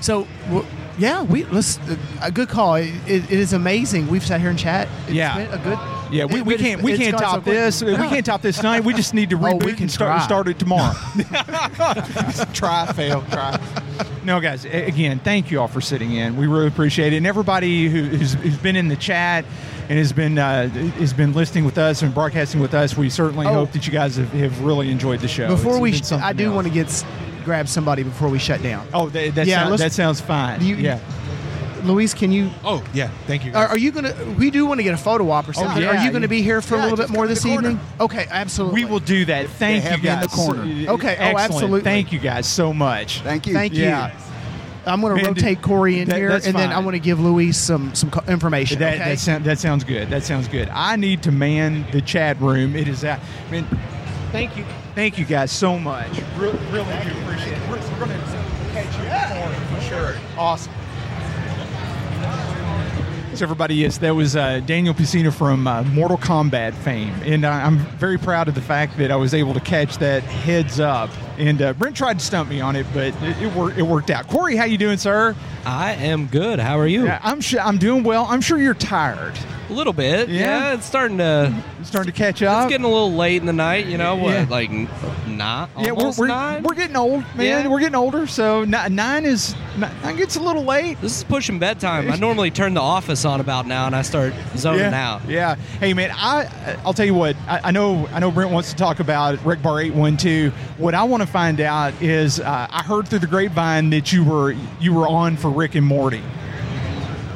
[SPEAKER 4] so. wh- yeah, we let's. Uh, a good call. It, it, it is amazing. We've sat here and chat. It's
[SPEAKER 5] Yeah.
[SPEAKER 4] been a good.
[SPEAKER 5] Yeah, we,
[SPEAKER 4] it- but
[SPEAKER 5] we
[SPEAKER 4] it's-
[SPEAKER 5] can't we
[SPEAKER 4] it's
[SPEAKER 5] can't
[SPEAKER 4] gone so
[SPEAKER 5] top
[SPEAKER 4] quick.
[SPEAKER 5] this. We
[SPEAKER 4] No.
[SPEAKER 5] can't top this tonight. We just need to
[SPEAKER 4] Oh,
[SPEAKER 5] reboot
[SPEAKER 4] we can
[SPEAKER 5] and start,
[SPEAKER 4] try.
[SPEAKER 5] start it tomorrow. try, fail, try. No, guys. a- Again, thank you all for sitting in. We really appreciate it, and everybody who, who's, who's been in the chat and has been uh, has been listening with us and broadcasting with us. We certainly
[SPEAKER 4] Oh.
[SPEAKER 5] hope that you guys have, have really enjoyed the show.
[SPEAKER 4] Before
[SPEAKER 5] It's
[SPEAKER 4] we,
[SPEAKER 5] been
[SPEAKER 4] sh- I
[SPEAKER 5] something
[SPEAKER 4] do
[SPEAKER 5] else.
[SPEAKER 4] want to get s- grab somebody before we shut down.
[SPEAKER 5] Oh, that, that,
[SPEAKER 4] Yeah,
[SPEAKER 5] sound-
[SPEAKER 4] let's-
[SPEAKER 5] that sounds fine.
[SPEAKER 4] Do you-
[SPEAKER 5] yeah.
[SPEAKER 4] Luis, can you?
[SPEAKER 9] oh yeah, thank
[SPEAKER 4] Are,
[SPEAKER 9] you. Guys.
[SPEAKER 4] are you gonna? We do want to get a photo op or something.
[SPEAKER 5] Oh, yeah,
[SPEAKER 4] are you gonna
[SPEAKER 5] you-
[SPEAKER 4] be here for
[SPEAKER 6] yeah,
[SPEAKER 4] a little
[SPEAKER 6] just
[SPEAKER 4] bit more
[SPEAKER 6] come to
[SPEAKER 4] this
[SPEAKER 6] the corner.
[SPEAKER 4] evening? Okay, absolutely.
[SPEAKER 5] We will do that. Thank
[SPEAKER 6] have
[SPEAKER 5] you
[SPEAKER 6] me in
[SPEAKER 5] guys. Uh,
[SPEAKER 6] the corner.
[SPEAKER 4] Okay, oh,
[SPEAKER 5] Excellent.
[SPEAKER 4] absolutely.
[SPEAKER 5] Thank you guys so much.
[SPEAKER 6] Thank you.
[SPEAKER 4] Thank
[SPEAKER 5] Yeah.
[SPEAKER 4] you. I'm gonna
[SPEAKER 5] Man, dude,
[SPEAKER 4] rotate Corey in
[SPEAKER 5] that-
[SPEAKER 4] here, and
[SPEAKER 5] that's
[SPEAKER 4] then
[SPEAKER 5] fine.
[SPEAKER 4] I want to give Luis some some co- information.
[SPEAKER 5] That,
[SPEAKER 4] okay?
[SPEAKER 5] that, sound, that sounds good. That sounds good. I need to man the chat room. It is that. I mean, thank you. Thank you guys so much. Re- Really, do appreciate it. We're, going to catch you for sure. Awesome. So everybody is. That was uh, Daniel Piscina from uh, Mortal Kombat fame, and I, I'm very proud of the fact that I was able to catch that heads up. And uh, Brent tried to stump me on it, but it, it, wor- it worked out. Corey, how you doing, sir?
[SPEAKER 8] I am good. How are you?
[SPEAKER 5] Yeah, Oh. I'm sure I'm doing well. I'm sure you're tired.
[SPEAKER 8] A little bit. Yeah. it's starting to
[SPEAKER 5] starting to catch up.
[SPEAKER 8] It's getting a little late in the night. You know what?
[SPEAKER 5] Yeah.
[SPEAKER 8] Like n- not.
[SPEAKER 5] Yeah, we're,
[SPEAKER 8] almost
[SPEAKER 5] we're,
[SPEAKER 8] nine?
[SPEAKER 5] we're getting old, man.
[SPEAKER 8] Yeah.
[SPEAKER 5] We're getting older, so ni- nine is ni- nine gets a little late.
[SPEAKER 8] This is pushing bedtime. I normally turn the office on about now, and I start zoning
[SPEAKER 5] yeah.
[SPEAKER 8] out.
[SPEAKER 5] Yeah. Hey, man. I I'll tell you what. I, I know. I know. Brent wants to talk about Rec Bar Eight One Two. What I want to find out is, uh, I heard through the grapevine that you were you were on for Rick and Morty.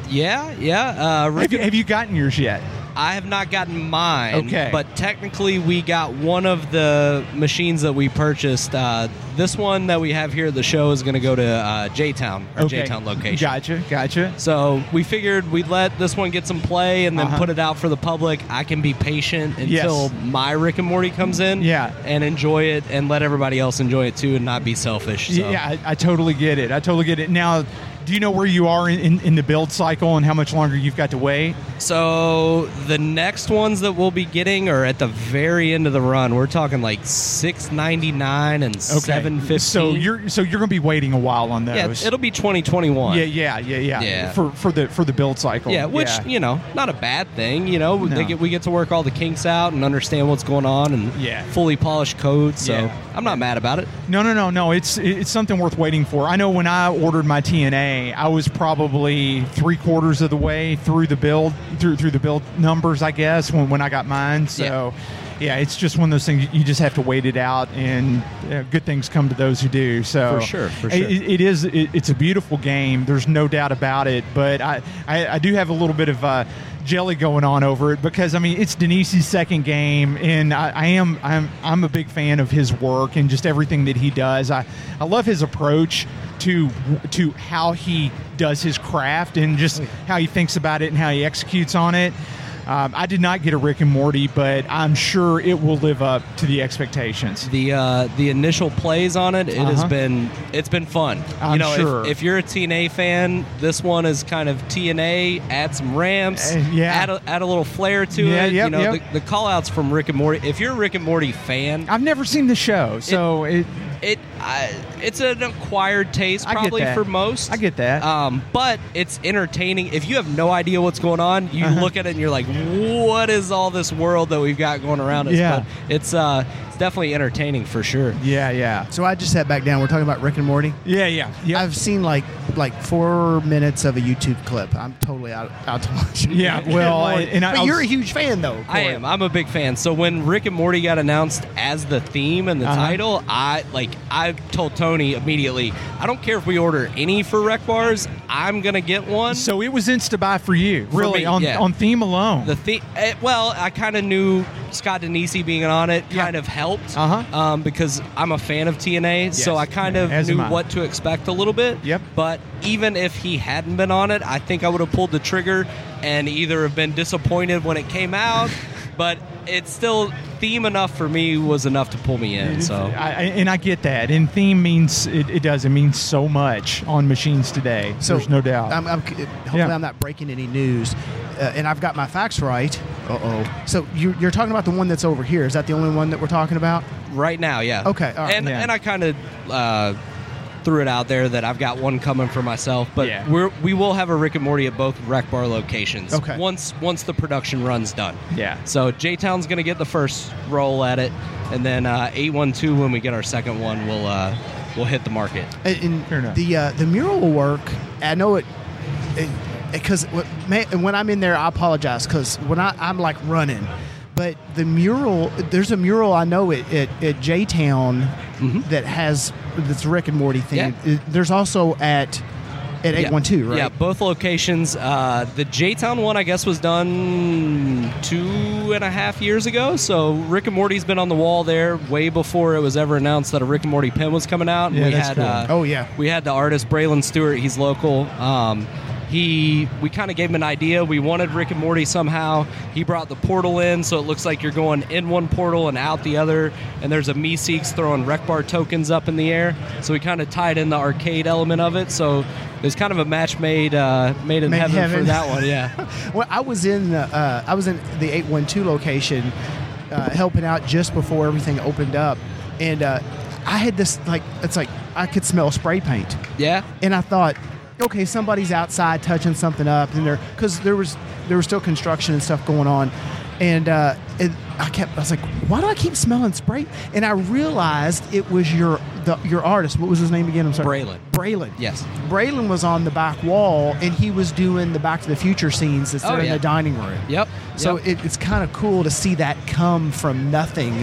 [SPEAKER 8] Yeah, yeah. Uh,
[SPEAKER 5] have, you, have you gotten yours yet?
[SPEAKER 8] I have not gotten mine.
[SPEAKER 5] Okay.
[SPEAKER 8] But technically, we got one of the machines that we purchased. Uh, this one that we have here at the show is going to go to uh, J Town, our
[SPEAKER 5] Okay.
[SPEAKER 8] J Town location.
[SPEAKER 5] Gotcha. Gotcha.
[SPEAKER 8] So we figured we'd let this one get some play and then
[SPEAKER 5] Uh-huh.
[SPEAKER 8] put it out for the public. I can be patient
[SPEAKER 5] Yes.
[SPEAKER 8] until my Rick and Morty comes in
[SPEAKER 5] Yeah.
[SPEAKER 8] and enjoy it and let everybody else enjoy it too and not be selfish. So.
[SPEAKER 5] Yeah, I, I totally get it. I totally get it. Now, do you know where you are in, in, in the build cycle and how much longer you've got to wait?
[SPEAKER 8] So the next ones that we'll be getting are at the very end of the run. We're talking like six ninety nine and seven fifty.
[SPEAKER 5] So you're so you're going to be waiting a while on
[SPEAKER 8] yeah,
[SPEAKER 5] those.
[SPEAKER 8] it'll be twenty twenty one.
[SPEAKER 5] yeah, yeah, yeah, yeah,
[SPEAKER 8] Yeah.
[SPEAKER 5] For for the for the build cycle.
[SPEAKER 8] Yeah, which you know, not a bad thing. You know,
[SPEAKER 5] No.
[SPEAKER 8] they get, we get to work all the kinks out and understand what's going on and
[SPEAKER 5] Yeah.
[SPEAKER 8] fully polished code. So
[SPEAKER 5] Yeah.
[SPEAKER 8] I'm not mad about it.
[SPEAKER 5] No, no, no, no. It's it's something worth waiting for. I know when I ordered my TNA, I was probably three quarters of the way through the build through through the build numbers, I guess, when when I got mine. So. Yeah, it's just one of those things you just have to wait it out, and uh, good things come to those who do. So
[SPEAKER 8] For sure, for
[SPEAKER 5] It-
[SPEAKER 8] sure.
[SPEAKER 5] it- it is. It, it's a beautiful game. There's no doubt about it. But I, I, I do have a little bit of uh, jelly going on over it because I mean it's Denise's second game, and I, I am I'm I'm a big fan of his work and just everything that he does. I, I love his approach to to how he does his craft and
[SPEAKER 8] Oh,
[SPEAKER 5] just how he thinks about it and how he executes on it. Um, I did not get a Rick and Morty, but I'm sure it will live up to the expectations.
[SPEAKER 8] The uh, the initial plays on it, it has
[SPEAKER 5] Uh-huh.
[SPEAKER 8] been it's been fun.
[SPEAKER 5] I'm
[SPEAKER 8] you know, if-
[SPEAKER 5] sure.
[SPEAKER 8] if, you're a TNA fan, this one is kind of TNA. Add some ramps,
[SPEAKER 5] Uh, yeah.
[SPEAKER 8] add a, add a little flair to
[SPEAKER 5] Yeah,
[SPEAKER 8] it.
[SPEAKER 5] yep,
[SPEAKER 8] you know,
[SPEAKER 5] yep.
[SPEAKER 8] the, the call outs from Rick and Morty. If you're a Rick and Morty fan,
[SPEAKER 5] I've never seen the show, so it,
[SPEAKER 8] it I, it's an acquired taste
[SPEAKER 5] I get
[SPEAKER 8] probably
[SPEAKER 5] that.
[SPEAKER 8] for most.
[SPEAKER 5] I get that.
[SPEAKER 8] Um, but it's entertaining. If you have no idea what's going on, you look at it and you're like, "What is all this world that we've got going around us?"
[SPEAKER 4] Yeah.
[SPEAKER 8] But it's uh, it's definitely entertaining for sure.
[SPEAKER 5] Yeah, yeah.
[SPEAKER 4] So I just sat back down. We're talking about Rick and Morty.
[SPEAKER 5] Yeah, yeah,
[SPEAKER 4] yeah. I've seen like like four minutes of a YouTube clip. I'm totally out out to lunch.
[SPEAKER 5] Yeah,
[SPEAKER 4] Rick and
[SPEAKER 5] well,
[SPEAKER 4] Morty.
[SPEAKER 5] and I-
[SPEAKER 4] but
[SPEAKER 5] I
[SPEAKER 4] you're a
[SPEAKER 5] was-
[SPEAKER 4] huge fan though.
[SPEAKER 8] I am. I'm a big fan. So when Rick and Morty got announced as the theme and the
[SPEAKER 4] Uh-huh.
[SPEAKER 8] title, I like I told Tony immediately, I don't care if we order any for rec bars, I'm gonna get one.
[SPEAKER 5] So it was insta buy for you,
[SPEAKER 8] For
[SPEAKER 5] really,
[SPEAKER 8] me,
[SPEAKER 5] on,
[SPEAKER 8] yeah.
[SPEAKER 5] on theme alone.
[SPEAKER 8] The theme, Eh, well, I kind of knew Scott Denisi being on it kind of helped uh-huh. um, because I'm a fan of TNA, so I kind of
[SPEAKER 5] As am
[SPEAKER 8] knew
[SPEAKER 5] I.
[SPEAKER 8] what to expect a little bit. Yep. But even if he hadn't been on it, I think I would have pulled the trigger and either have been disappointed when it came out, but it's still theme enough for me was enough to pull me in. So
[SPEAKER 5] I, I- and I get that. And theme means it, it does. It means so much on machines today.
[SPEAKER 4] So
[SPEAKER 5] There's no doubt.
[SPEAKER 4] I'm, I'm, hopefully,
[SPEAKER 5] Yeah.
[SPEAKER 4] I'm not breaking any news, uh, and I've got my facts right. Uh oh. So you, you're talking about the one that's over here? Is that the only one that we're talking about?
[SPEAKER 8] right now, yeah.
[SPEAKER 4] Okay, all right.
[SPEAKER 8] and
[SPEAKER 4] Yeah.
[SPEAKER 8] and I kind of. Uh, Threw it out there that I've got one coming for myself, but we're, we will have a Rick and Morty at both Rec Bar locations.
[SPEAKER 4] Okay.
[SPEAKER 8] Once once the production run's done.
[SPEAKER 5] Yeah.
[SPEAKER 8] So J Town's gonna get the first roll at it, and then uh, eight one two when we get our second one, we'll uh, we'll hit the market.
[SPEAKER 4] And, and the uh, the mural work, I know it, because when I'm in there, I apologize because when I I'm like running, but the mural there's a mural I know it at, at J Town
[SPEAKER 8] Mm-hmm.
[SPEAKER 4] that has this Rick and Morty thing. There's also at at eight one two right.
[SPEAKER 8] Yeah, both locations. Uh, the J Town one, I guess, was done two and a half years ago. So Rick and Morty's been on the wall there way before it was ever announced that a Rick and Morty pin was coming out. And
[SPEAKER 4] Yeah,
[SPEAKER 8] we
[SPEAKER 4] that's
[SPEAKER 8] had,
[SPEAKER 4] cool.
[SPEAKER 8] uh,
[SPEAKER 4] Oh, yeah.
[SPEAKER 8] we had the artist Braylon Stewart. He's local. Um, he, we kind of gave him an idea. We wanted Rick and Morty somehow. He brought the portal in, so it looks like you're going in one portal and out the other. And there's a Meeseeks throwing Rec Bar tokens up in the air. So we kind of tied in the arcade element of it. So there's kind of a match made uh, made in
[SPEAKER 4] Made in heaven.
[SPEAKER 8] heaven, for that one. Yeah,
[SPEAKER 4] Well, I was in the, uh, I was in the eight one two location, uh, helping out just before everything opened up, and uh, I had this like it's like I could smell spray paint.
[SPEAKER 8] yeah.
[SPEAKER 4] And I thought, okay, somebody's outside touching something up, and they're because there was there was still construction and stuff going on, and uh, it, I kept I was like, why do I keep smelling spray? And I realized it was your the, your artist. What was his name again? I'm sorry,
[SPEAKER 5] Braylon.
[SPEAKER 4] Braylon.
[SPEAKER 5] Yes.
[SPEAKER 4] Braylon was on the back wall, and he was doing the Back to the Future scenes that's
[SPEAKER 5] Oh,
[SPEAKER 4] there in
[SPEAKER 5] yeah.
[SPEAKER 4] the dining room.
[SPEAKER 5] Yep.
[SPEAKER 4] So
[SPEAKER 5] Yep.
[SPEAKER 4] It, it's kind of cool to see that come from nothing,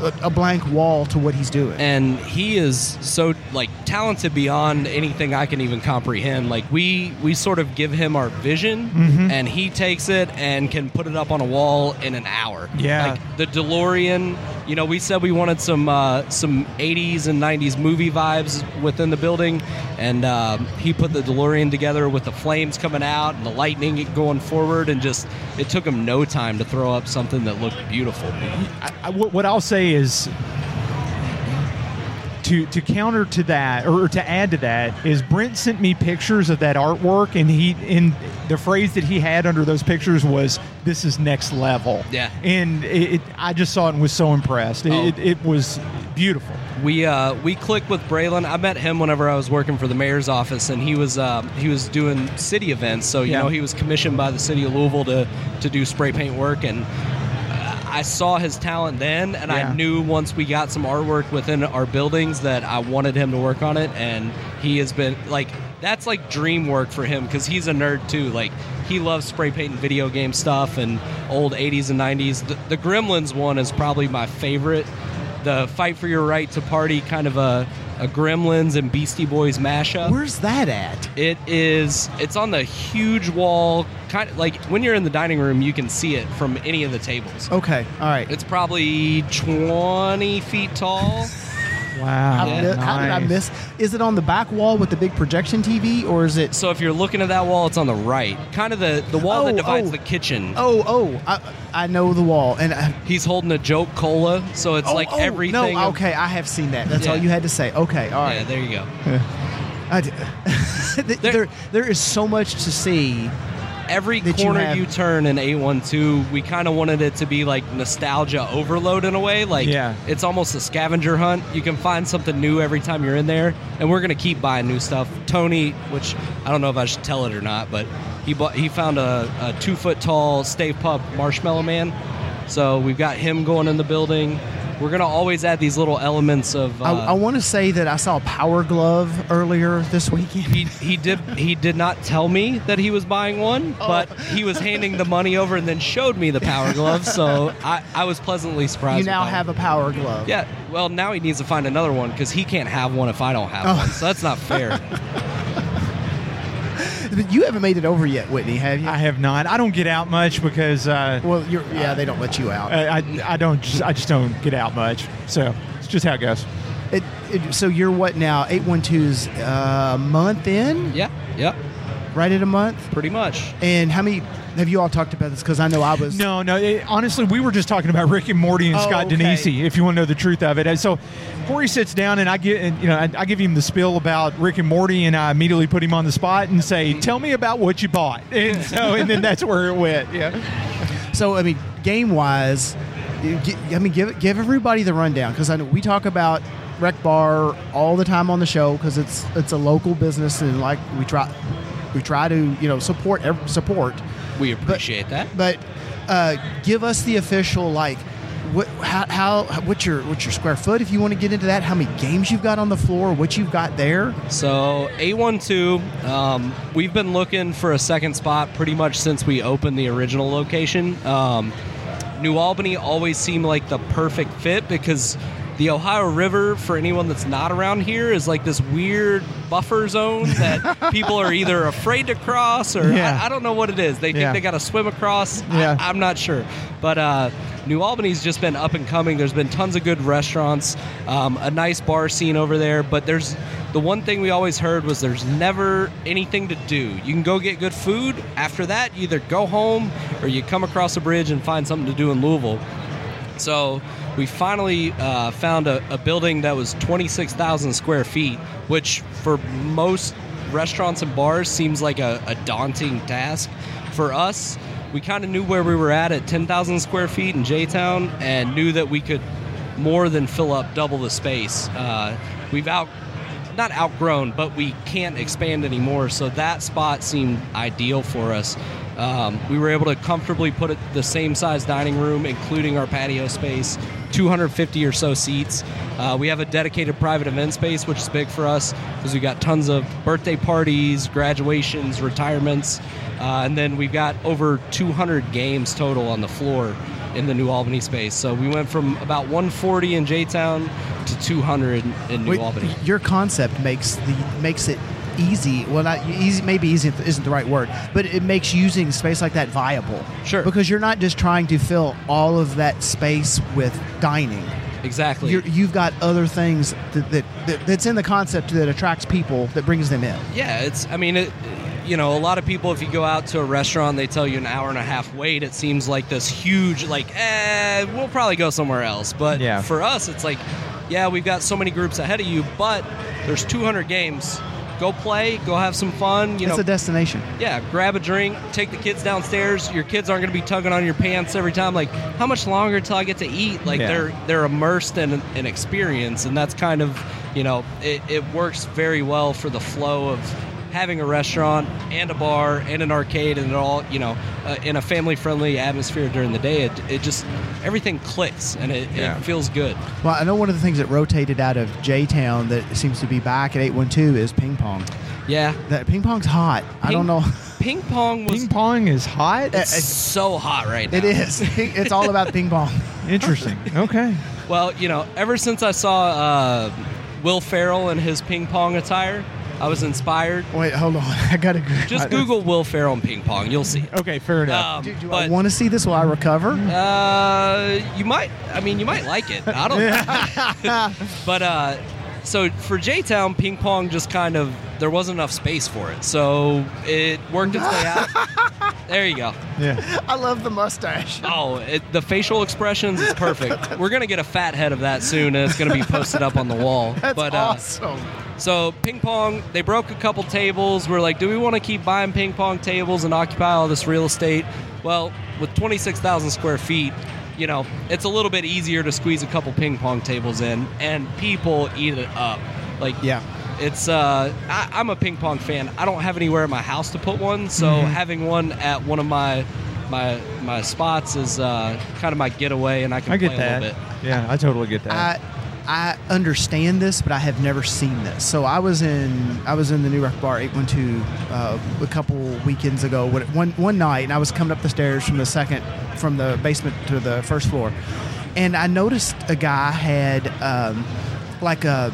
[SPEAKER 4] a, a blank wall to what he's doing.
[SPEAKER 5] and he is so like talented beyond anything I can even comprehend. Like we we sort of give him our vision,
[SPEAKER 9] Mhm.
[SPEAKER 5] and he takes it and can put it up on a wall in an hour.
[SPEAKER 9] Yeah.
[SPEAKER 5] like the DeLorean. You know, we said we wanted some uh, some 80s and 90s movie vibes within the building, and um, he put the DeLorean together with the flames coming out and the lightning going forward, and just it took him no time to throw up something that looked beautiful.
[SPEAKER 9] I, I- what what I'll say is to to counter to that or to add to that is Brent sent me pictures of that artwork and he and the phrase that he had under those pictures was this is next level.
[SPEAKER 5] Yeah.
[SPEAKER 9] And it, it, I just saw it and was so impressed. It,
[SPEAKER 5] Oh.
[SPEAKER 9] it, it was beautiful.
[SPEAKER 5] We uh, we clicked with Braylon. I met him whenever I was working for the mayor's office, and he was uh, he was doing city events. So Oh, you
[SPEAKER 9] Yeah.
[SPEAKER 5] know he was commissioned by the city of Louisville to to do spray paint work, and uh, I saw his talent then, and
[SPEAKER 9] Yeah.
[SPEAKER 5] I knew once we got some artwork within our buildings that I wanted him to work on it, and he has been like that's like dream work for him because he's a nerd too. Like he loves spray painting video game stuff and old 80s and 90s. The, the Gremlins one is probably my favorite the fight for your right to party kind of a, a gremlins and beastie boys mashup
[SPEAKER 4] where's that at
[SPEAKER 5] uh, it is it's on the huge wall kind of like when you're in the dining room you can see it from any of the tables
[SPEAKER 4] Okay, all right.
[SPEAKER 5] it's probably 20 feet tall
[SPEAKER 9] Wow.
[SPEAKER 4] I've mi- How did I miss? Is it on the back wall with the big projection TV, or is it?
[SPEAKER 5] so if you're looking at that wall it's on the right kind of the, the wall
[SPEAKER 4] Oh,
[SPEAKER 5] that divides
[SPEAKER 4] oh.
[SPEAKER 5] the kitchen
[SPEAKER 4] Oh, oh, I, I know the wall, and I,
[SPEAKER 5] he's holding a joke cola so it's
[SPEAKER 4] Oh,
[SPEAKER 5] like
[SPEAKER 4] oh,
[SPEAKER 5] everything
[SPEAKER 4] No, okay, I have seen that. That's all
[SPEAKER 5] Yeah.
[SPEAKER 4] you had to say. Okay, all
[SPEAKER 5] yeah
[SPEAKER 4] right.
[SPEAKER 5] there you go
[SPEAKER 4] I d- there, there is so much to see.
[SPEAKER 5] every
[SPEAKER 4] that you
[SPEAKER 5] corner you,
[SPEAKER 4] have-
[SPEAKER 5] turn in 812 we kind of wanted it to be like nostalgia overload in a way like
[SPEAKER 9] Yeah.
[SPEAKER 5] it's almost a scavenger hunt you can find something new every time you're in there and we're gonna keep buying new stuff tony which i don't know if i should tell it or not but he bought he found a, a two foot tall stay pup marshmallow man so we've got him going in the building we're gonna always add these little elements of uh,
[SPEAKER 4] I, I want to say that I saw a Power Glove earlier this weekend.
[SPEAKER 5] he, he did he did not tell me that he was buying one, but he was handing the money over and then showed me the power glove. So I, I was pleasantly surprised.
[SPEAKER 4] You
[SPEAKER 5] with
[SPEAKER 4] now
[SPEAKER 5] that.
[SPEAKER 4] have a Power Glove.
[SPEAKER 5] yeah. Well, now he needs to find another one because he can't have one if I don't have
[SPEAKER 4] Oh.
[SPEAKER 5] one. So that's not fair.
[SPEAKER 4] But you haven't made it over yet, Whitney, have you?
[SPEAKER 9] I have not. I don't get out much because uh,
[SPEAKER 4] well, you're, yeah, they don't let you out.
[SPEAKER 9] I, I I don't just, I just don't get out much. So it's just how it goes.
[SPEAKER 4] It, it, so you're what now? 812's uh, month in?
[SPEAKER 5] yeah. Yep.
[SPEAKER 4] Right at a month?
[SPEAKER 5] Pretty much.
[SPEAKER 4] And how many have you all talked about this? Because I know I was.
[SPEAKER 9] No, no. It, honestly, we were just talking about Rick and Morty and
[SPEAKER 4] Oh,
[SPEAKER 9] Scott
[SPEAKER 4] okay.
[SPEAKER 9] Denisi. If you want to know the truth of it, and so Corey sits down and I get, and, you know, I, I give him the spill about Rick and Morty, and I immediately put him on the spot and say, "Tell me about what you bought." And so, and then that's where it went. Yeah.
[SPEAKER 4] So I mean, game wise, I mean, give give everybody the rundown because I know we talk about Rec Bar all the time on the show because it's it's a local business and like we try we try to you know support ev- support,
[SPEAKER 5] We appreciate that.
[SPEAKER 4] but uh, give us the official like. What, how, how what's your what's your square foot if you want to get into that how many games you've got on the floor what you've got there
[SPEAKER 5] So A12, um, we've been looking for a second spot pretty much since we opened the original location. Um, New Albany always seemed like the perfect fit because the Ohio River, for anyone that's not around here, is like this weird buffer zone that people are either afraid to cross or
[SPEAKER 9] Yeah.
[SPEAKER 5] I, I don't know what it is. They think
[SPEAKER 9] Yeah.
[SPEAKER 5] they got to swim across.
[SPEAKER 9] Yeah.
[SPEAKER 5] I, I'm not sure. But uh, New Albany's just been up and coming. There's been tons of good restaurants, um, a nice bar scene over there. But there's the one thing we always heard was there's never anything to do. You can go get good food. After that, you either go home or you come across a bridge and find something to do in Louisville. So we finally uh, found a, a building that was 26,000 square feet, which for most restaurants and bars seems like a, a daunting task. For us, we kind of knew where we were at at 10,000 square feet in J Town and knew that we could more than fill up double the space. Uh, we've out not outgrown, but we can't expand anymore. So that spot seemed ideal for us. Um, we were able to comfortably put it the same size dining room, including our patio space, 250 or so seats. Uh, we have a dedicated private event space, which is big for us because we've got tons of birthday parties, graduations, retirements, uh, and then we've got over 200 games total on the floor in the New Albany space. So we went from about 140 in J Town to 200 in New
[SPEAKER 4] Wait,
[SPEAKER 5] Albany.
[SPEAKER 4] Your concept makes the makes it easy. Well, not e-, easy. Maybe easy isn't the right word, but it makes using space like that viable. Sure. Because you're not just trying to fill all of that space with dining.
[SPEAKER 5] Exactly.
[SPEAKER 4] You're, you've got other things that, that, that that's in the concept that attracts people that brings them in.
[SPEAKER 5] Yeah, it's. I mean, it, you know, a lot of people. If you go out to a restaurant, they tell you an hour and a half wait. It seems like this huge, like, eh, we'll probably go somewhere else. But
[SPEAKER 9] Yeah.
[SPEAKER 5] for us, it's like, yeah, we've got so many groups ahead of you, but there's 200 games. Go play. Go have some fun. You
[SPEAKER 4] it's
[SPEAKER 5] know,
[SPEAKER 4] a destination.
[SPEAKER 5] yeah, grab a drink, take the kids downstairs. Your kids aren't going to be tugging on your pants every time. Like, how much longer till I get to eat? Like,
[SPEAKER 4] Yeah.
[SPEAKER 5] they're they're immersed in an- an experience, and that's kind of you know it, it works very well for the flow of having a restaurant and a bar and an arcade and it all you know uh, in a family friendly atmosphere during the day. It, it just everything clicks and it,
[SPEAKER 4] Yeah.
[SPEAKER 5] it feels good.
[SPEAKER 4] Well, I know one of the things that rotated out of J Town that seems to be back at 812 is ping pong.
[SPEAKER 5] Yeah.
[SPEAKER 4] That ping pong's hot. I don't know.
[SPEAKER 5] Ping pong was
[SPEAKER 4] ping
[SPEAKER 9] pong is hot.
[SPEAKER 5] It's so hot right now.
[SPEAKER 4] It is. It's all about ping pong.
[SPEAKER 9] Interesting. Okay.
[SPEAKER 5] Well, you know, ever since I saw uh, Will Farrell in his ping pong attire, I was inspired.
[SPEAKER 4] Wait, hold on. I gotta
[SPEAKER 5] Just Google Will Farrell and ping pong. You'll see. it.
[SPEAKER 9] Okay, fair
[SPEAKER 5] enough. Um,
[SPEAKER 4] I want to see this while I recover.
[SPEAKER 5] uh, you might. I mean, you might like it. I
[SPEAKER 4] don't.
[SPEAKER 5] know. but uh, so for J Town, ping pong just kind of there wasn't enough space for it, so it worked its way out. There you go.
[SPEAKER 9] Yeah.
[SPEAKER 4] I love the mustache.
[SPEAKER 5] Oh, it, the facial expressions is perfect. We're gonna get a fat head of that soon, and it's gonna be posted up on the wall.
[SPEAKER 4] That's
[SPEAKER 5] but, uh,
[SPEAKER 4] awesome.
[SPEAKER 5] So ping pong, they broke a couple tables. We're like, do we want to keep buying ping pong tables and occupy all this real estate? Well, with 26,000 square feet, you know, it's a little bit easier to squeeze a couple ping pong tables in, and people eat it up. Like,
[SPEAKER 4] yeah,
[SPEAKER 5] it's. Uh, I, I'm a ping pong fan. I don't have anywhere in my house to put one, so
[SPEAKER 9] Mm-hmm.
[SPEAKER 4] Mhm.
[SPEAKER 5] having one at one of my my my spots is uh, kind of my getaway, and I can
[SPEAKER 9] I
[SPEAKER 5] play
[SPEAKER 9] get
[SPEAKER 5] a
[SPEAKER 9] that.
[SPEAKER 5] little bit.
[SPEAKER 9] Yeah, I totally get that.
[SPEAKER 5] uh,
[SPEAKER 4] I I understand this, but I have never seen this. So I was in I was in the New Rock Bar 812 uh, a couple weekends ago. what- One one night, and I was coming up the stairs from the second from the basement to the first floor, and I noticed a guy had um, like a.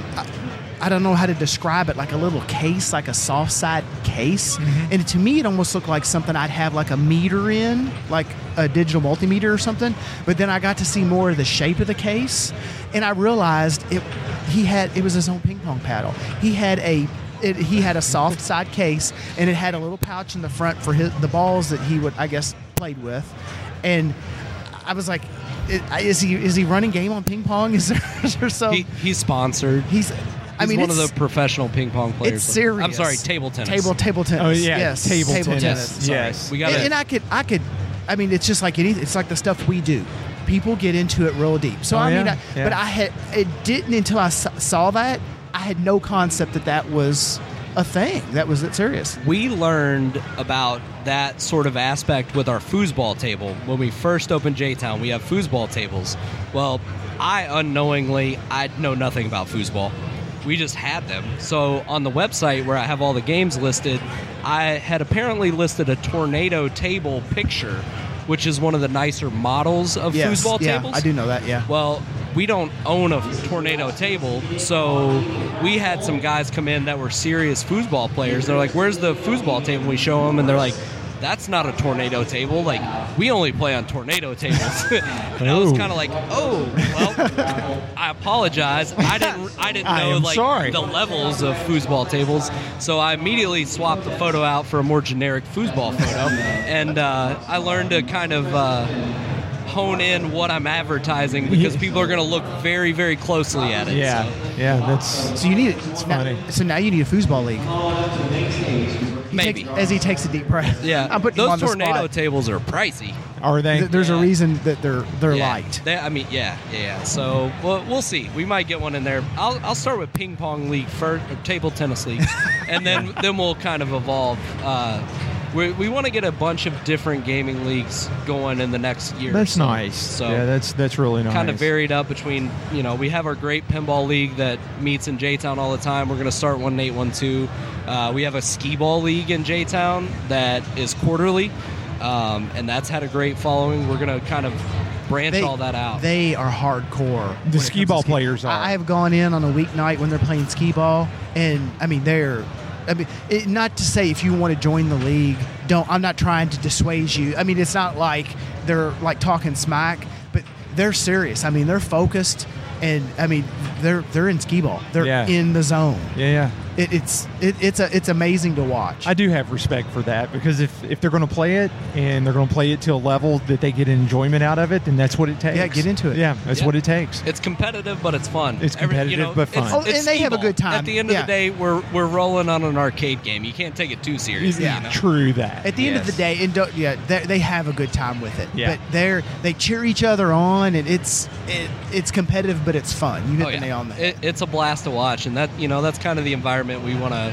[SPEAKER 4] I don't know how to describe it, like a little case, like a soft side case. And to me, it almost looked like something I'd have like a meter in, like a digital multimeter or something. But then I got to see more of the shape of the case, and I realized it. He had it was his own ping pong paddle. He had a. It, he had a soft side case, and it had a little pouch in the front for his, the balls that he would, I guess, played with. And I was like, i- "Is he is he running game on ping pong? Is there, is there some?"
[SPEAKER 5] He, he's sponsored.
[SPEAKER 4] He's. I
[SPEAKER 5] He's
[SPEAKER 4] mean,
[SPEAKER 5] one of
[SPEAKER 4] it's-
[SPEAKER 5] the professional ping pong players.
[SPEAKER 4] It's serious.
[SPEAKER 5] I'm sorry, table tennis.
[SPEAKER 4] Table table tennis.
[SPEAKER 5] Oh, yeah,
[SPEAKER 4] yes.
[SPEAKER 5] table tennis.
[SPEAKER 4] Sorry.
[SPEAKER 5] Yes. We gotta-
[SPEAKER 4] And, and I could I could, I mean, it's just like any. It's like the stuff we do. People get into it real deep. So
[SPEAKER 9] Oh,
[SPEAKER 4] I mean,
[SPEAKER 9] yeah,
[SPEAKER 4] I,
[SPEAKER 9] yeah.
[SPEAKER 4] but I had it didn't until I s- saw that I had no concept that that was a thing. That was it serious.
[SPEAKER 5] We learned about that sort of aspect with our foosball table when we first opened J Town. We have foosball tables. Well, I unknowingly I know nothing about foosball. We just had them. So on the website where I have all the games listed, I had apparently listed a tornado table picture, which is one of the nicer models of
[SPEAKER 4] Yes,
[SPEAKER 5] foosball
[SPEAKER 4] yeah,
[SPEAKER 5] tables.
[SPEAKER 4] I do know that. Yeah.
[SPEAKER 5] Well, we don't own a tornado table, so we had some guys come in that were serious foosball players. They're like, "Where's the foosball table?" We show them, and they're like, "That's not a tornado table. Like, we only play on tornado tables." and I was
[SPEAKER 9] Ooh.
[SPEAKER 5] kind of like, "Oh, well, I apologize. I didn't. I didn't
[SPEAKER 9] I
[SPEAKER 5] know
[SPEAKER 9] am
[SPEAKER 5] like
[SPEAKER 9] sorry.
[SPEAKER 5] the levels of foosball tables." So I immediately swapped the photo out for a more generic foosball photo, and uh, I learned to kind of. Uh, hone in what I'm advertising because people are going to look very, very closely at it.
[SPEAKER 9] yeah, yeah, that's.
[SPEAKER 4] So you need it's funny. so now you need a foosball league. He
[SPEAKER 5] Maybe.
[SPEAKER 4] takes- as he takes a deep breath.
[SPEAKER 5] Yeah,
[SPEAKER 4] I'm putting him
[SPEAKER 5] those
[SPEAKER 4] on the
[SPEAKER 5] tornado
[SPEAKER 4] spot.
[SPEAKER 5] tables are pricey.
[SPEAKER 8] Are they?
[SPEAKER 4] Th- There's a reason that they're they're
[SPEAKER 5] yeah.
[SPEAKER 4] light.
[SPEAKER 5] That- I mean, yeah, yeah. So we'll, we'll see. We might get one in there. I'll, I'll start with ping pong league first, or table tennis league, and then then we'll kind of evolve. Uh, we we want to get a bunch of different gaming leagues going in the next year.
[SPEAKER 8] That's
[SPEAKER 5] so.
[SPEAKER 8] nice.
[SPEAKER 5] So
[SPEAKER 8] yeah, that's that's really nice.
[SPEAKER 5] kind of varied up between you know we have our great pinball league that meets in J-town all the time. We're going to start one eight one two. Uh, We have a skee ball league in J-town that is quarterly, um, and that's had a great following. We're going to kind of branch
[SPEAKER 4] They-
[SPEAKER 5] all that out.
[SPEAKER 4] They are hardcore. when
[SPEAKER 5] The
[SPEAKER 4] it
[SPEAKER 5] skee
[SPEAKER 4] comes to
[SPEAKER 5] ball players
[SPEAKER 4] I-
[SPEAKER 5] are.
[SPEAKER 4] I have gone in on a weeknight when they're playing skee ball, and I mean they're. I mean, it, not to say if you want to join the league, don't. I'm not trying to dissuade you. I mean, it's not like they're like talking smack, but they're serious. I mean, they're focused, and I mean they're they're in skee ball. They're
[SPEAKER 8] Yeah.
[SPEAKER 4] in the zone.
[SPEAKER 8] Yeah, yeah.
[SPEAKER 4] It, it's it, it's a it's amazing to watch.
[SPEAKER 8] I do have respect for that because if, if they're going to play it and they're going to play it to a level that they get enjoyment out of it, then that's what it takes.
[SPEAKER 4] get into it.
[SPEAKER 8] Yeah, that's
[SPEAKER 5] Yeah.
[SPEAKER 8] what it takes.
[SPEAKER 5] It's competitive, but it's fun.
[SPEAKER 8] It's competitive, but fun.
[SPEAKER 4] Oh, and they have a
[SPEAKER 5] skee-ball.
[SPEAKER 4] good time.
[SPEAKER 5] At the end of
[SPEAKER 4] Yeah.
[SPEAKER 5] the day, we're we're rolling on an arcade game. You can't take it too seriously.
[SPEAKER 4] Yeah.
[SPEAKER 5] you know?
[SPEAKER 8] True that.
[SPEAKER 4] At the end of the day, and don't, yeah, they, they have a good time with it.
[SPEAKER 5] Yeah.
[SPEAKER 4] But they're they cheer each other on, and it's it, it's competitive, but it's fun. You hit
[SPEAKER 5] Oh,
[SPEAKER 4] the
[SPEAKER 5] yeah.
[SPEAKER 4] nail on the head.
[SPEAKER 5] It, it's a blast to watch, and that you know that's kind of the environment we want to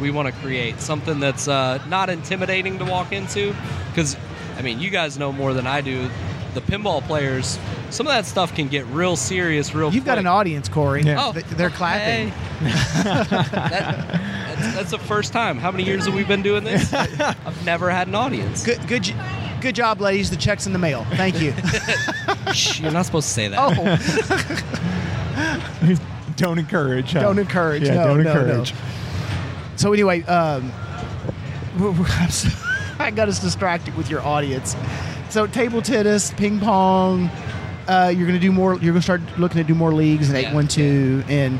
[SPEAKER 5] we want to create something that's uh, not intimidating to walk into, because I mean you guys know more than I do. The pinball players, some of that stuff can get real serious, real.
[SPEAKER 4] You've got an audience, Corey.
[SPEAKER 5] Yeah. Oh,
[SPEAKER 4] Th- they're clapping.
[SPEAKER 5] That's, that's the first time. How many years have we been doing this? I've never had an audience.
[SPEAKER 4] Good, good, j- good job, ladies. The check's in the mail. Thank you.
[SPEAKER 5] Shh, you're not supposed to say that.
[SPEAKER 4] oh,
[SPEAKER 8] don't encourage. huh?
[SPEAKER 4] don't encourage.
[SPEAKER 8] Yeah,
[SPEAKER 4] no,
[SPEAKER 8] don't
[SPEAKER 4] no,
[SPEAKER 8] encourage.
[SPEAKER 4] No. So anyway, um, we- we- I'm so- I got us distracted with your audience. So table tennis, ping pong. Uh, you're gonna do more. You're gonna start looking to do more leagues and eight one two. And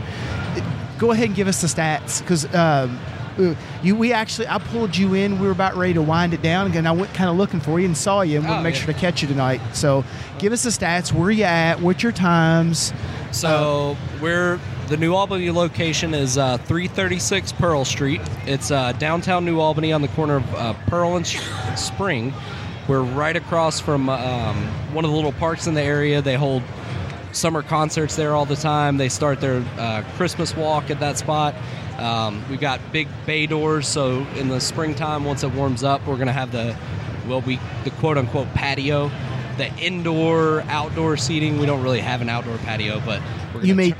[SPEAKER 4] go ahead and give us the stats because um, uh, you we actually I pulled you in. We were about ready to wind it down again. I went kind of looking for you and saw you and want
[SPEAKER 5] Oh,
[SPEAKER 4] to make
[SPEAKER 5] yeah.
[SPEAKER 4] sure to catch you tonight. So give us the stats. Where you at? What's your times?
[SPEAKER 5] So we're the New Albany location is uh, 336 Pearl Street. It's uh, downtown New Albany on the corner of uh, Pearl and S- Spring. We're right across from um, one of the little parks in the area. They hold summer concerts there all the time. They start their uh, Christmas walk at that spot. Um, we've got big bay doors, so in the springtime, once it warms up, we're gonna have the well, we the quote unquote patio, the indoor outdoor seating. We don't really have an outdoor patio, but we're gonna
[SPEAKER 4] You may.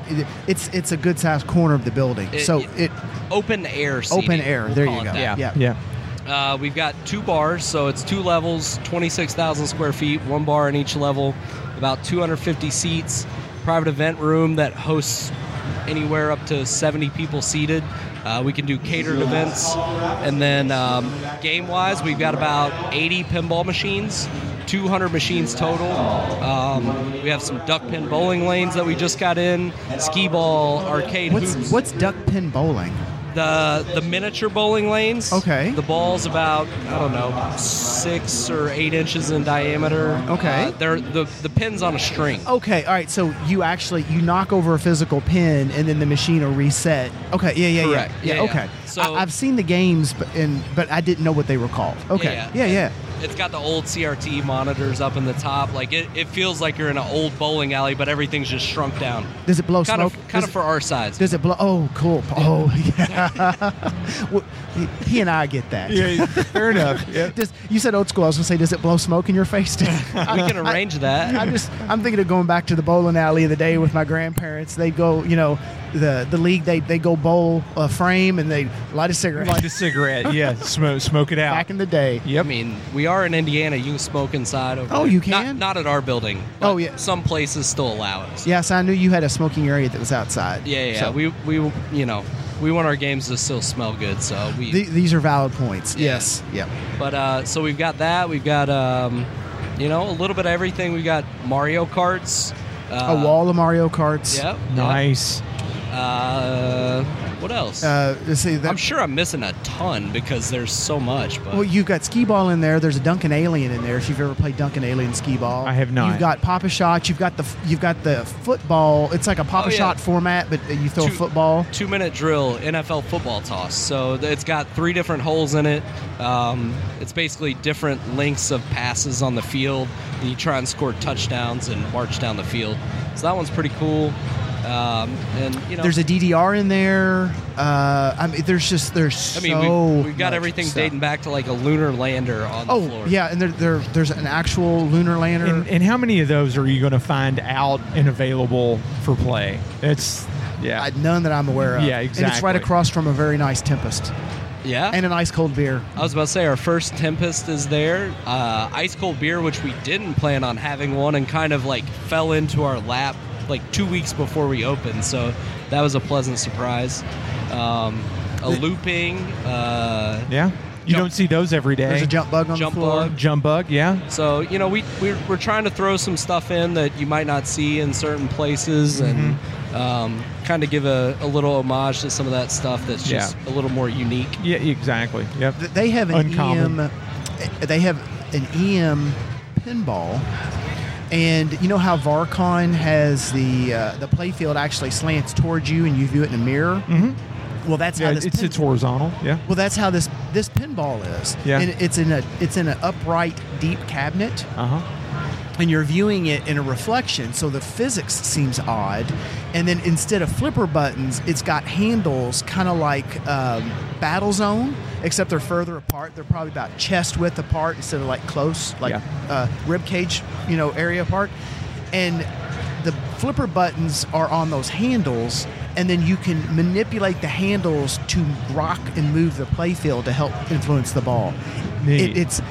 [SPEAKER 4] It's it's a good sized corner of the building.
[SPEAKER 5] It-
[SPEAKER 4] so
[SPEAKER 5] it-
[SPEAKER 4] it
[SPEAKER 5] open air seating.
[SPEAKER 4] open air.
[SPEAKER 5] We'll
[SPEAKER 4] there
[SPEAKER 5] call
[SPEAKER 4] you
[SPEAKER 5] it
[SPEAKER 4] go.
[SPEAKER 5] that.
[SPEAKER 4] yeah.
[SPEAKER 8] Yeah.
[SPEAKER 5] Uh, we've got two bars, so it's two levels, 26,000 square feet, one bar in each level, about 250 seats, private event room that hosts anywhere up to 70 people seated. Uh, we can do catered events. And then um, game wise, we've got about 80 pinball machines. 200 machines total. Um, we have some duck pin bowling lanes that we just got in, skee ball, arcade
[SPEAKER 4] What's
[SPEAKER 5] hoops
[SPEAKER 4] what's duck pin bowling?
[SPEAKER 5] the the miniature bowling lanes.
[SPEAKER 4] Okay.
[SPEAKER 5] The ball's about I don't know six or eight inches in diameter.
[SPEAKER 4] Okay.
[SPEAKER 5] Uh, they're the the pins on a string.
[SPEAKER 4] Okay, all right. So you actually you knock over a physical pin, and then the machine will reset. Okay, yeah, yeah, yeah.
[SPEAKER 5] Correct.
[SPEAKER 4] Yeah,
[SPEAKER 5] Yeah, yeah.
[SPEAKER 4] okay.
[SPEAKER 5] So-
[SPEAKER 4] I, I've seen the games, but and but I didn't know what they were called. Okay, yeah, yeah.
[SPEAKER 5] It's got the old CRT monitors up in the top. Like it, it feels like you're in an old bowling alley, but everything's just shrunk down.
[SPEAKER 4] Does it blow
[SPEAKER 5] kind
[SPEAKER 4] smoke?
[SPEAKER 5] Of,
[SPEAKER 4] Does
[SPEAKER 5] kind of
[SPEAKER 4] it-
[SPEAKER 5] for our size.
[SPEAKER 4] Does it blow? Oh, cool. Oh, yeah. Well, he- he and I get that.
[SPEAKER 8] Yeah, fair enough. Yeah.
[SPEAKER 4] Does, you said old school. I was gonna say, does it blow smoke in your face? Too?
[SPEAKER 5] We can arrange that.
[SPEAKER 4] I'm just I'm thinking of going back to the bowling alley of the day with my grandparents. They go, you know, the the league they they go bowl a frame and they light a cigarette.
[SPEAKER 8] Light a cigarette. Yeah. Smoke smoke it out.
[SPEAKER 4] Back in the day.
[SPEAKER 8] Yep.
[SPEAKER 5] I mean, we are in Indiana. You can smoke inside. Over
[SPEAKER 4] Oh,
[SPEAKER 5] there.
[SPEAKER 4] you
[SPEAKER 5] Not,
[SPEAKER 4] can?
[SPEAKER 5] not at our building.
[SPEAKER 4] Oh,
[SPEAKER 5] but
[SPEAKER 4] yeah.
[SPEAKER 5] Some places still allow it.
[SPEAKER 4] Yes, I knew you had a smoking area that was outside.
[SPEAKER 5] Yeah, yeah.
[SPEAKER 4] So,
[SPEAKER 5] We we you know we want our games to still smell good, so we.
[SPEAKER 4] th- these are valid points.
[SPEAKER 5] Yeah.
[SPEAKER 4] Yes. Yep.
[SPEAKER 5] but uh, so we've got that. We've got um, you know a little bit of everything. We've got Mario Karts. Uh,
[SPEAKER 4] a wall of Mario Karts.
[SPEAKER 5] Yep.
[SPEAKER 8] Nice.
[SPEAKER 5] Uh,
[SPEAKER 8] What else?
[SPEAKER 4] Uh, let's see. That,
[SPEAKER 8] I'm sure I'm missing a ton because there's so much. But
[SPEAKER 4] Well, you've got skee ball in there. There's a Duncan Alien in there. If you've ever played Duncan Alien skee ball, I have
[SPEAKER 9] not.
[SPEAKER 4] You've got Papa Shot. You've got the you've got the football. It's like a Papa
[SPEAKER 8] Oh, yeah.
[SPEAKER 4] Shot format, but you throw a
[SPEAKER 8] Two-
[SPEAKER 4] football.
[SPEAKER 8] two minute drill NFL football toss. So th- it's got three different holes in it. Um, it's basically different lengths of passes on the field. And you try and score touchdowns and march down the field. So that one's pretty cool. Um, and you know,
[SPEAKER 4] There's a DDR in there. Uh, I mean, there's just there's
[SPEAKER 8] I mean,
[SPEAKER 4] so
[SPEAKER 8] we've, we've got
[SPEAKER 4] much
[SPEAKER 8] everything
[SPEAKER 4] stuff.
[SPEAKER 8] dating back to like a lunar lander on the
[SPEAKER 4] Oh
[SPEAKER 8] floor.
[SPEAKER 4] yeah, and there, there there's an actual lunar lander.
[SPEAKER 5] And, and how many of those are you going to find out and available for play? It's yeah,
[SPEAKER 4] none that I'm aware
[SPEAKER 5] Yeah, exactly.
[SPEAKER 4] And it's right across from a very nice Tempest.
[SPEAKER 8] Yeah.
[SPEAKER 4] And an ice cold beer.
[SPEAKER 8] I was about to say our first Tempest is there. Uh, ice cold beer, which we didn't plan on having one, and kind of like fell into our lap like two weeks before we opened. So that was a pleasant surprise. Um, a looping. Uh,
[SPEAKER 5] yeah. You don't see those every day.
[SPEAKER 8] There's a jump bug on the Jump floor. bug.
[SPEAKER 5] Jump bug, yeah.
[SPEAKER 8] So you know we we're, we're trying to throw some stuff in that you might not see in certain places,
[SPEAKER 5] Mm-hmm.
[SPEAKER 8] and um, kind of give a, a little homage to some of that stuff that's
[SPEAKER 5] Yeah.
[SPEAKER 8] just a little more unique.
[SPEAKER 5] Yeah, exactly. Yep.
[SPEAKER 4] They have an
[SPEAKER 8] Uncommon.
[SPEAKER 4] EM. They have an EM pinball, and you know how Varcon has the uh, the playfield actually slants towards you, and you view it in a mirror. Mm-hmm. Well, that's
[SPEAKER 5] Yeah,
[SPEAKER 4] how this
[SPEAKER 5] it's- it's horizontal. Yeah.
[SPEAKER 4] Well, that's how this this pinball is.
[SPEAKER 5] Yeah.
[SPEAKER 4] And it's in a it's in an upright deep cabinet.
[SPEAKER 5] Uh huh.
[SPEAKER 4] and you're viewing it in a reflection, so the physics seems odd. And then instead of flipper buttons, it's got handles, kind of like um, Battle Zone, except they're further apart. They're probably about chest width apart instead of like close, like uh, rib cage, you know, area apart. And the flipper buttons are on those handles, and then you can manipulate the handles to rock and move the playfield to help influence the ball. It, it's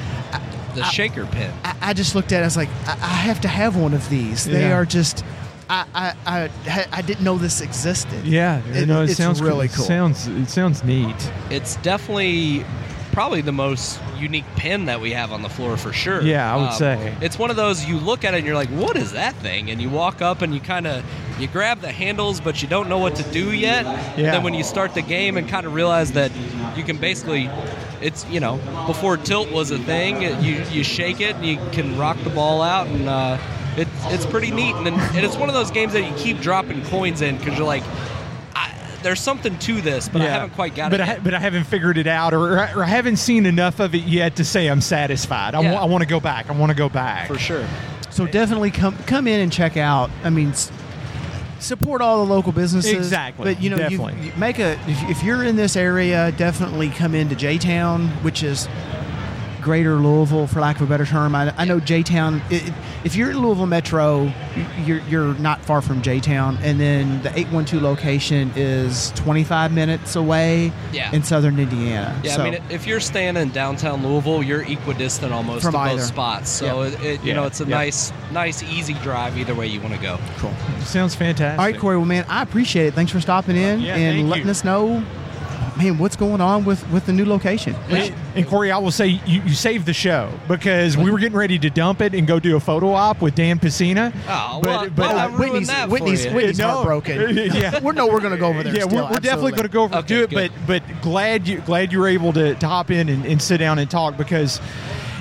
[SPEAKER 8] The shaker pin.
[SPEAKER 4] I, I just looked at it. I was like, I, I have to have one of these. They
[SPEAKER 5] Yeah.
[SPEAKER 4] are just. I, I, I ha- I didn't know this existed.
[SPEAKER 5] Yeah,
[SPEAKER 4] It-
[SPEAKER 5] no, it
[SPEAKER 4] it's
[SPEAKER 5] sounds
[SPEAKER 4] really
[SPEAKER 5] it
[SPEAKER 4] cool.
[SPEAKER 5] Sounds it sounds neat.
[SPEAKER 8] It's definitely probably the most unique pin that we have on the floor for sure. Um,
[SPEAKER 5] Yeah, I would say.
[SPEAKER 8] It's one of those you look at it and you're like, what is that thing? And you walk up and you kind of you grab the handles but you don't know what to do yet. And
[SPEAKER 5] Yeah.
[SPEAKER 8] then when you start the game and kind of realize that you can basically it's you know before tilt was a thing you you shake it and you can rock the ball out and uh, it, it's pretty neat and, then, and it's one of those games that you keep dropping coins in because you're like I, there's something to this but I
[SPEAKER 5] Yeah.
[SPEAKER 8] haven't quite got
[SPEAKER 5] but
[SPEAKER 8] it
[SPEAKER 5] I,
[SPEAKER 8] yet.
[SPEAKER 5] ha- but I haven't figured it out, or, or I haven't seen enough of it yet to say I'm satisfied. I
[SPEAKER 4] Yeah.
[SPEAKER 5] want to go back. I want to go back for
[SPEAKER 8] sure.
[SPEAKER 4] So definitely come come in and check out. I mean, s- support all the local businesses.
[SPEAKER 5] Exactly,
[SPEAKER 4] But you know, you,
[SPEAKER 5] definitely.
[SPEAKER 4] you make a if, if you're in this area, definitely come into J Town, which is Greater Louisville, for lack of a better term. I, I know J Town. If you're in Louisville Metro, y- you're you're not far from J Town, and then the eight one two location is twenty five minutes away.
[SPEAKER 8] Yeah.
[SPEAKER 4] In Southern Indiana.
[SPEAKER 8] Yeah,
[SPEAKER 4] So-
[SPEAKER 8] I mean, if you're staying in downtown Louisville, you're equidistant almost
[SPEAKER 4] From
[SPEAKER 8] to
[SPEAKER 4] either.
[SPEAKER 8] both spots. So
[SPEAKER 4] Yeah.
[SPEAKER 8] it, it, you
[SPEAKER 4] Yeah,
[SPEAKER 8] know, it's a
[SPEAKER 4] yeah.
[SPEAKER 8] nice, nice, easy drive either way you want to go.
[SPEAKER 4] Cool.
[SPEAKER 5] Sounds fantastic.
[SPEAKER 4] All right, Corey. Well, man, I appreciate it. Thanks for stopping in
[SPEAKER 5] Yeah,
[SPEAKER 4] and
[SPEAKER 5] thank
[SPEAKER 4] letting us know, man, what's going on with with the new location.
[SPEAKER 5] And, and Corey, I will say you, you saved the show because we were getting ready to dump it and go do a photo op with Dan Piscina.
[SPEAKER 8] Oh,
[SPEAKER 4] well, well, I ruined that for uh, Whitney's- you. Whitney's heartbroken.
[SPEAKER 5] yeah,
[SPEAKER 4] We're- no, we're gonna go over there
[SPEAKER 5] Yeah,
[SPEAKER 4] still,
[SPEAKER 5] we're, we're definitely
[SPEAKER 4] absolutely.
[SPEAKER 5] going to go over do it. But but glad you glad you were able to, to hop in and, and sit down and talk because.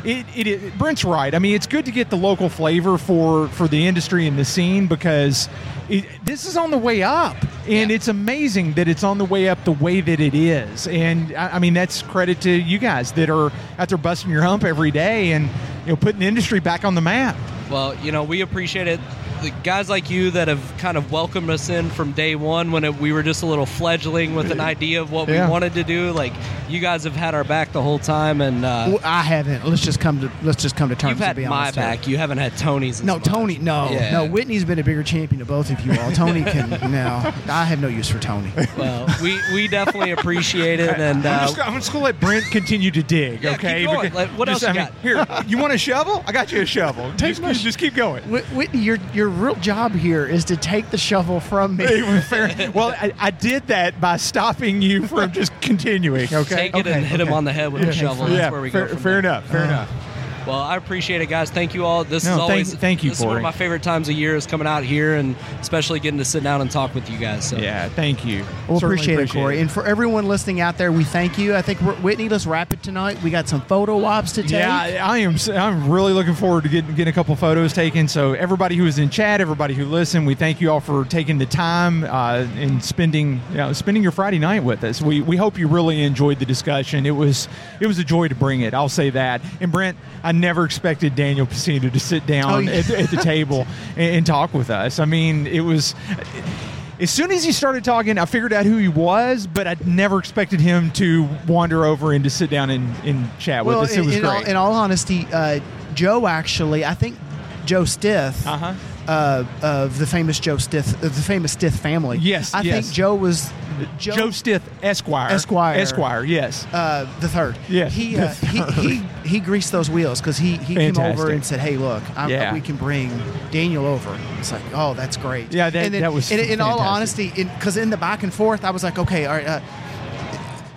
[SPEAKER 5] It, it, it Brent's right. I mean, it's good to get the local flavor for for the industry and the scene because it, this is on the way up, and it's amazing that it's on the way up the way that it is. And I, I mean, that's credit to you guys that are out there busting your hump every day and you know putting the industry back on the map.
[SPEAKER 8] Well, you know, we appreciate it. The guys like you that have kind of welcomed us in from day one when it, we were just a little fledgling with an idea of what
[SPEAKER 4] Yeah.
[SPEAKER 8] we wanted to do. Like, you guys have had our back the whole time, and uh,
[SPEAKER 4] Well, I haven't. Let's just come to let's just come to terms.
[SPEAKER 8] you've had
[SPEAKER 4] to be
[SPEAKER 8] my
[SPEAKER 4] honest here.
[SPEAKER 8] back. You haven't had Tony's. as
[SPEAKER 4] No,
[SPEAKER 8] much.
[SPEAKER 4] Tony. No,
[SPEAKER 8] Yeah.
[SPEAKER 4] no. Whitney's been a bigger champion of both of you all. Tony can now. I have no use for Tony.
[SPEAKER 8] Well, we, we definitely appreciate it, and
[SPEAKER 5] I'm
[SPEAKER 8] uh,
[SPEAKER 5] just, I'm just gonna let Brent continue to dig.
[SPEAKER 8] Yeah,
[SPEAKER 5] okay.
[SPEAKER 8] keep going.
[SPEAKER 5] Because-
[SPEAKER 8] Like, what
[SPEAKER 5] just,
[SPEAKER 8] else you
[SPEAKER 5] Here, you want a shovel? I got you a shovel. Take just, just keep going.
[SPEAKER 4] Whit- Whitney, your your real job here is to take the shovel from me.
[SPEAKER 5] Hey, well, fair- well, I, I did that by stopping you from just continuing. Okay.
[SPEAKER 8] Take it and
[SPEAKER 5] Okay,
[SPEAKER 8] hit him
[SPEAKER 5] okay.
[SPEAKER 8] on the head with a shovel. That's
[SPEAKER 5] Yeah,
[SPEAKER 8] where we go
[SPEAKER 5] fair,
[SPEAKER 8] from
[SPEAKER 5] fair enough. Fair
[SPEAKER 8] Uh,
[SPEAKER 5] enough.
[SPEAKER 8] Well, I appreciate it, guys. Thank you all. This
[SPEAKER 5] No,
[SPEAKER 8] is
[SPEAKER 5] thank-
[SPEAKER 8] always
[SPEAKER 5] thank you,
[SPEAKER 8] This is one
[SPEAKER 5] Corey.
[SPEAKER 8] of my favorite times of year is coming out here and especially getting to sit down and talk with you guys. So.
[SPEAKER 5] Yeah, thank you.
[SPEAKER 8] We'll
[SPEAKER 4] Well, appreciate, it, Corey. And for everyone listening out there, we thank you. I think we're, Whitney, let's wrap it tonight. We got some photo ops to take.
[SPEAKER 5] Yeah, I, I am. s- I'm really looking forward to getting getting a couple photos taken. So everybody who is in chat, everybody who listened, we thank you all for taking the time uh, and spending you know, spending your Friday night with us. We we hope you really enjoyed the discussion. It was it was a joy to bring it. I'll say that. And Brent, I never expected Daniel Pacino to sit down
[SPEAKER 4] Oh, yeah.
[SPEAKER 5] at, the- at the table and, and talk with us. I mean, it was. As soon as he started talking, I figured out who he was, but I never expected him to wander over and to sit down and, and chat with us. It
[SPEAKER 4] in-
[SPEAKER 5] was
[SPEAKER 4] in,
[SPEAKER 5] great.
[SPEAKER 4] All, in all honesty, uh, Joe actually, I think Joe Stith.
[SPEAKER 5] Uh-huh.
[SPEAKER 4] uh of the famous Joe Stith, of the famous Stith family.
[SPEAKER 5] Yes,
[SPEAKER 4] I
[SPEAKER 5] yes.
[SPEAKER 4] think Joe was Joe,
[SPEAKER 5] Joe Stith Esquire.
[SPEAKER 4] Esquire,
[SPEAKER 5] Esquire, yes.
[SPEAKER 4] uh, the third.
[SPEAKER 5] Yes,
[SPEAKER 4] he,
[SPEAKER 5] the
[SPEAKER 4] uh, he he he greased those wheels because he he came over
[SPEAKER 5] Fantastic.
[SPEAKER 4] and said, "Hey, look, I'm,
[SPEAKER 5] Yeah.
[SPEAKER 4] we can bring Daniel over." It's like, "Oh, that's great."
[SPEAKER 5] Yeah, that-
[SPEAKER 4] and then,
[SPEAKER 5] that was
[SPEAKER 4] In, in all
[SPEAKER 5] fantastic.
[SPEAKER 4] honesty, because in, the back and forth, I was like, "Okay, all right." Uh,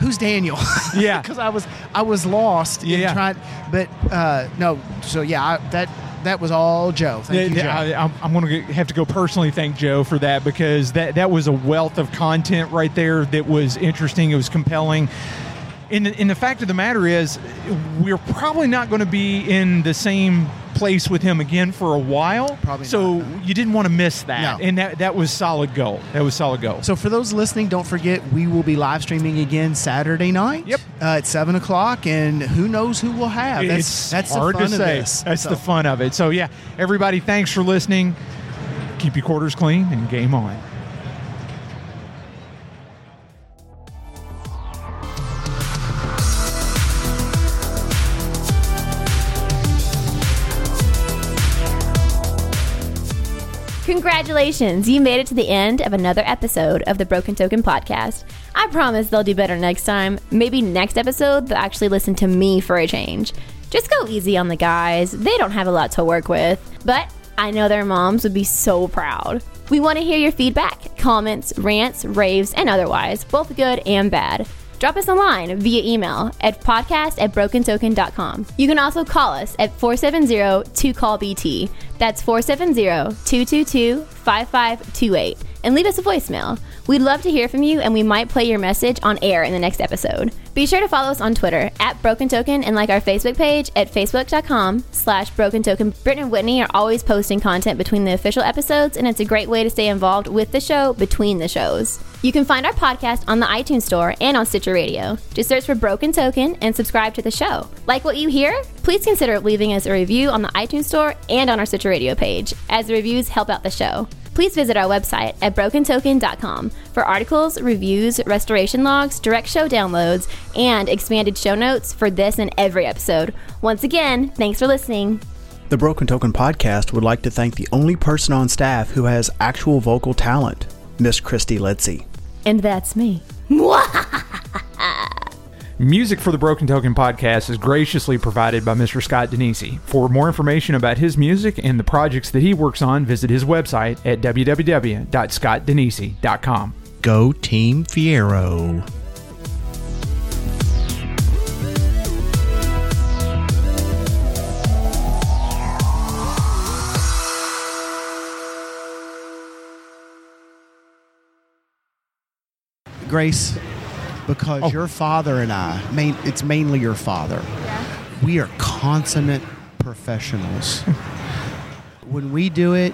[SPEAKER 4] Who's Daniel?
[SPEAKER 5] Yeah.
[SPEAKER 4] because I was I was lost
[SPEAKER 5] Yeah.
[SPEAKER 4] in trying, but uh, no. So yeah, I, that that was all Joe. Thank you,
[SPEAKER 5] Yeah,
[SPEAKER 4] Joe.
[SPEAKER 5] I, am going to have to go personally thank Joe for that because that, that was a wealth of content right there that was interesting. It was compelling. And the, and the fact of the matter is, we're probably not going to be in the same place with him again for a while. Probably so you didn't want to miss that. And that, that was solid gold. That was solid gold.
[SPEAKER 4] So for those listening, don't forget we will be live streaming again Saturday night. Yep, uh, at seven o'clock, and who knows who we'll have. That's
[SPEAKER 5] it's
[SPEAKER 4] that's the
[SPEAKER 5] hard
[SPEAKER 4] fun
[SPEAKER 5] to
[SPEAKER 4] of
[SPEAKER 5] say.
[SPEAKER 4] this.
[SPEAKER 5] That's the
[SPEAKER 4] So-
[SPEAKER 5] fun of it. So yeah, everybody, thanks for listening. Keep your quarters clean and game on.
[SPEAKER 2] Congratulations, you made it to the end of another episode of the Broken Token podcast. I promise they'll do better next time. Maybe next episode, they'll actually listen to me for a change. Just go easy on the guys, they don't have a lot to work with, but I know their moms would be so proud. We want to hear your feedback, comments, rants, raves, and otherwise, both good and bad. Drop us a line via email at podcast at brokentoken.com. You can also call us at 470-2CALL-BT. That's 470-222-5528. And leave us a voicemail. We'd love to hear from you and we might play your message on air in the next episode. Be sure to follow us on Twitter at Broken Token and like our Facebook page at facebook.com slash Broken Token. Britt and Whitney are always posting content between the official episodes and it's a great way to stay involved with the show between the shows. You can find our podcast on the iTunes Store and on Stitcher Radio. Just search for Broken Token and subscribe to the show. Like what you hear? Please consider leaving us a review on the iTunes Store and on our Stitcher Radio page, as the reviews help out the show. Please visit our website at brokentoken.com for articles, reviews, restoration logs, direct show downloads, and expanded show notes for this and every episode. Once again, thanks for listening.
[SPEAKER 13] The Broken Token Podcast would like to thank the only person on staff who has actual vocal talent, Miss Christy Letzi.
[SPEAKER 2] And that's me.
[SPEAKER 1] Music for the Broken Token podcast is graciously provided by Mr. Scott Denisi. For more information about his music and the projects that he works on, visit his website at www.scottdenisi.com.
[SPEAKER 4] Go Team Fiero. Grace, because
[SPEAKER 7] Oh.
[SPEAKER 4] your father and I, main, it's mainly your father, we are consummate professionals. when we do it,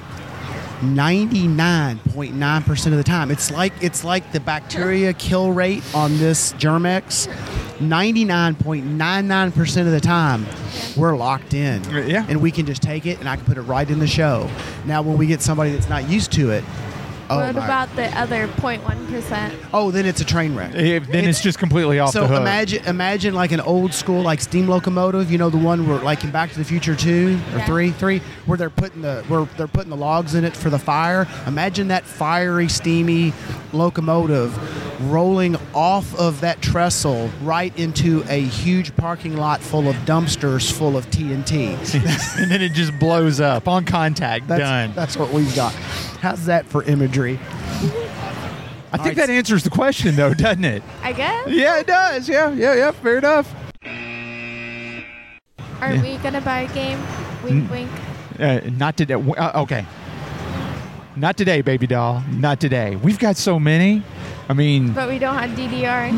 [SPEAKER 4] 99.9% of the time. It's like it's like the bacteria kill rate on this Germex. 99.99% of the time, we're locked in.
[SPEAKER 7] Uh,
[SPEAKER 4] Yeah. And we can just take it and I can put it right in the show. Now when we get somebody that's not used to it, oh
[SPEAKER 7] what
[SPEAKER 4] my-
[SPEAKER 7] about the other 0.1%?
[SPEAKER 4] Oh, then it's a train wreck.
[SPEAKER 5] then it's, just completely off
[SPEAKER 4] so
[SPEAKER 5] the hook.
[SPEAKER 4] imagine imagine like an old school like steam locomotive, you know the one where like in Back to the Future two or
[SPEAKER 5] Yeah.
[SPEAKER 4] three, three, where they're putting the where they're putting the logs in it for the fire. Imagine that fiery, steamy locomotive rolling off of that trestle right into a huge parking lot full of dumpsters full of TNT.
[SPEAKER 5] and then it just blows up on contact.
[SPEAKER 4] That's,
[SPEAKER 5] done.
[SPEAKER 4] That's what we've got. How's that for imagery?
[SPEAKER 5] I think that answers the question, though, doesn't it?
[SPEAKER 7] I guess.
[SPEAKER 5] Yeah, it does. Yeah, yeah, yeah. Fair enough.
[SPEAKER 7] Are
[SPEAKER 1] Yeah.
[SPEAKER 7] we gonna buy a game? Wink,
[SPEAKER 1] Mm.
[SPEAKER 7] wink.
[SPEAKER 1] Uh, not today. W- Uh, okay. Not today, baby doll. Not today. We've got so many. I mean,
[SPEAKER 7] But we don't have DDR.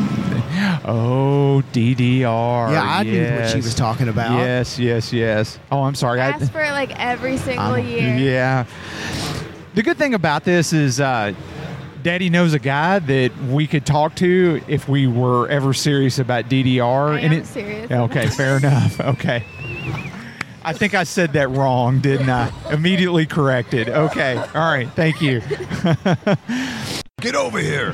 [SPEAKER 1] oh,
[SPEAKER 5] Oh,
[SPEAKER 1] DDR.
[SPEAKER 7] Yeah, I knew what she
[SPEAKER 1] yes.
[SPEAKER 7] was talking about.
[SPEAKER 1] Yes, yes, yes. Oh, I'm sorry. I-
[SPEAKER 7] Ask for it like every single
[SPEAKER 1] I'm-
[SPEAKER 7] year.
[SPEAKER 1] Yeah. The good thing about this is uh, Daddy knows a guy that we could talk to if we were ever serious about DDR.
[SPEAKER 7] I
[SPEAKER 1] and
[SPEAKER 7] am
[SPEAKER 1] it-
[SPEAKER 7] serious.
[SPEAKER 1] Okay, fair enough. Okay. I think I said that wrong, didn't I? Immediately corrected. Okay. All right. Thank you.
[SPEAKER 9] Get over here.